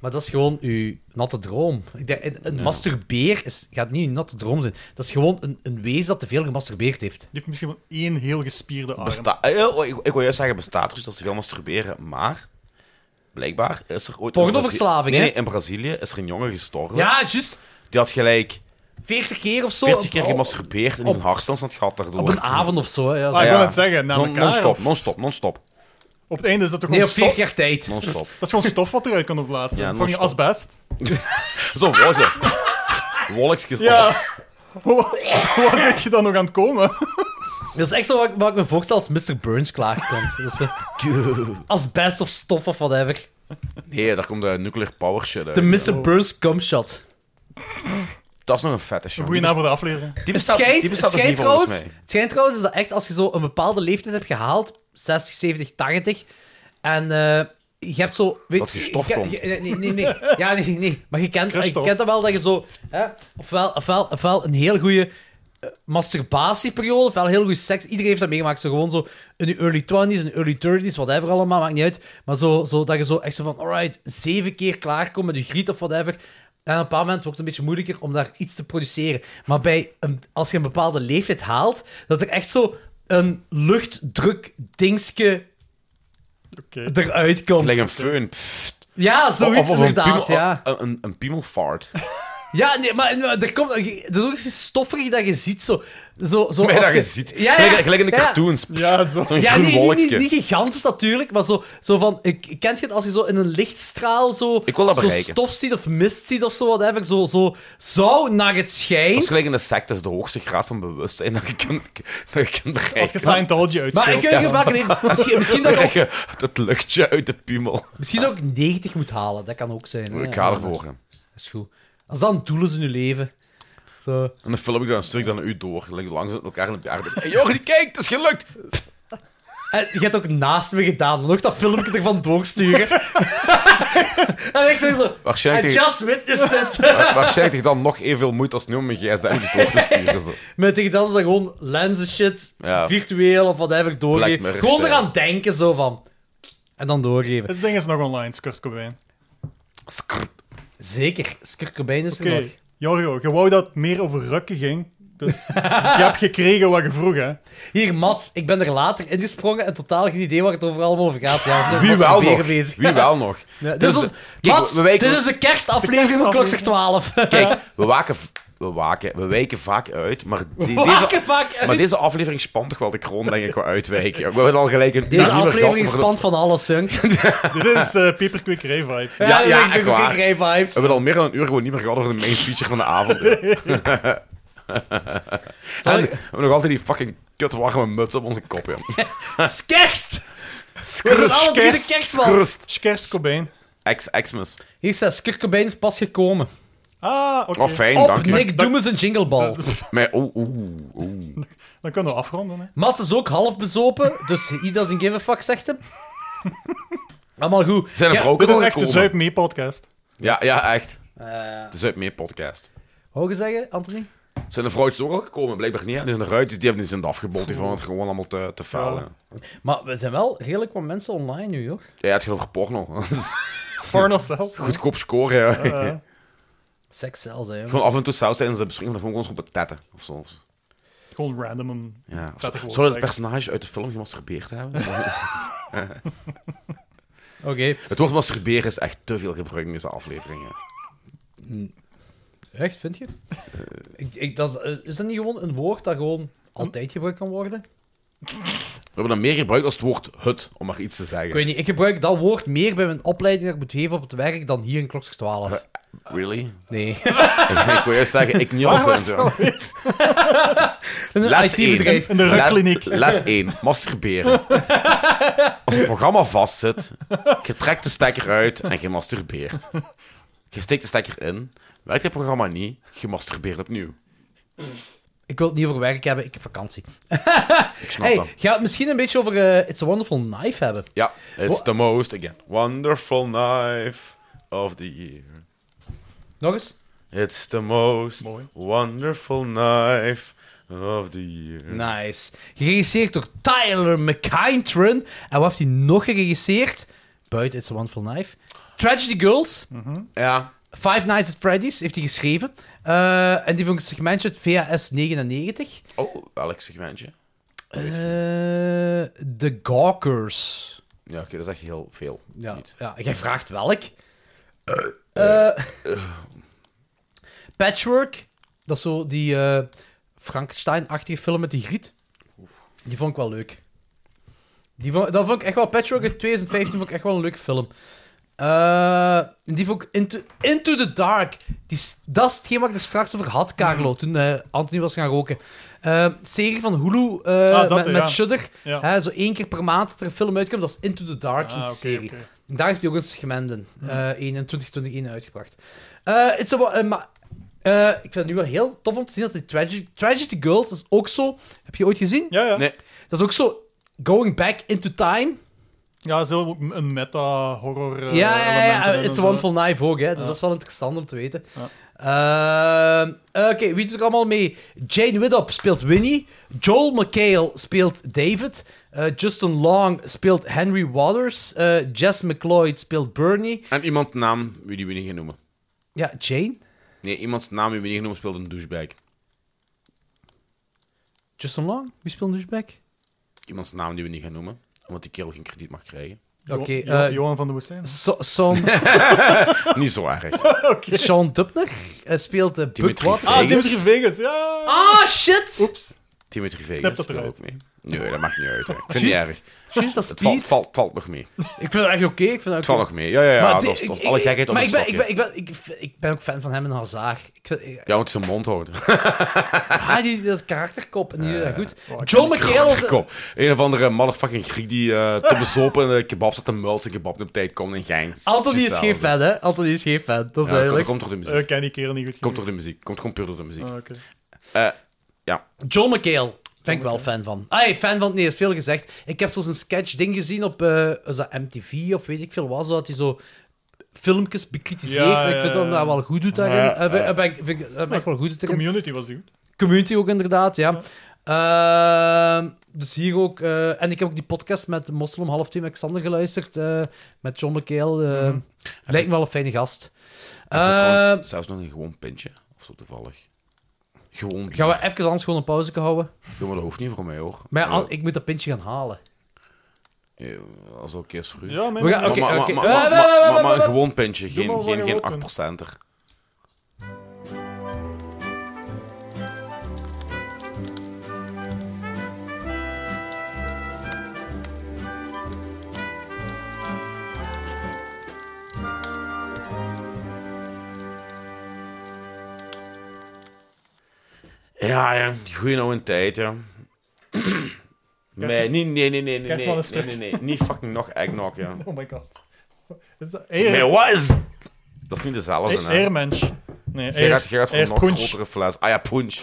Maar dat is gewoon uw natte droom. Ik denk, een een masturbeer is, gaat niet een natte droom zijn. Dat is gewoon een, een wezen dat te veel gemasturbeerd heeft.
Die heeft misschien wel één heel gespierde arm.
Besta eh, oh, ik, ik wil juist zeggen, bestaat er iets dat ze veel masturberen, maar blijkbaar is er ooit... in
Pornoverslaving,
Brazi- nee,
hè?
nee, in Brazilië is er een jongen gestorven.
Ja, juist.
Die had gelijk
40 keer of zo.
40 keer
op-
gemasturbeerd en die
op-
van hartstilstand gehad daardoor.
Op een avond of zo. hè. Ja, zo.
Ah, ik wil
Ja.
het zeggen, na
Non-
elkaar.
Non-stop, non-stop, non-stop,
Op het einde is dat toch
nee, op
gewoon
40
stof?
jaar tijd.
non-stop. *laughs*
Dat is gewoon stof wat eruit kan plaatsen.
Ja,
van je
non-stop.
*laughs* asbest.
zo was het. *laughs* Wolksjes.
Ja. Waar zit je dan nog aan het
*laughs*
komen?
Dat is echt zo wat, ik- wat ik me voorstel als Mr. Burns klaarkomt. Dat *laughs* is, eh, asbest of stof of whatever.
Nee, daar komt de nuclear power shit uit.
De Mr. Burns cumshot.
Dat is nog een vette shit.
Goeie naam voor de aflevering.
Die
Het
bestaat,
schijnt, het,
die bestaat nog
schijnt
niet volgens
trouwens,
mij.
het schijnt trouwens is dat echt als je zo een bepaalde leeftijd hebt gehaald, 60, 70, 80, en eh, je hebt zo... Weet,
Dat je stof
je-
komt.
je- nee, nee, nee. Ja, nee, nee. Maar je kent, je
Christophe.
kent dat wel, dat je zo... Hè, ofwel, ofwel, ofwel een heel goede masturbatieperiode, ofwel heel goed seks. Iedereen heeft dat meegemaakt. Zo gewoon zo in je early 20s, in je early 30s, whatever allemaal, maakt niet uit. Maar zo, zo dat je zo echt zo van, alright, zeven keer klaarkomt met je griet of whatever. En op een bepaald moment wordt het een beetje moeilijker om daar iets te produceren. Maar bij een, als je een bepaalde leeftijd haalt, dat er echt zo een luchtdruk dingske
Oké.
eruit komt.
Gelijk een föhn. pfft.
Ja, zoiets inderdaad,
piemel,
ja.
Een, een, een piemelfart.
Ja, nee, maar maar er komt... Er is ook iets stoffig dat je ziet, zo... zo, zo
Maar
als
dat
je-
je ziet.
Ja, ja,
Gelijk, gelijk in de
ja.
cartoons. pff,
Ja, zo.
Zo'n
Ja,
groen
nee, niet, niet,
wolkje.
niet gigantisch natuurlijk, maar zo, zo van... Ik, ik kent je het als je zo in een lichtstraal zo...
Ik wil dat
zo
bereiken.
stof ziet of mist ziet of zo, whatever. Zo, zo, zo naar het
Dat
schijnt.
is gelijk in de sect, dat is de hoogste graad van bewustzijn dat je kunt, dat je kunt
Als je
bereiken.
Scientology
Maar ik
uitspeelt.
weet niet welke leeftijd- Misschien, misschien, dat
*laughs* Krijg
je ook,
je het luchtje uit de piemel.
misschien ook 90 moet halen, dat kan ook zijn. hè.
Ik ga ervoor. hè.
Dat is goed. Als dat een doel is in je leven... Zo.
En dan film ik dat een stuk dan u door. Dan leg ik Langs elkaar in de aarde. Hey, Jorgen, kijk, het is gelukt!
En je hebt ook naast me gedaan. Nog dat filmpje ervan
*laughs*
doorsturen. *laughs* en ik zeg zo... I
Waarschijnlijk,
just witnessed it.
tegen- waarschijnlijk tegen dan nog evenveel moeite als nu om mijn gsm's door te sturen. zo.
Maar tegen dan is dat gewoon lenzen shit,
Ja.
virtueel of whatever,
Black
doorgeven.
Mirror
Gewoon
stijl.
eraan denken, zo van. En dan doorgeven.
Het ding is nog online, Kurt Cobain.
Skrrt.
Zeker, Skrk Cobain is er
Oké,
nog.
Jorgo, je wou dat het meer over rukken ging.
*laughs*
Dus je hebt gekregen wat je vroeg, hè.
Hier, Mats, ik ben er later ingesprongen en totaal geen idee waar het over allemaal over gaat. Ja, we zijn
Wie
met
wel
masturberen
nog?
bezig.
Wie wel nog?
Ja, dit
Dus,
is ons-
kijk,
Mats,
we wijken-
dit is de kerstaflevering van
kerstaflevering.
Klokzicht 12.
Kijk, we waken v- we, waken, we wijken vaak uit, maar,
We
de-
waken
deze,
vaak uit.
maar deze aflevering spant toch wel de kroon, denk ik, qua uitwijken. We hebben al gelijk een
Deze
uur gehad
aflevering
over
spant van alles, hè.
*laughs*
Dit is eh Paperquick Ray vibes.
Ja, ja, echt waar.
Ray
We
vibes.
hebben al meer dan een uur gewoon niet meer gehad over de main feature van de avond. hè.
Zal
en
ik-
we hebben nog altijd die fucking kut warme muts op onze kop, joh.
Kerst! We zijn alle drie de kerstman.
Skrst.
Schkers Cobain.
Ex- Xmas.
Hier staat Kurt Cobain is pas gekomen.
Ah, oké.
Oh, fijn,
Op
dank u.
Nick Doemes en Jingle Ball.
Maar, oeh, oeh, oeh.
Dan kunnen we afronden. Hè.
Mats is ook half bezopen, dus he doesn't give a fuck, zegt hem. Allemaal goed.
Zijn er
Ja,
vrouwen
Dit is
al
echt de
gekomen?
Zuip Mee podcast.
Ja, ja, echt.
Eh,
De Zuip mee podcast.
wou je zeggen, Anthony?
Zijn de vrouwtjes ook al gekomen? Blijkbaar niet. hè. Die zijn eruit, die hebben die zijn afgebold. Die vonden het gewoon allemaal te, te fel. hè.
Maar we zijn wel redelijk wat mensen online nu, joh.
Ja, het gaat over porno. *laughs* Dat is
Porno zelf.
Goedkoop scoren, ja.
Eh,
Seks zelfs, hè. jongens.
Gewoon af en toe saus tijdens de beschrijving van de gewoon op het tetten. Of zo.
gewoon random. en-
Ja, of zo.
Vettig woord
Zou dat
zeggen.
het personage uit de film gemasturbeerd hebben? *laughs*
Oké.
het woord masturberen is echt te veel gebruikt in deze afleveringen.
Echt, vind je? Ik, ik, dat is, eh, is dat niet gewoon een woord dat gewoon altijd gebruikt kan worden?
We hebben dat meer gebruikt als het woord het, om maar iets te
Ik
zeggen.
weet niet, ik gebruik dat woord meer bij mijn opleiding dat ik moet geven op het werk dan hier in Kloksters 12.
Really? *laughs*
Nee.
ik, ik wil juist zeggen, ik niet als
wacht,
zo.
Een
Les
IT-bedrijf.
1.
In de rugkliniek.
Les 1.
*laughs*
Masturberen. Als het programma vastzit, je trekt de stekker uit en je masturbeert. Je steekt de stekker in, werkt het programma niet, je masturbeert opnieuw.
Ik wil het niet over werk hebben, ik heb vakantie.
Ik snap
Hey,
dat.
ga het misschien een beetje over eh, It's a Wonderful Knife hebben.
Ja, it's
Wa-
the most, again, wonderful knife of the year.
Nog eens?
It's the most wonderful knife of the year.
Nice. Geregisseerd door Tyler McKintron. En wat heeft hij nog geregisseerd? Buiten It's a Wonderful Knife. Tragedy Girls.
Ja,
Five Nights at Freddy's heeft hij geschreven. Eh, en die vond ik een segmentje uit VHS 99.
oh, welk segmentje?
Eh, The Gawkers.
Ja, oké, dat is echt heel veel.
Ja,
Niet.
ja jij vraagt welk. Eh, *laughs* Patchwork, dat is zo die eh, Frankenstein-achtige film met die griet. Die vond ik wel leuk. Die vond, dat vond ik echt wel, Patchwork uit 2015 vond ik echt wel een leuke film. Eh, en die vond ik Into, Into the Dark. Die, s- dat is hetgeen waar ik er straks over had, Carlo, toen eh, Anthony was gaan roken. Eh, serie van Hulu eh,
Ah, dat,
met,
ja.
met Shudder.
Ja.
Hè, zo één keer per maand dat er een film uitkomt, dat is Into the Dark,
Ah,
heet
oké,
de serie.
oké.
En Daar heeft hij ook een segmenten. eh 1 en 2021 uitgebracht. Eh, it's a, wa- eh, maar, eh, ik vind het nu wel heel tof om te zien dat die Tragedy, Tragedy Girls is ook zo... Heb je ooit gezien?
Ja, ja.
Nee,
Dat is ook zo going back into time.
Ja, dat is heel ook een meta-horror. eh,
ja, ja,
elementen
ja.
in en
It's a
zo.
Wonderful Knife ook, hè. Dus dat is wel interessant om te weten. Ehm, Oké, wie doet er allemaal mee? Jane Widdop speelt Winnie. Joel McHale speelt David. Eh, Justin Long speelt Henry Waters. Eh, Jess McLeod speelt Bernie.
en iemand naam wie die we niet gaan noemen.
Ja, Jane?
Nee, iemands naam die we niet gaan noemen speelt een douchebag.
Justin Long? Wie speelt douchebag?
Iemands naam die we niet gaan noemen, omdat die kerel geen krediet mag
*laughs*
krijgen.
Oké,
Jo- Jo-
eh,
Johan van de Woestijn.
So- Sean,
*laughs*
Niet zo erg.
Sean Dubner eh, speelt de Buck
Dimitri
Waters.
Vegas.
Ah, Dimitri Vegas, ja!
dus- Ah, shit!
Oeps.
Dimitri
Knip
Vegas
dat
speelt
eruit.
ook mee. Nee, dat maakt niet uit. Hè. Ik vind het niet
Juist.
erg.
Juist, dat is
Het valt,
Piet.
valt, valt nog mee. Het
Ik vind het echt oké. ik vind het echt
valt
oké.
nog mee. Ja, ja, ja.
Maar
dat is,
die-
dat is
ik-
alle
ik-
gekheid op
Maar
een
ik ben,
stokje.
ik, ben, ik, ben, ik, ik ben ook fan van hem en Hazard. Ik vind, ik-
Ja, want hij zijn mond houden. *laughs*
ah, die, dat is karakterkop. En die doet dat
Oh,
goed. Joel McHale was...
Kom, een of andere motherfucking Griek die eh, te bezopen in de kebab zat te muilen en kebab niet op tijd komt en gang.
Anthony is geen fan, hè. Anthony is geen fan. Dat is
Ja, dat
duidelijk.
komt door de muziek.
Eh, Ik ken die kerel niet goed.
Komt door de muziek. Komt gewoon puur door de muziek.
Eh,
Ah, oké.
Joel McHale. Ben ik wel fan van. Ah, hey, fan van... Nee, is veel gezegd. Ik heb zo'n sketch-ding gezien op eh, is dat MTV of weet ik veel wat. zo Dat hij zo filmpjes bekritiseert.
Ja,
en ik
ja,
vind dat hem
ja.
dat wel goed doet daarin.
Ja,
Eh, ben-
ja.
eh, ben ik- vind ik- eh, ben ik wel goed doet daarin.
Community was die goed.
Community ook inderdaad, ja. Ehm, dus hier ook... eh, en ik heb ook die podcast met Moslem half twee met Xander geluisterd. eh, met John McHale. eh,
Mhm.
Lijkt me wel een fijne gast.
Heb je
Ehm,
trouwens zelfs nog een gewoon pintje. Of zo toevallig. Gewoon. bier.
Gaan we even anders gewoon een pauze houden?
Ja, maar dat hoeft niet voor mij hoor.
Maar ja,
Eh,
An- ik moet dat pintje gaan halen.
eh, als ook eerst voor u.
Ja, mijn
We gaan-
Maar-
oké,
maar-
oké.
maar- maar- maar- maar- maar- Maar een gewoon pintje,
maar
geen,
wat
geen,
je
geen
wilt doen.
8%er. Ja, ja. Die goeie oude tijd, ja. Nee, nee, nee, nee, nee, nee,
Kerst
nee,
van een
nee,
stuk.
nee, nee. Niet fucking nog eggnog, ja.
Oh my god. Is dat
Nee,
eer?
wat is... Dat is niet dezelfde,
E-
hè.
Eermensch. Nee,
Je gaat,
eer.
je gaat voor
eer
nog
punch.
grotere fles. Ah ja, punch.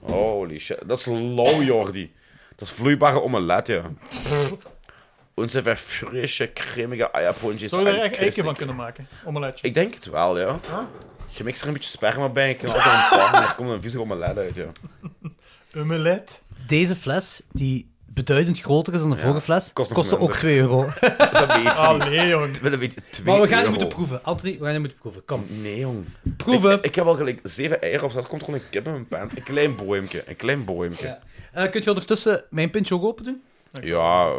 Holy shit. Dat is lauw, Jordi. Dat is vloeibare omelet, ja. Onze weer frisse, cremige ah ayapunches.
Zou je daar echt eiken van kunnen maken? Omeletje.
Ik denk het wel, ja. Je mixt er een beetje sperma bij en knalt er een pan en er komt een vieze omelet uit, ja.
Omelet.
Deze fles, die beduidend groter is dan de vorige fles,
kost nog
kostte ook
minder.
2
*laughs*
euro.
Dat weet ik
Ah,
niet.
nee, jong.
Dat weet ik. Twee
maar we gaan het
euro. Mm.
moeten proeven. Anthony, we gaan het moeten proeven. Kom.
Nee, jong.
Proeven.
Ik, ik heb al gelijk zeven eieren op, dat komt gewoon een kip in mijn pant. Een klein boemke, een klein boemke. Ja,
Eh, kunt je ondertussen mijn pintje ook open doen?
ja,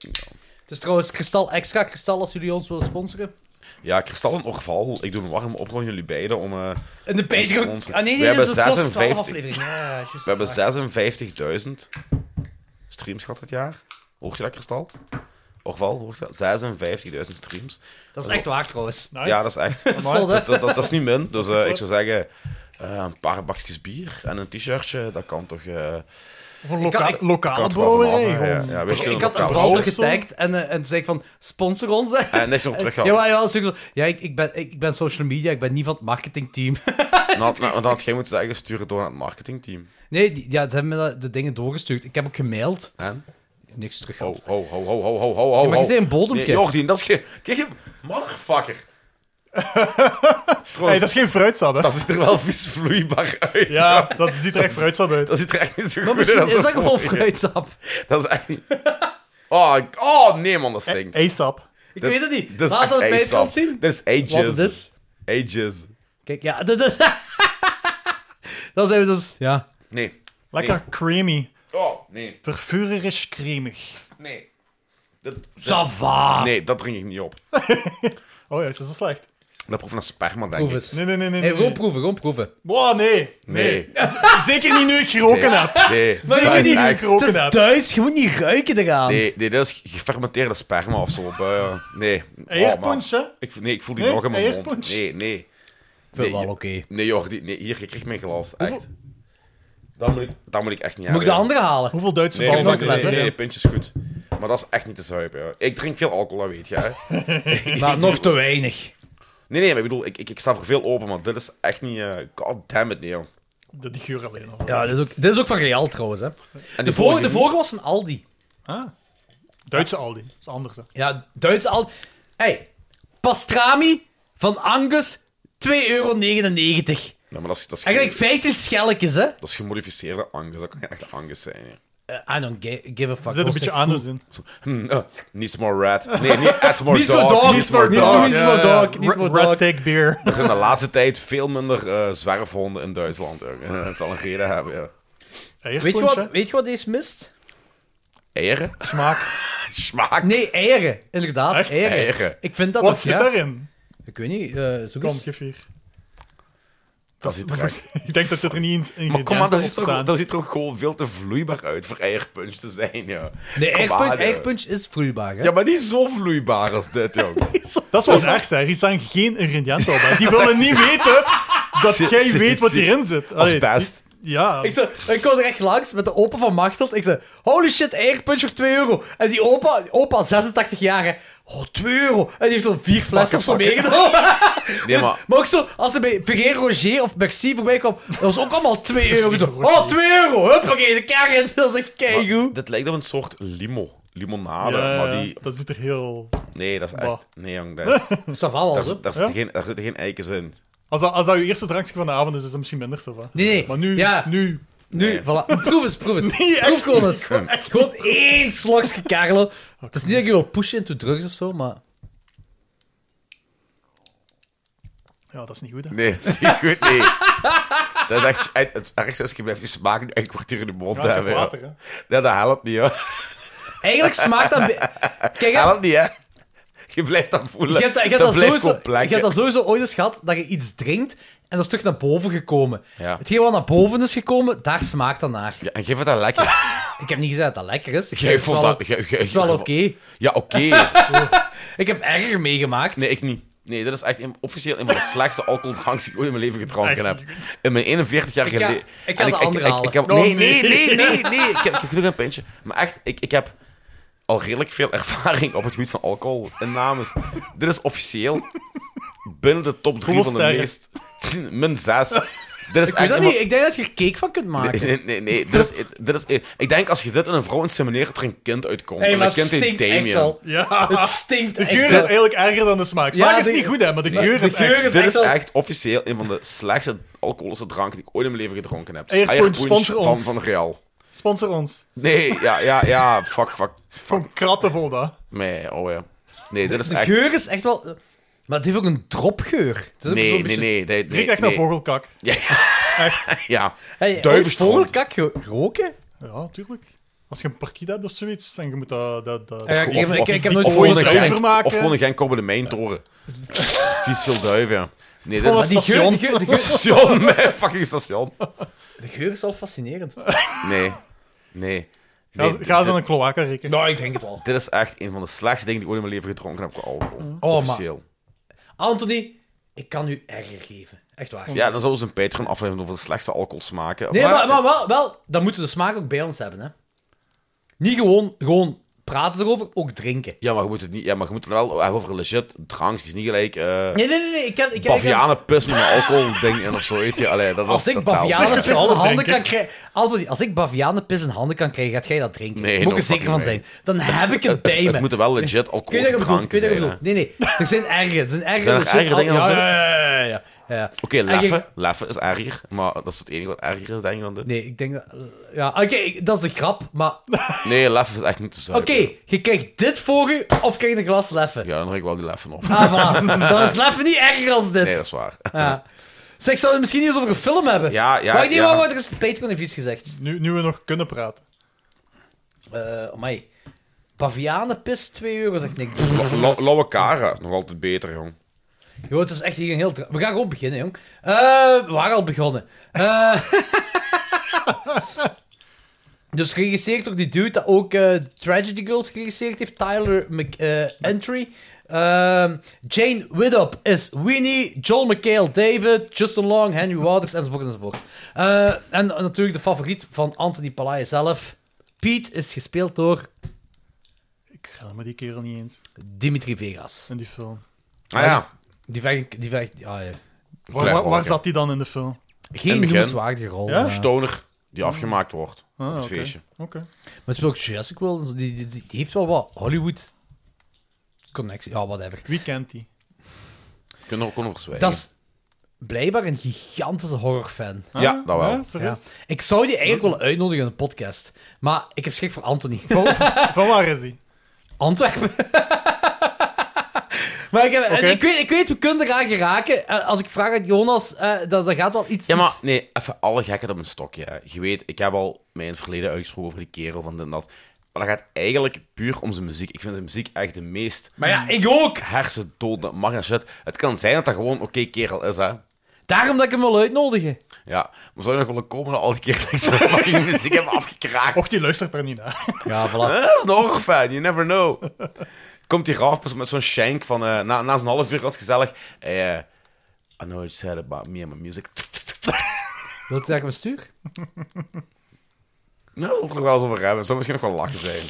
Het is trouwens kristal extra kristal als jullie ons willen sponsoren.
Ja, Kristal en Orval. Ik doe een warm oproep aan jullie beiden om... eh,
En de
Onze
bijgang.
sponsor.
Ah nee,
We
nee, dat
hebben
is een podcast
56.
12 aflevering. Ja, ja, juist,
we hebben
waar.
56.000 streams gehad dit jaar. Hoort je dat, Kristal? Orval, hoort je dat? 56.000 streams.
Dat is echt waar trouwens.
Nice.
Ja, dat is echt. dat,
Amai.
dat, dat, dat is niet min. Dus eh, ik zou zeggen, eh, een paar bakjes bier en een t-shirtje, dat kan toch... eh
Of een loka-
Ik had- ik-
lokale
kan toch wel vanaf,
brouwerij.
hè? ja,
gewoon.
ja, weet je,
ik had
lokaal.
een Walter
Hoofdzoon.
getagd en, eh, en zei ik van, sponsor ons. hè.
En niks nog *laughs*
*laughs*
terug
Ja,
gehad.
maar, ja, dat is ook zo. ja ik, ik, ben, ik, ik ben social media, ik ben niet van het marketingteam. *laughs*
Dan had- dan had jij moeten zeggen, stuur het door naar het marketingteam.
Nee, die, ja, ze hebben me dat- de dingen doorgestuurd. Ik heb ook gemaild.
En?
Niks terug
Ho,
gehad.
ho, ho, ho, ho, ho, ho, ho.
maar je zei een
Nee,
bodemkip.
Jordien, dat is geen... Kijk, je-
*laughs*
motherfucker.
Hey,
Trouwens,
dat is geen fruitsap, hè?
Dat ziet er wel vies vloeibaar uit.
Ja, dat ziet er echt fruitsap uit.
*laughs* Dat ziet er echt niet zo goed
maar
uit.
misschien is dat gewoon
mooie.
fruitsap.
Dat is echt niet... Oh, ik- oh nee man, dat stinkt.
Eisap.
Eh, Ik
Dat-
weet het niet.
dat is
Laat dat
echt
bij het kan
sap.
zien.
Dat is ages.
Wat het is.
Ages.
Kijk, ja. *laughs* Dat, dat- dan zijn we dus... Ja.
Nee.
Lekker creamy.
Oh, nee.
Verführerisch cremig.
Nee. Dat,
Sava.
nee, dat drink ik niet op.
Oh ja, is dat zo slecht?
Dat proeft naar sperma, denk
Proef
ik.
eens.
Nee, nee, nee, nee.
Hey,
nee, nee.
gewoon proeven, gewoon proeven.
Wow, nee.
Nee.
Z- Zeker niet nu ik geroken
Nee.
heb.
Nee.
Zeker
dat
niet
is
nu ik
echt...
Het is
geroken heb.
Duits, je moet niet ruiken eraan.
Nee, nee, dat is gefermenteerde sperma of zo. eh, Nee. Oh, man.
Eierpunch, hè?
Ik, nee, ik voel die
Nee,
nog in mijn mond.
eierpunch.
Nee, nee.
Ik vind
Nee,
het wel
je-
oké.
Nee, Jordi. Nee, hier, ik kreeg mijn glas. Echt. Dat moet ik, dat moet ik echt niet
Moet ik de
hebben.
andere halen?
Hoeveel Duitse
Nee,
ballen
nee, nee,
nog
nee,
les, hè?
nee, nee, puntjes goed. Maar dat is echt niet te zuipen. Ja. Ik drink veel alcohol, dat weet je. Hè.
Maar nog te weinig.
Nee, nee, maar ik bedoel, ik, ik, ik sta voor veel open, maar dit is echt niet... eh, God damn it, nee, joh.
De die geur alleen al.
Ja, dit is ook, dit is ook van Real trouwens. Hè.
En
De, vorige, de vorige was van Aldi.
Ah. Duitse Aldi. Dat is anders, hè?
Ja, Duitse Aldi. Hey, pastrami van Angus, 2,99 euro.
Ja, maar dat is, dat is,
Eigenlijk 15 schelletjes, hè?
dat is gemodificeerde angus. Dat kan niet echt angus zijn. hè.
Eh, I don't gi- give a fuck.
Er zit een beetje anus in.
Zo, hm, eh, needs more red. Nee, niet add more
Needs
dog.
more dog,
Needs
needs
more
more-
dog.
needs more
ja.
dog, needs
Red-
more dog.
Red take
*laughs*
beer.
Er zijn de laatste tijd veel minder eh, zwerfhonden in Duitsland. jongen. *laughs* Het zal een reden hebben, ja.
Weet je,
Eierpunch, hè?
wat, weet je wat deze mist?
Eieren?
Smaak.
*laughs* Smaak?
Nee, eieren. Inderdaad,
Echt?
eieren.
Eieren.
Ik vind dat...
Wat
dat-
zit
ja,
daarin?
Ik weet niet, eh zoek
Kom,
eens.
geef hier.
Dat ziet er echt...
*laughs* Ik denk dat dit er niet eens
Maar kom maar,
ingrediënten
dat
op
ziet, er,
staan.
dat ziet er ook gewoon veel te vloeibaar uit voor eierpunch te zijn, ja.
Nee,
Kom
eierpunch,
aan, ja.
eierpunch is vloeibaar, hè?
Ja, maar niet zo vloeibaar als
*laughs*
dit, jong.
Dat is wel het ergste, hè. Hier staan geen ingrediënten op.
*laughs*
hè. Die willen niet weten dat
Zit-
jij
zit-
weet wat
zit-
hierin zit.
Als
Allee,
best.
Ja.
Ik, zei, ik kwam er echt langs met de opa van Machteld. Ik zei, holy shit, eierpunch voor 2 euro. En die opa, opa 86 jaar, hè. oh, 2 euro. En die heeft zo'n vier flessen of zo
Pakken,
meegenomen.
*laughs*
*laughs*
Nee,
Dus-
maar...
maar ook zo, als er bij Ferrer Roger of Merci voorbij kwam, dat was ook allemaal 2 euro. Ik Zo, oh, 2 euro, huppakee, de kar in. Dat was echt
maar
keigoed.
dit lijkt op een soort limo. Limonade,
Ja,
maar die...
Dat zit er heel...
Nee, dat is
Bah.
echt... Nee, jong, dat
*laughs*
is...
Dat was wel
Daar,
zo.
zit- daar, zitten
Ja?
geen, daar zitten geen eikens in.
Als dat, als dat je eerste drankje van de avond is, is dat misschien minder, Sava.
Nee, nee.
Maar nu...
Ja.
nu
Nu, voilà. Proef eens, proef *laughs* eens. proef gewoon eens. Gewoon één slokje Carlo. Het is niet dat ik je wil pushen into drugs of zo, maar...
ja, dat is niet goed, hè.
*laughs* Nee, dat is niet goed, nee. Dat is echt... Het het ergste is, je blijft je smaak nu een kwartier in de mond
Ja, ik heb
hebben. Ja.
water, hè.
Nee, dat helpt niet, hoor.
Eigenlijk smaakt dat... be- Kijk, hè,
Helpt niet, hè. Je blijft dat voelen.
Je hebt, dat- je hebt
dat
dat
blijft
sowieso,
complex,
je hebt
hè.
dat sowieso ooit eens gehad dat je iets drinkt en dat is terug naar boven gekomen.
Ja.
Hetgeen wat naar boven is gekomen, daar smaakt dat naar.
Ja, en geef het dan
*laughs*
lekker.
Ik heb niet gezegd dat dat lekker is. Ik
Jij
zeg,
vond
het
dat...
is wel-
jij- jij-
Het is wel oké.
Ja, oké.
Ik heb erger meegemaakt.
Nee, ik niet. Nee, dit is echt een-
*laughs*
officieel een van de slechtste alcoholdranks die ik ooit in mijn leven gedronken heb. In mijn 41 jaar
Ik ga-
geleden.
ik ga
en
de andere halen.
heb-
Oh,
nee, nee,
nee. *laughs*
nee, nee, nee. Ik heb, ik heb gelukkig een pintje. Maar echt, ik, ik heb al redelijk veel ervaring op het gebied van alcohol. En namens, dit is officieel binnen de top 3 van
Hoeveel
de
sterren?
meest. *laughs* Min 6. Dit is
Ik weet
echt
dat
een
niet.
van-
Ik denk dat je er cake van kunt maken.
Nee, nee, nee. nee. Dit is, dit is, ik denk als je dit in een vrouw insemineert, dat er een kind
*laughs*
uitkomt.
Hey,
en
maar
dat kind
het
heet
stinkt echt
Damien.
wel.
Ja.
Ah.
Het stinkt
De
echt
geur is
wel.
eigenlijk erger dan de smaak.
Ja,
Smaak is
de-
niet goed, hè, maar de
maar
geur
de
is
geur
echt...
is
Dit is
wel-
echt officieel een van de slechtste alcoholische dranken die ik ooit in mijn leven gedronken heb.
Air Punch, sponsor
van,
ons.
van Real.
Sponsor ons.
Nee, ja, ja, ja. Fuck, fuck.
Van kratten vol, dat.
Nee, oh ja. Nee, dit is
De
echt...
geur is echt wel... Maar het heeft ook een dropgeur. Het is ook
Nee,
zo'n
nee,
beetje- nou
nee, nee, nee.
Riekt echt
nee.
naar vogelkak.
Ja. ja.
Hey, oh,
Duivenstront.
vogelkak ge- roken?
Ja, tuurlijk. Als je een parkiet hebt of zoiets, en je moet dat... dat, dat
Ja, ik-
die-
ik- ik- ik heb nooit
die
Of
voor
gewoon
koolzuiver
een genk,
maken.
of gewoon een genk op de mijntoren. Vies veel duiven, ja. Nee, dit
Gewoon
is
Maar die geur, de, geur, de, geur,
*laughs* station, mijn fucking station.
de geur is wel fascinerend.
Nee, nee.
Ga,
nee
ze- ga ze
dit-
aan een kloaka rekenen.
*laughs* Nou, ik denk het wel.
Dit is echt een van de slechtste dingen die ik ooit in mijn leven gedronken heb qua alcohol.
maar-
Officieel.
Anthony, ik kan u erger geven. Echt waar.
Ja, dan zouden ze een Patreon aflevering over de slechtste alcoholsmaken.
Nee, maar, maar wel, wel, dan moeten we de smaak ook bij ons hebben. Hè. Niet gewoon, gewoon praten erover, ook drinken.
Ja, maar je moet het niet... Ja, maar je moet het wel hebben over legit drank. Het is niet gelijk... eh
Nee, nee, nee. nee, Ik kan, ik, ik,
Bavianenpis met een alcoholding in of zo, weet je. Allee, dat
als ik
was totaal- *laughs*
bavianenpis
Zeg,
in
alles,
handen
denk
kan
ik.
krijgen... Anthony, als ik bavianenpis in handen kan krijgen, gaat jij dat drinken.
Nee,
Daar moet ik
no
er zeker van
fucking
zijn. Dan heb ik het
Het,
bij
het
me.
moeten wel legit
Kun je dat
alcoholische
bedoelen?
dranken
Kun je
zijn.
dat
hè.
bedoelen? Nee, nee. *laughs* Er zijn erger. Er zijn erger,
Zijn er
legit
erger dingen
al-
dan
ja,
dit?
ja, ja, ja, ja, ja.
Oké,
En je-
leffen. Leffen is erger. Maar dat is het enige wat erger is, denk ik, dan dit.
Nee, ik denk dat... Ja, oké, ik- dat is de grap, maar...
Nee, leffen is echt niet te zuipen.
Oké, je krijgt dit voor je, of krijg je een glas leffen.
Ja, dan drink ik wel die leffen op.
Ah, voilà. Dan is leffen niet erger als dit.
Nee, dat is waar.
Ja. Zeg, zou het misschien niet eens over een film hebben?
Ja, ja,
Maar ik neem
ja.
aan wat er is Patreon heeft iets gezegd.
Nu, nu we nog kunnen praten.
Eh, amai. Pavianenpis, 2 euro, zegt niks.
La- la- Lauwe Kara is nog altijd beter, jong.
Jo, het is echt hier een heel... dra- We gaan gewoon beginnen, jong. Eh, we waren al begonnen. Eh, *laughs* dus geregisseerd door die dude dat ook eh, Tragedy Girls geregisseerd heeft. Tyler McEntry. Ehm, Jane Widdop is Winnie. Joel McHale David. Justin Long, Henry Waters, enzovoort, enzovoort. Eh, en natuurlijk de favoriet van Anthony Palaya zelf. Pete is gespeeld door
Ik ga me die kerel niet eens
Dimitri Vegas.
in die film.
Ah ja.
Die vecht... Die vecht ja, ja.
Waar,
Claire
waar, waar
Walker.
zat die dan in de film?
In
Geen
het begin.
noemenswaardige rol.
Ja?
maar-
Stoner die afgemaakt wordt
Ah,
op het
oké.
feestje.
Oké.
Maar speelt ook Jurassic World, en zo, die, die, die heeft wel wat Hollywood connectie, ja, whatever.
Wie kent die?
Kunnen er ook over zwijgen.
Dat is blijkbaar een gigantische horrorfan.
Ja, dat wel.
Ja, serieus?
Ik zou die eigenlijk willen uitnodigen in een podcast, maar ik heb schrik voor Anthony.
Van, van waar is die?
Antwerpen. *laughs* maar ik, heb, en
Oké.
ik, weet, ik weet, we kunnen eraan geraken. Eh, Als ik vraag aan Jonas, eh dat, dat gaat wel iets...
Ja, maar
iets-
nee, even alle gekken op een stokje. hè. Je weet, ik heb al mijn verleden uitgesproken over die kerel van dit en dat. Maar dat gaat eigenlijk puur om zijn muziek. Ik vind zijn muziek echt de meest
Maar ja, ik ook.
hersendood. Dat mag en shit. Het kan zijn dat dat gewoon oké kerel is, hè.
Daarom dat ik hem wil uitnodigen.
Ja, maar zou je nog willen komen dat al die kerels *laughs* zijn fucking muziek hebben afgekraakt?
Och, die luistert er niet naar.
Ja, voilà.
Eh, Dat is een horrorfan, you never know. Komt die Rafpers met zo'n shank van... eh, na, na zo'n half uur was het gezellig. eh I know what you said about me and my music.
Wilt u dat ik hem stuur?
Nou, dat wil ik er nog wel eens over hebben. Zou misschien nog wel lachen zijn.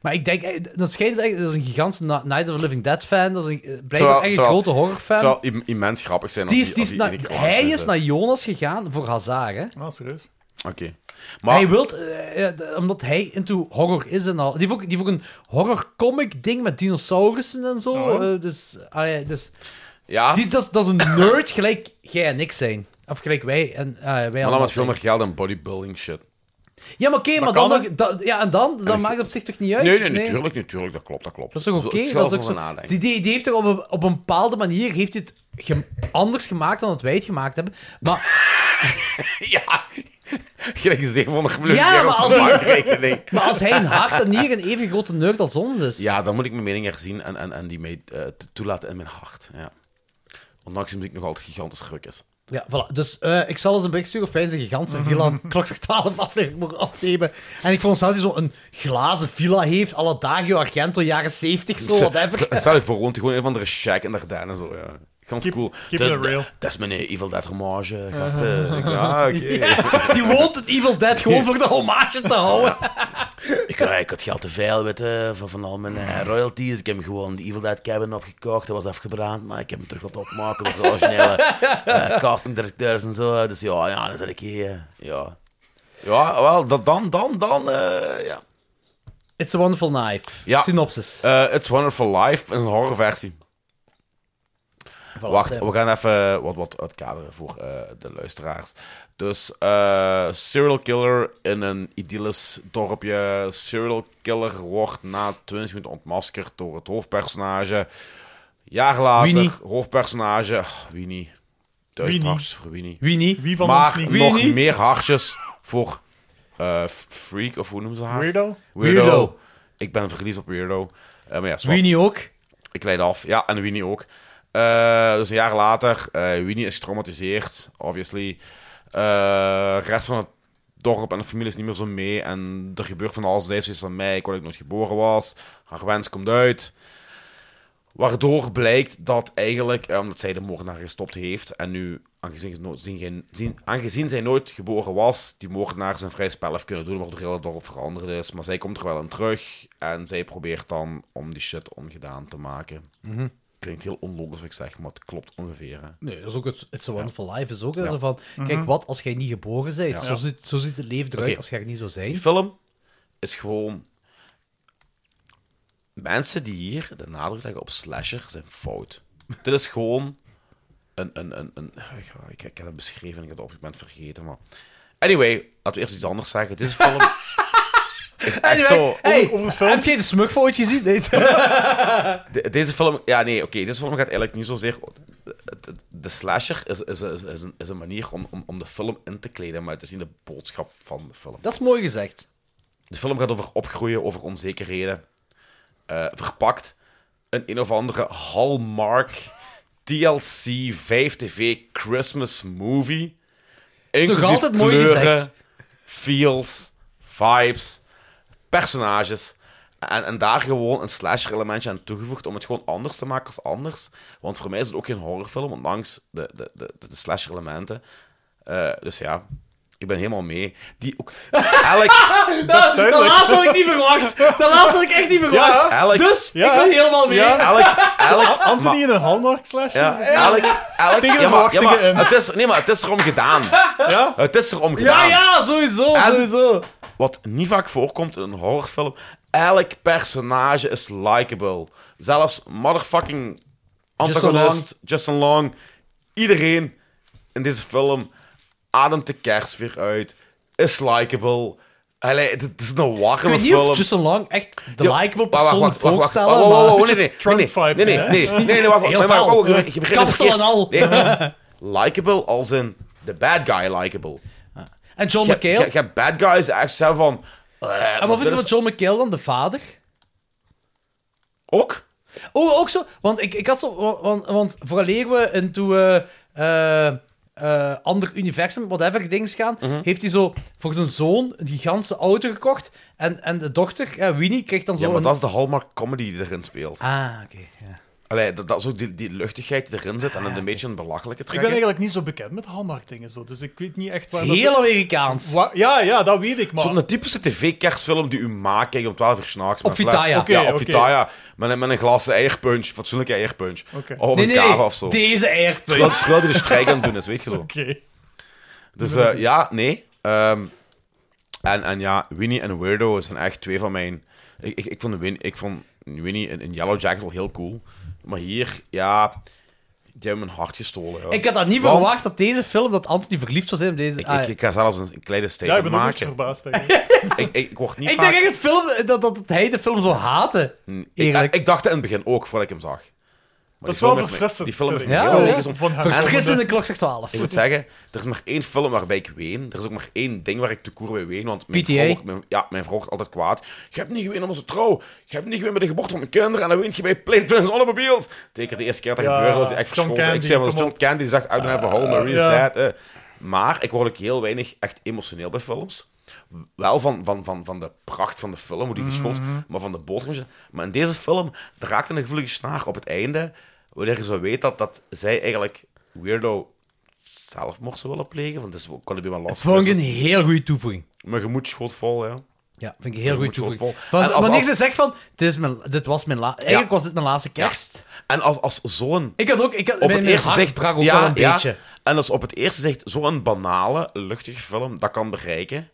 Maar ik denk, eh, dat schijnt echt, dat is een gigantische Na- Night of the Living Dead fan. Dat is een, eh, blijkbaar
Zowel-
echt een
zowel-
grote
Het
horrorfan.
zou im- immens grappig zijn als
die is, die
die, als
is
die,
naar-
in die kraag
hij is
zitten.
naar Jonas gegaan voor Hazard. Hè?
Ah, serieus?
Oké. Maar
Hij wilt, eh, eh, d- omdat hij into horror is en al. Die heeft ook, die heeft ook een horrorcomic ding met dinosaurussen en zo.
Oh,
eh, dus, allee, dus
ja,
die, dat, is, dat is een nerd gelijk jij en ik zijn. Of gelijk wij en eh, wij
maar dan
allemaal.
met veel
zijn.
meer geld dan bodybuilding shit.
Ja, maar oké, maar
kan
dan, nog- dat- ja, en dan, dan
je-
maakt het op zich toch niet uit?
Nee, nee, natuurlijk, natuurlijk. Dat klopt, dat klopt.
Dat is toch oké?
Ik zal
Dat is ook
erover
zo...
nadenken.
die, die, die heeft toch op een, op een bepaalde manier heeft dit ge- anders gemaakt dan dat wij het gemaakt hebben. Maar,
*laughs* Ja. Gelijk 700 miljoen
Ja,
ja,
maar
op
als hij-
de bankrekening.
maar als hij een hart en hier een even grote nerd als ons is.
Ja, dan moet ik mijn mening herzien en, en, en die mee eh, t- toelaten in mijn hart. Ja. Ondanks dat ik nog altijd gigantisch ruk is.
Ja, voilà. Dus eh, ik zal eens een bericht sturen of wij zijn gigantische villa
*laughs*
een klokslag 12 aflevering mogen opnemen. En ik vond zelfs dat hij zo'n glazen villa heeft, alle dagen Argento, jaren 70, zo, whatever.
*laughs* Stel je voor, woont hij gewoon in een of andere shack in Dardenne en zo, ja. Gans cool.
keep
Dat-
it real.
Dat is mijn eh, Evil Dead hommage,
*laughs*
gasten. Ik zei, ah, oké.
Ja, die woont in Evil Dead gewoon voor de hommage te
*laughs*
houden.
Ik, eh, ik had geld te veel weten van, van al mijn eh, royalties. Ik heb gewoon de Evil Dead Cabin opgekocht. Dat was afgebrand, maar ik heb hem terug laten opmaken door de originele eh castingdirecteurs en zo. Dus ja, ja dan zit ik hier. eh, Ja, ja wel, dat, dan, dan, dan, eh, ja.
It's a Wonderful Knife.
Ja.
Synopsis.
Eh, It's Wonderful Life, een horrorversie.
Voilà,
Eh, Wacht,
zijn
eh,
we gaan even wat, wat uitkaderen voor eh, de luisteraars. Dus eh, serial killer in een idyllisch dorpje. Serial killer wordt na 20 minuten ontmaskerd door het hoofdpersonage. Jaar later,
Winnie.
hoofdpersonage... ach, Winnie. Duizend
Winnie.
hartjes voor Winnie.
Wie niet?
Wie van
maar
ons niet?
nog
Winnie.
meer hartjes voor eh, F- Freak, of hoe noemen ze haar?
Weirdo?
Weirdo.
Weirdo.
Ik ben verliefd op Weirdo. Eh, maar ja, zwart.
Wie niet ook?
Ik leid af. Ja, en Winnie ook. Eh, dus een jaar later, eh, Winnie is getraumatiseerd, obviously. Eh, de rest van het dorp en de familie is niet meer zo mee. En er gebeurt van alles. Zij is zoiets van mij, ik wou dat ik nooit geboren was. Haar wens komt uit. Waardoor blijkt dat eigenlijk, eh, omdat zij de moordenaar gestopt heeft en nu, aangezien, ze nooit- zien geen- zien- aangezien zij nooit geboren was, die moordenaar zijn vrij spel heeft kunnen doen, waardoor heel het dorp veranderd is. Maar zij komt er wel aan terug en zij probeert dan om die shit ongedaan te maken. Klinkt heel onlogisch wat ik zeg, maar het klopt ongeveer. hè.
Nee, dat is ook het It's a Wonderful Life. Is ook hè, zo van, kijk wat, als jij niet geboren bent, zo, ziet, zo ziet het leven eruit
Oké.
als jij er niet zou zijn.
Die film is gewoon... Mensen die hier de nadruk leggen op slasher zijn fout. Dit is gewoon een... een, een, een ik- ik, ik heb het beschreven en ik heb het op het moment vergeten, maar... Anyway, laten we eerst iets anders zeggen. Dit is een film... is echt zo...
Hey, heb jij de smurf ooit gezien?
*laughs*
Nee.
Oh, De- deze film, ja, nee, oké. deze film gaat eigenlijk niet zozeer. De, de- de slasher is, is, is, is, een, is een manier om, om, om de film in te kleden, maar het is niet de boodschap van de film.
dat is mooi gezegd.
De film gaat over opgroeien, over onzekerheden. Eh, verpakt in een of andere Hallmark TLC 5TV Christmas movie. Inclusief
altijd mooi
kleuren,
gezegd.
feels, vibes, personages. En, en daar gewoon een slasher-elementje aan toegevoegd om het gewoon anders te maken als anders. Want voor mij is het ook geen horrorfilm, ondanks de, de, de, de, de slasher-elementen. Eh, dus ja, ik ben helemaal mee. Die ook... *laughs* Elk...
Dat, laatste had ik niet verwacht. Dat laatste had ik echt niet verwacht.
Elk-
Dus,
Ja.
ik ben helemaal mee. *laughs*
Ja.
Elk, elk,
Anthony
maar-
in een hallmark slash?
ja, elk,
Tegen
elk,
de
ja, maar, ja,
verwachtingen
maar,
in.
het is, nee, maar het is erom gedaan.
Ja?
Het is erom
*laughs* Ja,
gedaan.
ja, sowieso,
En-
sowieso.
Wat niet vaak voorkomt in een horrorfilm. Elk personage is likable. Zelfs motherfucking antagonist, Justin Long. Iedereen in deze film ademt de kerst weer uit. Is likable. Allee, het het is een
Ik
warme
weet niet
film.
of Justin Long echt de
Ja,
likable
wacht, wacht,
persoon moet
wacht, Oh,
voorstellen,
wacht, wacht, wacht,
maar...
wacht, wacht, nee,
Trump
nee,
vibe,
nee, nee,
hè?
nee, nee, nee, nee, wacht, wacht,
Heel
maar- maar-
fel.
wacht, wacht, je begint
Kapsel
verkeerd.
en al.
Nee, pst. Likeable als in the bad guy likable.
En John
Je, je,
McHale.
je hebt bad guys die echt zo van... eh,
En
maar
wat vind je
dit
van
is
John McHale dan, de vader?
Ook?
Oh, ook zo. Want ik, ik had zo. wa- Want, want vooraleer we into eh eh, eh, ander universum, whatever dings gaan,
Mhm.
heeft hij zo voor zijn zoon een gigantische auto gekocht. En, en de dochter, eh, Winnie, krijgt dan zo.
Ja, maar
een-
dat is de Hallmark comedy die erin speelt.
Ah, oké. ja.
Allee, dat, dat is ook die, die luchtigheid die erin zit en het een beetje een belachelijke
Ik
trekken.
ben eigenlijk niet zo bekend met hallmark dingen, zo, dus ik weet niet echt waar
Het
dat...
is Heel Amerikaans.
Wa- Ja, ja, dat weet ik, maar...
Zo'n typische tv-kerstfilm die u maakt, kijk om 12 uur s'nachts.
Op Vitaya.
ja,
Oké,
op
oké.
Vitaya. Met, een- met een glas eierpunch, fatsoenlijke eierpunch.
Oké.
Of
nee,
een
nee,
kava of zo.
deze
Terwijl,
airplane.
terwijl die de strijk aan het doen is, weet
*laughs*
je zo.
Oké.
Dus eh, ja, nee. Ehm, en, en ja, Winnie en Weirdo zijn echt twee van mijn... Ik, ik, ik, vond, Win, ik vond Winnie in, in Yellow Jackets al heel cool. Maar hier, ja... Die hebben mijn hart gestolen. ja.
Ik had dat niet
Want-
verwacht dat deze film, dat Anthony verliefd zou zijn op deze.
Ik,
ah,
ik, ik ga zelfs een, een kleine
Ja, ik
statement
ben ook
maken.
beetje verbaasd, eigenlijk.
Ik, ik, ik word niet
ik
vaak...
denk echt het film, dat, dat, dat hij de film zou haten.
ik,
Eerlijk.
ik dacht het in het begin ook, voordat ik hem zag. die
is wel
film heeft me-
verfrissend,
Die film heeft me
vind ik.
zo
Ja,
ergens
ja.
om...
Van haar-
En-
Verfrissende klok zegt 12.
Ik moet zeggen, er is maar één film waarbij ik ween. Er is ook maar één ding waar ik te koer bij ween. Want mijn
PTA?
vrouw, wordt- mijn, ja, mijn vrouw wordt altijd kwaad. Je hebt niet geween om onze trouw. Je hebt niet geween bij de geboorte van mijn kinderen. En dan ween je bij Plain Prince Automobiles. Teken de eerste keer dat dat
Ja,
gebeurde was ik echt
John
verschoten. ik
Candy,
zei, was
kom
John
op. Ah,
Candy die zegt, I don't have a home, Marie is
Ja.
dead. eh. Maar ik word ook heel weinig echt emotioneel bij films. Wel van, van, van, van de pracht van de film, hoe die
Mhm.
geschoten maar van de boodschap. Maar in deze film er raakt een gevoelige snaar op het einde, wanneer je zo weet dat, dat zij eigenlijk weirdo zelfmoord zou willen plegen. Want dat is ook wel een last
Vond ik een heel goede toevoeging.
Mijn gemoed schoot vol, ja.
Ja, vind ik een heel goede
moet je wel
toevoeging.
vol-
Was,
En als-
wanneer ze
als-
zegt van, dit, is mijn, dit was mijn laatste... Eigenlijk was dit mijn laatste kerst.
En als, als zo'n...
Ik had ook... Ik had,
Op
mijn-
het
mijn
eerste
hart
zicht...
brak ook
ja,
wel een
ja.
beetje.
En als op het eerste zicht zo'n banale, luchtige film dat kan bereiken...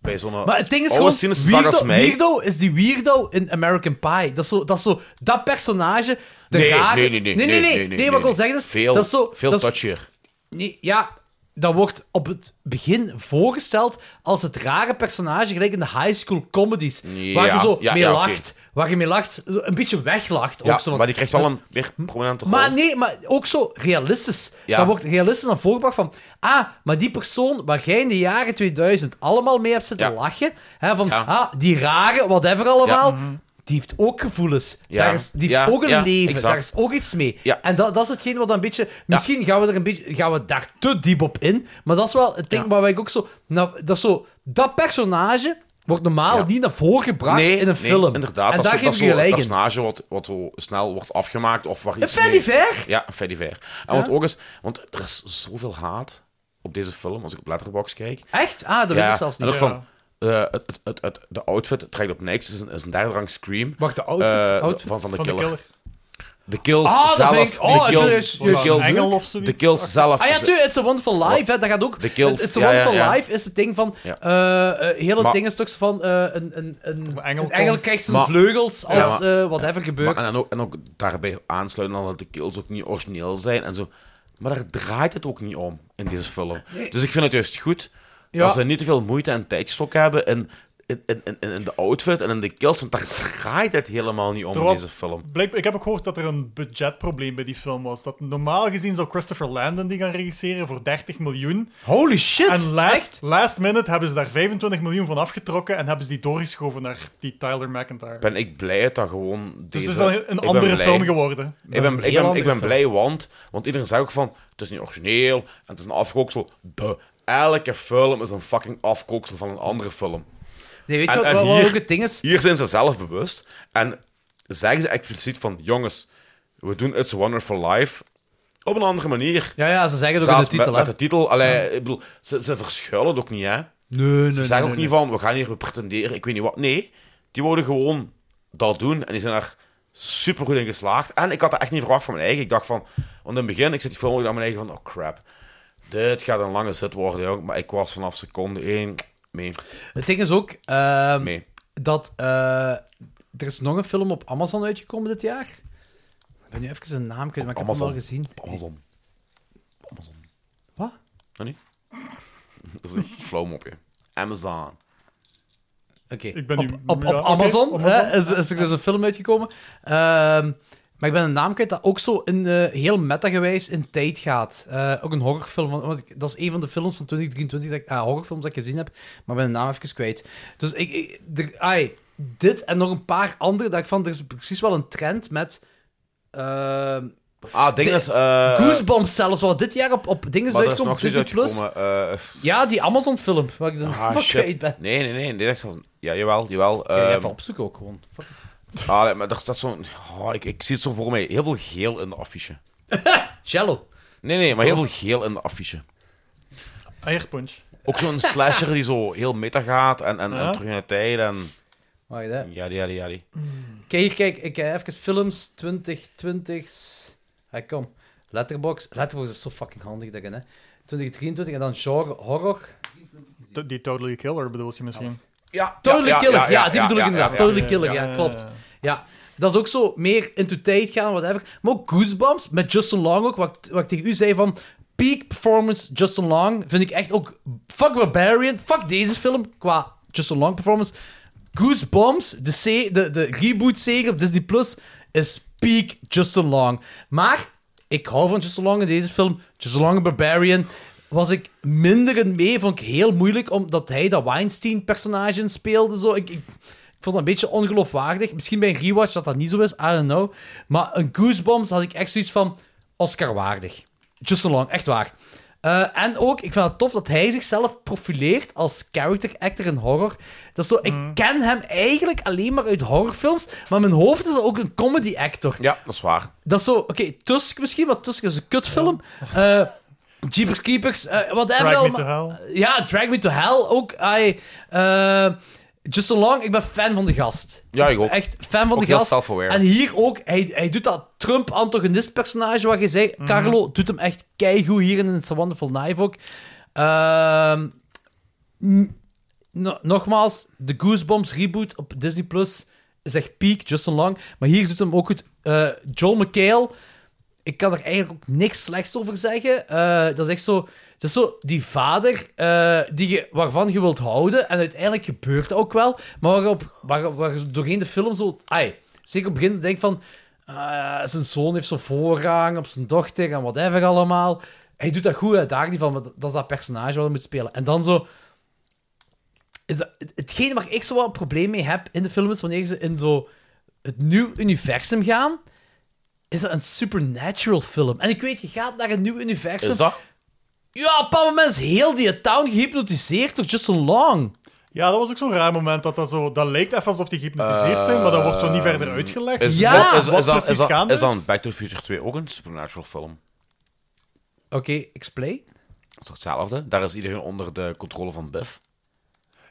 Bij zo'n...
Maar het ding is
oude
gewoon,
cynische zak als
weirdo,
mij.
weirdo is die weirdo in American Pie. Dat is zo, dat, is zo, dat personage, de
Nee,
rare...
nee, nee, nee,
nee, nee,
nee,
nee,
nee,
nee, wat ik wil
nee.
zeggen is...
Veel-
dat is zo,
veel
dat is-
touchier.
Nee, ja, dat wordt op het begin voorgesteld als het rare personage, gelijk in de high school comedies, waar je
Ja,
zo
ja,
mee
ja, oké.
lacht, waar je mee lacht, zo een beetje weglacht.
Ja,
ook zo, van-
maar die krijgt wel een meer prominente rol.
Hm? maar nee, maar ook zo realistisch.
Ja.
Dat wordt realistisch aan voorgebracht van... Ah, maar die persoon waar jij in de jaren 2000 allemaal mee hebt zitten
Ja.
lachen... Hè, van,
Ja.
ah, die rare, whatever allemaal... Die heeft ook gevoelens.
Ja.
Daar is, die heeft
Ja,
ook een
ja,
leven.
exact.
Daar is ook iets mee.
Ja.
En dat, dat is hetgeen wat een beetje... Misschien gaan we er een beetje... Gaan we daar te diep op in. Maar dat is wel het ding waar ik ook zo... Nou, dat, is zo dat personage wordt normaal
Ja.
niet naar voren gebracht
nee,
in een
nee,
film.
inderdaad.
En
dat
daar
is, zo-
geef ik
dat is
je
zo
gelijk
Een
in.
personage wat, wat zo snel wordt afgemaakt of waar
Een
iets
Fanny
mee-
Ver?
Ja, een Fanny Fair. En wat ook is... Want er is zoveel haat op deze film, als ik op Letterboxd kijk.
Echt? Ah, dat wist ik zelfs niet.
En ook van... eh, het, het, het, het- de outfit trekt op niks. Het is een, is een derde rang Scream.
Wacht, de outfit?
Eh, de-
Outfit?
van, van de
van de
killer.
killer.
De kills
Ah, dat
zelf.
vind ik- oh,
de
het
kills,
is-
de
was dat een
kills,
engel of zoiets?
de kills zelf.
Ah ja, tuurlijk, It's a Wonderful Life, hè, dat gaat ook.
De kills,
It's a
ja,
Wonderful
ja, ja.
Life is het ding van... eh
Ja.
eh, hele
Maar-
ding is toch zo van... eh, een, een, een,
Een engel
een engel
komt.
krijgt zijn
Maar-
vleugels als
Ja, maar-
eh, whatever gebeurt.
Maar, en, ook, en ook daarbij aansluiten dan dat de kills ook niet origineel zijn en zo. Maar daar draait het ook niet om in deze film. Dus ik vind het juist goed
Ja.
dat ze niet te veel moeite en tijdstok hebben in, in, in, in, in de outfit en in de kills, want daar draait het helemaal niet om
Er
in
was-
deze film.
Blijkbaar- ik heb ook gehoord dat er een budgetprobleem bij die film was. Dat normaal gezien zou Christopher Landon die gaan regisseren voor 30 miljoen.
Holy shit!
En last,
echt?
last minute hebben ze daar 25 miljoen van afgetrokken en hebben ze die doorgeschoven naar die Tyler McIntyre.
Ben ik blij dat dat gewoon
dus
deze...
het is dan
ik
een
ben
andere
blij.
film geworden.
Ik ben,
een heel
ik ben, ik
andere
ben blij, want, want iedereen zegt ook van, het is niet origineel, en het is een afkooksel. De, elke film is een fucking afkooksel van een andere film.
Nee, weet je
En-
wat,
en
wat- wat
hier-
ook het ding is?
Hier zijn ze zelf bewust en zeggen ze expliciet van, jongens, we doen It's a Wonderful Life op een andere manier.
Ja, ja, ze zeggen het ook in de
Zelfs
titel,
met, met
hè.
de titel. Allee, ik bedoel, ze, ze verschuilen het ook niet, hè.
Nee, nee,
Ze
nee,
zeggen
nee,
ook niet van, we gaan hier we pretenderen, ik weet niet wat. Nee, die worden gewoon dat doen en die zijn daar super goed in geslaagd. En ik had dat echt niet verwacht van mijn eigen. Ik dacht van, want in het begin, ik zit die film ook aan mijn eigen van, oh crap, dit gaat een lange zit worden, jong. Maar ik was vanaf seconde één mee,
nee. Het ding is ook... ehm,
mee.
dat eh, er is nog een film op Amazon uitgekomen dit jaar. Ik ben nu even zijn naam kwijt, maar ik heb
Amazon.
hem al gezien.
Amazon. Amazon.
Wat?
Nou niet? *laughs* Dat is een flow mopje. Amazon.
Oké.
Ik ben
op,
nu-
op,
ja,
op
oké,
Amazon,
Amazon.
Hè, is, is er dus een film uitgekomen. Ehm, maar ik ben een naam kwijt dat ook zo in, eh, heel meta-gewijs in tijd gaat. Eh, ook een horrorfilm, want, want ik- dat is een van de films van 2023, dat ik, ah, horrorfilms dat ik gezien heb, maar ik ben de naam even kwijt. Dus ik, ik- er- ai, dit en nog een paar andere, dat ik van, er is precies wel een trend met... ehm
Ah, ding is... eh,
Goosebumps zelfs, wat dit jaar op, op dingen is
Maar er is
uitgekomen,
nog zoiets
Disney+. Plus.
uitgekomen.
*laughs*
eh,
Ja, die Amazon-film, waar ik dan *laughs*
Ah,
van
shit.
kwijt ben.
Nee, nee, nee. Dit is zelfs- ja, jawel, jawel.
Kun je
Ehm,
even opzoeken ook gewoon. Fuck it.
ah, nee, maar er staat zo'n... Oh, ik, ik zie het zo voor mij. Heel veel geel in de affiche.
Jello.
Nee, nee, maar heel veel geel in de affiche.
Air Punch.
Ook zo'n slasher die zo heel meta gaat en, en,
Ja?
en terug in de tijd en...
Wacht, hè.
Jadi, jadi, jadi.
Kijk, hier, kijk, ik eh, even films 2020. Hij kom. Letterbox. Letterbox is zo fucking handig daarin, hè. 2023 en dan genre horror.
T- Die Totally Killer bedoel je misschien?
Ja,
Totally Killer. Ja, die bedoel ik inderdaad. totally
ja,
Killer, ja,
ja, ja,
klopt.
ja.
Ja, dat is ook zo meer into tijd gaan, whatever. Maar ook Goosebumps met Justin Long ook, wat, ik- wat ik tegen u zei van... Peak performance Justin Long vind ik echt ook... Fuck Barbarian, fuck deze film qua Justin Long performance. Goosebumps, de, se- de, de reboot serie op Disney+, Plus is peak Justin Long. Maar ik hou van Justin Long in deze film. Justin Long in Barbarian was ik minder in mee. Vond ik heel moeilijk, omdat hij dat Weinstein-personage in speelde. Zo. Ik, ik, ik vond dat een beetje ongeloofwaardig. Misschien bij een rewatch dat dat niet zo is, I don't know. Maar een Goosebumps had ik echt zoiets van Oscar-waardig. Justin Long, echt waar. Eh, en ook, ik vind het tof dat hij zichzelf profileert als character actor in horror. Dat is zo,
Mm.
ik ken hem eigenlijk alleen maar uit horrorfilms, maar in mijn hoofd is hij ook een comedy actor.
Ja, dat is waar.
Dat is zo, oké, Tusk misschien, want Tusk is een kutfilm. Eh Jeepers Keepers, eh whatever
Drag Me
allemaal.
to Hell.
Ja, Drag Me to Hell ook. I, eh, Just So Long, ik ben fan van de gast.
Ja, ik ook.
Echt fan van
Ook
de
heel
gast.
self-aware.
En hier ook, hij, hij doet dat Trump-antagonist-personage wat je zei.
Mhm.
Carlo doet hem echt keigoed hier in It's a Wonderful Knife ook. Ehm, n- no- nogmaals, de Goosebumps reboot op Disney Plus is echt peak, Justin Long. Maar hier doet hem ook goed. Eh, Joel McHale, ik kan er eigenlijk ook niks slechts over zeggen. Eh, dat is echt zo. Het is zo die vader eh, die je, waarvan je wilt houden. En uiteindelijk gebeurt dat ook wel. Maar waarop, waar, waar je doorheen de film zo. Ai, zeker op het begin denk ik van. eh, zijn zoon heeft zo'n voorrang op zijn dochter en whatever allemaal. Hij doet dat goed, hè, daar niet van. Maar dat dat is dat personage wat hij moet spelen. En dan zo is dat, het- hetgene waar ik zo wel een probleem mee heb in de film is wanneer ze in zo het nieuw universum gaan, is dat een supernatural film. En ik weet, je gaat naar een nieuw universum.
Is dat?
Ja, op een bepaald moment is heel die town gehypnotiseerd door Justin Long.
Ja, dat was ook zo'n raar moment. Dat, dat, zo, dat leek even alsof die gehypnotiseerd zijn, maar dat wordt zo niet verder uitgelegd.
Ehm, Is,
Ja,
wat- is, is,
wat
dan- is,
precies
dan-
gaande
is dan
is?
Back to the Future 2 ook een supernatural film?
Oké, explain.
Dat is toch hetzelfde? Daar is iedereen onder de controle van Biff.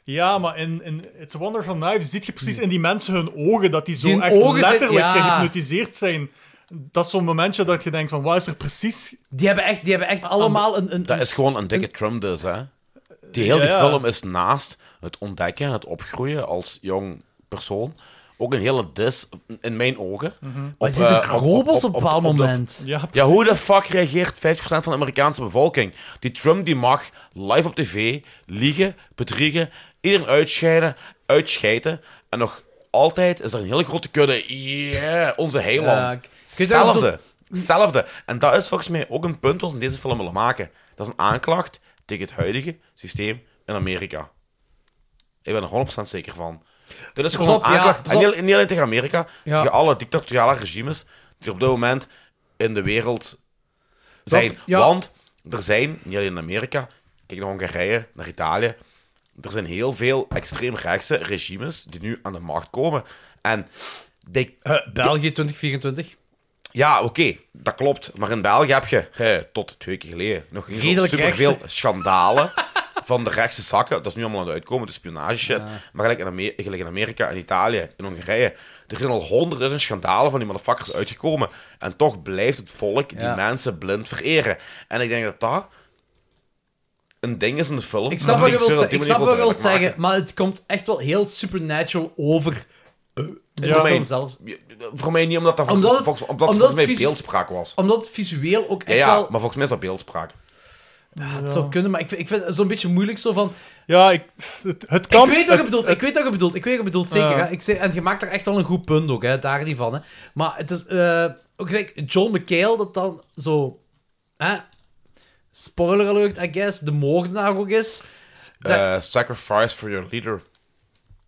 Ja, maar in, in It's a Wonderful Knife ziet je precies in die mensen hun ogen dat die zo
Die hun
echt
ogen zijn-
letterlijk
ja.
gehypnotiseerd zijn. Dat is zo'n momentje dat je denkt van, wat is er precies...
Die hebben echt, die hebben echt allemaal Hm. een... een
Dat is gewoon een dikke Trump dus, hè? Die heel die
ja.
film is naast het ontdekken en het opgroeien als jong persoon ook een hele dis, in mijn ogen.
Maar er zitten
eh, op- op-
robots op een
op- op-
bepaald
op de-
moment.
Ja, precies.
Ja, hoe de fuck reageert 50% van de Amerikaanse bevolking? Die Trump die mag live op tv liegen, bedriegen, iedereen uitscheiden, uitscheiden. En nog altijd is er een hele grote kudde. Yeah, onze
Ja,
heiland.
ik- ik weet ook
Hetzelfde. Hetzelfde. En dat is volgens mij ook een punt wat ze in deze film willen maken. Dat is een aanklacht tegen het huidige systeem in Amerika. Ik ben er 100% zeker van. Dit is gewoon
op,
een
ja,
aanklacht.
pas
en
op.
niet, alleen- niet alleen tegen Amerika,
Ja.
tegen alle dictatoriale regimes die er op dit moment in de wereld zijn.
ja.
Want er zijn, niet alleen in Amerika, kijk naar Hongarije, naar Italië, er zijn heel veel extreemrechtse regimes die nu aan de macht komen. En die-
België 2024.
ja, oké, dat klopt. Maar in België heb je eh, tot twee keer geleden nog niet
Redelijk
superveel schandalen *laughs* van de rechtse zakken. Dat is nu allemaal aan het uitkomen, de spionage shit. Maar gelijk in, Amer- gelijk in Amerika, in Italië, in Hongarije. Er zijn al honderdduizend schandalen van die motherfuckers uitgekomen. En toch blijft het volk die
Ja.
mensen blind vereren. En ik denk dat dat een ding is in de film.
Ik snap wat je wilt,
wil
zeggen- ik snap wat je wilt zeggen, maar het komt echt wel heel supernatural over. in de
Ja.
film zelfs.
Voor mij niet omdat dat
Omdat het-
volgens, omdat
omdat
volgens
het
mij
fysi-
beeldspraak was.
Omdat het visueel ook
Ja,
echt
ja,
wel...
maar volgens mij is dat beeldspraak.
Ja, het zou kunnen, maar ik, vind- ik vind het zo'n beetje moeilijk zo van...
Ja, ik, het, het kan...
ik weet wat je
het-
bedoelt, ik weet wat je bedoelt, ik weet wat je bedoelt, zeker.
Ja.
hè. Ik zeg, en je maakt daar echt wel een goed punt ook, hè, daar niet van. Hè. Maar het is... eh, ook gelijk John McHale, dat dan zo... Hè, spoiler alert, I guess, de moordenaar ook is. Dat-
Eh, sacrifice for your leader.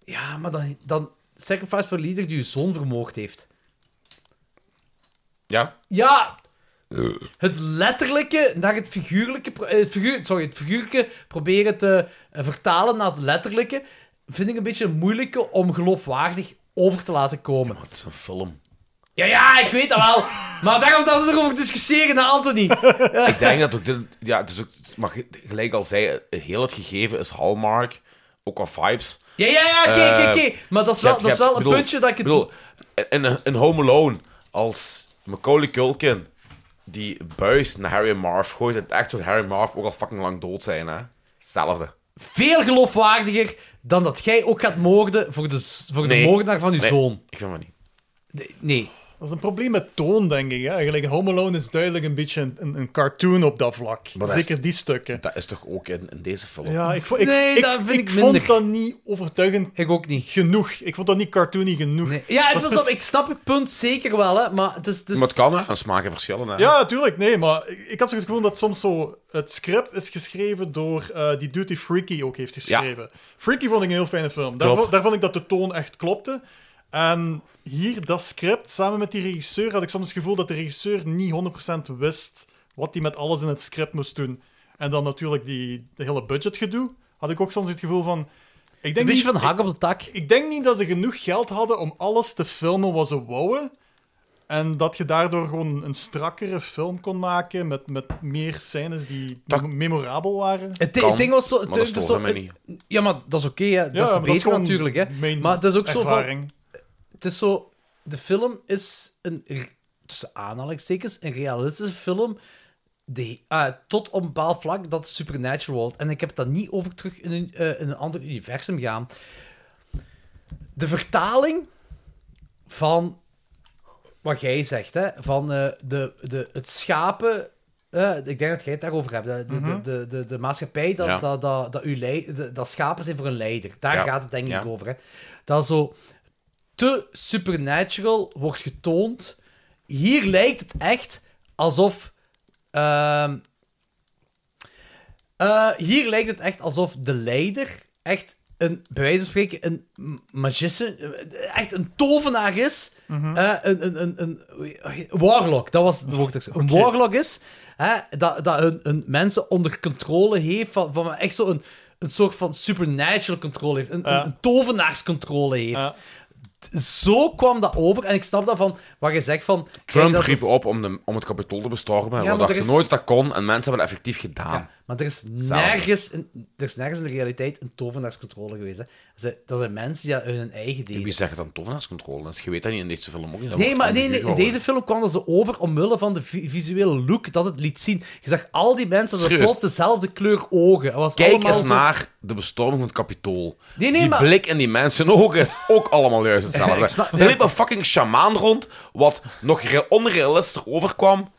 Ja, maar dan, dan... Sacrifice for Leader die je zoon vermoord heeft.
Ja?
Ja.
Eh.
Het letterlijke naar het figuurlijke... pro- eh, Het figuur, sorry, het figuurlijke proberen te eh, vertalen naar het letterlijke... vind ik een beetje moeilijker om geloofwaardig over te laten komen.
Het is een film.
Ja, ja, ik weet dat wel. Maar daarom dat we erover discussiëren, hè, Anthony.
*laughs* Ik denk dat ook dit... Ja, het is ook... Maar ge- gelijk al zei, heel het gegeven is Hallmark. Ook al vibes.
Ja, ja, ja, oké,
Eh,
oké, oké. Maar dat is
Je
wel, dat is
hebt- je hebt-
wel een
bedoel-
puntje dat ik... het-
bedoel, in, in Home Alone, als Macaulay Culkin die buis naar Harry en Marv gooit, het echt zo Harry en Marv ook al fucking lang dood zijn, hè. Hetzelfde.
Veel geloofwaardiger dan dat jij ook gaat moorden voor de, s- voor de moordenaar van je
Nee,
zoon.
Ik vind het niet.
Nee, Nee,
Dat is een probleem met toon, denk ik. Hè. Eigenlijk, Home Alone is duidelijk een beetje een, een, een cartoon op dat vlak.
Maar dat is-
Zeker die stukken.
Dat is toch ook in, in deze film?
Ja, ik, vo- ik,
Nee,
ik,
dat vind
ik,
ik minder.
vond dat niet overtuigend
Ik ook niet.
genoeg. Ik vond dat niet cartoony genoeg.
Ja,
Dat
het was
is
op,
precies-
ik snap het punt zeker wel, hè, maar het is... Het is...
Maar het kan, hè? En smaken verschillen, hè?
Ja, natuurlijk. Nee, maar ik ik had zo het gevoel dat soms zo... Het script is geschreven door eh, die Duty Freaky ook heeft geschreven. Freaky vond ik een heel fijne film. Daar,
Klopt.
vo- daar vond ik dat de toon echt klopte. En hier, dat script, samen met die regisseur, had ik soms het gevoel dat de regisseur niet 100% wist wat hij met alles in het script moest doen. En dan natuurlijk die de hele budgetgedoe. Had ik ook soms het gevoel van... Ik
Een
denk
beetje
niet,
van hak op de tak.
ik denk niet dat ze genoeg geld hadden om alles te filmen wat ze wouden. En dat je daardoor gewoon een strakkere film kon maken met, met meer scènes die
Dat-
mem- memorabel waren.
Het,
Kan,
het ding was zo... het-
maar dat
het-
stoorde
zo-
mij niet.
het- Ja, maar dat is oké, hè.
Ja,
dat is
maar
beter
gewoon
natuurlijk, hè.
mijn
Maar het is ook zo van...
ervaring.
Het is zo... De film is een... r- Tussen aanhalingstekens, een realistische film... Die, ah, tot op een bepaald vlak dat is Supernatural wordt. En ik heb dat niet over terug in een, eh, in een ander universum gaan. De vertaling van wat jij zegt, hè, van eh, de, de, het schapen. eh, ik denk dat jij het daarover hebt. hè, De, de, de, de, de maatschappij, dat,
Mhm. Ja.
dat, dat, dat, uw lei- de- dat schapen zijn voor een leider. Daar
Ja.
gaat het denk ik
Ja.
over. Hè. Dat zo te supernatural wordt getoond. Hier lijkt het echt alsof. ehm, eh, hier lijkt het echt alsof de leider echt een, bij wijze van spreken, een magician, echt een tovenaar is.
Mhm.
Eh, een, een, een, een warlock, dat was het woord dat ik zei. Een warlock is, hè, dat, dat hun, hun mensen onder controle heeft, van, van echt zo een, een soort van supernatural controle heeft, een, een-
Ja.
een tovenaarscontrole heeft.
Ja.
T- Zo kwam dat over, en ik snap dat van wat je zegt van... kijk,
Trump
dat
riep
is-
op om, de, om het kapitool te bestormen.
maar
we dachten
er is-
nooit dat dat kon en mensen hebben het effectief gedaan.
Maar er is,
Zalig.
nergens in, er is nergens in de realiteit een tovenaarscontrole geweest. Hè. Dat zijn- Dat zijn mensen die dat hun eigen
En
deden.
Wie zegt dan tovenaarscontrole? Dat is, je weet dat niet in deze film ook niet. Dat
Nee,
wordt
maar nee,
ambigu
nee, in
gehouden.
deze film kwam dat ze over omwille van de vi- visuele look dat het liet zien. Je zag al die mensen, ze hadden
Serieus?
plots dezelfde kleur ogen. Het was
Kijk
allemaal
eens
zo-
naar de bestorming van het kapitool.
Nee, nee,
die
maar-
blik in die mensen ogen is ook
*laughs*
allemaal juist hetzelfde.
Ik snap-
er liep een fucking shamaan rond, wat nog re- onrealistischer overkwam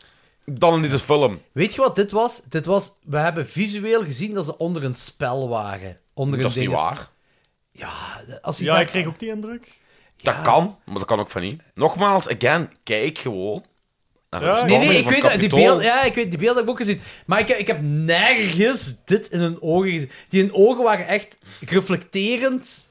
dan in deze film.
Weet je wat dit was? Dit was, we hebben visueel gezien dat ze onder een spel waren. Onder
dat
een
is niet
dinges.
waar.
Ja, als je
Ja,
daar-
ik kreeg ook die indruk.
Dat kan, maar dat kan ook van niet. Nogmaals, again, kijk gewoon. naar de
Ja.
Nee,
bestorming
nee, ik
van
weet,
het
dat, die
Capitool.
beeld, ja, ik weet die beelden heb ik ook gezien. Maar ik, ik heb nergens dit in hun ogen gezien. Die hun ogen waren echt reflecterend.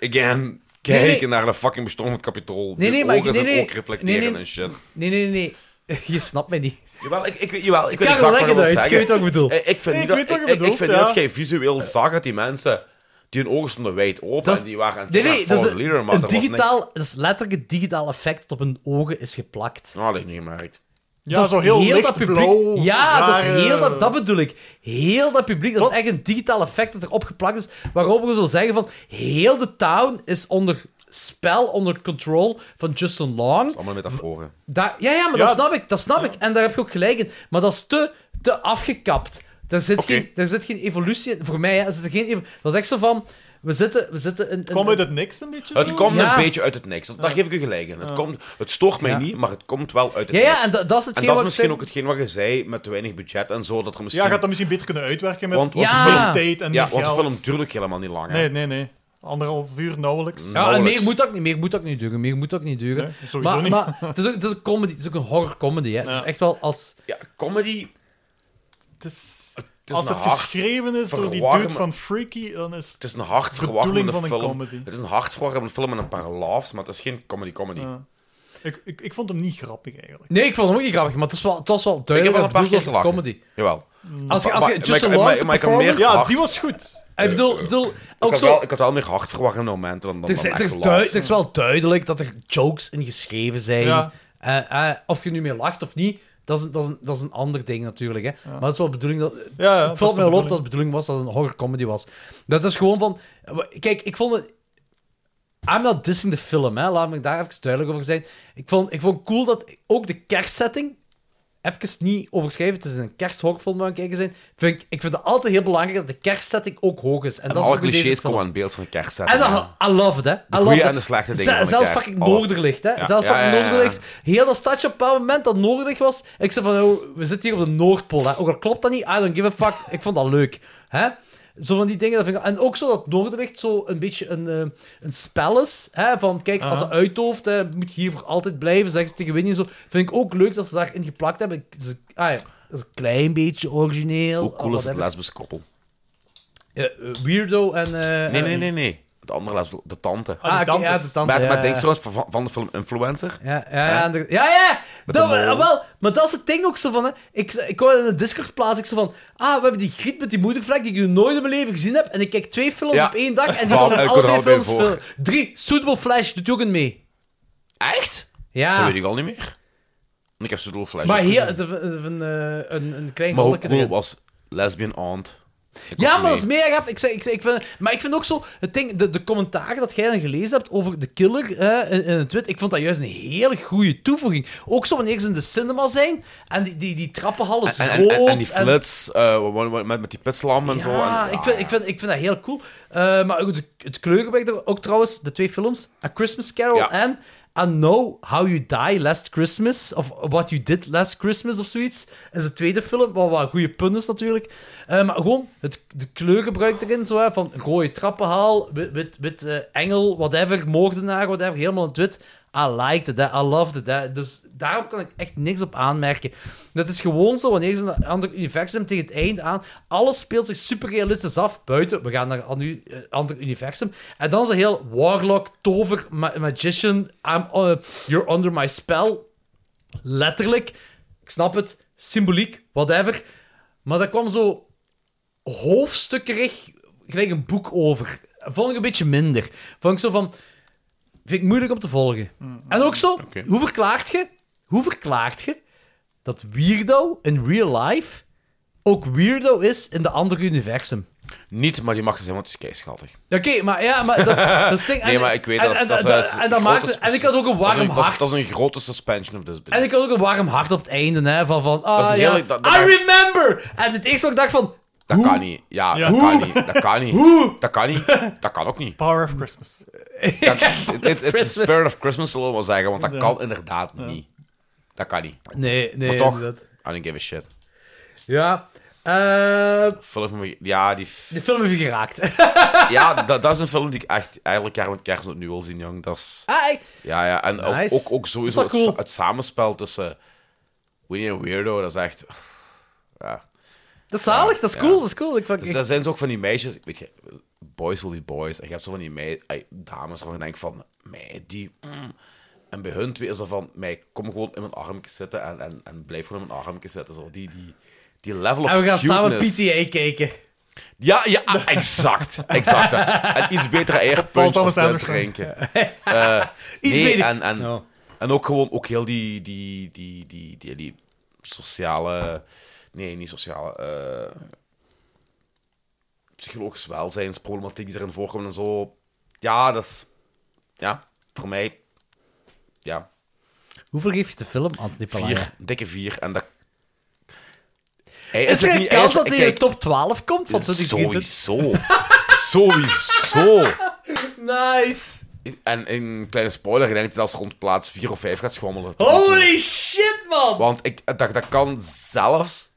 Again,
Nee,
kijken
nee.
naar de fucking bestorming van het kapitool.
Nee, nee,
die
maar ik-
ogen
nee,
zijn
nee.
ook reflecteren
Nee, nee.
en shit.
Nee, nee, nee. nee. *laughs* Je snapt mij niet.
Jawel, ik, ik, weet- jawel, ik weet
Karel,
exact
leg
wat je
het
wilt
uit. Je
zeggen.
weet wat ik bedoel.
Ik, ik vind
Nee,
niet
ik
dat,
weet wat je
ik, ik
bedoelt,
vind
ja.
niet dat jij visueel zag dat die mensen... Die hun ogen stonden wijd open
Dat is-
en die waren aan het
Nee,
gaan
nee,
naar
dat is
Follow
een,
the leader, maar
een
er was
digitaal,
niks.
dat is letterlijk een digitaal effect dat op hun ogen is geplakt.
Nou, dat had ik niet gemerkt.
Ja,
dat is
zo heel, licht
dat publiek.
blauw. eh,
ja, dat,
rare-
is heel dat, dat bedoel ik. Heel dat publiek, dat,
Dat-
is echt een digitaal effect dat erop geplakt is. Waarop we zullen zeggen van, heel de town is onder spel, onder control van Justin Long.
Allemaal metaforen.
Daar- ja, ja, maar
Ja,
dat snap ik, dat snap ik. En daar heb je ook gelijk in. Maar dat is te, te afgekapt. Daar zit,
Oké.
geen, daar zit geen evolutie in. Voor mij, hè, er zit er geen evo- dat is echt zo van... We zitten, we zitten in... in-
Kwam uit het niks een beetje?
Het
zo?
komt
Ja.
een beetje uit het niks. Dat- Daar geef ik u gelijk in. Het, komt, het stoort mij
Ja.
niet, maar het komt wel uit het
ja,
niks.
ja, en da- dat is hetgeen
En dat is
wat ik
misschien
zei.
ook hetgeen wat je zei, met te weinig budget en zo, dat er misschien...
Ja, gaat dat misschien beter kunnen uitwerken met
Want, want,
Ja.
de film,
Ah.
tijd en
ja,
meer
want de
geld.
film duurt helemaal niet lang. hè.
Nee, nee, nee. Anderhalf uur nauwelijks.
Ja.
Ja, en
Nauwelijks.
meer moet ook niet, meer moet ook niet duren. Meer moet ook niet duren.
Nee, sowieso
maar
niet.
maar het, is ook, het is een comedy, het is ook een horror comedy. Hè. Het
Ja.
is echt wel als...
Ja, comedy...
Het is-
is
als
een
het
hard
geschreven is door die
verwarmen-
dude van Freaky, dan is
Het is een hartverwarmende
Verdoeling van
film.
een comedy.
Het is een hartverwarmende film en een paar laughs, maar het is geen comedy-comedy.
Ja. Ik, ik, ik vond hem niet grappig eigenlijk.
Nee, ik vond hem ook niet grappig, maar het, is wel, het was wel
Ik heb
duidelijk.
wel een paar
dat
keer
het bedoeld
gelachen.
was als comedy. Mm.
Jawel.
Als je, als je
Maar- maar-
Justin
maar-
Long's
maar ik kan
performance...
meer-
Ja,
Hard.
die was goed.
Ik bedoel, bedoel
Ik
ook
had,
zo...
wel, ik had wel meer hartverwarmende momenten dan, dan,
Er,
dan
zijn- er
echte
is
laughs.
duid- er is wel duidelijk dat er jokes in geschreven zijn.
Ja.
Eh, eh, of je nu meer lacht of niet, dat is een, dat is een, dat is een ander ding natuurlijk. Hè. Maar dat is wel de bedoeling. Dat,
ja, dat
het
is
valt
de
mij wel op
bedoeling.
dat het de bedoeling was dat het een horror comedy was. Dat is gewoon van. Kijk, ik vond het. I'm not dissing de film, hè. laat me daar even duidelijk over zijn. Ik vond, ik vond cool dat ook de kerstsetting even niet overschrijven. Het is een kersthorkfilm waar we aan het kijken zijn. Vind ik, ik vind het altijd heel belangrijk dat de kerstsetting ook hoog is. En,
En
dat is
alle
ook in deze
clichés
film.
komen aan beeld van een kerst
En dan, I love it, hè. I
De
love
goeie
it.
en de slechte dingen
Ze-
van de
zelfs
kerst,
fucking
alles.
Noorderlicht, hè.
Ja,
Zelfs
ja,
fucking
ja, ja, ja.
Noorderlicht. Heel dat stadje, op een bepaald moment dat Noorderlicht was, ik zei van, oh, we zitten hier op de Noordpool, hè. Ook al klopt dat niet, I don't give a fuck. Ik vond dat leuk, hè. Zo van die dingen. Dat vind ik... En ook zo dat Noorderlicht zo een beetje een, eh, een spel is. Hè? Van kijk, als ze
Aha.
uithoofd, hè, moet je hier voor altijd blijven. Zeggen ze tegen Winnie en zo. Vind ik ook leuk dat ze daarin geplakt hebben. Ik- ze- ah, ja. Dat is een klein beetje origineel.
Hoe cool
ah,
is het
whatever.
lesbisch koppel?
Eh, eh, Weirdo en... eh,
Nee,
eh,
nee, nee, nee. De andere lesbisch, de tante.
Ah, oké, ja,
Dantes.
de tante,
Met,
ja,
met
ja.
Dings trouwens, van, van de film Influencer.
Ja, ja, ja.
Hè?
en de- ja, ja.
Met
Dat,
de mol.
ah, wel, maar dat is het ding ook zo van, hè. Ik, ik hoorde in de Discord plaats, ik zo van, ah, we hebben die giet met die moedervlek die ik nog nooit in mijn leven gezien heb, en ik kijk twee films
Ja.
op één dag,
*laughs*
en die
Wauw,
komen in
ik
alle
kon
twee
er
films
allebei
veel. Drie, Suitable Flash, doet ook een mee.
Echt? Dat
Ja.
weet ik al niet meer. En Ik heb zo'n flash.
Ah. Maar hier, de- de- van, eh, een, een klein
Maar hoe
rolletje
cool
erin.
was Lesbian Aunt? Ik
Ja,
was
maar dat is
mee.
meer gaaf. Ik, zeg- ik, zeg- ik vind, maar ik vind ook zo... Het ding, de, de commentaren dat jij dan gelezen hebt over de killer eh, in, in het wit, ik vond dat juist een hele goede toevoeging. Ook zo wanneer ze in de cinema zijn en die, die, die trappenhal is
En, en,
rood.
en, en die flits, eh, wa- wa- wa- met, met die pitslam en
ja,
zo. En,
ik, vind, ik, vind, ik vind dat heel cool. Eh, maar ook de, het kleurenwerk er ook trouwens, de twee films, A Christmas Carol
Ja.
en I Know How You Die Last Christmas, of What You Did Last Christmas of zoiets, is de tweede film, wat wat goede pun is natuurlijk. Eh, maar gewoon het de kleurgebruik erin, zo, hè, van rode trappenhaal, wit, wit, wit, eh, engel, whatever, moordenaar, whatever, helemaal in het wit. I liked it, hè, I loved it. hè. Dus daarop kan ik echt niks op aanmerken. Dat is gewoon zo, wanneer ze in een ander universum tegen het einde aan... Alles speelt zich super realistisch af, buiten. We gaan naar een anu- eh, ander universum. En dan is het heel warlock, tover, ma- magician. I'm, eh, you're under my spell. Letterlijk. Ik snap het. Symboliek, whatever. Maar dat kwam zo hoofdstukkerig gelijk een boek over. Vond ik een beetje minder. Vond ik zo van... Vind ik moeilijk om te volgen. En ook zo, hoe verklaart je... Hoe verklaart je dat Weirdo in real life ook Weirdo is in de andere universum?
Ah, Niet, maar die mag het zijn, want die is keischattig.
Ja, Oké, maar ja, maar dat is, dat
*laughs*
is het ding.
Nee,
En-
maar ik weet
en-
dat.
en-
dat,
en-
dat is
en
een
dat maakt
grote
het- En ik had ook een
Dat is
warm
een- dat is-
hart.
Dat is een grote suspension of disbelief.
En ik had ook een warm hart op het einde, hè, van, van ah,
is een
ja,
hele- dat- dat-
I remember! En het eerste wat ik dacht van,
Dat kan niet. Ja,
Ja.
dat
Hoe?
kan niet. Dat kan niet.
Hoe?
Dat
*laughs*
kan niet. Dat kan ook niet.
Power of Christmas.
Dat, it's, it's the
Christmas.
spirit of Christmas, zullen we wel zeggen, want dat
Ja.
kan inderdaad niet. Dat kan niet.
nee, nee,
Maar toch,
inderdaad.
I don't give a shit.
Ja, eh,
Film, ja, die,
*laughs* de film heeft je geraakt. *laughs*
ja dat, dat is een film die ik echt eigenlijk jaar met kerst opnieuw wil zien, jong. Dat is,
Ah, ik-
ja, ja, en ook-
Nice.
ook, ook, sowieso
Dat is wel
het,
cool.
sa- het samenspel tussen Winnie en Weirdo, dat is echt...
*laughs*
Ja.
dat is zalig, dat is
Ja.
cool, dat is cool. Ik,
Dus
ik,
daar zijn ze ook van die meisjes, weet je, boys will be boys. En je hebt zo van die mei- ai, dames waarvan je denkt van, mij die... mm. En bij hun twee is er van, mij kom gewoon in mijn armpje zitten en, en, en blijf gewoon in mijn armpje zitten. Zo, die, die, die level of
en we gaan samen
cuteness.
PTA kijken.
Ja, ja, ah, exact. exact dat. En iets betere
Paul
airpunch
Thomas
als te
Anderson.
drinken.
*laughs*
Eh,
Iets
nee,
beter.
en, en,
Ja.
en ook gewoon ook heel die, die, die, die, die, die sociale... Nee, niet sociale... eh, psychologisch welzijnsproblematiek die erin voorkomt en zo. Ja, dat is... Ja, voor mij... Ja,
Hoeveel geef je de film, Anthony Palaya?
vier. Dikke vier. En dat... Hij
Is
het
er een
niet- hij
kans
is-
dat hij in
kijk,
de top 12 komt van 2023?
Sowieso. *laughs* Sowieso.
Nice!
En een kleine spoiler, ik denk dat hij zelfs rond plaats 4 of 5 gaat schommelen.
Oh! Holy shit, man!
Want ik, dat, dat kan zelfs...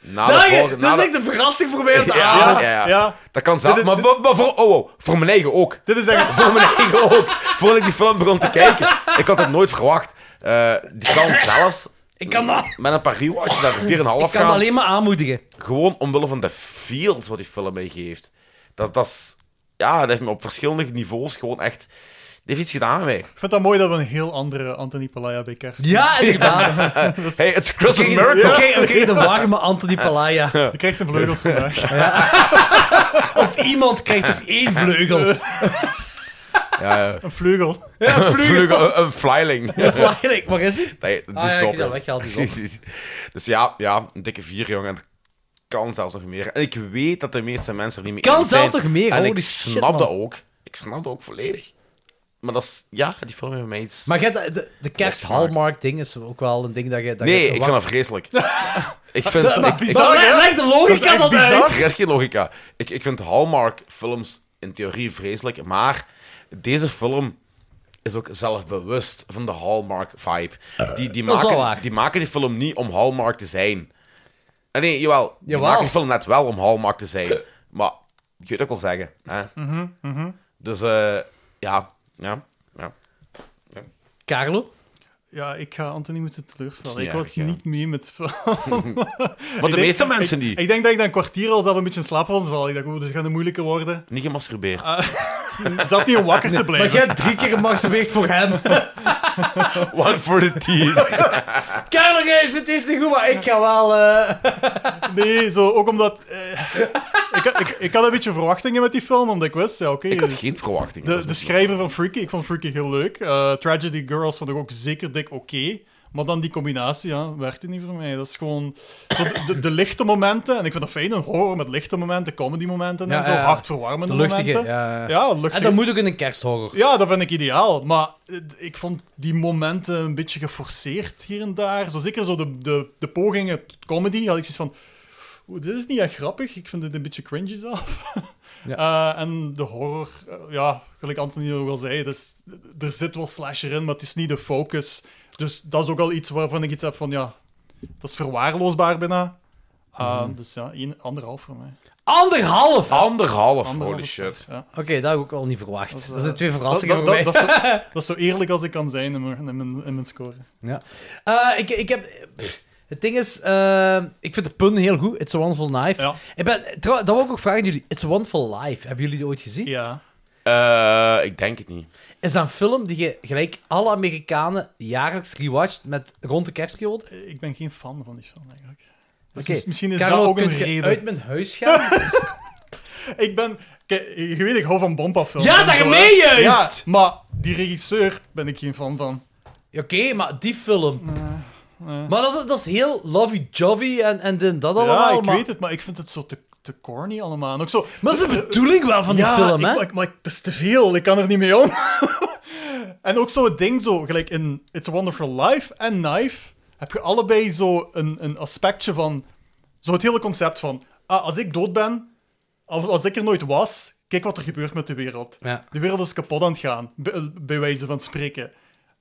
Na
Dat
de
is-
volgende...
dat
na
is
de-
echt de verrassing voor mij. om te halen.
*laughs* Ah, ja, ja, ja.
Ja.
Dat kan zelfs...
Dit-
Maar, maar, maar voor, oh, oh, voor mijn eigen ook.
Dit is echt...
Voor mijn eigen ook. Voordat ik die film begon te kijken. Ik had het nooit verwacht. Eh, die kan zelfs...
Ik kan dat.
Met een paar rewatches naar de 4,5 gaan.
Ik kan het alleen maar aanmoedigen.
Gewoon omwille van de feels wat die film mij geeft. Dat, dat is... Ja, dat heeft me op verschillende niveaus gewoon echt... Die heeft iets gedaan met mij.
Ik vind dat mooi dat we een heel andere Anthony Palaya bij kerst
Ja, inderdaad. Dus
Hey, it's a Christmas
Oké,
miracle.
oké, oké, de warme Anthony Palaya.
Je krijgt zijn vleugels vandaag.
Of iemand krijgt toch één *laughs* vleugel.
Een vleugel.
Ja,
Een vleugel, een- een flyling. *laughs*
Vleiling, waar is hij?
Nee, die
Ah, ja,
is
ik
op,
heb dat
joh.
weggehaald, die
*laughs*
is
dus ja, ja, een dikke vier, jongen. En dat kan zelfs nog meer. En ik weet dat de meeste mensen er niet mee
Kan
eens zijn.
zelfs nog meer,
En
holy
ik
shit,
snap
man.
dat ook. Ik snap dat ook volledig. Maar dat is... Ja, die film heeft mij iets...
Maar jij, de, de, de
gemaakt.
kerst-Hallmark-ding is ook wel een ding dat je... Dat
nee,
je-
ik vind dat
*laughs*
vreselijk. ik vind...
Dat-
ik-
dat-
ik-
dat- leg- leg de logica dan uit.
Er is geen logica. Ik, ik vind Hallmark-films in theorie vreselijk, maar deze film is ook zelfbewust van de Hallmark-vibe.
Eh,
Die, die,
Dat is wel
maken,
waar.
die maken die film niet om Hallmark te zijn. Eh, nee, jawel. Die
Jawel.
maken die film net wel om Hallmark te zijn. Maar je kunt het ook wel zeggen. Hè?
Mhm, mhm.
Dus eh, ja, ja, ja.
Carlo?
Ja, ik ga Anthony moeten teleurstellen.
Dat is
Ik
niet
was
erg, ja.
niet mee met film.
de
Ik denk-
meeste mensen
ik-
niet.
Ik denk dat ik dan een kwartier al zelf een beetje in slaap was gevallen. Ik dacht, oeh, dit gaat moeilijker worden.
Niet gemasturbeerd. *laughs*
Ah, zelf niet om wakker te
Maar
blijven.
jij hebt drie keer gemasturbeerd voor hem.
One for the team.
*laughs*
*laughs*
Carlo, jij vindt deze niet goed, maar ik ga wel... eh,
Nee, zo, ook omdat... eh, ik, had- ik, ik had een beetje verwachtingen met die film, omdat ik wist, ja, oké...
Ik had
dus-
geen verwachtingen.
de,
Dat is
de
misschien-
schrijver van Freaky, ik vond Freaky heel leuk. Eh, Tragedy Girls vond ik ook zeker dik oké. Maar dan die combinatie, ja, werkte niet voor mij. Dat is gewoon zo de, de, de lichte momenten. En ik vind dat fijn, een horror met lichte momenten, comedy momenten
Ja,
en zo.
ja, ja.
Hartverwarmende
de luchtige.
momenten.
Ja.
Ja, luchtige.
En dat moet ook in een kersthorror.
Ja, dat vind ik ideaal. Maar eh, ik vond die momenten een beetje geforceerd hier en daar. Zo, zeker zo de, de, de pogingen tot comedy had ik zoiets van... "Oeh, dit is niet echt grappig. Ik vind dit een beetje cringy zelf. *laughs* Eh, en de horror... eh, ja, gelijk Anthony ook al zei, dus, er zit wel slasher in, maar het is niet de focus. Dus dat is ook al iets waarvan ik iets heb van... Ja, dat is verwaarloosbaar bijna. Eh, Dus ja, één, anderhalf voor mij.
Anderhalf!
Anderhalf,
Anderhalf
holy
is
shit.
goed, Ja.
Oké, dat heb ik ook al niet verwacht. Dat, zijn twee
Dat,
verrassingen
dat,
voor
dat,
mij.
dat, is zo,
*laughs*
dat is zo eerlijk als ik kan zijn in mijn, in mijn, in mijn score.
Ja. Eh, ik, ik heb... pff, Het ding is, eh, ik vind de pun heel goed. It's a Wonderful Life.
Ja.
Ik ben, trouw, dat wil ik ook vragen aan jullie. It's a Wonderful Life. Hebben jullie die ooit gezien?
Ja.
Eh, ik denk het niet.
Is dat een film die je gelijk alle Amerikanen jaarlijks rewatcht met rond de kerstperiode?
Ik ben geen fan van die film eigenlijk. Dus
Oké,
mis- misschien is
Carlo,
dat ook een
kun je
reden.
uit mijn huis
*laughs*
gaan?
Ik ben... Kijk, je weet, ik hou van bompa-films.
Ja,
en zo,
daarmee
hè. Ja,
juist!
maar die regisseur ben ik geen fan van.
Oké, maar die film. Maar dat is, dat is heel lovey-jovey en, en dit en dat allemaal.
ja, ik
maar,
weet het, maar ik vind het zo te, te corny allemaal. En ook zo...
maar dat is de bedoeling wel van die
ja,
film,
ik-
hè?
maar ik- maar ik- dat is te veel. Ik kan er niet mee om. *laughs* en ook zo het ding zo, gelijk in It's a Wonderful Life en Knife, heb je allebei zo een, een aspectje van... Zo het hele concept van, ah, als ik dood ben, als, als ik er nooit was, kijk wat er gebeurt met de wereld.
Ja.
De wereld is kapot aan het gaan, bij, bij wijze van spreken.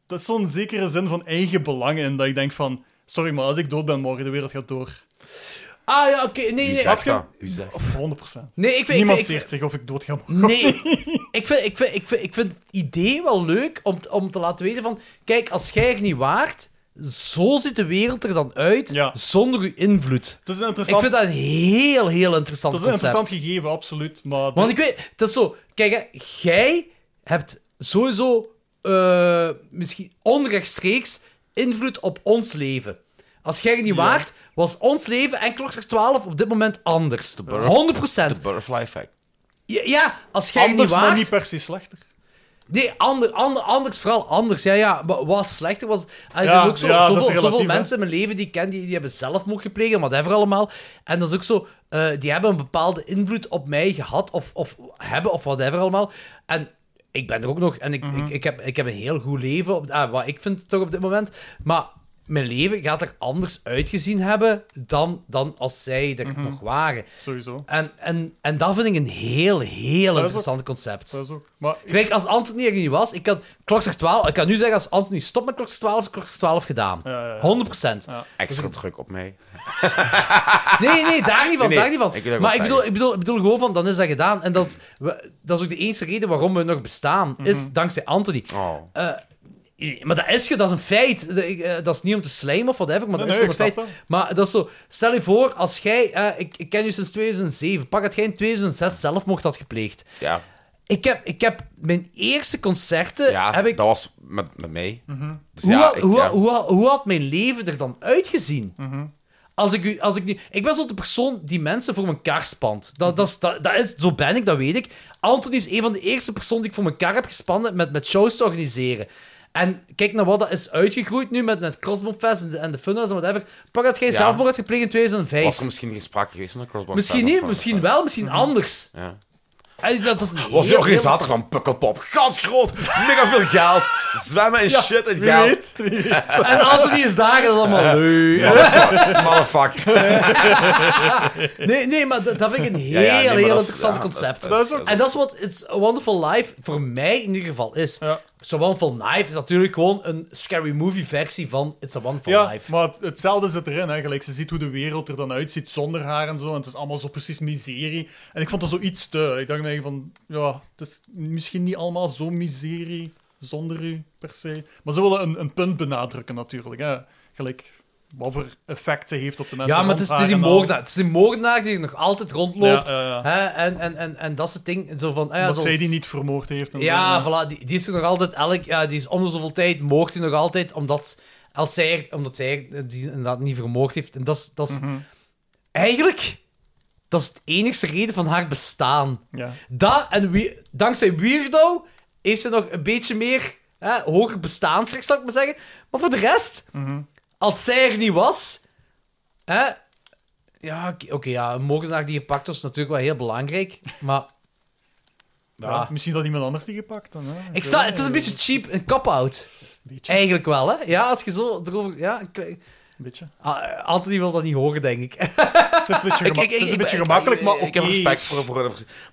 Dat is zo'n zekere zin van eigen belang in, dat ik denk van... Sorry, maar als ik dood ben morgen, de wereld gaat door.
Ah ja, oké. Nee,
Wie
nee.
zegt dat? Wie zegt
Of 100%.
Nee, ik vind...
Niemand
ik, vind-
zeert zich of ik dood ga morgen.
Nee, ik vind, ik, vind, ik, vind, ik vind het idee wel leuk om, t- om te laten weten van... Kijk, als jij er niet waart, zo ziet de wereld er dan uit
Ja.
zonder uw invloed.
Het is een
Ik
interessant
vind dat een heel, heel interessant
Dat is een
concept.
interessant gegeven, absoluut. Maar
Want ik weet, het is zo... Kijk, hè, jij hebt sowieso eh, misschien onrechtstreeks invloed op ons leven. Als jij er niet waart, was ons leven en klokslag 12 op dit moment anders. 100%.
De butterfly effect.
Ja, ja, als jij er niet
anders,
waart...
maar niet per se slechter.
Nee, ander, ander, anders, vooral anders. Ja, ja, maar wat slechter was... Er
Ja,
zijn ook zo,
ja, dat is
zoveel,
relatief,
zoveel
hè.
mensen in mijn leven die ik ken, die, die hebben zelfmoord gepleegd en whatever allemaal. En dat is ook zo, eh, die hebben een bepaalde invloed op mij gehad, of, of hebben, of whatever allemaal. En ik ben er ook nog, en ik,
Mhm.
ik, ik, heb, ik heb een heel goed leven, op, ah, wat ik vind toch op dit moment. Maar mijn leven gaat er anders uitgezien hebben dan, dan als zij er
Mhm.
nog waren.
Sowieso.
En, en, en dat vind ik een heel, heel
ook-
interessant concept.
Dat is ook. Maar ik-
Kijk, als Anthony er niet was, ik kan klokslag 12... Ik kan nu zeggen, als Anthony stopt met klokslag 12, is klokslag 12 gedaan.
ja, ja.
100 procent.
Extra druk op mij.
Nee, nee, daar niet van,
Nee, nee,
daar niet van.
ik wil dat
maar ik
wel
bedoel,
zeggen.
ik, bedoel, ik bedoel gewoon van, dan is dat gedaan. En dat, we- dat is ook de enige reden waarom we nog bestaan,
Mhm.
is dankzij Anthony.
Oh.
Eh, Maar dat is, ge- dat is een feit. De- ik, eh, Dat is niet om te slijmen of whatever, maar dat
Nee,
is
nee,
gewoon een
ik
feit.
snap
Maar dat is zo... Stel je voor, als jij... eh, ik, ik ken je sinds 2007. Pak dat jij in 2006 zelfmoord had gepleegd.
Ja,
Ik heb, ik heb mijn eerste concerten...
ja
eh, heb ik
dat was met, met mij. Dus
Hoe,
ja,
had-
ik-
hoe,
ja. Mhm.
hoe, hoe had mijn leven er dan uitgezien? Als ik, u- als ik, nu, ik ben zo de persoon die mensen voor mijn kar spant. Dat, dat, is, dat, dat is, zo ben ik, dat weet ik. Anthony is een van de eerste personen die ik voor mijn kar heb gespannen met, met shows te organiseren. En kijk naar wat dat is uitgegroeid nu met, met Crossbone Fest en de, en de Funhouse en whatever. Pak dat jij
Ja.
zelfmoord had gepleegd in
Was er
2005.
misschien geen sprake geweest van de crossbar?
Misschien niet, misschien wel, misschien anders.
Mhm. Ja.
Hij- Dat is een
Was
heel-
de organisator van Pukkelpop. Gans groot, mega veel geld. Zwemmen en shit en
Wie
geld.
weet? Wie weet?
heel- En Anthony is daar, dat is allemaal leuk.
Motherfuck. motherfucker.
Nee, nee, maar dat, dat vind ik een heel,
Ja, ja, nee, maar
heel
dat is-
interessant
ja, dat is-
concept.
dat is
ook-
en dat is wat It's a Wonderful Life voor mij in ieder geval is.
Ja.
It's a Wonderful Life is natuurlijk gewoon een scary movie versie van It's a Wonderful
Ja,
Life.
maar het- hetzelfde zit erin. Hè. Gelijk, ze ziet hoe de wereld er dan uitziet zonder haar en zo. En het is allemaal zo precies miserie. En ik vond dat zoiets te. Ik dacht mij van, ja, het is misschien niet allemaal zo miserie zonder u per se. Maar ze willen een, een punt benadrukken natuurlijk. Hè. Gelijk, wat voor effect ze heeft op de mensen.
Ja, maar het is, het is die
rond haar en al.
moordenaar. Het is die moordenaar die nog altijd rondloopt.
Ja, ja, ja.
Hè? En, en, en, en dat is het ding. Zo van, ah ja,
Omdat
zoals-
zij die niet vermoord heeft. En
Ja,
zo,
voilà, die, die is er nog altijd elk... Ja, die is om de zoveel tijd, moord hij nog altijd, omdat, als zij, er- omdat zij er- eh, die inderdaad niet vermoord heeft. En dat is... Dat is
Mhm.
Eigenlijk, dat is de enigste reden van haar bestaan.
ja.
Dat en wie, dankzij Weirdo heeft ze nog een beetje meer hè, hoger bestaansrecht, zal ik maar zeggen. Maar voor de rest, als zij er niet was, hè, ja, oké, oké, ja, een moordenaar die gepakt was, is natuurlijk wel heel belangrijk. Maar
Ja. Ja, misschien dat iemand anders die gepakt. Dan, hè.
ik
weet
sta,
niet.
het is een beetje cheap, een cop-out.
Beetje.
Eigenlijk wel, hè? Ja, als je zo erover. Ja, een klein-
Een beetje.
Ah, Anthony wil dat niet horen, denk *laughs* ik.
Het is een beetje,
Ik-
gema- het
ik- ik-
is een
ik-
beetje
ik-
gemakkelijk, maar
ik-
oké.
Ik heb respect voor... voor, voor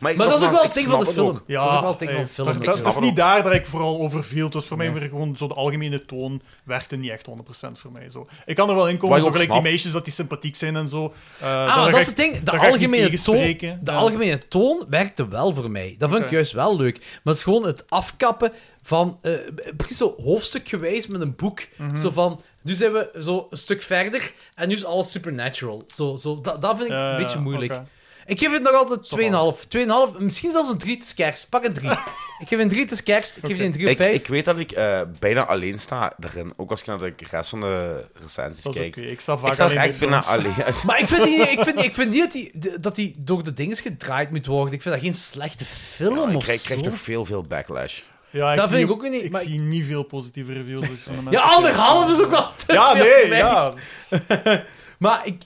maar ik-
Maar dat is ook
nogmaals,
wel
ik
het ding van de
snap het ook.
film. Dat is ook wel het ding
eh,
van de film.
dat-
denk
dat-
ik.
het is
wel.
niet daar dat ik vooral over viel. Het was voor mij weer gewoon zo de algemene toon werkte niet echt 100% voor mij. Zo. Ik kan er wel in
Wat
komen,
ik
zo
ook
gelijk die
snap.
meisjes dat die sympathiek zijn en zo. Eh,
Ah,
daar
maar
ga
dat is
ik-
het ding. De
daar ga ik niet
algemene, toon, de
tegenspreken. Ja.
algemene toon werkte wel voor mij. Dat vond ik
Oké.
juist wel leuk. Maar het is gewoon het afkappen van... eh, precies zo hoofdstukgewijs met een boek.
Mhm.
Zo van... Nu zijn we zo een stuk verder en nu is alles supernatural. Zo, zo, dat, dat vind ik
Ja,
een
ja,
beetje moeilijk.
oké.
Ik geef het nog altijd 2,5. 2,5. Misschien zelfs een 3 te kerst. Pak een 3.
*laughs*
ik geef een 3 te kerst. Ik geef die een 3 op
Ik,
5.
ik weet dat ik eh, bijna alleen sta daarin. Ook als je naar de rest van de recensies
Dat is
kijkt.
oké. Ik sta vaak
Ik sta er
alleen
echt
bij
bijna
films.
alleen.
*laughs*
Maar ik vind, niet, ik vind, ik vind niet dat die, dat die door de dingen gedraaid moet worden. Ik vind dat geen slechte film
Ik
of
krijg, ik
zo.
krijg toch veel, veel backlash.
Ja, ik
Dat
zie
vind ik ook niet,
Ik
maar-
zie niet veel positieve reviews. dus van
Ja,
de mensen die-
anderhalf is ook wel te
*laughs* Ja,
*laughs* veel
nee,
voor mij.
ja.
Maar ik...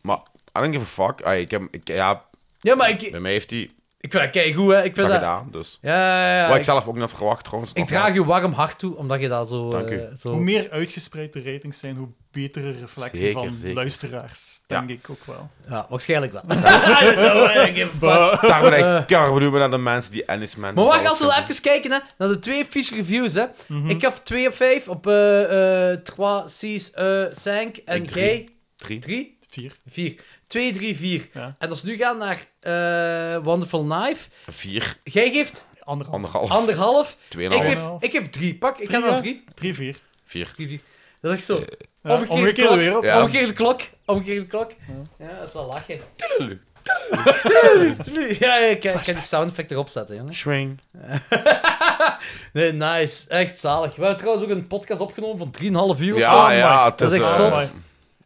Maar I don't give a fuck. Ah, ik heb, ik, ja,
Ja, maar ik...
bij mij heeft hij
Ik vind dat keigoed, hè. Ik
dat
vind dat...
gedaan. Dus.
Ja, ja, ja.
Wat ik
Ik,
zelf ook net verwacht trouwens.
ik
nogmaals.
draag je warm hart toe, omdat je dat zo...
Dank
eh,
u.
zo...
Hoe meer uitgespreid de ratings zijn, hoe betere reflectie
Zeker,
van
zeker.
luisteraars.
Ja.
Denk ik ook wel. Eh,
Ja, waarschijnlijk
*laughs*
wel. *laughs* I don't know, I don't give a fuck.
Daarom ben ik kar bedoeld naar de mensen die Ennis Man.
Eh. Maar wacht, als we even kijken hè, naar de twee fiche reviews. Hè.
Mhm.
Ik gaf 2 op 5 op eh, 3, 6, 5. eh, En
Ik drie.
jij?
Drie.
3?
Vier.
4. 2, 3, 4.
Ja.
En als we nu gaan naar eh, Wonderful Knife.
Vier,
Jij geeft
Anderhalf.
anderhalf,
anderhalf. Ik
tweeënhalf,
geef,
Anderhalf.
ik geef drie. Pak, ik ga
Drie,
naar
ja.
drie.
Drie, vier.
vier.
Drie, vier. Dat is echt zo.
Ja,
omgekeerde,
omgekeerde
klok,
wereld.
Ja.
Omgekeerde klok. Omgekeerde klok. Ja. dat is wel lachen. Ja, ja, ik kan, ik kan die sound effect erop zetten, jongen.
Swing.
Nee, nice. Echt zalig. We hebben trouwens ook een podcast opgenomen van 3,5 uur. of zo.
Ja, ja,
amai.
het
Dat
is...
is echt
eh,
zot.
Amai.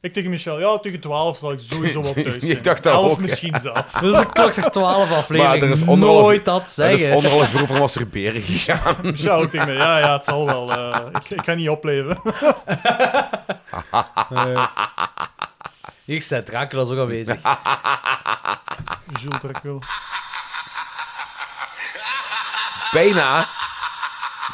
Ik tegen Michel, ja, tegen 12 zal ik sowieso
*laughs*
wel thuis
Ik
zijn.
dacht dat
Elf
ook, ja.
misschien zelf.
Dat is een klok zegt 12 aflevering.
Maar er is onderhalf-
Nooit dat
Het is
zeggen.
anderhalf uur van *laughs* masturberen gegaan.
Michel ook tegen mij, ja, ja, het zal wel. eh, ik, ik kan niet opleven.
Hier staat Dracula is ook aanwezig.
Jules Dracul.
Bijna.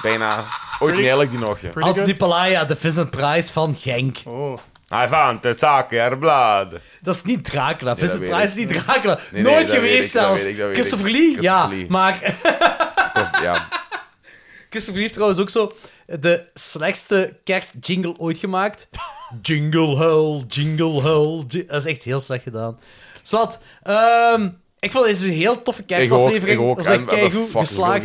Bijna. Ooit niet eigenlijk die nog, ja.
Pretty
Anthony
good.
Palaya, de Vincent Price van Genk.
Oh,
Hij van de zaken, haar bladen.
Dat is niet Dracula. Vincent
weet
Price is niet Dracula.
nee,
Nooit
dat weet
geweest
ik, dat
zelfs.
weet ik, dat weet ik.
Christopher Lee? Ja,
Christopher Lee.
maar
Ik was- ja.
Christopher Lee heeft trouwens ook zo de slechtste kerstjingle ooit gemaakt. jingle hell, jingle hell. ji- Dat is echt heel slecht gedaan. Zwat, ehm, ik vond dit is een heel toffe
Ik ook, ik
kerstaflevering.
ook.
Dat is echt
En we hebben
keigoed
fucking veel
geslaagd.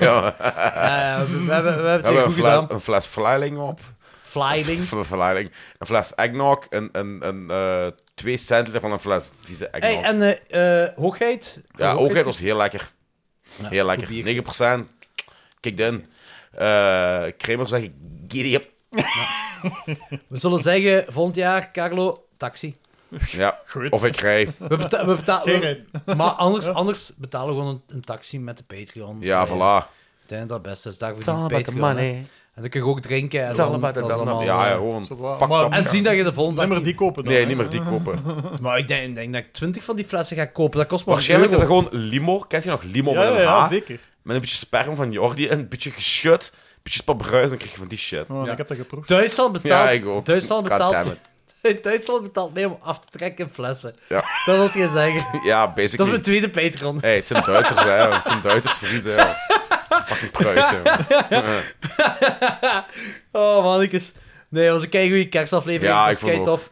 *laughs*
ja. We
Eh, we, we hebben, we hebben het
hebben
heel
een
goed
fles,
gedaan.
een fles Flyling op.
Flying.
Van een Flyling. Een fles eggnog. Een, een, een, eh, twee centiliter van een fles vieze eggnog.
Hey, en eh, eh, hoogheid?
Ja, ook het was heel lekker. heel
bier.
lekker. 9%. Kijk dan. Eh Kramer zeg ik, giddy up.
We zullen zeggen, volgend jaar, Carlo, taxi.
Ja.
Goed.
Of ik
*laughs*
rij.
We, beta we betalen...
geen
we-
reden.
Maar anders, anders betalen we gewoon een, een taxi met de Patreon.
Ja,
Eh,
voilà.
Ik denk dat het beste is. Daarvoor is de Patreon. hè. En dan kun je ook drinken. En
It's
dan,
all about the
dat is
dum-dum.
allemaal,
Ja, ja,
eh,
gewoon
Zo, maar-
fucked
maar-
up.
En zien dat je de volgende
Niet
dag
meer die kopen dan.
Nee,
hè?
niet meer die kopen.
*laughs*
Maar ik denk, ik denk dat ik 20 van die flessen ga kopen. Dat kost maar
Waarschijnlijk is
een
dat
euro.
gewoon limo. Kent je nog limo
Ja,
met
ja,
een
ja,
H?
zeker.
Met een beetje sperm van Jordi en een beetje geschut. Een beetje spapruis, dan krijg je van die shit.
Oh,
Ja.
Ik heb dat geproefd.
Duitsland betaalt,
Ja, ik ook.
Duitsland betaalt,
Goddammit.
*laughs* Duitsland betaalt mee om af te trekken in flessen.
Ja.
Dat wil je
*laughs*
zeggen.
Ja,
Dat is
basically.
mijn tweede Patreon.
Hey, het zijn Duitsers, hè. Het zijn Duitsers vrienden, hè. Fucking Pruisen.
Oh, mannetjes. Nee, dat was een keigoeie kerstaflevering.
Ja,
dat
ik
is
vond het
keitof.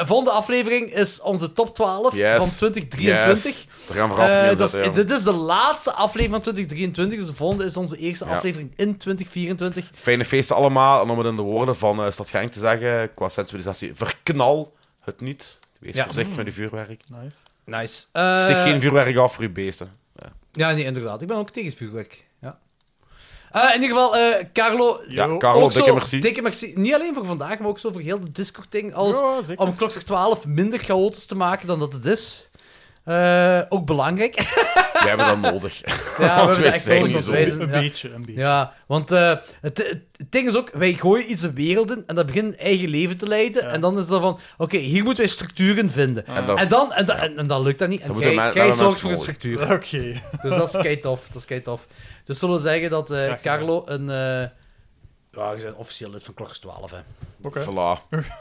Eh, volgende aflevering is onze top 12
Yes.
*laughs* van 2023.
Yes. Er gaan verrassingen
Eh,
in
dat
zitten,
is,
joh.
dit is de laatste aflevering van 2023, dus de volgende is onze eerste
Ja.
aflevering in 2024.
Fijne feesten allemaal. En om het in de woorden van eh Stad Genk te zeggen, qua sensibilisatie, verknal het niet. Wees
Ja.
voorzichtig met die vuurwerk.
Nice.
Nice. Eh,
Steek geen vuurwerk af voor je beesten.
Ja, nee, inderdaad. Ik ben ook tegen het vuurwerk. Ja. Eh, in ieder geval, eh, Carlo,
Ja,
Yo.
Carlo,
ook zo,
dikke merci.
dikke merci. Niet alleen voor vandaag, maar ook zo voor heel de Discord-ding. Alles
Ja, zeker.
om klokslag 12 minder chaotisch te maken dan dat het is. Eh, ook
*laughs*
belangrijk.
Wij hebben dat nodig.
Ja,
Want wij zijn
nodig
niet
om
zo.
te wijzen,
Een
ja.
beetje, een beetje.
Ja, want eh, het, het, het ding is ook, wij gooien iets de wereld in en dat begint een eigen leven te leiden. En dan is dat van, oké, hier moeten wij structuren vinden.
En dan-
en, dan, en, dan- en, en dan lukt dat niet. En
Dan
jij,
moeten we men-
jij
dan hebben
zorgt
mensen
voor een
nodig.
structuur.
*laughs*
*laughs* Oké.
Dus dat is kei tof. Dat is kei tof. Dus zullen we zeggen dat eh,
Ja, ja.
Carlo een. eh ja, je bent officieel lid van Klokjes 12, hè?
Oké.
Voilà.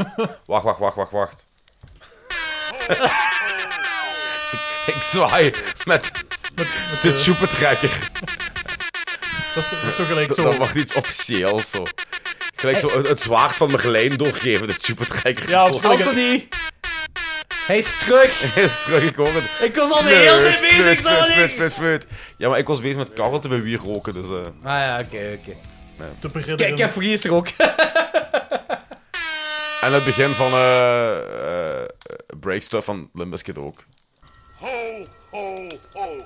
*laughs*
Wacht, wacht, wacht, wacht, wacht. *laughs* ik, ik zwaai met de
eh,
tjoepentrekker.
Dat, is, dat is zo gelijk zo.
Dat wordt iets officieels zo. Gelijk zo het, het zwaard van Merlijn doorgeven, de tjoepentrekker.
Ja, op zich.
Anthony! Hij is terug!
*laughs* Hij is teruggekomen.
Ik was al de hele tijd
Flirt,
bezig,
flirt, flirt,
sorry!
flirt, flirt, flirt. Ja, maar ik was bezig met Karel te bewier roken, dus... eh,
Ah ja, oké, oké.
te beginnen.
Kijk, Kijk, Fries er ook.
En het begin van eh eh, Breakstuff van Limbiscuit ook.
Ho, ho, ho!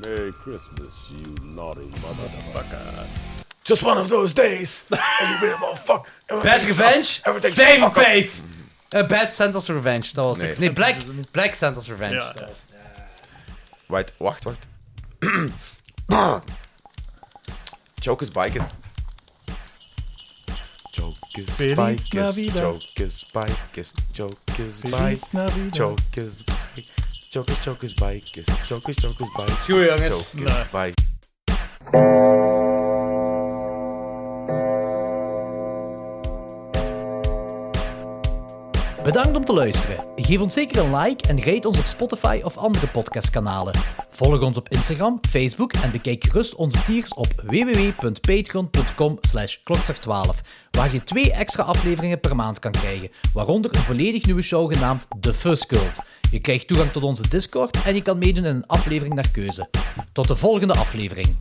Merry Christmas, you naughty motherfucker.
Just one of those
*laughs*
days. And you really motherfucker.
Bad Revenge!
Everything's
5 op
fucked
5!
up.
Eh, Bad Santa's Revenge, dat was het.
Nee.
Nee, Black, Black Santa's Revenge.
Ja,
dat
ja.
was het.
Wait, wacht, wacht. *clears throat* Chokers bikers. Chokers
Feliz
bikers.
Navidad.
Chokers bikers. Chokers
Feliz
bikers.
Navidad.
Chokers bikers. Chokers chokers bikers. Chokers chokers bikers.
Goed, jongens.
Chokers
Nice.
bikers.
Bedankt om te luisteren. Geef ons zeker een like en rate ons op Spotify of andere podcastkanalen. Volg ons op Instagram, Facebook en bekijk gerust onze tiers op www.patreon.com slash 12 waar je twee extra afleveringen per maand kan krijgen, waaronder een volledig nieuwe show genaamd The Fuzz Cult. Je krijgt toegang tot onze Discord en je kan meedoen in een aflevering naar keuze. Tot de volgende aflevering.